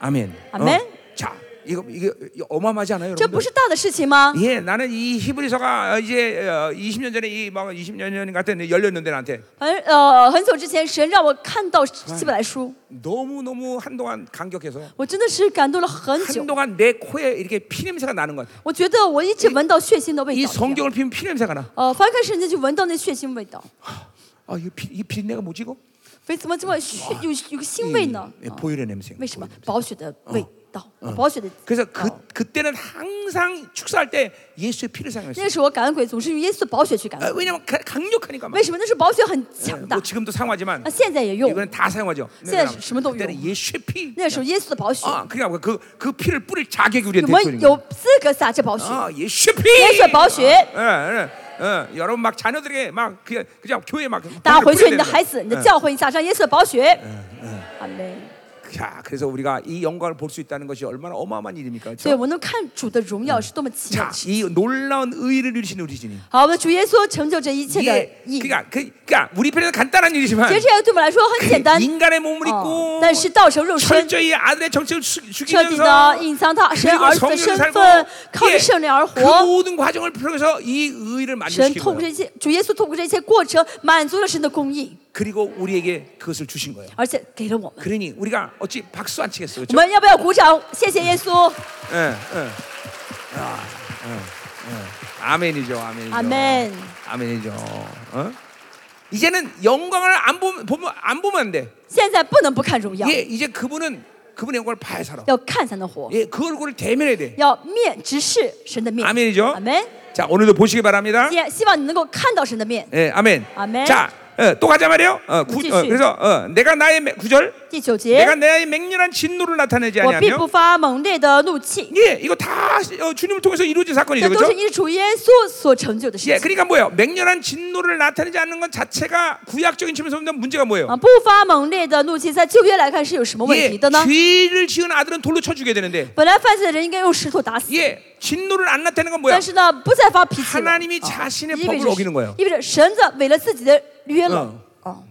A: 아멘. 어.
B: 아멘.
A: 자, 이거 이게 어마어마하지 않아요,
B: 这不
A: 여러분들?
B: 是大的事情吗？
A: 예, 나는 이 히브리서가 이제 어, 20년 전에 이막 20년 전 같은 열렸는데 나한테
B: 很呃，很久之前，神让我看到希伯来书，
A: 너무 너무 한동안 감격해서
B: 我真的是感动了很久。
A: 한동안 내 코에 이렇게 피 냄새가 나는 것 같아.
B: 我觉得我一直闻到血腥的味道
A: 이
B: 一样。
A: 성경을 피면 피 냄새가 나.
B: 呃，翻开圣经就闻到那血腥味道，
A: 아, 이 피, 이 피냄새가 뭐지 이거?
B: 为什么这么血有有个腥味呢？
A: 예,
B: 啊
A: 보혈의 냄새.
B: 为什么宝血的味道？宝血的。
A: 그래서 그
B: 哦
A: 그때는 항상 축사할 때 예수의 피를
B: 那
A: 사용했어요.
B: 个时候我感恩鬼总是用耶稣的宝血去感
A: 아,
B: 恩，
A: 왜냐면 가- 강력하니까 막.
B: 为什么？那时候宝血很强大
A: 뭐 ， 지금도 사용하지만
B: 那现在也用。
A: 이거는 다 사용하죠.
B: 세-
A: 왜냐면
B: 시험도
A: 그때는
B: 용.
A: 예수의 피.
B: 那时候耶稣的宝血，
A: 아, 그러니까 그그 그 피를 뿌릴 자격이
B: 我
A: 우리한테
B: 们
A: 있는
B: 有
A: 거예요.
B: 资格撒这宝血，
A: 아, 예수의 피.
B: 耶稣的宝血
A: 예, 예, 예. 여러분 막 자녀들에게 막 그냥, 그냥 교회 막
B: 打
A: 뿌려야
B: 回去你
A: 되는
B: 的
A: 거예요.
B: 孩子，你的教会，你撒上耶稣的宝血。阿门。
A: 자, 그래서 우리가 이 영광을 볼 수 있다는 것이 얼마나 어마어마한 일입니까?
B: 所以
A: 그렇죠?
B: 我能看主的荣耀是多么奇妙
A: 자,
B: 的事。
A: 이 놀라운 의를 이루신 우리 주님.
B: 好，我们的主耶稣成就这一切的
A: 이게
B: 义。
A: 그러니까 그, 그러니까 우리 편에서 간단한 일이지만
B: 其实这个对我们来说很简单
A: 그 ， 인간의 몸을 입고
B: 哦但是道成肉身，
A: 철저히 아들의 정체를 죽-
B: 彻底的
A: 죽이면서
B: 隐藏他神
A: 그리고
B: 儿子
A: 성령을
B: 的身
A: 살고
B: 份，靠着
A: 예,
B: 圣灵而
A: 그
B: 活。
A: 모든 과정을 통해서 이 의를
B: 神
A: 만드시고
B: 透过这些，主耶稣透过这些过程，满足了神的公义，
A: 그리고 우리에게 그것을 주신 거예요.
B: 而且给了我们。
A: 그러니 우리가 어찌 박수 안 치겠어요,
B: 我
A: 그렇죠?
B: 们要不要鼓掌？谢谢耶稣，
A: 예, 예. 아, 예, 예. 아멘이죠, 아멘이죠.
B: 아멘.
A: 아멘이죠. 어? 이제는 영광을 안 보면 보면- 안 보면 안 돼.
B: 现在不能不看荣耀，
A: 예, 이제 그분은 그분의 영광을 봐야 살아.
B: 要看才能活，
A: 예, 그 얼굴을 대면해야 돼.
B: 要面直视神的面。
A: 아멘이죠.
B: 阿门。哦
A: 자, 오늘도 보시기 바랍니다.
B: 也希望你能够看到神的面。
A: 예, 아멘.
B: 아멘.
A: 자, 어, 또 가자 말이요. 예. 에 구,
B: 무지시.
A: 어, 그래서 어, 내가 나의 매, 구절,
B: 第九
A: 내가
B: 节，
A: 나의 맹렬한 진노를 나타내지
B: 我必
A: 아니하며,
B: 不发猛烈的怒气，
A: 예, 이거 다 어, 주님을 통해서 이루어진
B: 这
A: 사건이죠,
B: 都是
A: 그렇죠?
B: 因主耶稣所成就的事
A: 예,
B: 情。
A: 그러니까 뭐예요? 맹렬한 진노를 나타내지 않는 것 자체가 구약적인 측면에서 보면 문제가 뭐예요?
B: 啊，不发猛烈的怒气，在旧约来看是有什么问
A: 예,
B: 题的呢？
A: 죄를 지은 아들은 돌로 쳐 죽여야 되는데,
B: 本来犯罪的人应该用石头打死，
A: 예, 진노를 안 나타내는 건 뭐야?
B: 但是呢，不再发脾气了。哦
A: 하나님이자신의법을
B: 意味着
A: 어기는거예요
B: 意味着神的违了自己的约了。哦，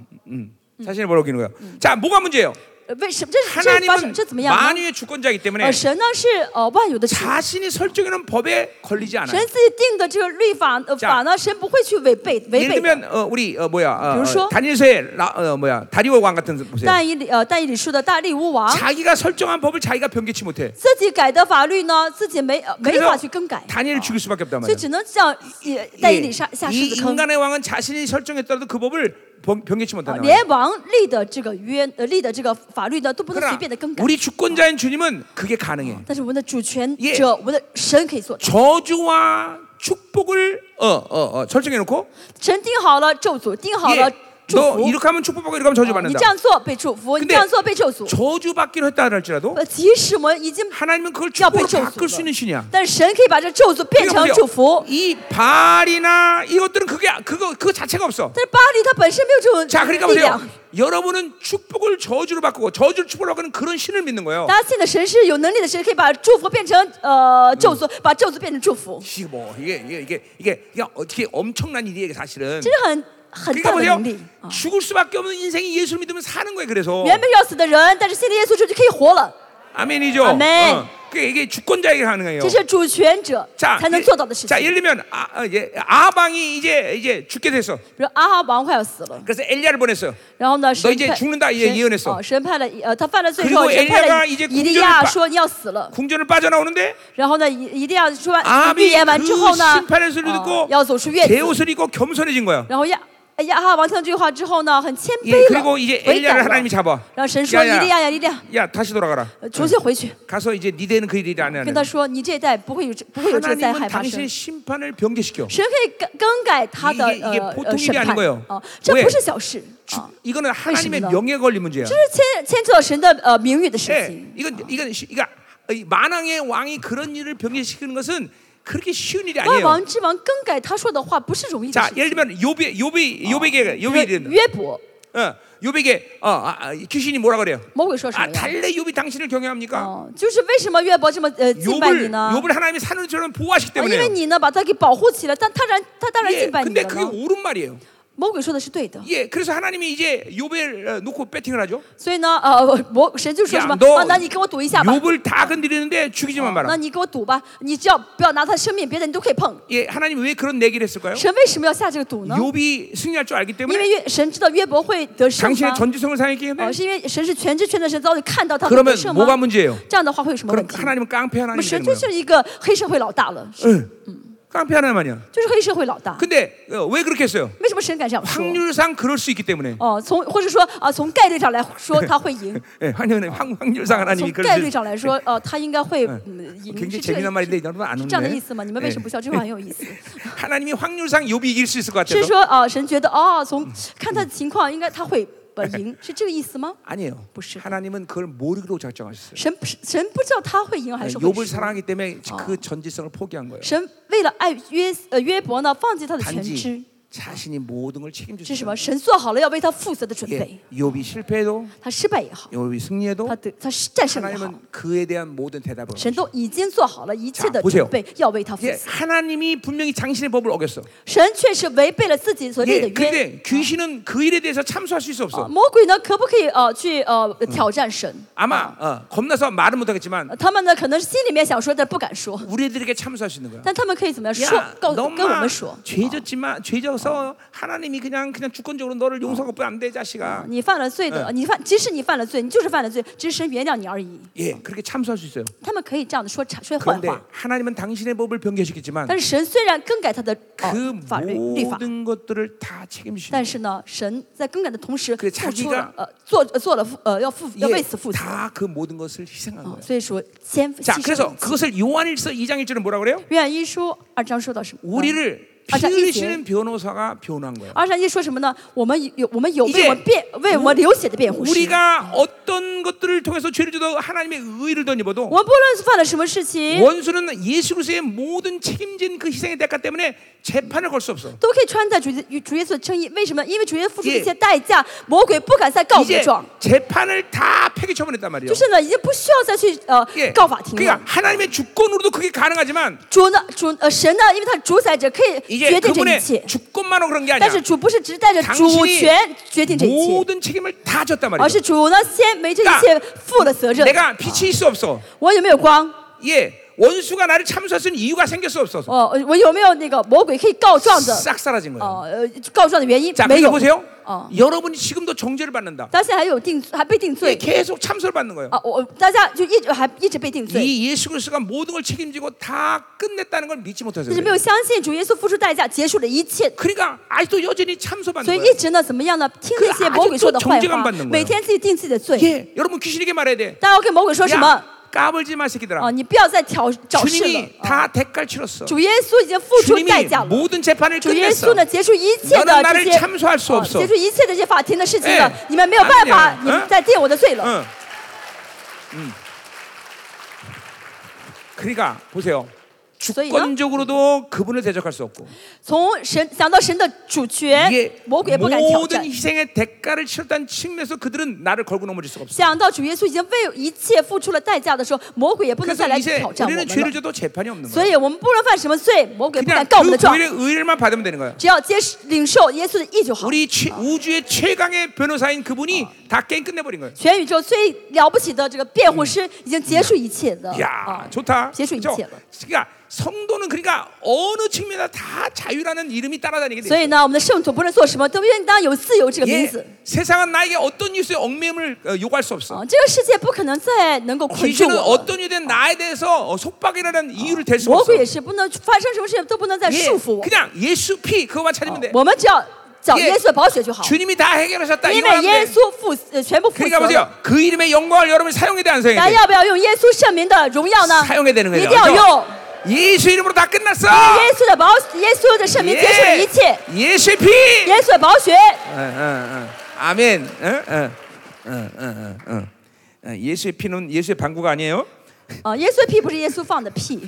A: 자신을 벌어기는 거예요. 자, 뭐가 문제예요?
B: 呃为什么？这是这是发生
A: 하나님은
B: 这怎么样呢？
A: 만유의 주권자이기 때문에
B: 呃，神呢是呃万有的主，
A: 자신이 설정해놓은 법에 걸리지
B: 神
A: 않아요.
B: 自己定的这个律法呃
A: 자
B: 法呢，神不会去违背违
A: 예를
B: 背的。
A: 들면 어, 우리 어, 뭐야 어,
B: 비로소?
A: 어, 다니엘서의 라, 어, 뭐야 다리오 왕 같은 분 보세요.
B: 但以理呃但以理书的大力乌王，
A: 자기가 설정한 법을 자기가 변개치 못해.
B: 自己改的法律呢，自己没呃没
A: 그래서
B: 法去更改，
A: 다니엘을 죽일 수밖에 없단
B: 所以
A: 말이에요.
B: 只能像也带以理下下狮
A: 이
B: 子坑。
A: 인간의 왕은 자신이 설정했더라도 그 법을 변- 변개치 못한다.
B: 连王立的这个约呃立的这个法律呢，都不能随
A: 그러나
B: 便的更改。
A: 우리 주권자인 주님은 그게 가능해.
B: 但是我们的主权
A: 예.
B: 者，我们的神可以做到。
A: 저주와 축복을 어, 어, 어, 설정해놓고
B: 神定好了咒诅，定好
A: 예,
B: 了祝
A: 너
B: 福。
A: 이렇게 하면 축복받고 어, 이렇게 하면
B: 啊你
A: 저주받는다.
B: 这样做被祝福，你
A: 근데
B: 这样做被咒诅。
A: 저주받기로 했다 할지라도
B: 呃，即使我们已经，
A: 하나님은 그걸
B: 야,
A: 축복으로
B: 배치웠어,
A: 바꿀 수
B: 이거.
A: 있는 신이야.
B: 但是神可以把这咒诅变
A: 그러니까
B: 成
A: 보세요.
B: 祝福。
A: 이 발이나 이것들은 그게 그거 그 자체가 없어.
B: 但是巴黎它本身没有这种
A: 자 그러니까
B: 力量
A: 보세요. 。 여러분은 축복을 저주로 바꾸고 저주를 축복으로 바꾸는 그런 신을 믿는 거예요.
B: 大家信的神是有能力的神，可以把祝福变成呃咒诅，把咒诅变成祝福，
A: 이게 뭐 이게 이게 이게 이게 이게 어떻게 엄청난 일이에요 이게 사실은.
B: 这是很很
A: 그러니까
B: 大的能力
A: 보세요.
B: 啊。
A: 죽을 수밖에 없는 인생이 예수를 믿으면 사는 거예요. 그래서
B: 原本是要死的人，但是信了耶稣之后就可以活了，
A: 아멘이죠.
B: 아멘.
A: 어, 그게 이게 주권자에게 하는 거예요.
B: 这是主权者
A: 자,
B: 才能
A: 예-
B: 做到的事
A: 자,
B: 情。
A: 예를 들면 아, 어, 예, 아방이 이제 이제 죽게 됐어.
B: 比如阿哈王快要死了，
A: 그래서 엘리야를 보냈어요.
B: 然后呢，神
A: 이제
B: 派
A: 죽는다이제예언했
B: 神
A: 어
B: 哦神派了呃他犯了罪之后，
A: 그리고
B: 神派
A: 엘리야가
B: 了
A: 이제
B: 以利亚
A: 궁전을 빠-
B: 说你要死了，
A: 궁전을 빠져나오는데
B: 然后呢以以利亚说完
A: 아비 어,
B: 预言完
A: 그
B: 之后呢，
A: 심판의 소리를
B: 哦
A: 듣고
B: 要走出院
A: 제
B: 子，
A: 옷을 입고 겸손해진 거야.
B: 然后亚哎亚哈王听了这句话之后呢，很谦
A: 예,
B: 卑
A: 그리고 이제
B: 了，悔
A: 엘리야를
B: 改了
A: 하나님이 。 잡아.
B: 然后神说：“以利亚呀，以利亚，
A: 야, 다시 돌아가라.
B: 呃重新回去。
A: 가서 이제 네 대는 그 일이 안
B: 跟
A: 하는.
B: 他说：“你这一代不会有这不会有这个灾
A: 하나님은
B: 害发生。”
A: 당신의 심판을 변개시켜.
B: 神可以更更改他的
A: 이게이게
B: 呃
A: 보통일
B: 呃
A: 이
B: 审
A: 아닌
B: 判
A: 거예요
B: 啊，这
A: 왜
B: 不是小事
A: 주-
B: 啊，
A: 어, 이거는 하나님의
B: 의심이다.
A: 명예 걸린 문제야.
B: 这是牵牵扯到神的呃名誉的事
A: 예,
B: 情。
A: 이건 이건 시- 이거 이 만왕의 왕이 그런 일을 변개시키는 것은 그렇게 쉬운 일이
B: 万
A: 아니에요.
B: 王之王更改他说的话不是容易的
A: 자,
B: 事
A: 예를
B: 情。
A: 들면 요비 어, 요비 요비에게
B: 约
A: 요비는
B: 约伯，
A: 어, 요비에게 어, 아, 아, 귀신이 뭐라 그래요?
B: 魔鬼说什么
A: 아
B: 呀？
A: 달래 요비 어, 당신을 경외합니까?
B: 哦，就是为什么约伯这么呃敬拜你
A: 요비를
B: 呢？
A: 요비를 하나님이 산울처럼 보호하시기
B: 啊因为
A: 때문에.
B: 你呢把他给保护起来，但他然他当然
A: 예,
B: 敬拜你
A: 근데
B: 了
A: 그게
B: 呢。
A: 옳은 말이에요.
B: 魔鬼说的是对的，
A: 예, 그래서 하나님이 이제 요비를 어, 놓고 배팅을 하죠.
B: 所以呢，呃，魔神就说什么
A: 야 너
B: 啊？那你跟我赌一下吧。
A: 요비를 다 건드리는데 죽이지만
B: 那
A: 마라.
B: 你给我赌吧，你只要不要拿他生命，别的你都可以碰。
A: 예, 하나님이 왜 그런 내기를 했을까요?
B: 神为什么要下这个赌呢？因
A: 요비 승리할 줄 알기 때문에
B: 为约神知道约伯会得胜
A: 당신의
B: 吗？
A: 전지성을 사용했기
B: 哦，
A: 때문에
B: 是因为神是全知全能神，早就看到他会
A: 그러면
B: 得胜吗
A: 뭐가 ？ 문제예요? 뭐
B: 这样的话会有什么
A: 그럼
B: 问题？
A: 하나님은 깡패
B: 我
A: 하나님
B: 们神
A: 되는
B: 就
A: 거예요.
B: 是一个黑社会老大了，
A: 응. 깡패 하나님 아니야.
B: 就是黑社会老大。
A: 근데 어, 왜 그렇게 했어요?
B: 为什么神敢这样说？
A: 확률상 그럴 수 있기 때문에.
B: 哦，从或者说啊，从概率上来 *laughs* 说他会赢，
A: 예, 확률 확- 확률상
B: 从
A: 하나님이
B: 概
A: 그럴 수
B: 率
A: 뭐
B: 上来说，呃，他应该会嗯赢。是
A: 굉장히
B: 这
A: 재미난
B: 个
A: 말인데 여러분 안
B: 是这样的意
A: 웃네. 예.
B: 思吗？你们为什么不笑？这句话很有意 *laughs* 思。
A: 하나님이 확률상 요비 이길 수 있을 것
B: 是
A: 같아서
B: 说哦，神觉得哦，从看他的情况，应该他会呃赢，是这个意思吗？
A: 아니에요.
B: 보시죠.
A: 하나님은 그걸 모르기로 작정하셨어요.
B: 神不是神不知道他会赢还嗯是会
A: 요을
B: 输。
A: 사랑하기 때문에 그 전지성을 포기한 거예요.
B: 神为了爱约呃约伯呢，放弃他的全知
A: 단지 ， 자신이 모든 걸
B: 是什
A: 책임졌어요.
B: 么？神做好了要为他负责的准
A: 예,
B: 备。
A: 요비 실패해도
B: 他失败也好，
A: 요비
B: 他
A: 승리해도
B: 得他是战胜也好，
A: 하나님은 그에 대한 모든 대답을
B: 神都已经做好了一切
A: 자
B: 的
A: 보세요
B: 准备，要为他负
A: 예,
B: 责。
A: 하나님이 분명히 당신의 법을 어겼어.
B: 神却是违背了自己所立
A: 예,
B: 的约。
A: 근데 귀신은 그 일에 대해서 참수할 수 있어
B: 啊
A: 없어.
B: 魔鬼呢，可不可以呃去呃挑战神？
A: 아마 어, 겁나서 말은 못하겠지만
B: 呃他们呢，可能心里面想说，但不敢说。
A: 우리들에게 참수할 수 있는 거야.
B: 但他们可以怎么样说
A: 야 ？
B: 告跟我
A: 너만
B: 们说，
A: 죄졌지만 죄져서 하나님이 그냥 그냥 주권적으로 너를 용서하고 뿐 안돼 자식아.
B: 你犯了罪的，你犯，即使你犯了罪，你就是犯了罪，只是神原谅你而已。
A: 예, 그렇게 참수할 수 있어요.
B: 他们可以这样的说说坏
A: 그런데
B: 话，
A: 하나님은 당신의 법을 변개시켰지만
B: 但是神虽然更改他的、
A: 그
B: 呃、法律律法，
A: 모든 것들을 다 책임지시는
B: 但是呢，神在更改的同时
A: 그래
B: 付
A: 자기가
B: 出了呃做呃做了负呃要负要为此负责啊、
A: 예, 다그 모든 것을 희생한 거예요.
B: 所以说先牺
A: 자,
B: 牲
A: 그래서 그것을 요한일서 2장 1절은 뭐라 그래요?
B: 约翰一书二章说到什么？嗯
A: 우리를
B: 어. 아, 자, 이제. 아,
A: 피르시는 변호사가 변호한 거예요.
B: 二章一说什么呢？我们有我们有
A: 이제
B: 为我们辩为我们流血的辩护师。
A: 우리가 어떤 것들을 통해서 죄를 져도 하나님의 의를 덧입어도
B: 我们不论是犯了什么事情，
A: 원수는 예수 그리스도의 모든 책임진 그 희생의 대가 때문에 재판을 걸 수 없어.
B: 都可以穿戴主耶主耶稣的称义。为什么？因为主耶稣付出
A: 예
B: 一切代价，魔鬼不敢再告
A: 제
B: 罪状，
A: 재판을 다 폐기 처분했단 말이에요.
B: 就是呢，已经不需要再去呃
A: 예.
B: 告法庭
A: 그러니까
B: 了。
A: 하나님의 주권으로도 그게 가능하지만
B: 主呢，主呃神呢，因为他是主宰者，可以
A: 이제
B: 决定这一
A: 그분의
B: 切。
A: 주권만으로 그런 게
B: 但
A: 아니야.
B: 是主不是只带着
A: 당신이
B: 主权决定这一切，
A: 모든 책임을 다 졌단
B: 而
A: 말이에요.
B: 是主呢先为这一切负了责任。
A: 내가 빛이 있어 없어.
B: 我有没有光？
A: 예. 원수가 나를 참수할 수 있는 이유가 생겼어 없어서.
B: 哦，我有没有那个魔鬼可以告状的？
A: 싹 사라진 거예요.
B: 哦，呃，告状的原因
A: 자,
B: 没
A: 그러니까
B: 有。
A: 보세요.
B: 어.
A: 여러분이 지금도 정죄를 받는다.
B: 大家现在还有定，还被定
A: 예,
B: 罪
A: 계속 참수를 받는 거예요.
B: 啊！我我大家就一直还一直被定罪。
A: 이 예수 그리스도가 모든 걸 책임지고 다 끝냈다는 걸 믿지 못해서
B: 就是没
A: 그래요.
B: 有相信主耶稣付出代价结束了一切，
A: 그러니까 아직도 여전히 참소받는
B: 所以
A: 거예요.
B: 一直呢怎么样呢？听那些
A: 그
B: 魔鬼说的
A: 아직도
B: 坏
A: 정죄감
B: 话
A: 받는거예요 ，
B: 每天自己定自己的罪。
A: 예, 여러분 귀신에게 말해야 돼.
B: 大家要跟魔鬼说什么？
A: 야 까불지 마, 새끼들아.
B: 啊，你不要再挑找事了
A: 어. 주님이 。
B: 啊
A: 다 대가를 치렀어.
B: 主耶稣已经付出
A: 주님이
B: 代价了。
A: 모든 재판을
B: 主耶
A: 끝냈어.
B: 稣呢，结束一切
A: 너는
B: 的
A: 나를
B: 这些，
A: 참소할수없어
B: 啊结束一切的这些法庭的事情了
A: 예，
B: 你们没有办
A: 아니
B: 法
A: 야，
B: 你
A: 응
B: 们在定我的罪了。
A: 응. 응. 그러니까 보세요. 네.
B: 所以呢，
A: 권적으로도 그분을 대적할 수 없고
B: 从神想到神的主权
A: 이게 ，
B: 魔鬼也不敢挑
A: 모든
B: 战。
A: 희생의 대가를 치렀다는 측면에서 그들은 나를 걸고 넘어질 수가 없어.
B: 想到主耶稣已经为一切付出了代价的时候，魔鬼也不能再
A: 그래서
B: 来
A: 이제
B: 挑战我
A: 우리는
B: 们
A: 죄를
B: 了。
A: 져도 재판이 없는
B: 所
A: 거야.
B: 以我们不论犯什么罪，魔鬼不敢
A: 그냥
B: 告我们
A: 그
B: 的状。
A: 고일의 의를 받으면 되는 거야.
B: 只要接受领受耶稣的意就好。
A: 우리 최- 우주의 최강의 변호사인 그분이 다 게임 끝내버린 거예요.
B: 全宇宙最了不起的这个辩护师已经结束一切
A: 어,
B: 的啊
A: 야, ， 좋다.
B: 제수
A: 그죠?
B: 인체가.
A: 그러니까 성도는 그러니까 어느 측면에서 다 자유라는 이름이 따라다니게
B: 所
A: 돼.
B: 以呢，我们的圣徒不论做什么，都应当有自由这个名
A: 예,
B: 字
A: 세상은 나에게 어떤 이유에 얽매임을 어, 요구할 수
B: 啊
A: 없어. 。
B: 这个世界不可能再能够困住
A: 귀신은
B: 我了，
A: 어떤 이유든 나에 대해서 어, 속박이라는 이유를 댈 수가
B: 魔
A: 없어.
B: 鬼也是不能发生什么事都不能再
A: 예,
B: 束缚我。
A: 그냥 예수 피 그거만
B: 啊
A: 찾으면 돼.
B: 我们只要找
A: 예
B: 耶稣的宝血就好，
A: 주님이 다 해결하셨다.
B: 因
A: 이거
B: 为
A: 하면
B: 耶
A: 돼.
B: 稣负呃全部负
A: 그러니까
B: 责了。
A: 보세요. 그 이름의 영광을 여러분 사용해야 돼, 안 사용해야
B: 咱
A: 돼?
B: 要不要用耶稣圣名的荣耀呢？
A: 사용해야 되는
B: 一
A: 거예요.
B: 定要用
A: 예수 이름으로 다 끝났어. 예,
B: 耶稣的宝，啊耶稣的圣名结束了一切，
A: 예수의 피.
B: 耶稣的宝血
A: 어, 어, 어. 아멘. 어? 어. 어, 어, 어, 어. 어, 예수의 피는 예수의 방구가 아니에요.
B: 啊，耶稣的屁不是耶稣放的屁。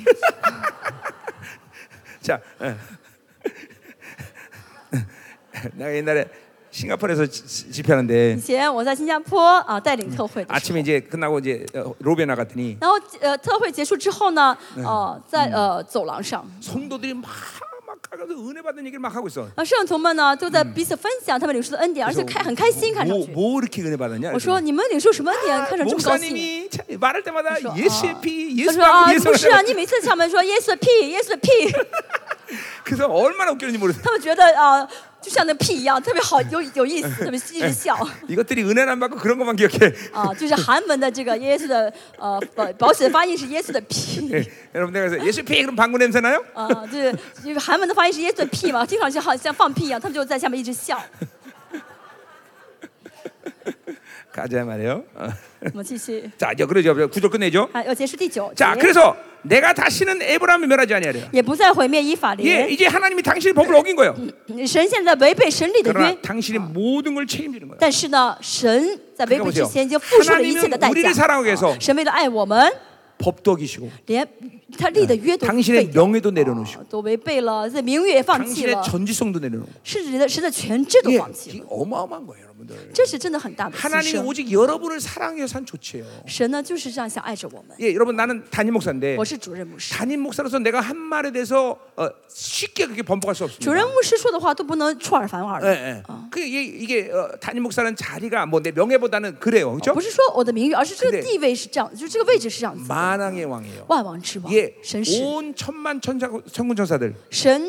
B: *laughs*
A: 자, 어. *laughs* 내가 옛날에 싱가포르에서 지- 지- 집회하는데
B: 以前我在新加坡啊带领特会的时候
A: 아침에 이제 끝나고 이제 어, 로베 나갔더니
B: 然后呃特会结束之后呢，哦、在呃走廊上，
A: 성도들이 막막 가서 은혜 받은 얘기를 막 하고 있어.
B: 啊圣徒们呢都在彼此分享他们领受的恩典，而且
A: 그래서
B: 开很开心看上
A: 뭐,
B: 去。
A: 뭐 이렇게 은혜 받았냐?
B: 我说你们领受什么恩典，看上去这么高兴？
A: 목사님이 참 말할 때마다
B: 说
A: 예수의
B: 啊
A: 피
B: 他
A: 예수
B: 说啊
A: 방구 ， 예수
B: 不是啊，
A: 방구.
B: 你每次敲门说 yes 的屁，yes 的屁，
A: 그래서 얼마나 웃겼는지 모르겠어.
B: 他们觉得啊就像那屁一样，特别好
A: *laughs*
B: 有有意思，特别一直笑
A: 이것들이 은혜를 안 받고 그런 것만 기억해.
B: 啊，就是韩文的这个 yes 的呃保保险发音是 yes 的
A: *laughs*
B: 屁
A: 예, 여러분 내가 그래서 예수 피 그럼 방구 냄새 나요?
B: 啊，对，因为韩文的发音是 yes 的屁嘛，经常就好像放屁一样，他们就在下面一直笑。
A: 가자 말이에요. 어.
B: 我们继续，
A: 자, 이제 그러죠. 구절 끝내죠.
B: 啊，要结束第九
A: 자,
B: 节，
A: 그래서 내가 다시는 에브라함을 멸하지 아니하리라.
B: 也不再毁灭以法
A: 예,
B: 莲。
A: 이제 하나님이 당신의 법을 어긴 거예요.
B: 네. 神现在违背神理的
A: 그러나
B: 约，
A: 당신이 모든 걸 책임지는 거예요.
B: 但是呢，神在违背之前已经付出了一切的代
A: 하나님은우리를
B: 价
A: 사랑하기위해서 。
B: 啊神为了爱我们，
A: 법도 어기시고
B: 连他立的约都违
A: 당신의
B: 背，
A: 명예도 내려놓으시고
B: 啊都违背了，这名誉也放弃
A: 당신의
B: 了，
A: 전지성도 내려놓고
B: 甚至的神的全知都
A: 예,
B: 放弃
A: 이
B: 了，
A: 어마어마한 거예요, 여러분들.
B: 这是真的很大的牺
A: 하나님이
B: 牲。
A: 오직 여러분을 사랑해서 산 조치예요.
B: 神呢就是这样想爱着我们。
A: 예, 여러분 나는 단임 목사인데
B: 我是主任牧师，
A: 단임 목사로서 내가 한 말에 대해서 어, 쉽게 그렇게 번복할 수
B: 主
A: 없습니다.
B: 任牧师说的话都不能出尔反尔
A: 예,
B: 的。
A: 예. 그 이게, 이게 어, 담임 목사는 자리가 뭐 내 명예보다는 그래요, 그렇죠?
B: 不是说我的名誉，而是这
A: 근데
B: 个地位是这样，就是这个位置是这样子的。
A: 만왕의 왕이에요.
B: 万王之王
A: 예, ，
B: 神是
A: 온 천만 천사 천군 천사들,
B: 神，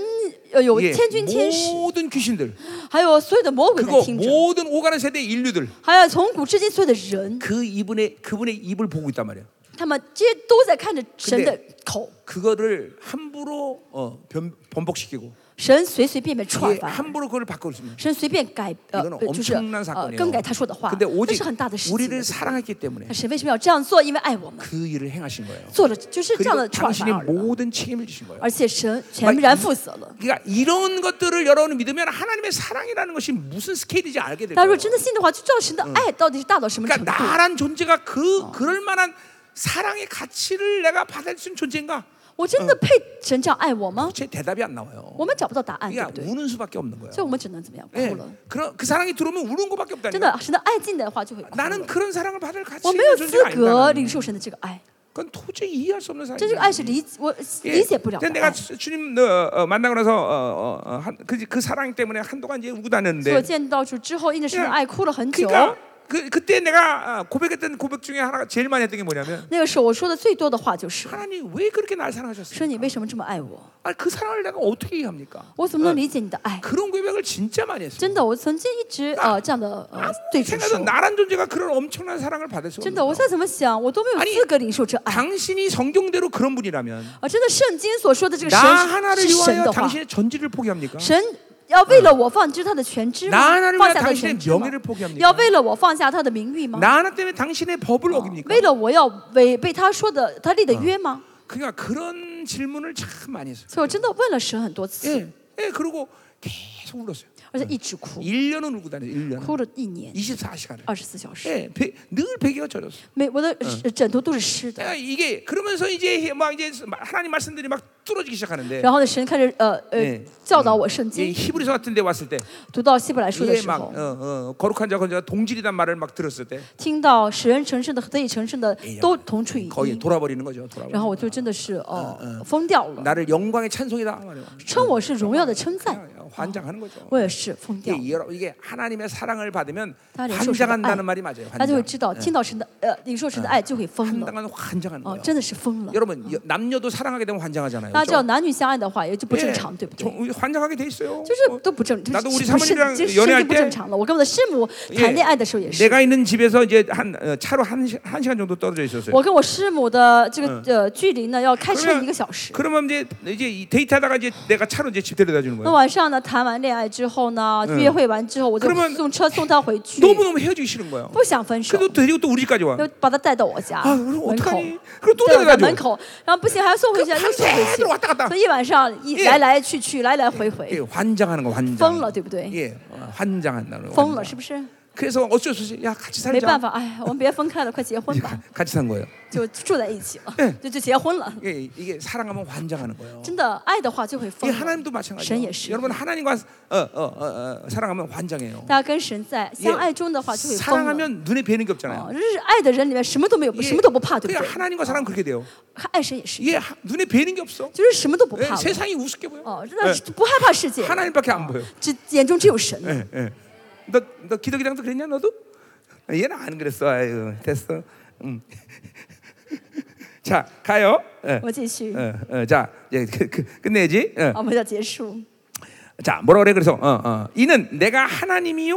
B: 呃，有
A: 예,
B: 千军千使，
A: 모든 귀신들,
B: 还有所有的魔鬼在
A: 그리고
B: 听着，
A: 모든 오가는 세대 의 인류들,
B: 还有从古至今所有的人，
A: 그 이분의 그분의 입을 보고 있단 말이에요.
B: 他们这些都在看着神的口，
A: 그거를 함부로 어, 변, 번복시키고,
B: 神随随便便
A: 예,
B: 出尔反尔，
A: 함부로 그걸 바꿀 수 있는.
B: 神随便改呃，
A: 이거는
B: 不就是
A: 엄청난
B: 呃
A: 사건이에요.
B: 更改他说的话
A: 근데 ，
B: 这
A: 오직
B: 是很大的事
A: 우리를
B: 情。
A: 사랑했기 때문에
B: 那神为什么要这样做？因为爱我们，
A: 그 일을 행하신 거예요.
B: 做了就是这样的
A: 그리고
B: 出尔反
A: 당신이
B: 尔的，哎嗯
A: 모든 책임을 지신 거예요.
B: 而且神全然负责了。
A: 그러니까 이런 것들을 여러분 믿으면 하나님의 사랑이라는 것이 무슨 스케일인지 알게 될
B: 大家如
A: 거예요.
B: 果真的信的话，就知道神的爱到底是大到什么程
A: 그러니까
B: 度。
A: 나란 존재가 그 그럴 만한 사랑의 가치를 내가 받을 수 있는 존재인가?
B: 我真的配神这样爱我吗？
A: 제 대답이 안 나와요.
B: 我们找不到答案，对哎不哎
A: 그러니까
B: 对？
A: 우는 수밖에 없는 거예요.
B: 所以我们只能怎么样？哭
A: 예.
B: 了。
A: 그런 그 사랑이 들어오면 우는 어, 것밖에 없다니까.
B: 真的，神的爱进来的话就会哭
A: 나는
B: 了。
A: 그런 사랑을 받을 가치
B: 我没有
A: 있는
B: 资
A: 존재가 아니다.
B: 格
A: 나는.
B: 领受神的这个爱，
A: 그건 그 도저히 이해할 수 없는
B: 这这个爱
A: 사랑이에요.
B: 是理我
A: 예.
B: 理解不哎了的
A: 근데 내가
B: 爱。
A: 주- 주님 어, 어, 만나고 나서 어, 어, 어, 한- 그, 그 사랑 때문에 한동안 이제 울고
B: 所以我
A: 다녔는데
B: 见到主之后，因着神的爱哭了很久。
A: 그러니까 그 그때 내가 아, 고백했던 고백 중에 하나가 제일 많이 했던 게 뭐냐면
B: 那个时候我说的最多的话就是：
A: 하나님 왜 그렇게 날 사랑하셨어요?
B: 说你为什么这么爱我？
A: 아, 그 사랑을 내가 어떻게 이해합니까?
B: 我怎么能理解你的爱？
A: 그런 고백을 진짜 많이 했어요.
B: 真的，我曾经一直呃这样的呃对主
A: 생각도
B: 说，
A: 나란 존재가 그런 엄청난 사랑을 받을 수
B: 真
A: 없는
B: 的，我
A: 거예요.
B: 再怎么想，我都没有
A: 아니
B: 资格领受这爱。
A: 당신이 성경대로 그런 분이라면
B: 啊，真的，圣经所说的这个
A: 나
B: 神
A: 하나를
B: 是神
A: 위하여
B: 的话，
A: 당신의 전지를 포기합니까?
B: 神要为了我放弃他的全知吗
A: 나 ？ 하나를
B: 放
A: 위하여
B: 下他的
A: 당신의
B: 全知吗
A: 명예를 ？ 포기합니다.
B: 要为了我放下他的名誉吗？
A: 나 하나 때문에 당신의 법을 어깁니까?
B: 为了我要违背他说的他立的约吗？
A: 그러니까 그런 질문을 참 많이 했어요.
B: 所以我真的问了神很多次，
A: 예, 예, 그리고 계속 울었어요. 그-
B: 而且一直哭，
A: 1년은 울고 다녔어요. 1년.
B: 哭了一年
A: 24시간을.
B: 二十四小时，
A: 예, 배, 늘 베개가 젖었어.
B: 每我的呃枕头都是湿的。
A: 내가 이게 그러면서 이제 막 이제 하나님 말씀들이 막 뚫어지기 시작하는데
B: 然后呢，神开始呃呃
A: 예
B: 教导我圣
A: 이제 그
B: 经，
A: 히브리서 같은 데 왔을 때
B: 读到希伯来书的
A: 이게
B: 时
A: 막
B: 候，
A: 어, 어, 거룩한 자건 자가 동질이란 말을 막 들었을 때
B: 听到使人成圣的和得以成圣的
A: 呀
B: 都同处一
A: 거의
B: 意，
A: 돌아버리는 거죠. 돌아버리는
B: 然后我就真的是呃疯掉了，
A: 나를 영광의 찬송이다. 말이야.
B: 称我是荣耀的称
A: 어.
B: 赞，
A: 환장하는 거죠.
B: 我也是疯掉了。
A: 이게, 여러- 이게 하나님의 사랑을 받으면
B: 다리
A: 환장한다는
B: 아이.
A: 말이 맞아요.
B: 他就会
A: 환장.
B: 知道，听到神的呃领受神的爱就会疯了，
A: 한동안 환장하는 어,
B: 哦，
A: 거예요.
B: 真的是疯了。
A: 여러분 여- 남녀도 사랑하게 되면 환장하잖아요.
B: 那
A: 그죠?
B: 只要男女相爱的话，也就不
A: 예,
B: 正常，对不对？
A: 저- 환장하게 돼 있어요.
B: 就
A: 어,
B: 是都不正，就
A: 나도우리
B: 是
A: 사모님이
B: 身
A: 랑
B: 就是
A: 연애할
B: 身体不
A: 때
B: 正常了。我跟我的师母
A: 예.
B: 谈恋爱的时候也是，
A: 내가 있는 집에서 이제 한 어, 차로 한, 시- 한 시간 정도 떨어져 있었어요.
B: 我跟我师母的这个呃距离呢，要开车
A: 그러면
B: 一个小时。
A: 그러면 이제 이제 이 데이트하다가 이제 내가 차로 이제 집 데려다 주는
B: 那
A: 거예요.
B: 晚上呢，谈完恋爱之后呢，约会完之后，我就
A: 그러면
B: 送车送她回去，
A: 너무 너무 헤어지기 싫은 거예요.
B: 不想分手，
A: 그래도 데리고 또 우리 집까지 와.
B: 又把她带到啊我家
A: 아, 그럼
B: 门口，
A: 어떡하니? 그럼 또
B: 带到我家
A: 데려다
B: 门
A: 줘.
B: 口，然后不行还要送回去，又送回
A: 밤새도록
B: 去，
A: 왔다 갔다.
B: 所以一晚上一
A: 예
B: 来来去去，来来回
A: 예,
B: 回，
A: 환장하는 거 환장.
B: 疯了，对不对？
A: 예, 어, 환장한다는 거.
B: 疯
A: 환장.
B: 了是不是？
A: 그래서 어쩔 수 없이 야 같이
B: 没办
A: 살자.
B: 法，哎，我们别分开了，快结婚吧，
A: 같이 산 거예요.
B: 就住在一起了，就就结婚了。
A: 예, 이게 사랑하면 환장하는 거예요.
B: *laughs* 真的爱的话就会
A: 이
B: 疯了。
A: 하나님도 마찬가지예요.
B: 神也是。
A: 여러분 하나님과 어, 어, 어, 어, 사랑하면 환장해요.
B: 大家跟神在相爱中的话就会疯了。
A: 사랑하면 눈에 뵈는 게 없잖아요.
B: 哦，就是爱的人里面什么都没有，
A: 이게
B: 什么都不怕，对不
A: 예. 그러니까
B: 对？
A: 하나님과 사랑 그렇게 돼요.
B: 爱神也是，
A: 이게 하- 눈에 뵈는 게 없어.
B: 就是什么都不
A: 예,
B: 怕了。
A: 세상이 우습게 보여.
B: 哦，真的是不害怕世界，
A: 하나님밖에 안 보여.
B: 只眼中只有神。
A: 예, 예. 너, 너 기도기장도 그랬냐 너도? 얘는 안 그랬어. 아유, 됐어. 음. *laughs* 자, 가요. 예.
B: 我继续，
A: 어, 어, 자, 이제 그, 그, 끝내야지. 어.
B: 好，我们要结束。
A: 자, 뭐라 그래 그래서 어, 어. 이는 내가 하나님이요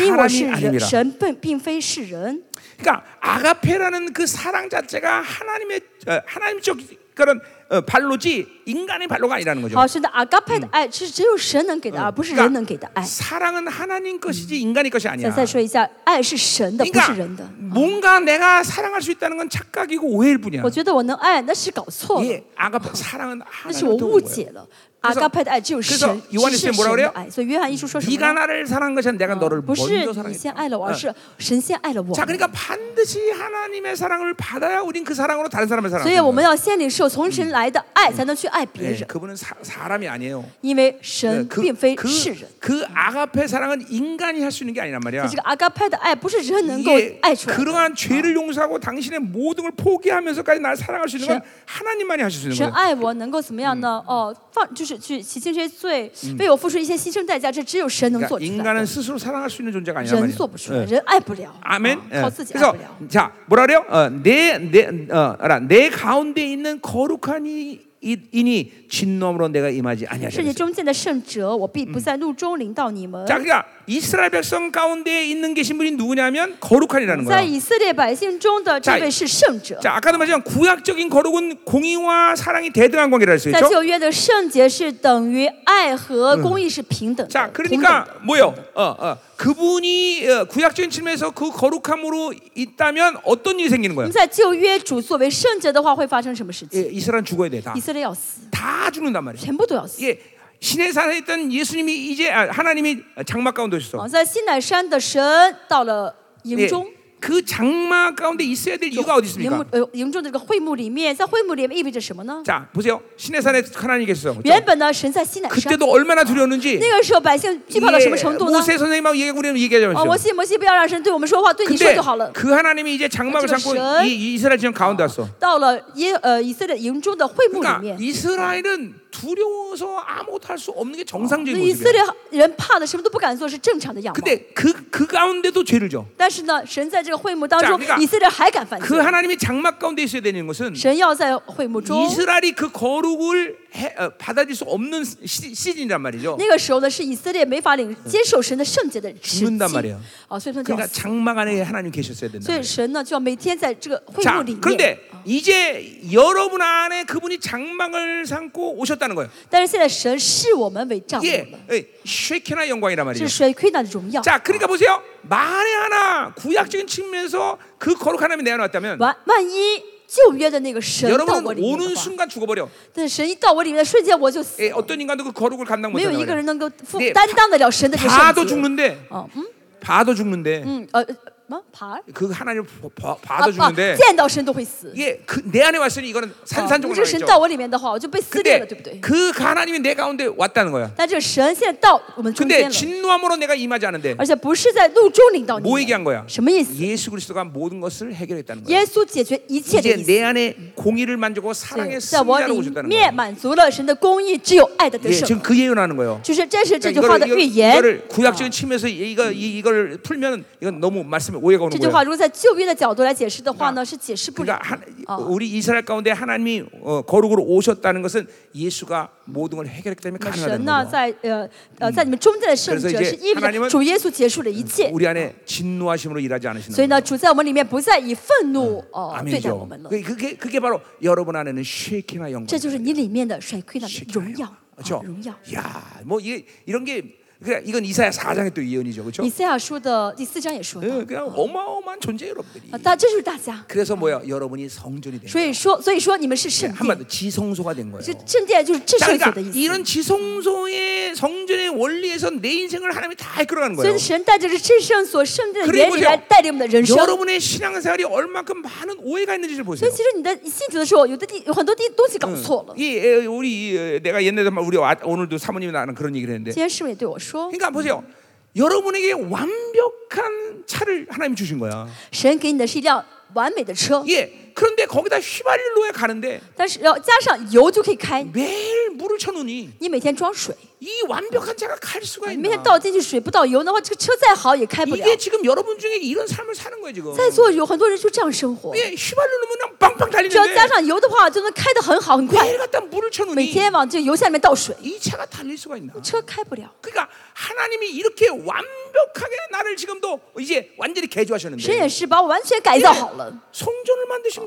B: 因为
A: 사람이
B: 我是人，
A: 아닙니다.
B: 神并并非是人。
A: 그러니까 아가페라는 그 사랑 자체가 하나님의 어, 하나님적 그런 어, 발로지 인간의 발로가 아니라는 거죠.
B: 好，神的阿嘎派的爱是只有神能给的，而不是人能给
A: 아.
B: 的爱。
A: 그러니까 사랑은 하나님 것이지 인간의 것이
B: 再
A: 아니야.
B: 再说一下，爱是神的，不是人
A: 그러니까
B: 的。
A: 뭔가 내가 사랑할 수 있다는 건 착각이고 오해일 뿐이야.
B: 我觉得我能爱，那是搞错了。
A: 예, 그렇죠. 아가페 사랑은
B: 那是
A: 하나님을
B: 我误
A: 통한 거예요.
B: 解了。阿嘎派的爱只有神，
A: 그래서요한일서에
B: 只是
A: 뭐라
B: 神
A: 그래요
B: 的爱。所以约翰一书说什
A: 네가
B: 么呢？
A: 나를 사랑한 것이 아니라 내가 너를
B: 不是
A: 먼저
B: 你
A: 사랑했다.
B: 先爱了我，而是神先爱了我
A: 자, 。 그러니까 반드시 하나님의 사랑을 받아야 우린 그 사랑으로 다른 사람을
B: 所
A: 사랑하는
B: 以我
A: 거예요.
B: 们要先领受从神来的爱，才能去爱别
A: 예,
B: 人。
A: 그분은 사, 사람이 아니에요.
B: 因为
A: 예,
B: 神
A: 그,
B: 并非
A: 그
B: 是人，
A: 그 아가페 사랑은 인간이 할 수 있는 게 아니란 말이야.
B: 这个阿嘎派的爱不是人能够
A: 이게
B: 爱出来的。
A: 그러한 죄를 용서하고 당신의 모든 걸 포기하면서까지 나를 사랑할 수 있는 건 하나님만이 하실 수 있는
B: 神
A: 거예요.
B: 爱我能够怎么样呢？哦，放就是去洗清这些罪，为我付出一些牺牲代价，这只有神能做
A: 그러니까
B: 出来的
A: 인간은 。 스스로 사랑할 수 있는 존재가 아니란
B: 人
A: 말이야.
B: 做不出来，人爱不了。
A: 아멘.
B: 啊
A: 예.
B: 靠自己爱
A: 그래서
B: 不了。
A: 자 뭐라 그래요? 어, 내내 어, 알아. 내 가운데 있는 거룩한 이- 이- 이니 진노함으로 내가 임하지
B: 世界
A: 아니하리라.
B: 中间的圣者，我必不在怒中临到你们。
A: 자, 그러니까 이스라엘 백성 가운데 있는 계신 분이 누구냐면 거룩한이라는
B: 在
A: 거예요.
B: 以色列百姓中的这位是圣者，
A: 자, 아까도 말했지만 구약적인 거룩은 공의와 사랑이 대등한 관계라 그렇죠? 할수
B: 在
A: 있죠.
B: 旧约的圣洁是等于爱和公义是平等的
A: 자, ，
B: 平等
A: 그러니까
B: 的。
A: 뭐요? 어, 어. 그분이 어, 구약적인 측면에서 그 거룩함으로 있다면 어떤 일이 생기는 거야?
B: 那么在旧约主作为圣洁的话，会发生什么事
A: 예,
B: 情？
A: 이스라엘 죽어야 돼 다.
B: 以色列要死，
A: 다 죽는단 말이야.
B: 全部都要死。
A: 예, 신의 산에 있던 예수님이 이제 아, 하나님이 장막 가운데 오셨어.
B: 啊，在西乃山的神到了营
A: 예,
B: 中，
A: 그 장막 가운데 있어야 될 이유가 어디
B: 营幕
A: 있습니까?
B: 呃营中的这个会幕里面，在会幕里面意味着什么呢？
A: 자, 보세요. 신의 산에 하나님이 계셨어. 그렇죠?
B: 原本呢，神在西乃山，
A: 그때도 얼마나 두려웠는지 예,
B: 那个时候百姓惧怕到什么程度呢？
A: 모세 선생님하고 얘기 우리는 얘기하자면
B: 啊，摩西摩西，不要让神对我们说话，对你说
A: 근데
B: 就好了。
A: 그 어, 하나님이 이제 장막을
B: 그러니까
A: 잡고
B: 지금
A: 이, 이 이스라엘 지금 가운데 왔어.
B: 到了耶呃以色列营中的会幕里
A: 그러니까
B: 面，
A: 이스라엘은 두려워서 아무것도 할 수 없는 게
B: 那
A: 정상적인
B: 以色
A: 어, 그 모습이야.
B: 列人怕的什么都不敢做是正常的样貌。
A: 근데 그 그 가운데도 죄를 져.
B: 但是呢，神在这个会幕当中
A: 자그러니까 ，
B: 以色列还敢犯
A: 그
B: 罪。
A: 하나님이 장막 가운데 있어야 되는 것은
B: 神要在会幕中，
A: 이스라엘이 그 거룩을 해- 어, 받아들일 수 없는 시, 시즌이란 말이죠.
B: 那个时候呢，是以色列没法领接受神的圣洁的时
A: 죽는단말이에
B: 期
A: 요
B: 啊，所以他们就要
A: 그러니까
B: 死
A: 장막 안에 하나님 계셨어야 된다.
B: 所以神呢就要每天在这个会幕
A: 자,
B: 里面
A: 그런데 。 이제 여러분 안에 그분이 장막을 삼고 오셨다는 거예요.
B: 但是现在神视我们为丈夫
A: 이게
B: 们，
A: 예, 쉐케나 영광이란
B: 是
A: 말이죠.
B: 谁亏难的荣耀。
A: 자, 그러니까 보세요. 만에 하나 구약적인 측면에서 그 거룩한 하나님이 내어놨다면
B: 万万一旧约的那个神到我
A: 여러분은
B: 里面的
A: 오는
B: 话，
A: 순간 죽어버려.
B: 但神一到我里面的瞬间我就死
A: 예,
B: 了，
A: 어떤 인간도 그 거룩을 감당
B: 没有一个
A: 못한다.
B: 人能够负
A: 네
B: 担当得了神的这个圣
A: 봐도
B: 洁。
A: 죽는데,
B: 哦，嗯
A: 봐도 죽는데,
B: 嗯呃呃什么爬啊
A: 그 하나님 을 봐도
B: 啊
A: 죽는데,
B: 见到神都会死。
A: 이게 그, 내 안에 왔으니 이거는
B: 啊如
A: 산산적으로
B: 果这个神到
A: 나겠죠.
B: 我里面的话，我就被撕裂了，
A: 근데
B: 对不对？
A: 그 하나님이 내 가운데 왔다는 거야.
B: 但这个神现在到我们中
A: 근데
B: 间了，
A: 진노함으로 내가 임하지 않은데
B: 而且不是在路中领到你
A: 뭐
B: 们，
A: 얘기한 거야?
B: 什么意思？
A: 아, 예수 그리스도가 모든 것을 해결했다는 거야.
B: 耶稣解决一切的
A: 이제
B: 意思。
A: 내 안에 공의를 만지고
B: 对
A: 사랑의
B: 在我
A: 승리하러
B: 里
A: 오셨다는
B: 面
A: 거야.
B: 满足了神的公义，只有爱的得
A: 예,
B: 胜
A: 지금 。그 예언하는 거예요.
B: 就是这是这句
A: 그러니까
B: 话
A: 어.
B: 的
A: 이걸,
B: 预
A: 이걸,
B: 言。
A: 이거를 구약적인 측면에서 이- 이거 이, 이걸 풀면 이건 너무 말씀에 오해가
B: 这
A: 오는
B: 句
A: 거예요.
B: 话如果在旧约的角度来解释的话呢，是解释不了
A: 그러니까 。 하,
B: 어.
A: 우리 이스라엘 가운데 하나님이 어, 거룩으로 오셨다는 것은 예수가 모든 걸 해결했기 때문에
B: 神
A: 가능하다는
B: 呢，
A: 거예요.
B: 在呃呃，在你们中间的圣
A: 그래서
B: 者
A: 이제
B: 是意味
A: 하나님은
B: 着主耶稣结束了一切，
A: 우리 안에 진노하심으로 일하지
B: 所
A: 않으시는
B: 以呢，主在我们里面不再以愤怒
A: 어,
B: 哦对待
A: 아멘이죠.
B: 我们了。
A: 그게- 그게 그게 바로 여러분 안에는 쉐키나 영광.
B: 这就是你里面的甩亏的荣耀，
A: 죠
B: 啊荣耀。
A: 그렇죠? 야, 뭐 이게 이런 게 그냥 이건 이사야 4장의 또 예언이죠. 그렇죠?
B: 以赛亚书的第四章也说
A: 예,
B: 到，
A: 그냥 어마어마한 아, 존재 여러분들이.
B: 啊，大这就是大家。
A: 그래서 뭐야? 여러분이 성전이 된
B: 所以说，所以说你们是圣殿，
A: 한마디로 지성소가 된 거예요.
B: 这圣殿就是至
A: 자
B: 圣所
A: 그러니까
B: 的意思。
A: 이런 지성소의 성전의 원리에서 내 인생을 하나님이 다 이끌어가는
B: 所
A: 거예요.
B: 以神带着这至圣所圣殿的
A: 그래
B: 原
A: 보세
B: 理
A: 요
B: 来带领我们的人生。
A: 여러분의 신앙생활이 얼만큼 많은 오해가 있는지를
B: 所
A: 보세요.
B: 以其实你在信主的时候，有的地有很多地东西搞错了。
A: 이 에, 예, 우리 이, 에, 내가 옛날에 막 우리 와- 오늘도 사모님이 나는 그런 얘기를 했는데,
B: 今天师母也对我说，
A: 그러니까 보세요. 여러분에게 완벽한 차를 하나님 이 주신 거야.
B: 神给你的是一辆完美的车，
A: 예. 그런데 거기다 휘발유로야 가는데
B: 但是要加上油就可以开。
A: 매일 물을 쳐놓니
B: 你每天装水，
A: 이 완벽한 차가 갈 수가
B: 你每天
A: 있나?
B: 倒进去水不倒油的话，这个车再好也开不了。
A: 이게 지금 여러분 중에 이런 삶을 사는 거예요 지금.
B: 在座有很多人就这样生活，
A: 예, 휘발유 넣으면 그냥 빵빵
B: 只要
A: 달리는데
B: 加上油的话，就能开得很好很快。
A: 매일 갖다 물을
B: 每
A: 쳐놓니
B: 天往这个油下面倒水，
A: 이 차가 달릴 수가 있나?
B: 车开不了。
A: 그러니까 하나님이 이렇게 완벽하게 나를 지금도 이제 완전히
B: 神也
A: 개조하셨는데
B: 是把我完全改造好了，
A: 성전을 만드신 거야.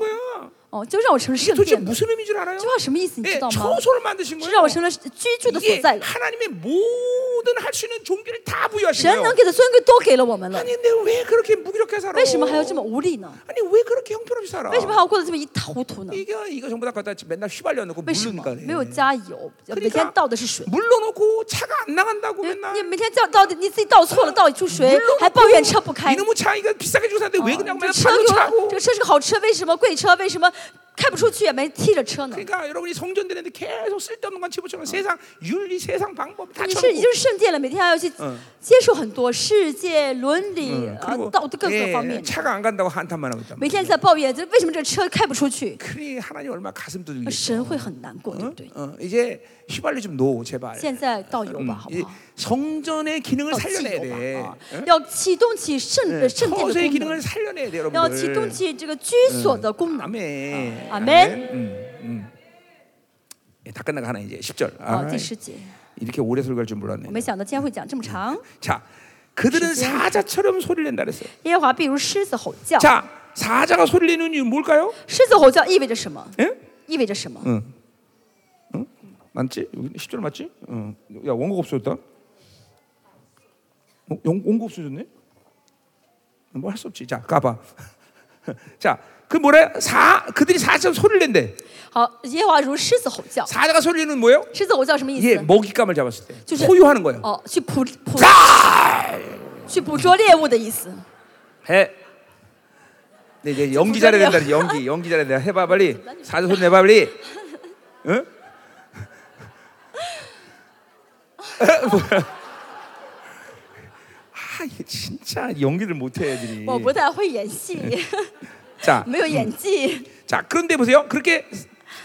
B: 哦，就让我成了圣
A: 도대체
B: 殿了。
A: 무슨 의미인 줄 알아요?
B: 这话什么意思？你
A: 예,
B: 知道吗？
A: 처소를 만드신
B: 是
A: 거예요.
B: 让我成了居住的所
A: 이게
B: 在了。
A: 하나님의 모든 할 수 있는 종기를 다
B: 神
A: 부여하신
B: 能
A: 거예요.
B: 给的尊贵都给了我们了，
A: 아니 근데 왜 그렇게 무기력해 살아?
B: 为什么还要这么无力呢？
A: 아니 왜 그렇게 형편없이 살아?
B: 为什么还要过得这么一塌糊涂呢？
A: 이거 이거 전부 다 갖다 맨날 휘발유 넣고 물
B: 为什么
A: 넣으니까
B: 没有
A: 그래.
B: 加油？每天倒的是水，
A: 물 넣어놓고 차가 안 나간다고
B: 你
A: 맨날
B: 你每天倒倒的你自己倒错了，倒一出水
A: 물 ， 넣어놓고
B: 还抱怨车不开。
A: 이놈의 차 이거 비싸게 주고 샀는데 왜 그냥
B: 这
A: 맨날
B: 个车
A: 발로
B: 给我
A: 차고 ，
B: 这个车是个好车，为什么贵车？为什么开不出去也没踢着车呢？
A: 그러니까 여러분이 성전 되는데 계속 쓸데없는 건 집어치우면 세상 윤리 세상 방법 다
B: 你是
A: 쳐놓고
B: 你就是圣殿了，每天还要去
A: 嗯
B: 接受很多世界伦理
A: 응, 어,
B: 啊
A: 그리고
B: 道德各个
A: 예,
B: 方面，
A: 차가 안 간다고 한탄만 하고 있단
B: 每
A: 말이야
B: 天在抱怨，这为什么这车开不出去？
A: 그래 하나님 얼마나 가슴 두들겠
B: 神会很难过，对不对？
A: 어, 이제 휘발유 좀 놓어 어, 제발
B: 现在倒油
A: 음,
B: 吧，好不
A: 이
B: 好？
A: 성전의 기능을
B: 要哦启
A: 살려내야
B: 动吧
A: 돼 예.
B: 啊！要启动起圣
A: 그嗯
B: 呃圣殿的
A: 처소의
B: 功能
A: 기능을 ， 살려내야 돼
B: 要启动
A: 여러분들
B: 起这个居所
A: 嗯
B: 的功能。
A: 아멘
B: 아, 아멘.
A: 음, 음. 예, 다 끝나고 하나 아, 이제 10절
B: 啊，第十节，
A: 이렇게 오래 설교할 줄 몰랐네
B: 我没想到今天会讲这么长。
A: 자 그들은 사자처럼 소리를 낸다 그랬어요
B: 耶和华必如狮子吼
A: 아.
B: 叫，
A: 자 사자가 소리를 내는 이유는 뭘까요?
B: 狮子吼叫意味着什么？
A: 예?
B: 意味着什么？
A: 맞지? 10절 맞지? 어. 야 원곡 없어졌다 어, 영, 원곡 없어졌네? 뭐 할 수 없지 자 가봐 *laughs* 자그 뭐래? 사 그들이 사자처럼 소리를 낸대
B: 好，耶和华如狮子吼叫，
A: 사자가 소리를 내는 뭐예요?
B: 狮子吼叫什么意
A: 예
B: 思？
A: 먹잇감을 잡았을 때
B: 주제-
A: 소유하는 거예요
B: 哦，去捕捕
A: 자!
B: 去捕捉猎物的意思。
A: 해. 네, 이제 연기 잘해야 된다. 그러지, 연기, 연기 잘해야 된다. 해봐 빨리. 사자 손 내봐 빨리. 응? *laughs* 어, 뭐야. 아, 이게 진짜 연기를 못해 애들이.
B: 我不太会演戏，
A: 자,
B: *laughs* 没有演技。
A: 자 그런데 보세요. 그렇게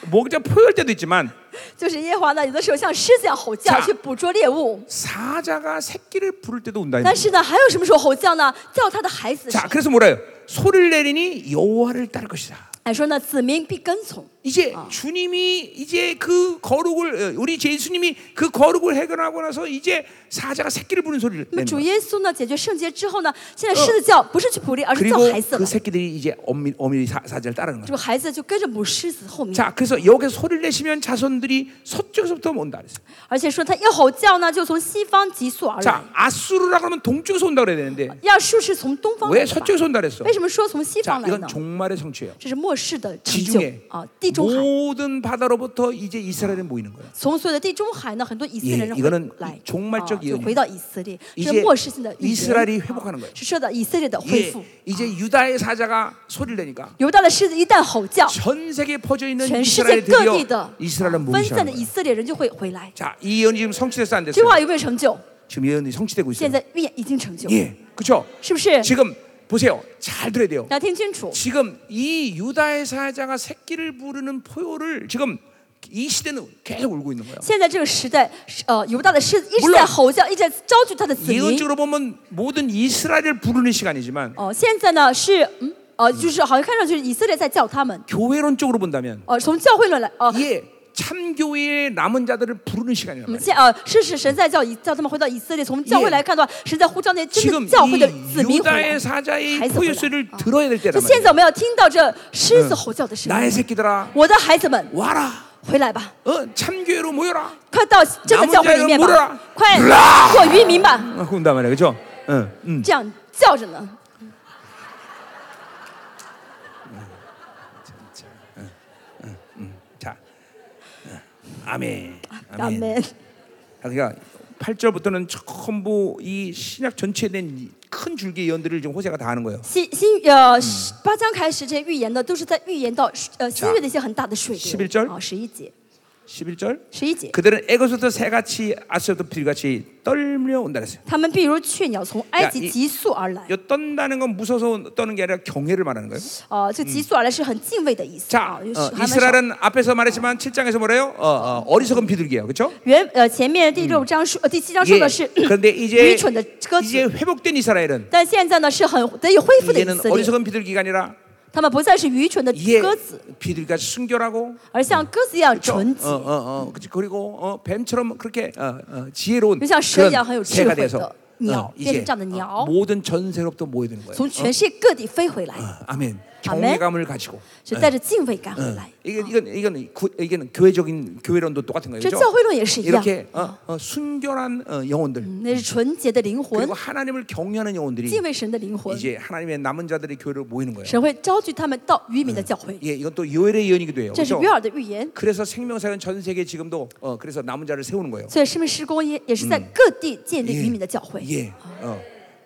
A: 목자 포효할 때도 있지만
B: 就是耶和华呢，有的时候像狮子一样吼叫
A: 자
B: 去捕捉猎物，
A: 사자가 새끼를 부를 때도 온다. 이 말이야.
B: 但是呢，还有什么时候吼叫呢？叫他的孩子的时候
A: 자, 그래서 뭐래요? 소리를 내리니 여호와를 따를 것이다.
B: 还哎说呢，子民必跟从。
A: 이제 주님이 이제 그 거룩을 어, 우리 예수님이 그 거룩을 해결하고 나서 이제 사자가 새끼를 부는 소리를
B: 那么
A: 내는
B: 主
A: 거야.
B: 耶稣呢，解决圣洁之后呢，现在狮子叫不是去捕猎，而是叫
A: 그리고
B: 孩子
A: 그
B: 了。
A: 새끼들이 이제 엄밀, 엄밀히 사, 자를 따르는
B: 这
A: 거야.
B: 个孩子就跟着母狮子后面，
A: 자, 그래서 여기서 소리를 내시면 자손들이 서쪽에서부터 온다 그랬어.
B: 而且说他一吼叫呢，就从西方急速而来。
A: 자, 아수르라 그러면 동쪽에서 온다 그래야 되는데
B: 亚述是从东方来
A: 아, 왜
B: 的吧？
A: 서쪽에서 온다 그랬어?
B: 为什么说从西
A: 자,
B: 方来
A: 이건
B: 呢？
A: 종말의 성취예요.
B: 这是末世的成
A: 지중
B: 就
A: 해
B: 啊！地中海，
A: 모든 바다로부터 이제 이스라엘에 모이는 거예요.
B: 从所有的地中海呢，很多以色列人
A: 예이거는
B: 会来，
A: 종말적
B: 啊
A: 예언이에요
B: 就回到以色列，这是
A: 이제
B: 末世性的预言啊
A: 이스라엘이 회복하는 거예요.
B: 是受到以色列的恢
A: 예,
B: 复。
A: 이제 유다의 사자가 소리를 내니까
B: 犹大的狮子一旦吼叫，
A: 전 세계에 퍼져 있는
B: 全世界各地
A: 이스라엘들이
B: 的啊
A: 이스라엘을
B: 分
A: 모이시는
B: 散的以
A: 거예요.
B: 色列人就会回来。
A: 자, 이 예언이 지금 성취됐어 안
B: 这句
A: 됐어요?
B: 话有没有成就？
A: 지금 예언이 성취되고
B: 现
A: 있어요.
B: 在预言已经成就，
A: 예, 그렇죠.
B: 是不是？
A: 지금 보세요. 잘 들어야 돼요.
B: 大家听清楚，
A: 지금 이 유다의 사자가 새끼를 부르는 포효를 지금 이 시대는 계속 울고 있는 거예요.
B: 现在这个时代，呃，犹大的狮子一
A: 물론
B: 直在吼叫，一直在招聚他的子民。
A: 예언적으로 보면 모든 이스라엘을 부르는 시간이지만
B: 哦、现在呢是，嗯，呃，就是好像看上去以色列在叫他们，
A: 교회론적으로 본다면
B: 呃，从教会论来，呃，
A: 예, 참교회의 남은 자들을 부르는
B: 我
A: 시간이란
B: 们
A: 말이에요.
B: 现呃，是是神在叫以叫他们回到以色列，从教会来看的话，神在呼叫那真
A: 지금
B: 的教会的子
A: 이
B: 民回
A: 유다의
B: 来。
A: 사자의
B: 孩子回来
A: 포효 소리를 들어야 될
B: 就
A: 때란 말이에요.
B: 现在我们要听到这狮子吼叫的声
A: 나의
B: 音，
A: 새끼들아
B: 我的孩子们
A: 와라.
B: 回来吧，
A: 어, 참교회로 모여라.
B: 快到这个教啊会里面
A: 남은자는물어라
B: 吧，快做渔民吧，
A: 아, 온단 말이야. 그렇죠? 응, 응.
B: 这样叫着呢。
A: 자. 응. 아멘.
B: 阿
A: 아멘.
B: 门。
A: 아, 그러니까 8절부터는 전부 이 신약 전체에 대한 큰 줄기 예언들을 지금 호세가 다 하는 거예요.
B: 新新呃十八章开始，这些预言的都是在预言到呃新月的一些很大的水
A: 11절
B: 流啊，十一节，
A: 11절.
B: 十一节，
A: 그들은 애고서부터 새같이 아스부터 비같이 떨며 온다 그랬어요.
B: 他们必如雀鸟从埃
A: 呀你
B: 及急速而来
A: 이 ， 떤다는 건 무서워서 떠는 게 아니라 경외를 말하는 거예요.
B: 哦、这急速而来是很敬畏的意思
A: 자,
B: 啊，有时
A: 어,
B: 还蛮少。
A: 이스라엘은 앞에서 말했지만 7장에서 뭐래요? 어, 어, 어리석은 비둘기예요. 그렇죠?
B: 原呃前面第六章说、呃第七章说
A: 예.
B: 的是
A: *clears throat*
B: *coughs*
A: 그런데
B: 愚
A: 이제
B: 蠢的鸽
A: 이제
B: 子，
A: 회복된 이스라엘은
B: 但现在呢是很得以恢复的以
A: 이제는
B: 色列，
A: 어리석은 비둘기가 아니라
B: 他们不再是愚蠢的
A: 예,
B: 鸽子，
A: 비둘기가 순결하고
B: 而像鸽子一样
A: 그렇죠?
B: 纯
A: 어,
B: 洁，
A: 어, 어, 그치. 그리고 어, 뱀처럼 그렇게 어, 어, 지혜로운
B: 就像蛇一样很有
A: 그런
B: 智
A: 새가
B: 慧
A: 돼서
B: 的鸟
A: 어, ， 이제
B: 变成这样的鸟
A: 어, ， 모든 전 세계로부터 모여드는 거예요.
B: 从全世界各地飞回来，
A: 어, 아멘. 경외감을 가지고
B: 是带着敬畏感回来。
A: 이게 이건 이건 구, 이건 교회적인 교회론도 똑같은 거예요.
B: 저
A: 그죠?
B: 교회론이 역시
A: 이렇게 어, 어, 순결한 어, 영혼들
B: 那是纯洁的灵魂
A: 그리고 ， 하나님을 경외하는 영혼들이
B: 敬畏神的灵魂，
A: 이제 하나님의 남은 자들의 교회로 모이는 거예요.
B: 神会招聚他们到渔民的教会。
A: 예, 이건 또 요엘의 예언이기도 해요.
B: 这是
A: 그죠?
B: 约尔的预言，
A: 그래서 생명사는 전 세계 지금도 어, 그래서 남은 자를 세우는 거예요.
B: 所以生命施工也也是在各地建立
A: 예
B: 渔民的教会。
A: 예. 어.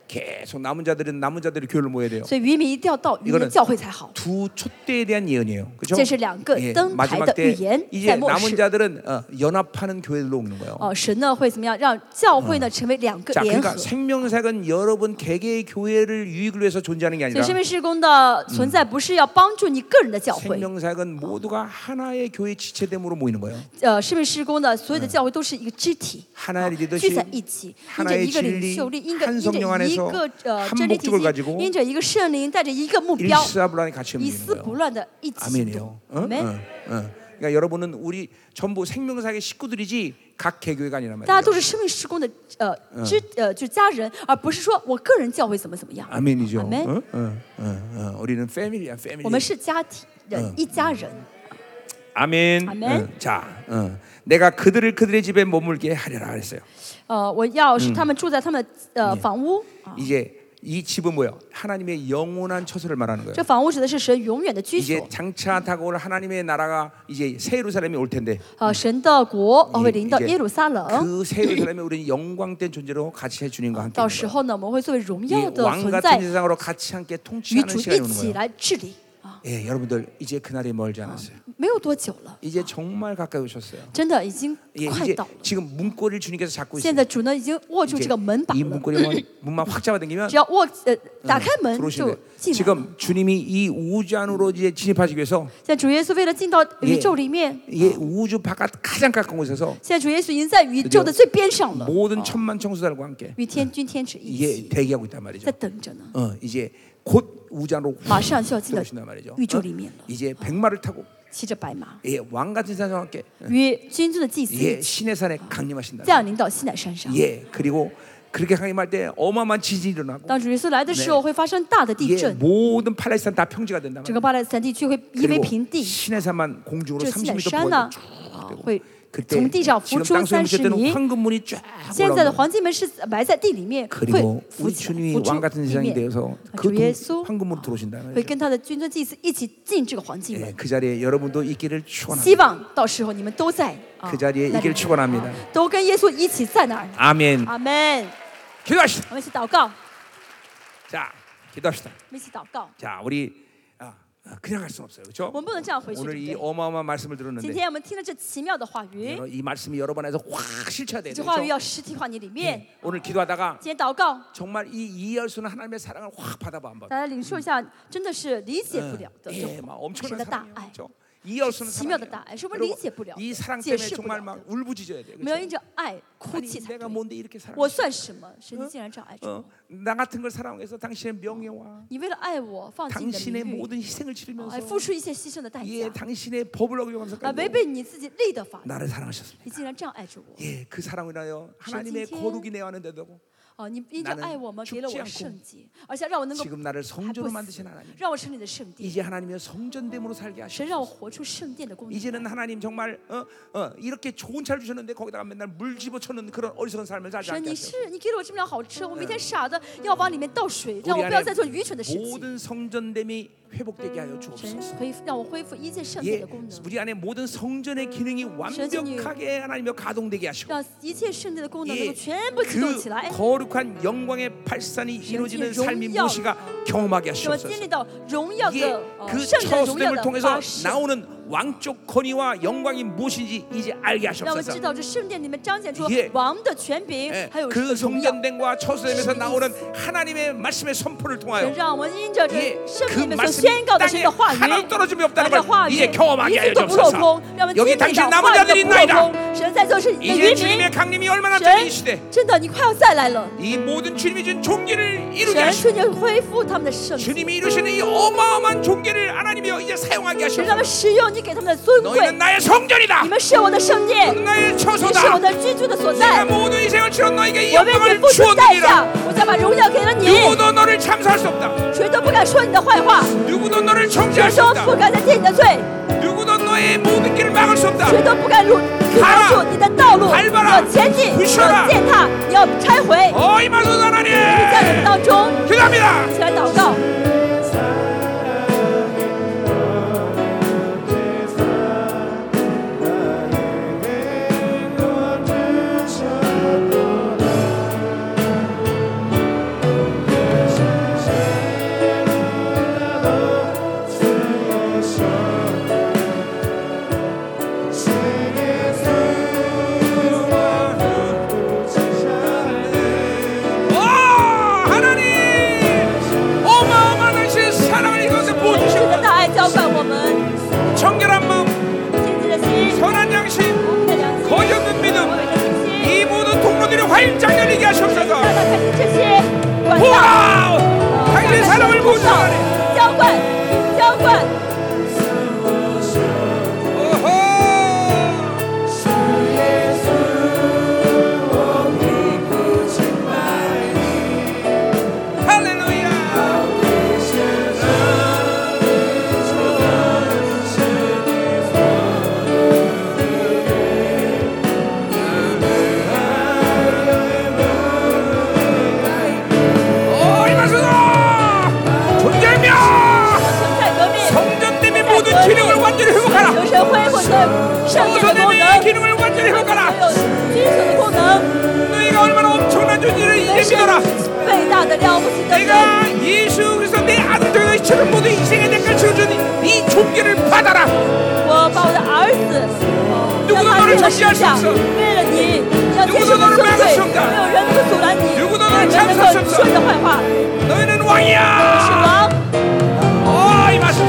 A: 계속 남은 자들은 남은 자들의 교회를 모여야 돼요.
B: 所以渔民一定要到渔民的教会才好。
A: 두 촛대에 대한 예언이에요. 그죠?
B: 这是两个
A: 예,
B: 灯牌的
A: 마지막 때
B: 预言，
A: 이제 뭐
B: 在末世。
A: 남은 자들은 어, 연합하는 교회로 오는 거예요.
B: 哦，神呢会怎么样让教会呢成为两个
A: 자,
B: 联
A: 그러니까
B: 合？所
A: 생명사역은 여러분 개개의 교회를 유익을 위해서 존재하는 게
B: 以
A: 아니라
B: 生命施工的存在不是要帮助你个人的教会，
A: 생명사역은 모두가 하나의 교회 지체됨으로 모이는 거예요.
B: 呃，生命施工的所有的教会都是一个肢体。
A: 하나의
B: 聚
A: 리더십,
B: 在一起，因着
A: 하나의
B: 一个领袖力，因着
A: 진리, 한
B: 因着
A: 성령
B: 一
A: 안에서
B: 个呃
A: 한
B: 真理体
A: 목적을
B: 系，
A: 가지고
B: 因着一个圣灵，带着一个目标，嗯
A: 일사불란의 같이
B: 一
A: 움직이는
B: 丝不
A: 거예요.
B: 乱的一起行
A: 아멘이요.
B: 动
A: 어? 。 어, 어. 그러니까 여러분은 우리 전부 생명사의 식구들이지 각 개교회가 아니란
B: 大家都
A: 말이에요.
B: 是生命施工的呃之呃就家人，而不是说我个人教会怎么怎么样。
A: 아멘이죠.
B: 아멘.
A: 어? 어, 어, 어. 우리는 패밀리야, 패밀리.
B: 我们是家庭人，一家人。
A: 아멘.
B: 아멘.
A: 어, 자, 어. 내가 그들을 그들의 집에 머물게 하려라 그랬어요.
B: 呃，我要是他们住在他们的呃房屋
A: 아.
B: 啊，
A: 이제 이 집은 뭐예요? 하나님의 영원한 처소를 말하는 거예요.
B: 这房屋指的是神永远的居
A: 이제
B: 所。
A: 장차 타고 올 하나님의 나라가 이제 새 예루살렘이 올 텐데
B: 呃，神的国呃
A: 이-
B: 会临到
A: 이제
B: 耶路撒冷，
A: 그 새 예루살렘에 우리는 영광된 존재로 같이 해 주님과 함께
B: 到
A: 있는
B: 时
A: 거예요.
B: 候呢，我们会作为荣
A: 이
B: 耀的
A: 왕
B: 存
A: 같은
B: 在，
A: 세상으로 같이 함께
B: 与
A: 통치하는
B: 主
A: 시간이
B: 一
A: 오는
B: 起
A: 거예요.
B: 来治理啊。
A: 예, 여러분들 이제 그날이 멀지 않았어요.
B: 没有多久了，
A: 이제 정말 가까이 오셨어요.
B: 真的已经
A: 예,
B: 快
A: 이제
B: 到了。
A: 지금 문고리를 주님께서 잡고
B: 现
A: 있어요.
B: 在主呢已经握住
A: 이제
B: 这个门把
A: 이
B: 了，
A: 문고리만 문만 확 *laughs* 잡아당기면
B: 只要握呃打开门就
A: 들어오시는데
B: 进来了。
A: 지금 주님이 이 우주 안으로 이제 진입하시기 위해서
B: 现在主耶稣为了进到宇
A: 예
B: 宙里面，
A: 이게 우주 바깥 가장 가까운 곳에서
B: 现在主耶稣已经在宇宙的最边上了，
A: 모든 천만 청소들과 함께
B: 与天君天使一
A: 이게
B: 起
A: 대기하고 있단 말이죠.
B: 在等着呢。
A: 어, 이제 곧 우잔으로 훅
B: 马上就要进到
A: 들어오신단 말이죠.
B: 宇宙
A: 어?
B: 里面了，
A: 이제 백마를 타고
B: 骑着白马，
A: 예, 왕 같은 사람과 함께
B: 与君尊的祭司一
A: 예,
B: 起
A: 신의 산에 강림하신다.
B: 降临到西乃山上。
A: 예, 그리고 그렇게 강림할 때 어마어마한 지진이 일어나고
B: 当主耶稣来的时候，会发生大的地
A: 예,
B: 震，
A: 모든 팔레스타인 다 평지가 된다.
B: 整个巴勒斯坦地区会夷为
A: 그리고
B: 平地。
A: 신의 산만 공중으로
B: 这西乃
A: 30m
B: 山呢
A: 부어져 ，
B: 啊会
A: 그때
B: 从地上
A: 지금
B: 浮出
A: 땅속에
B: 三
A: 묻힐
B: 十
A: 때는
B: 米。
A: 황금문이 쫙
B: 现在的
A: 올라온다.
B: 黄金门是埋在地里面，会
A: 그리고
B: 浮
A: 우리
B: 起
A: 주님이
B: 来，浮
A: 왕
B: 出
A: 같은
B: 地
A: 세상이
B: 面。
A: 되어서
B: 啊
A: 그
B: 主
A: 돈,
B: 耶稣
A: 황금으로 들어오신다.
B: 会跟他的军尊祭司一起进这个黄金
A: 예,
B: 门。
A: 그 자리에 여러분도 있기를 축원합니다.
B: 希望到时候你们都在啊
A: 그 자리에
B: 那
A: 있기를
B: 里啊
A: 축원합니다.
B: 都跟耶稣一起在那儿。
A: 아멘.
B: 阿门。
A: 기도합시다.
B: 我们一起祷告，我
A: 자, 기도합시다.
B: 们一起祷告。
A: 자, 우리 아, 아, 그냥 갈 수는 없어요. 그렇죠?
B: 我们不能这样回去，
A: 오늘
B: 对
A: 이
B: 不对？
A: 어마어마한 말씀을
B: 今
A: 들었는데
B: 天我们听了这奇妙的话语，
A: 여러- 이 말씀이 여러 번 해서 확 예? 실체돼야
B: 这
A: 되죠.
B: 话语要实体化你里面。
A: 오늘 기도하다가
B: 今天祷告，
A: 정말 이 이해할수는 하나님의 사랑을 확 받아봐 한번.
B: 大家领受一下，真的是理解不了的
A: 예,
B: 这
A: 막
B: 种神
A: 엄청난
B: 的大
A: 사랑이에요.
B: 爱。
A: 그렇죠? 이해할 수는
B: 지묘의
A: 사랑이에요.
B: 따- 아니, 정말
A: 여러분,
B: 리지 불려.
A: 이 사랑 때문에
B: 제시
A: 정말
B: 불려.
A: 막 울부짖어야 돼.
B: 我们要
A: 그렇죠?
B: 因着爱哭
A: 아니,
B: 泣才
A: 내가
B: 对。
A: 뭔데 이렇게 사랑?
B: 我算什么？神竟然这样爱着
A: 어
B: 我！
A: 나 같은 걸 사랑해서 당신의 명예와
B: 你为了爱
A: 아,
B: 我，放弃你的
A: 당신의
B: 名誉，
A: 모든 희생을
B: 哎，
A: 치르면서
B: 付出一些牺牲的代
A: 예,
B: 价，
A: 당신의 법을 어기면서
B: 啊，违背你自己立的法律，
A: 나를 사랑하셨습니다.
B: 你竟然这样爱着我！
A: 예, 그 사랑을 인하여 하나님의
B: 신칭해.
A: 거룩이 내 안에 되고
B: 哦，你因着
A: 나는
B: 爱我们，给了
A: 죽지않 고
B: 我圣洁，而且让我能够
A: 지금 나를
B: 还不
A: 성전으로 만드신
B: 死
A: 하나님 ，
B: 让我成你的圣殿，
A: 이제 하나님의 성전됨으로 살게
B: 神让
A: 하시옵소서
B: 我活出圣殿的功能。
A: 이제는 하나님 정말 어, 어, 이렇게 좋은 차를 주셨는데 거기다가 맨날 물 집어쳐넣는 그런 어리석은 삶을 살지
B: 神，
A: 않게
B: 你
A: 하시옵소서
B: 是你给了我这么辆好车，我每天傻的要往里面倒水，让
A: 우리
B: 我不要
A: 안에
B: 再做愚蠢的事情。
A: 모든 성전됨이 회복되게 하여
B: 神
A: 주옵소서
B: 可以让我恢复一切圣殿
A: 예,
B: 的功能，
A: 우리 안에 모든 성전의 기능이 완벽하게 하나님의 가동되게 하시고
B: 让一切圣殿的功能能够
A: 예
B: 全部启动
A: 그
B: 起来，
A: 거룩한 영광의 발산이 이루어지는 삶이
B: 영광.
A: 무엇이가 경험하게
B: 让我经
A: 하시옵소서
B: 历到荣耀的
A: 이게 아,
B: 呃
A: 그
B: 圣殿荣耀
A: 처수됨을
B: 的
A: 통해서
B: 发射。
A: 나오는 왕족 권위와 영광이 무엇인지 이제 알게
B: 让我们知
A: 하셨소서.
B: 道这圣殿里面哎彰显出
A: 예
B: 王的权柄，还有这
A: 그
B: 个荣耀。
A: 성전됨과 처수됨에서 나오는 하나님의 말씀의 선포를
B: 神
A: 통하여
B: 让我们因着这
A: 예,
B: 圣
A: 그
B: 经里面所
A: 말씀이
B: 宣告的神
A: 땅에
B: 的话语，
A: 하나도 떨어짐이
B: 把
A: 없다는
B: 这话
A: 걸
B: 语
A: 이제 경험하게
B: 一
A: 하여
B: 次都不落
A: 주옵소서.
B: 空，让我们经
A: 여기
B: 历到
A: 당신
B: 话
A: 남은
B: 语的
A: 자들이
B: 不落
A: 있나이다.
B: 空。神在座是你的
A: 이제
B: 渔民
A: 주님의 ， 강림이 얼마나 뜨거이 시대
B: 神真的你快要再来了，
A: 이 모든 주님이 준 종기를 이루게
B: 神
A: 하시고
B: 瞬间恢复他们的圣洁，
A: 주님이 이루시는 이 어마어마한 종기를 하나님이 이제 사용하게
B: 神
A: 하시옵소서.
B: 让他们使用你给他们的尊
A: 너희는
B: 贵。
A: 나의 성전이다.
B: 你们是我的圣殿，
A: 나의
B: 你是
A: 처소다.
B: 我的居住的所
A: 내가
B: 在。
A: 모든 희생을 치러 너에게 이
B: 我为你
A: 영광을 예.
B: 付出代
A: 주었느니라
B: 价，我将把荣耀给了你，
A: 누구도 너를 참수할 수 없다
B: 谁都不敢说你的坏话，
A: 누구도 너를 정죄할 수
B: 谁都不
A: 없다
B: 敢再定你的罪，
A: 누구도 너의 모든 길을 막을 수 없다
B: 谁都不敢路
A: 가라
B: 拦住你的道路。
A: 밟아라
B: 你要前进，
A: 부
B: 你
A: 숴라
B: 要践踏，你要拆毁。
A: 어이마소서 하나님
B: 在你们当中，
A: 기도합니다
B: 起来祷告。
A: 오 하나님 어, 어마어마한 당신의 사랑을 이곳에
B: 神
A: 부어주시고
B: 的大爱浇灌我们，
A: 청결한 마음
B: 坚定的心，
A: 선한 양심
B: 我们的良心，
A: 거짓없는믿음
B: 我们的信心，
A: 이 모든 통로들이 활짝 열리게
B: 让
A: 하시옵소서
B: 他看见这些啊管道，
A: 보라 당신의 사랑을 보여주시니
B: 浇灌，浇灌，
A: 오호 할렐루야 오 이마수다 존재며
B: 生态革命，
A: 성전됨의 모든 기능을 완전히 회복하라
B: 求神恢复的圣殿的功
A: 성전됨의
B: 能，
A: 기능을 완전히
B: 还
A: 회복하라
B: 有基础的功能，
A: 너희가 얼마나 엄청난 존재를
B: 真
A: 이제
B: 是
A: 믿어라
B: 伟大的了不起的人。
A: 내가 예수 그리스도 내 아들 되는 이처럼 모두 인생의 대가를 치러준 이 종교를 받아라
B: 我把我的儿子，
A: 누구도
B: 让他
A: 너를
B: 为了
A: 정죄할 수없
B: 天下，
A: 어
B: 为了你，要接
A: 누구도
B: 受
A: 너를
B: 尊贵，
A: 막을수없다
B: 没有人能够阻拦你，没有
A: 누구도 너를
B: 人能
A: 참수할수없어
B: 够说你的坏话。
A: 너희는
B: 是
A: 왕이야
B: 王，
A: 어이 마스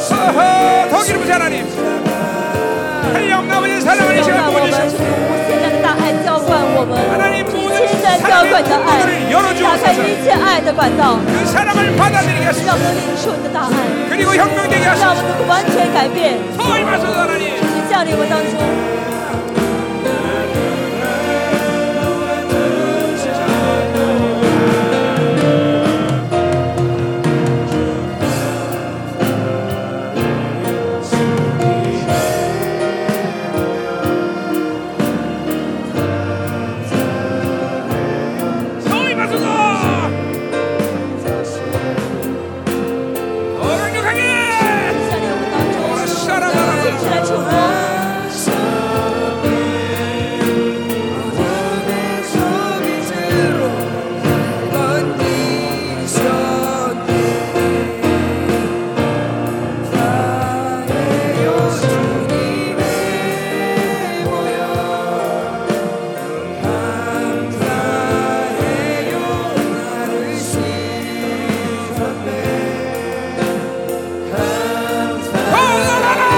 A: 아버지 하나님 하나님 아버지 사랑하는
B: 让
A: 시간
B: 我们
A: 보내주시옵소서
B: 主无限量的大爱浇灌我们，你亲身浇灌的爱，打开一切爱的管道，
A: 그 사랑을 받아들이게 하소서
B: 让我们领受你的大爱，
A: 그리고 혁명되게
B: 让
A: 하소서
B: 我们能够完全改变，
A: 서임하소서 하나님
B: 你降临我们当中。
A: 서임하소서 강력하게
B: 降临我们当中，起来主啊！
A: 거울하라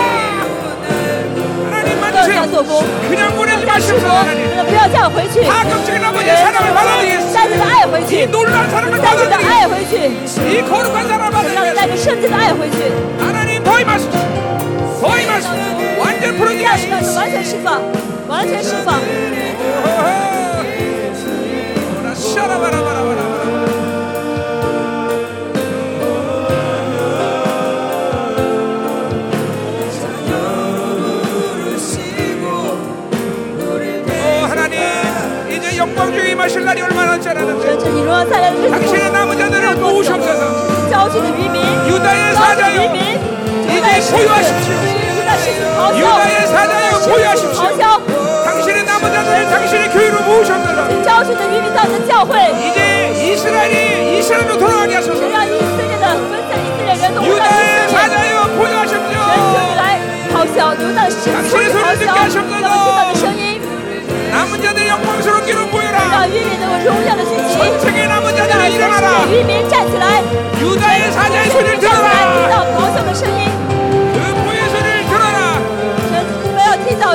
A: 하나님
B: 不要这样
A: 만드세요
B: 做工，
A: 그냥 보내지 마시옵소서 하나님
B: 不要这样回去，
A: 파격적인 아버지의 사랑을 받아들이겠습니다
B: 带着你的爱回
A: 이
B: 去，
A: 놀라운 사랑을
B: 带着你的
A: 받아들이겠습니다
B: 爱回去，
A: 이 거룩한 사랑을
B: 让你带
A: 받아들이겠습니다
B: 着圣洁的爱回去，
A: 하나님 더임하소서 더임하소서 완전 풀어지게
B: 让你
A: 하소서
B: 让你完全释放，完全释放。
A: 오라, 샤라바라바라바라바라. 오, 어, 하나님, 이제 영광 중에 마실 날이 얼마나 남지 않았는지
B: 神是你荣耀灿烂的日子
A: 당신의 남은 자들을 도우시옵소서
B: 招聚的渔民，
A: 유다의
B: 招聚
A: 사자여
B: 渔民，
A: 이제 소유하십시오
B: 不但是咆哮，
A: 어, 유다의 사자여
B: 咆
A: 보유하십시오
B: 哮，
A: 당신의 남은 자들을 당신의 교회로 모으셨다라
B: 招聚的渔民到你的教会，
A: 이제 이스라엘이 이스라엘로 돌아가게 하소서
B: 让以色列的分散以色列人，都回到以
A: 유다의
B: 色列。
A: 사자여 보유하십시오
B: 神求你来咆哮，流荡的声音咆哮，让听到的声音，
A: 남은 자들 영광스러운 길로 모여라
B: 让渔民能够荣耀的聚集，
A: 세계 남은
B: 让
A: 자들이
B: 全世界
A: 일어나라
B: 渔民站起来，
A: 유다의 사자의
B: 全世界
A: 소리를
B: 站起来，听
A: 들어라
B: 到咆哮的声音，
A: 그 포의 소리를 들어라
B: 神不要听到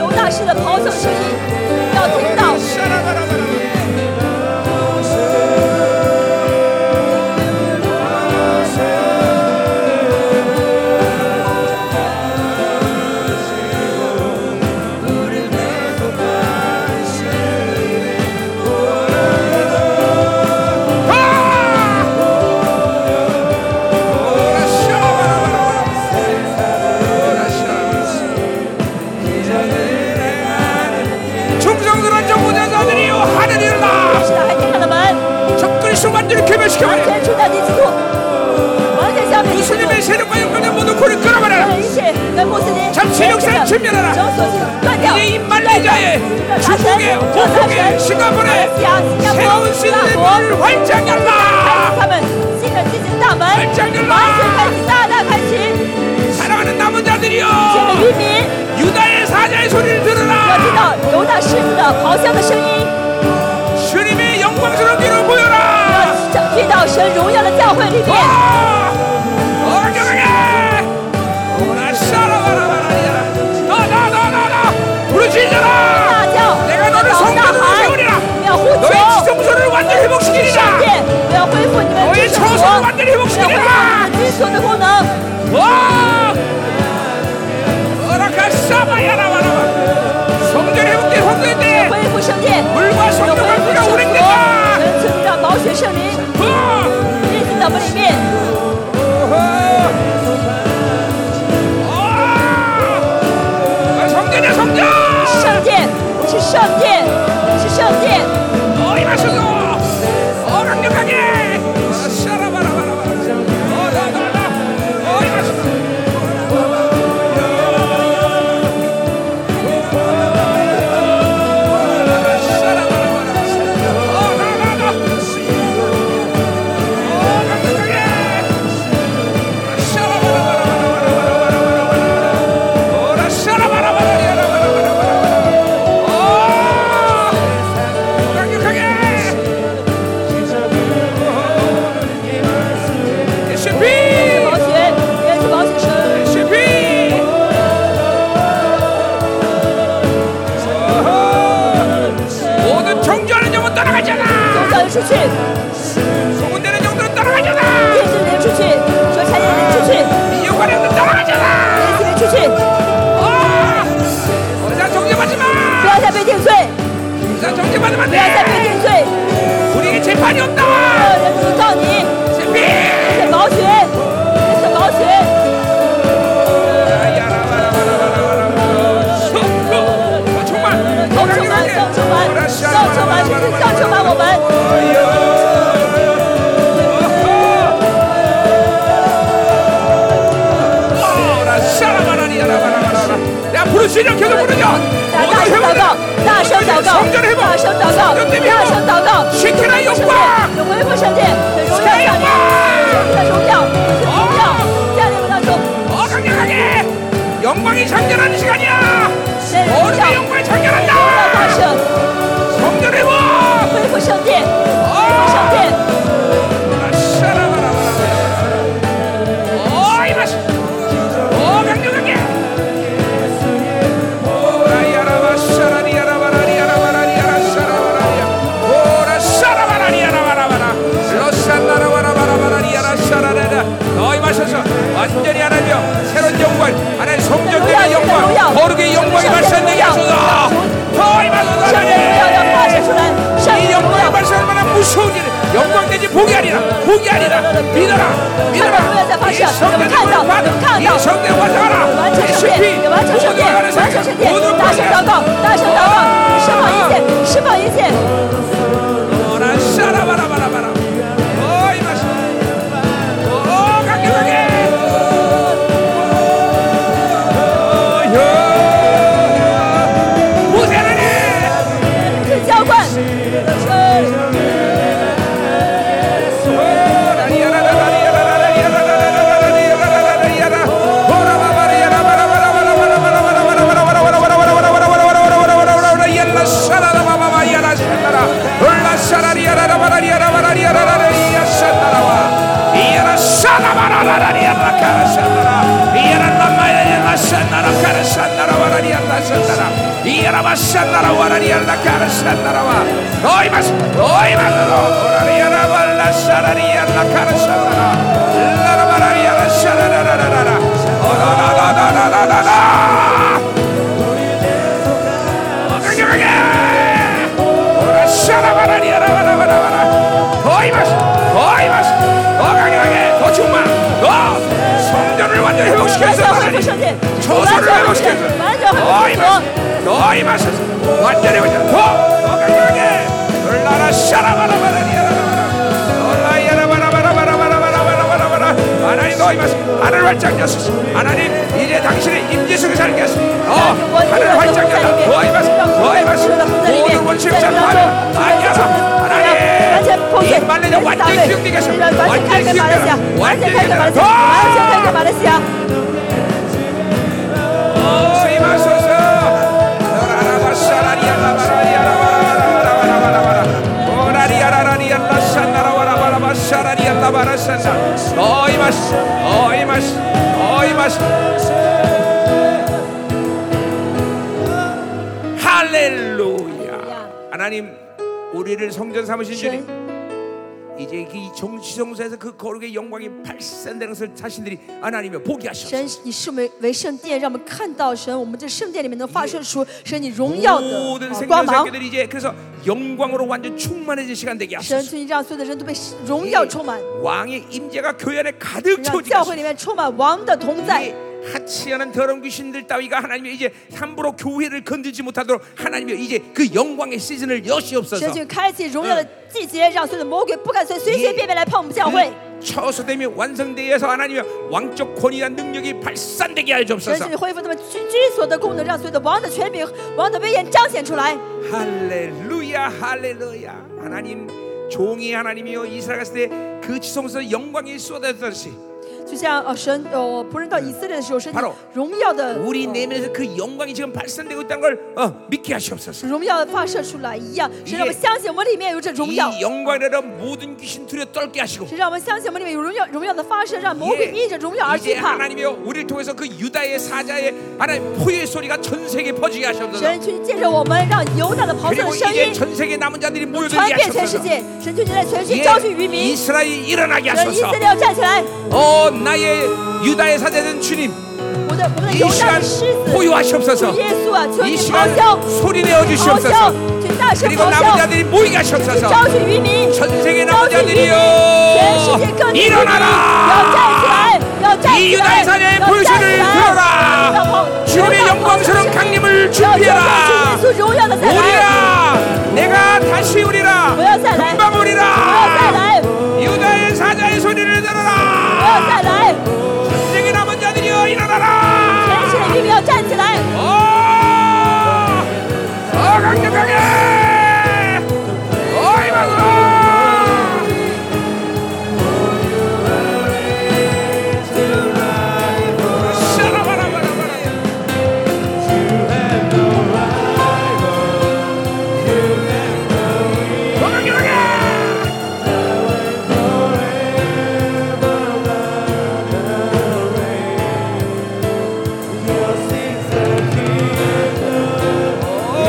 B: 犹大式的咆哮声音，要听到。
A: 샤라바라바라 오라, 샤라바라바라. 오라, 샤라바라. 충성스러운 정부자들이여 하늘이 열라
B: 是的，还天上的门，
A: 적그리스도만들을
B: 完
A: 괴멸시켜버려
B: 全除掉敌基督，完全消灭敌基督，
A: 예수님의 세력과 연관된 모든 코를 끌어버려
B: 让一切跟穆斯林
A: 잠시역사를침멸하라
B: 整所断掉，
A: 이제 인만리자의 주국의 호국의 싱가포르의 새로운 시대의 문을 활짝 열라
B: 他们新的自己的大门，完
A: 全
B: 全
A: 开启
B: 开启，大大开启，
A: 사랑하는 남은
B: 亲爱的渔
A: 자들이여
B: 民
A: 유다의 사자의 소리를
B: 要听
A: 들으라
B: 到犹大狮子的咆哮的声音，
A: 주님의 영광스러운 길을 보여라
B: 要听到神荣耀的教会里
A: 아,
B: 面，
A: 어정하게 오라 샤라바라바라 더더더더더 부르짖어라
B: 大叫，
A: 내가
B: 要
A: 너를
B: 大
A: 성전으로
B: 喊，
A: 세우리라
B: 要呼
A: 너의
B: 求。
A: 지성소를 완전히
B: 圣
A: 회복시키리라
B: 殿，我要恢复你们
A: 我也
B: 这
A: 抽出
B: 圣
A: 了我
B: 国，要恢
A: 的礼物
B: 复
A: 给你吧
B: 你们所的功能。
A: 와! 어라카 샤바야라바라 성전 회복된 성전인데
B: 恢复圣殿，
A: 물과
B: 我恢
A: 성령을
B: 复圣
A: 불어
B: 国，
A: 오른다
B: 神赐让宝血圣灵运行到我们里面，
A: 성전이야 성전
B: 圣殿是圣殿是圣殿，
A: 어이마셔서 어 강력하게 샤라바라바라바라 어다다다 어이마셔서
B: 我去，
A: 소문되는 영들은 따라가잖아.
B: 耶稣的人出去，说产业的人出去，
A: 이 영광의 영들 따라가잖아.
B: 耶稣的人出去，
A: 아! 더 이상 정죄받지 마.
B: 不要再被定罪，
A: 더 이상 정죄받으면 안
B: 不要再
A: 돼.
B: 被定罪，
A: 우리에게 재판이
B: 没
A: 없다.
B: 有人能告你，
A: 재판.
B: 是保全，是保全。
A: 정말
B: 造出门，造出门，造出门，造出门，我们。
A: 내가 부를 수 있는 계속 부르죠
B: 大大声祷告，大声祷告，大声祷告，大声祷告，有恢复圣殿的荣耀降临，神的荣耀，神的荣耀降临我们当中，
A: 어, 강력하게 영광이 장렬하는 시간이야
B: 神的荣耀
A: 모든 영광이
B: 要
A: 장렬한다
B: 大声，
A: 성전의 와
B: 恢复圣殿，恢复圣殿，
A: 어, 이 맛이. 어, 강력하게. 오라야라바, 샤라리야라바라리야라바라리야라, 샤라바라리야. 오라, 샤라바라리야라바라바라. 러산나라바라바라바라리야라, 샤라라라. 너희 마셔서 완전히 하나님여 새로운 영광 안에 성전되는 영광 거룩의 영광이 발산되게 하소서 너희 마셔서
B: 圣殿荣耀要发射
A: 하나님
B: 出来，
A: 이
B: 圣殿荣
A: 영광의
B: 耀，
A: 발산할 만한 무서운 일 영광되지 복이 아니라 복이 아니라 믿어라 믿어라 이 성령의 불을 받아 이 성령의 화상하라
B: 完成
A: 이
B: 圣殿，
A: 숲이
B: 完成圣
A: 모두
B: 殿，
A: 돌아가는
B: 完成圣
A: 사람
B: 殿，
A: 모두
B: 大声祷
A: 돌아가는
B: 告，大声祷告，释放一切，释放一切。
A: 너나 샤라바라바라바라 어이 마시 어 강력하게 어여 무세하네
B: 是浇灌。
A: 너희 맛, 너희 맛으로 오라리아라 발라 사라리아 나카라 사라라 라라바라리아라 사라라라라라 오라라라라라라라 강력하게 오라 사라바라리아라 바라바라바라 너희 맛, 너희 맛, 더 강력하게 더 충만 더 성전을 완전히 회복시켜서
B: 完全
A: 하나님
B: 恢复圣殿，完
A: 조선을
B: 全恢复圣殿，
A: 회복시켜서
B: 完全
A: 너희
B: 恢复圣
A: 맛, 너희 맛에서 완전히 회복 더, 더 강력하게 놀라라 샤라바라바라리아라바라 놀라야라바라바라바라바라바라바라바라 하나님 너희 맛 하늘 활짝 여시시 하나님 이제 당신의 임재 속에 살게 하시오 어, 하늘 활짝 열라 너희 맛 너희 맛 모든 원수의 장판 안겨서 하나님 이 말레냐 완전히 기용되게 하시오 완전히 기용되게 하시오 완전히 기용되게 하시오
B: 马来西亚，
A: 할렐루야. 하나님 우리를 성전 삼으신 주님 이제 이 정치성소에서 그 거룩의 영광이 발산되는 것을 자신들이 하나님이 포기하셨어.
B: 神，你是为为圣殿，让我们看到神，我们这圣殿里面能发射出神你荣耀的
A: 모든 어,
B: 啊
A: 생명
B: 光芒。
A: 새끼들이 이제 그래서 영광으로 완전 충만해진 시간 되게
B: 神，
A: 하소서.
B: 求你让所有的人都被荣
A: 이
B: 耀充满，
A: 왕의 임재가 교회 안에 가득
B: 让
A: 채워지게
B: 教会
A: 하소서.
B: 里面充满王的同在
A: 이 。 하치하는 더러운 귀신들 따위가 하나님의 이제 함부로 교회를 건들지 못하도록 하나님의 이제 그 영광의 시즌을
B: 神
A: 여시옵소서.
B: 去开启荣耀的季节，让所有的魔鬼不敢随随便便来碰我们教会。
A: 처소됨이 완성되어서 하나님의 왕적 권위와 능력이 발산되게 하여
B: 神
A: 주옵소서.
B: 去恢复他们居居所的功能，让所有的王的权柄、王的威严彰显出来。
A: 할렐루야 할렐루야 그 하나님 종이 하나님이여 이스라엘 갔을 때그 지성소 영광이 쏟아졌듯이
B: 主就像呃神呃仆人到以色列的时候，神
A: 바로
B: 荣耀的
A: 우리 내면에서 그 영광이 지금 발산되고 있다는 걸 어, 믿게 하시옵소서.
B: 荣耀发射出来一样，神让我们相信我们里面有这荣
A: 이
B: 耀，
A: 영광이라 모든 귀신 두려 떨게 하시고
B: 神让我们相信我们里面有荣耀荣耀的发射，让魔
A: 예,
B: 鬼因着荣耀而
A: 이제
B: 惧怕。
A: 하나님이여 우리를 통해서 그 유다의 사자의 하나님 포유의 소리가 전 세계에 퍼지게 하셨소서
B: 神去借着我们，让犹大的咆哮
A: 그리고
B: 的声
A: 이제
B: 音
A: 전 세계 남은 자들이 모여들게
B: 传遍全世
A: 하셨소서
B: 界。神去你在全区
A: 예,
B: 招聚渔民，
A: 이스라엘 일어나게
B: 神以
A: 하소서
B: 色列要站起来，
A: 어 나의 유다의 사자된 주님
B: 我的我们的
A: 이
B: 犹大
A: 시간
B: 的狮子，主
A: 포유하시옵소서
B: 耶稣啊，求
A: 이
B: 你
A: 시간
B: 咆哮，
A: 소리
B: 咆哮
A: 내어주시옵소서 ，
B: 请大声
A: 그리고
B: 咆
A: 남은
B: 哮，
A: 자들이 모이게
B: 去
A: 하시옵소서
B: 招聚渔民，
A: 전 세계 남은
B: 招聚渔民，全世界
A: 자들이여
B: 各地的渔民要站起
A: 일어나라
B: 来，要站
A: 이
B: 起
A: 유다의
B: 来，
A: 사자의 뭐
B: 要站起
A: 포유소리를
B: 来，
A: 들어라
B: 让
A: 주님의
B: 让咆哮的
A: 영광스러운
B: 声音
A: 강림을
B: 要彰显出
A: 준비해라
B: 耶稣荣耀的再来，
A: 오리라 내가 다시 오리라
B: 不要再来，
A: 금방
B: 不要再
A: 오리라
B: 来，
A: 유다의 사자의 소리를
B: 不要
A: 들어라
B: 再来，
A: 전쟁의 남은 자들이여
B: 全
A: 일어나라
B: 世界的渔民要站起来。
A: 어, 어 강력하게 어 이만으로 샤라바라바라바라 더 강력하게 아,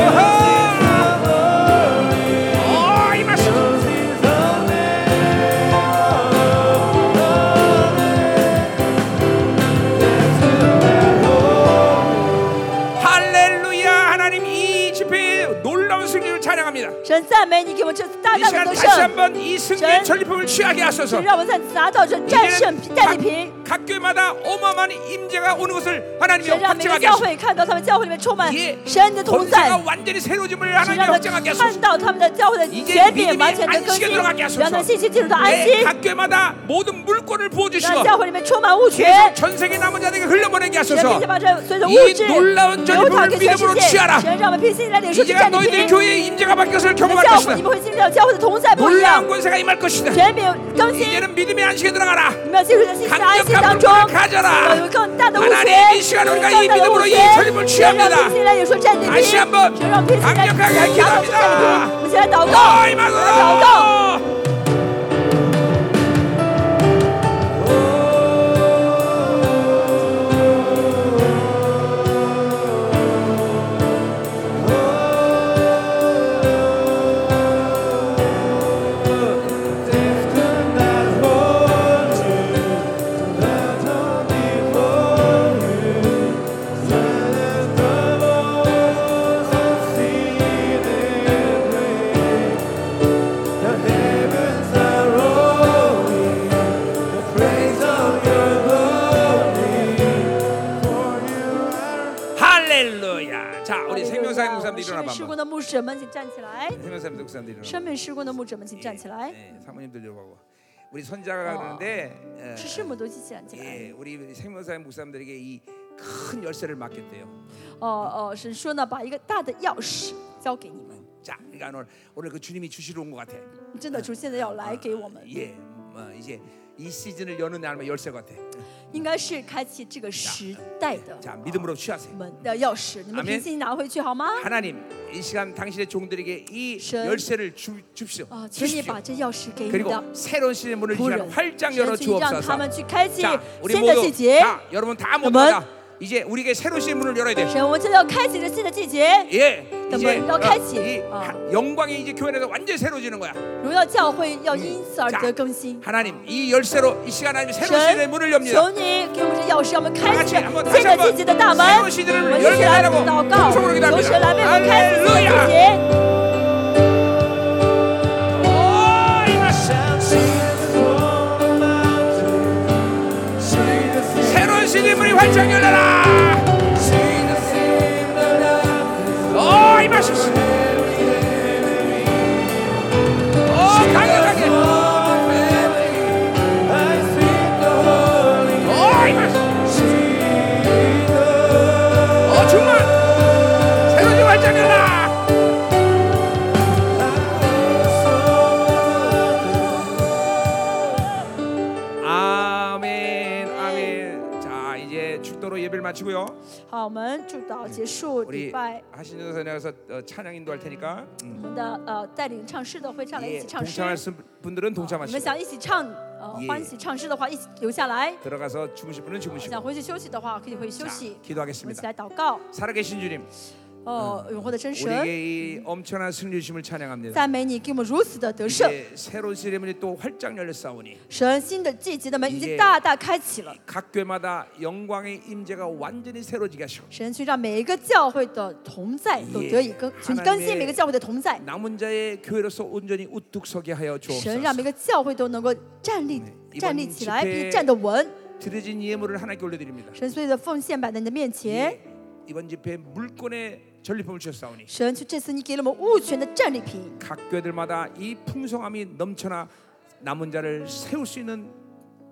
A: 할렐루야 하나님 이 집회의 놀라운 승리를 찬양합니다
B: 神赞美你，给我们这次大
A: 이
B: 大
A: 시간
B: 的得
A: 다시
B: 胜，
A: 한번 이 승리의
B: 전-
A: 전리품을 취하게 하소서
B: 神让我们再次拿到这战胜战利品
A: 이제는 。각 교회마다 어마어마한 임재가 오는 것을 하나님이
B: 神让每个
A: 확증하게
B: 教
A: 하소서
B: 会看到他们教会里面充满
A: 예,
B: 神的同在
A: 권세가 ， 완전히 새로짐을
B: 神
A: 하나님이
B: 让他们
A: 확증하게 하소서
B: 看到他们的教会的
A: 이제
B: 权柄
A: 믿음이
B: 完全的更
A: 안식에
B: 新，
A: 들어가게
B: 让他
A: 하소서
B: 们信息进入到安
A: 내
B: 息，
A: 각 교회마다 모든 물꼬를 부어주시고
B: 让教会里面充满物权。
A: 전 세계 남은 자들에게 흘려보내게
B: 神
A: 하소서
B: 并且把这随着物
A: 이
B: 质
A: 놀라운 전리품을
B: 流淌给全世
A: 믿음으로
B: 界。
A: 취하라
B: 神让我们凭信来领受这
A: 이제가
B: 战利
A: 너희들
B: 品。
A: 교회의 임재가 바뀌것을
B: 你们
A: 경험할
B: 教会，
A: 것이다
B: 你们会进入到教会的同在不一样
A: 놀라운 ， 권세가 임할 것이다
B: 权柄更新。
A: 이제는 믿음의 안식에 들어가라
B: 你们要进入到信息的安息当中，要有更大的物权，更大的物权。神让平信来领受占地平，神让平信来领受占地平。我们先来祷告，
A: 아, 어이 마누라
B: 祷告，
A: 할렐루야 자 우리 생명사의
B: 我们
A: 목사님들
B: 生
A: 일어나
B: 命施
A: 봐봐
B: 工的牧者们，请站起来。
A: 생명사의 목사님들 일어나
B: 生命施工的牧者们，请站起来。
A: 예, 사모님들 일어나고 우리 선자가 그러는데 예,
B: 是师母都一起站起来。
A: 예, 우리 생명사의 목사님들에게 이 큰 열쇠를 맡겼대요
B: 哦哦，神说呢，把一个大的钥匙交给你们。
A: 자 그러니까 오늘, 오늘 그 주님이 주시러 온 것 같아
B: 真的，主现在要来给我们，
A: 예, 어, 이제 이 시즌을 여는 날만 열쇠 같아
B: 应该是开启这个时代的
A: 자 믿음으로 취하세요
B: 门的钥匙。你们
A: 아멘
B: 凭信心拿回去好吗？
A: 하나님 이 시간 당신의 종들에게 이
B: 신.
A: 열쇠를 주, 줍시오
B: 啊，请你
A: 아, 주십시오
B: 把这钥匙给你的
A: 그리고 새로운 시즌의 문을 이
B: 仆人
A: 시간 ， 활짝
B: 神
A: 열어
B: 去让他
A: 주옵소서
B: 们去开启
A: 자, 우리
B: 新的季
A: 모두
B: 节。
A: 다 여러분 다 모두
B: 여러분.
A: 다 이제 우리에게 새로운 시즌 문을 열어야 돼요.
B: 神，我们真的要开启这新的季节，
A: 예.
B: 그
A: 이제
B: 문, 너
A: 어,
B: 같이.
A: 이
B: 어.
A: 하- 영광이 이제 교회 안에서 완전히 새로워지는 거야.
B: 荣耀教会要因此而
A: 자,
B: 得更新。
A: 하나님 이 열쇠로 이 시간 하나님
B: 神
A: 새로운 시즌의 문을 ，
B: 求
A: 엽니다.
B: 你给我们这钥匙，让我们开启
A: 같이 한번
B: 新
A: 다시
B: 的季
A: 한번
B: 节的大门。
A: 새로운
B: 我
A: 시즌을
B: 们一起
A: 열게
B: 来
A: 하라고
B: 祷告，
A: 통성으로
B: 由神来为我们
A: 기도합니다.
B: 开启新的季
A: 할렐루야.
B: 节。
A: 오, 이 말씀. 새로운 시즌의 문이 활짝 열려라. 오, 이 말씀. 오, 강력하게. 오, 이 말씀. 어 정말 새로운 발전이라 아멘 예배를 마치고요.
B: 好，我们祝祷结束礼
A: 우리
B: 拜。
A: 하신영 선생님에서 어, 찬양 인도할 테니까
B: 我们的呃带领唱诗的会上来
A: 예,
B: 一起唱诗，
A: 동참할 수- 분들은
B: 你们
A: 동참하시고
B: 想一起唱呃
A: 예
B: 欢喜唱诗的话，一起留下来；
A: 들어가서 주무실 분은 주무시고
B: 想回去休息的话，可以回去休
A: 자,
B: 息。我们一起
A: 기도하겠습니다.
B: 来祷告，
A: 살아계신 주님,
B: 哦，永活的真神，
A: 우리에게 이 엄청난 승리 주심을 찬양합니다.
B: 赞美你给我们如此的得胜。
A: 이제 새로운 시대문이 또 활짝 열렸사오니
B: 神新的季节的门已
A: 예
B: 经大大开启了，
A: 각 교회마다 영광의 임재가 완전히 새로지게 하시고
B: 神去让每一个教会的同在都
A: 예
B: 得以更，去
A: 하나님의
B: 更新每个教会的同在。
A: 남은 자의 교회로서 온전히 우뚝 서게 하여
B: 神让
A: 주옵소서.
B: 每个教会都能够站立
A: 예
B: 站
A: 이번
B: 立起来，
A: 집회
B: 并站得稳。
A: 드려진 예물을 하나님께 올려드립니다.
B: 神所有的奉献摆在你的面前，
A: 예, 이번 집회 물권의 전리품을 주셨사오니
B: 神去这次你给了我们物权的战利品。
A: 각 교회들마다 이 풍성함이 넘쳐나 남은 자를 세울 수 있는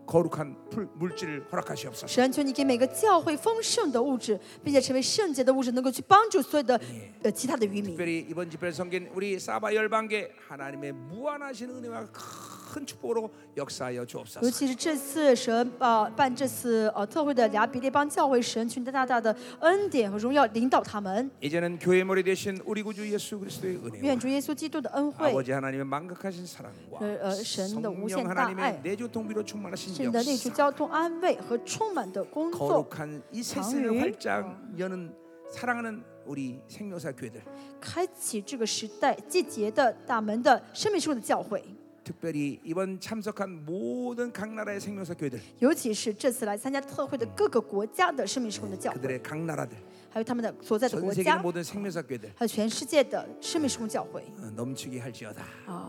A: 거룩한 풀- 물질을 허락하시옵소서.
B: 神求你给每个教会丰盛的物质，并且成为圣洁的物质，能够去帮助所有的呃其他的渔民。
A: 특별히 이번 집회를 섬긴 우리 사바 열방계 하나님의 무한하신 은혜와 큰 축복으로 역사하여
B: 尤
A: 주옵소서.
B: 其是这次神呃办这次呃特会的俩比列邦教会神群的大大的恩典和荣耀领导他们，
A: 이제는 교회 머리 되신 우리 구주 예수 그리스도의 그, 은혜와
B: 愿主耶稣基督的恩惠，
A: 아버지 하나님의 망각하신 사랑과
B: 어, 어,
A: 성령
B: 神的无限大爱
A: 하나님의 내주 통비로 아, 예. 충만하신
B: 是你的内助
A: 역사
B: 交通安慰和充满的工作，
A: 거룩한 이
B: 장유.
A: 세상을 활짝 여는 사랑하는 우리 생명사 교회들
B: 开启这个时代季节的大门的生命树的教会，
A: 특별히 이번 참석한 모든 각 나라의 생명사 교회들
B: 尤其是这次来参加特会的各个国家的生命树的教会，
A: 그들의 각 나라들
B: 还有他们的所在的
A: 전
B: 国
A: 세계
B: 家。
A: 모든 생명사 교회들
B: 还有全世界的生命圣教会，
A: 어, 넘치게 할지어다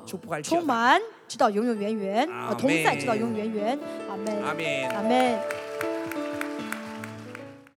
A: 축복할지어다
B: 充呃满直到永永远远，啊，同在直到永永远远，阿门，
A: 아멘
B: 阿门。
A: 아멘.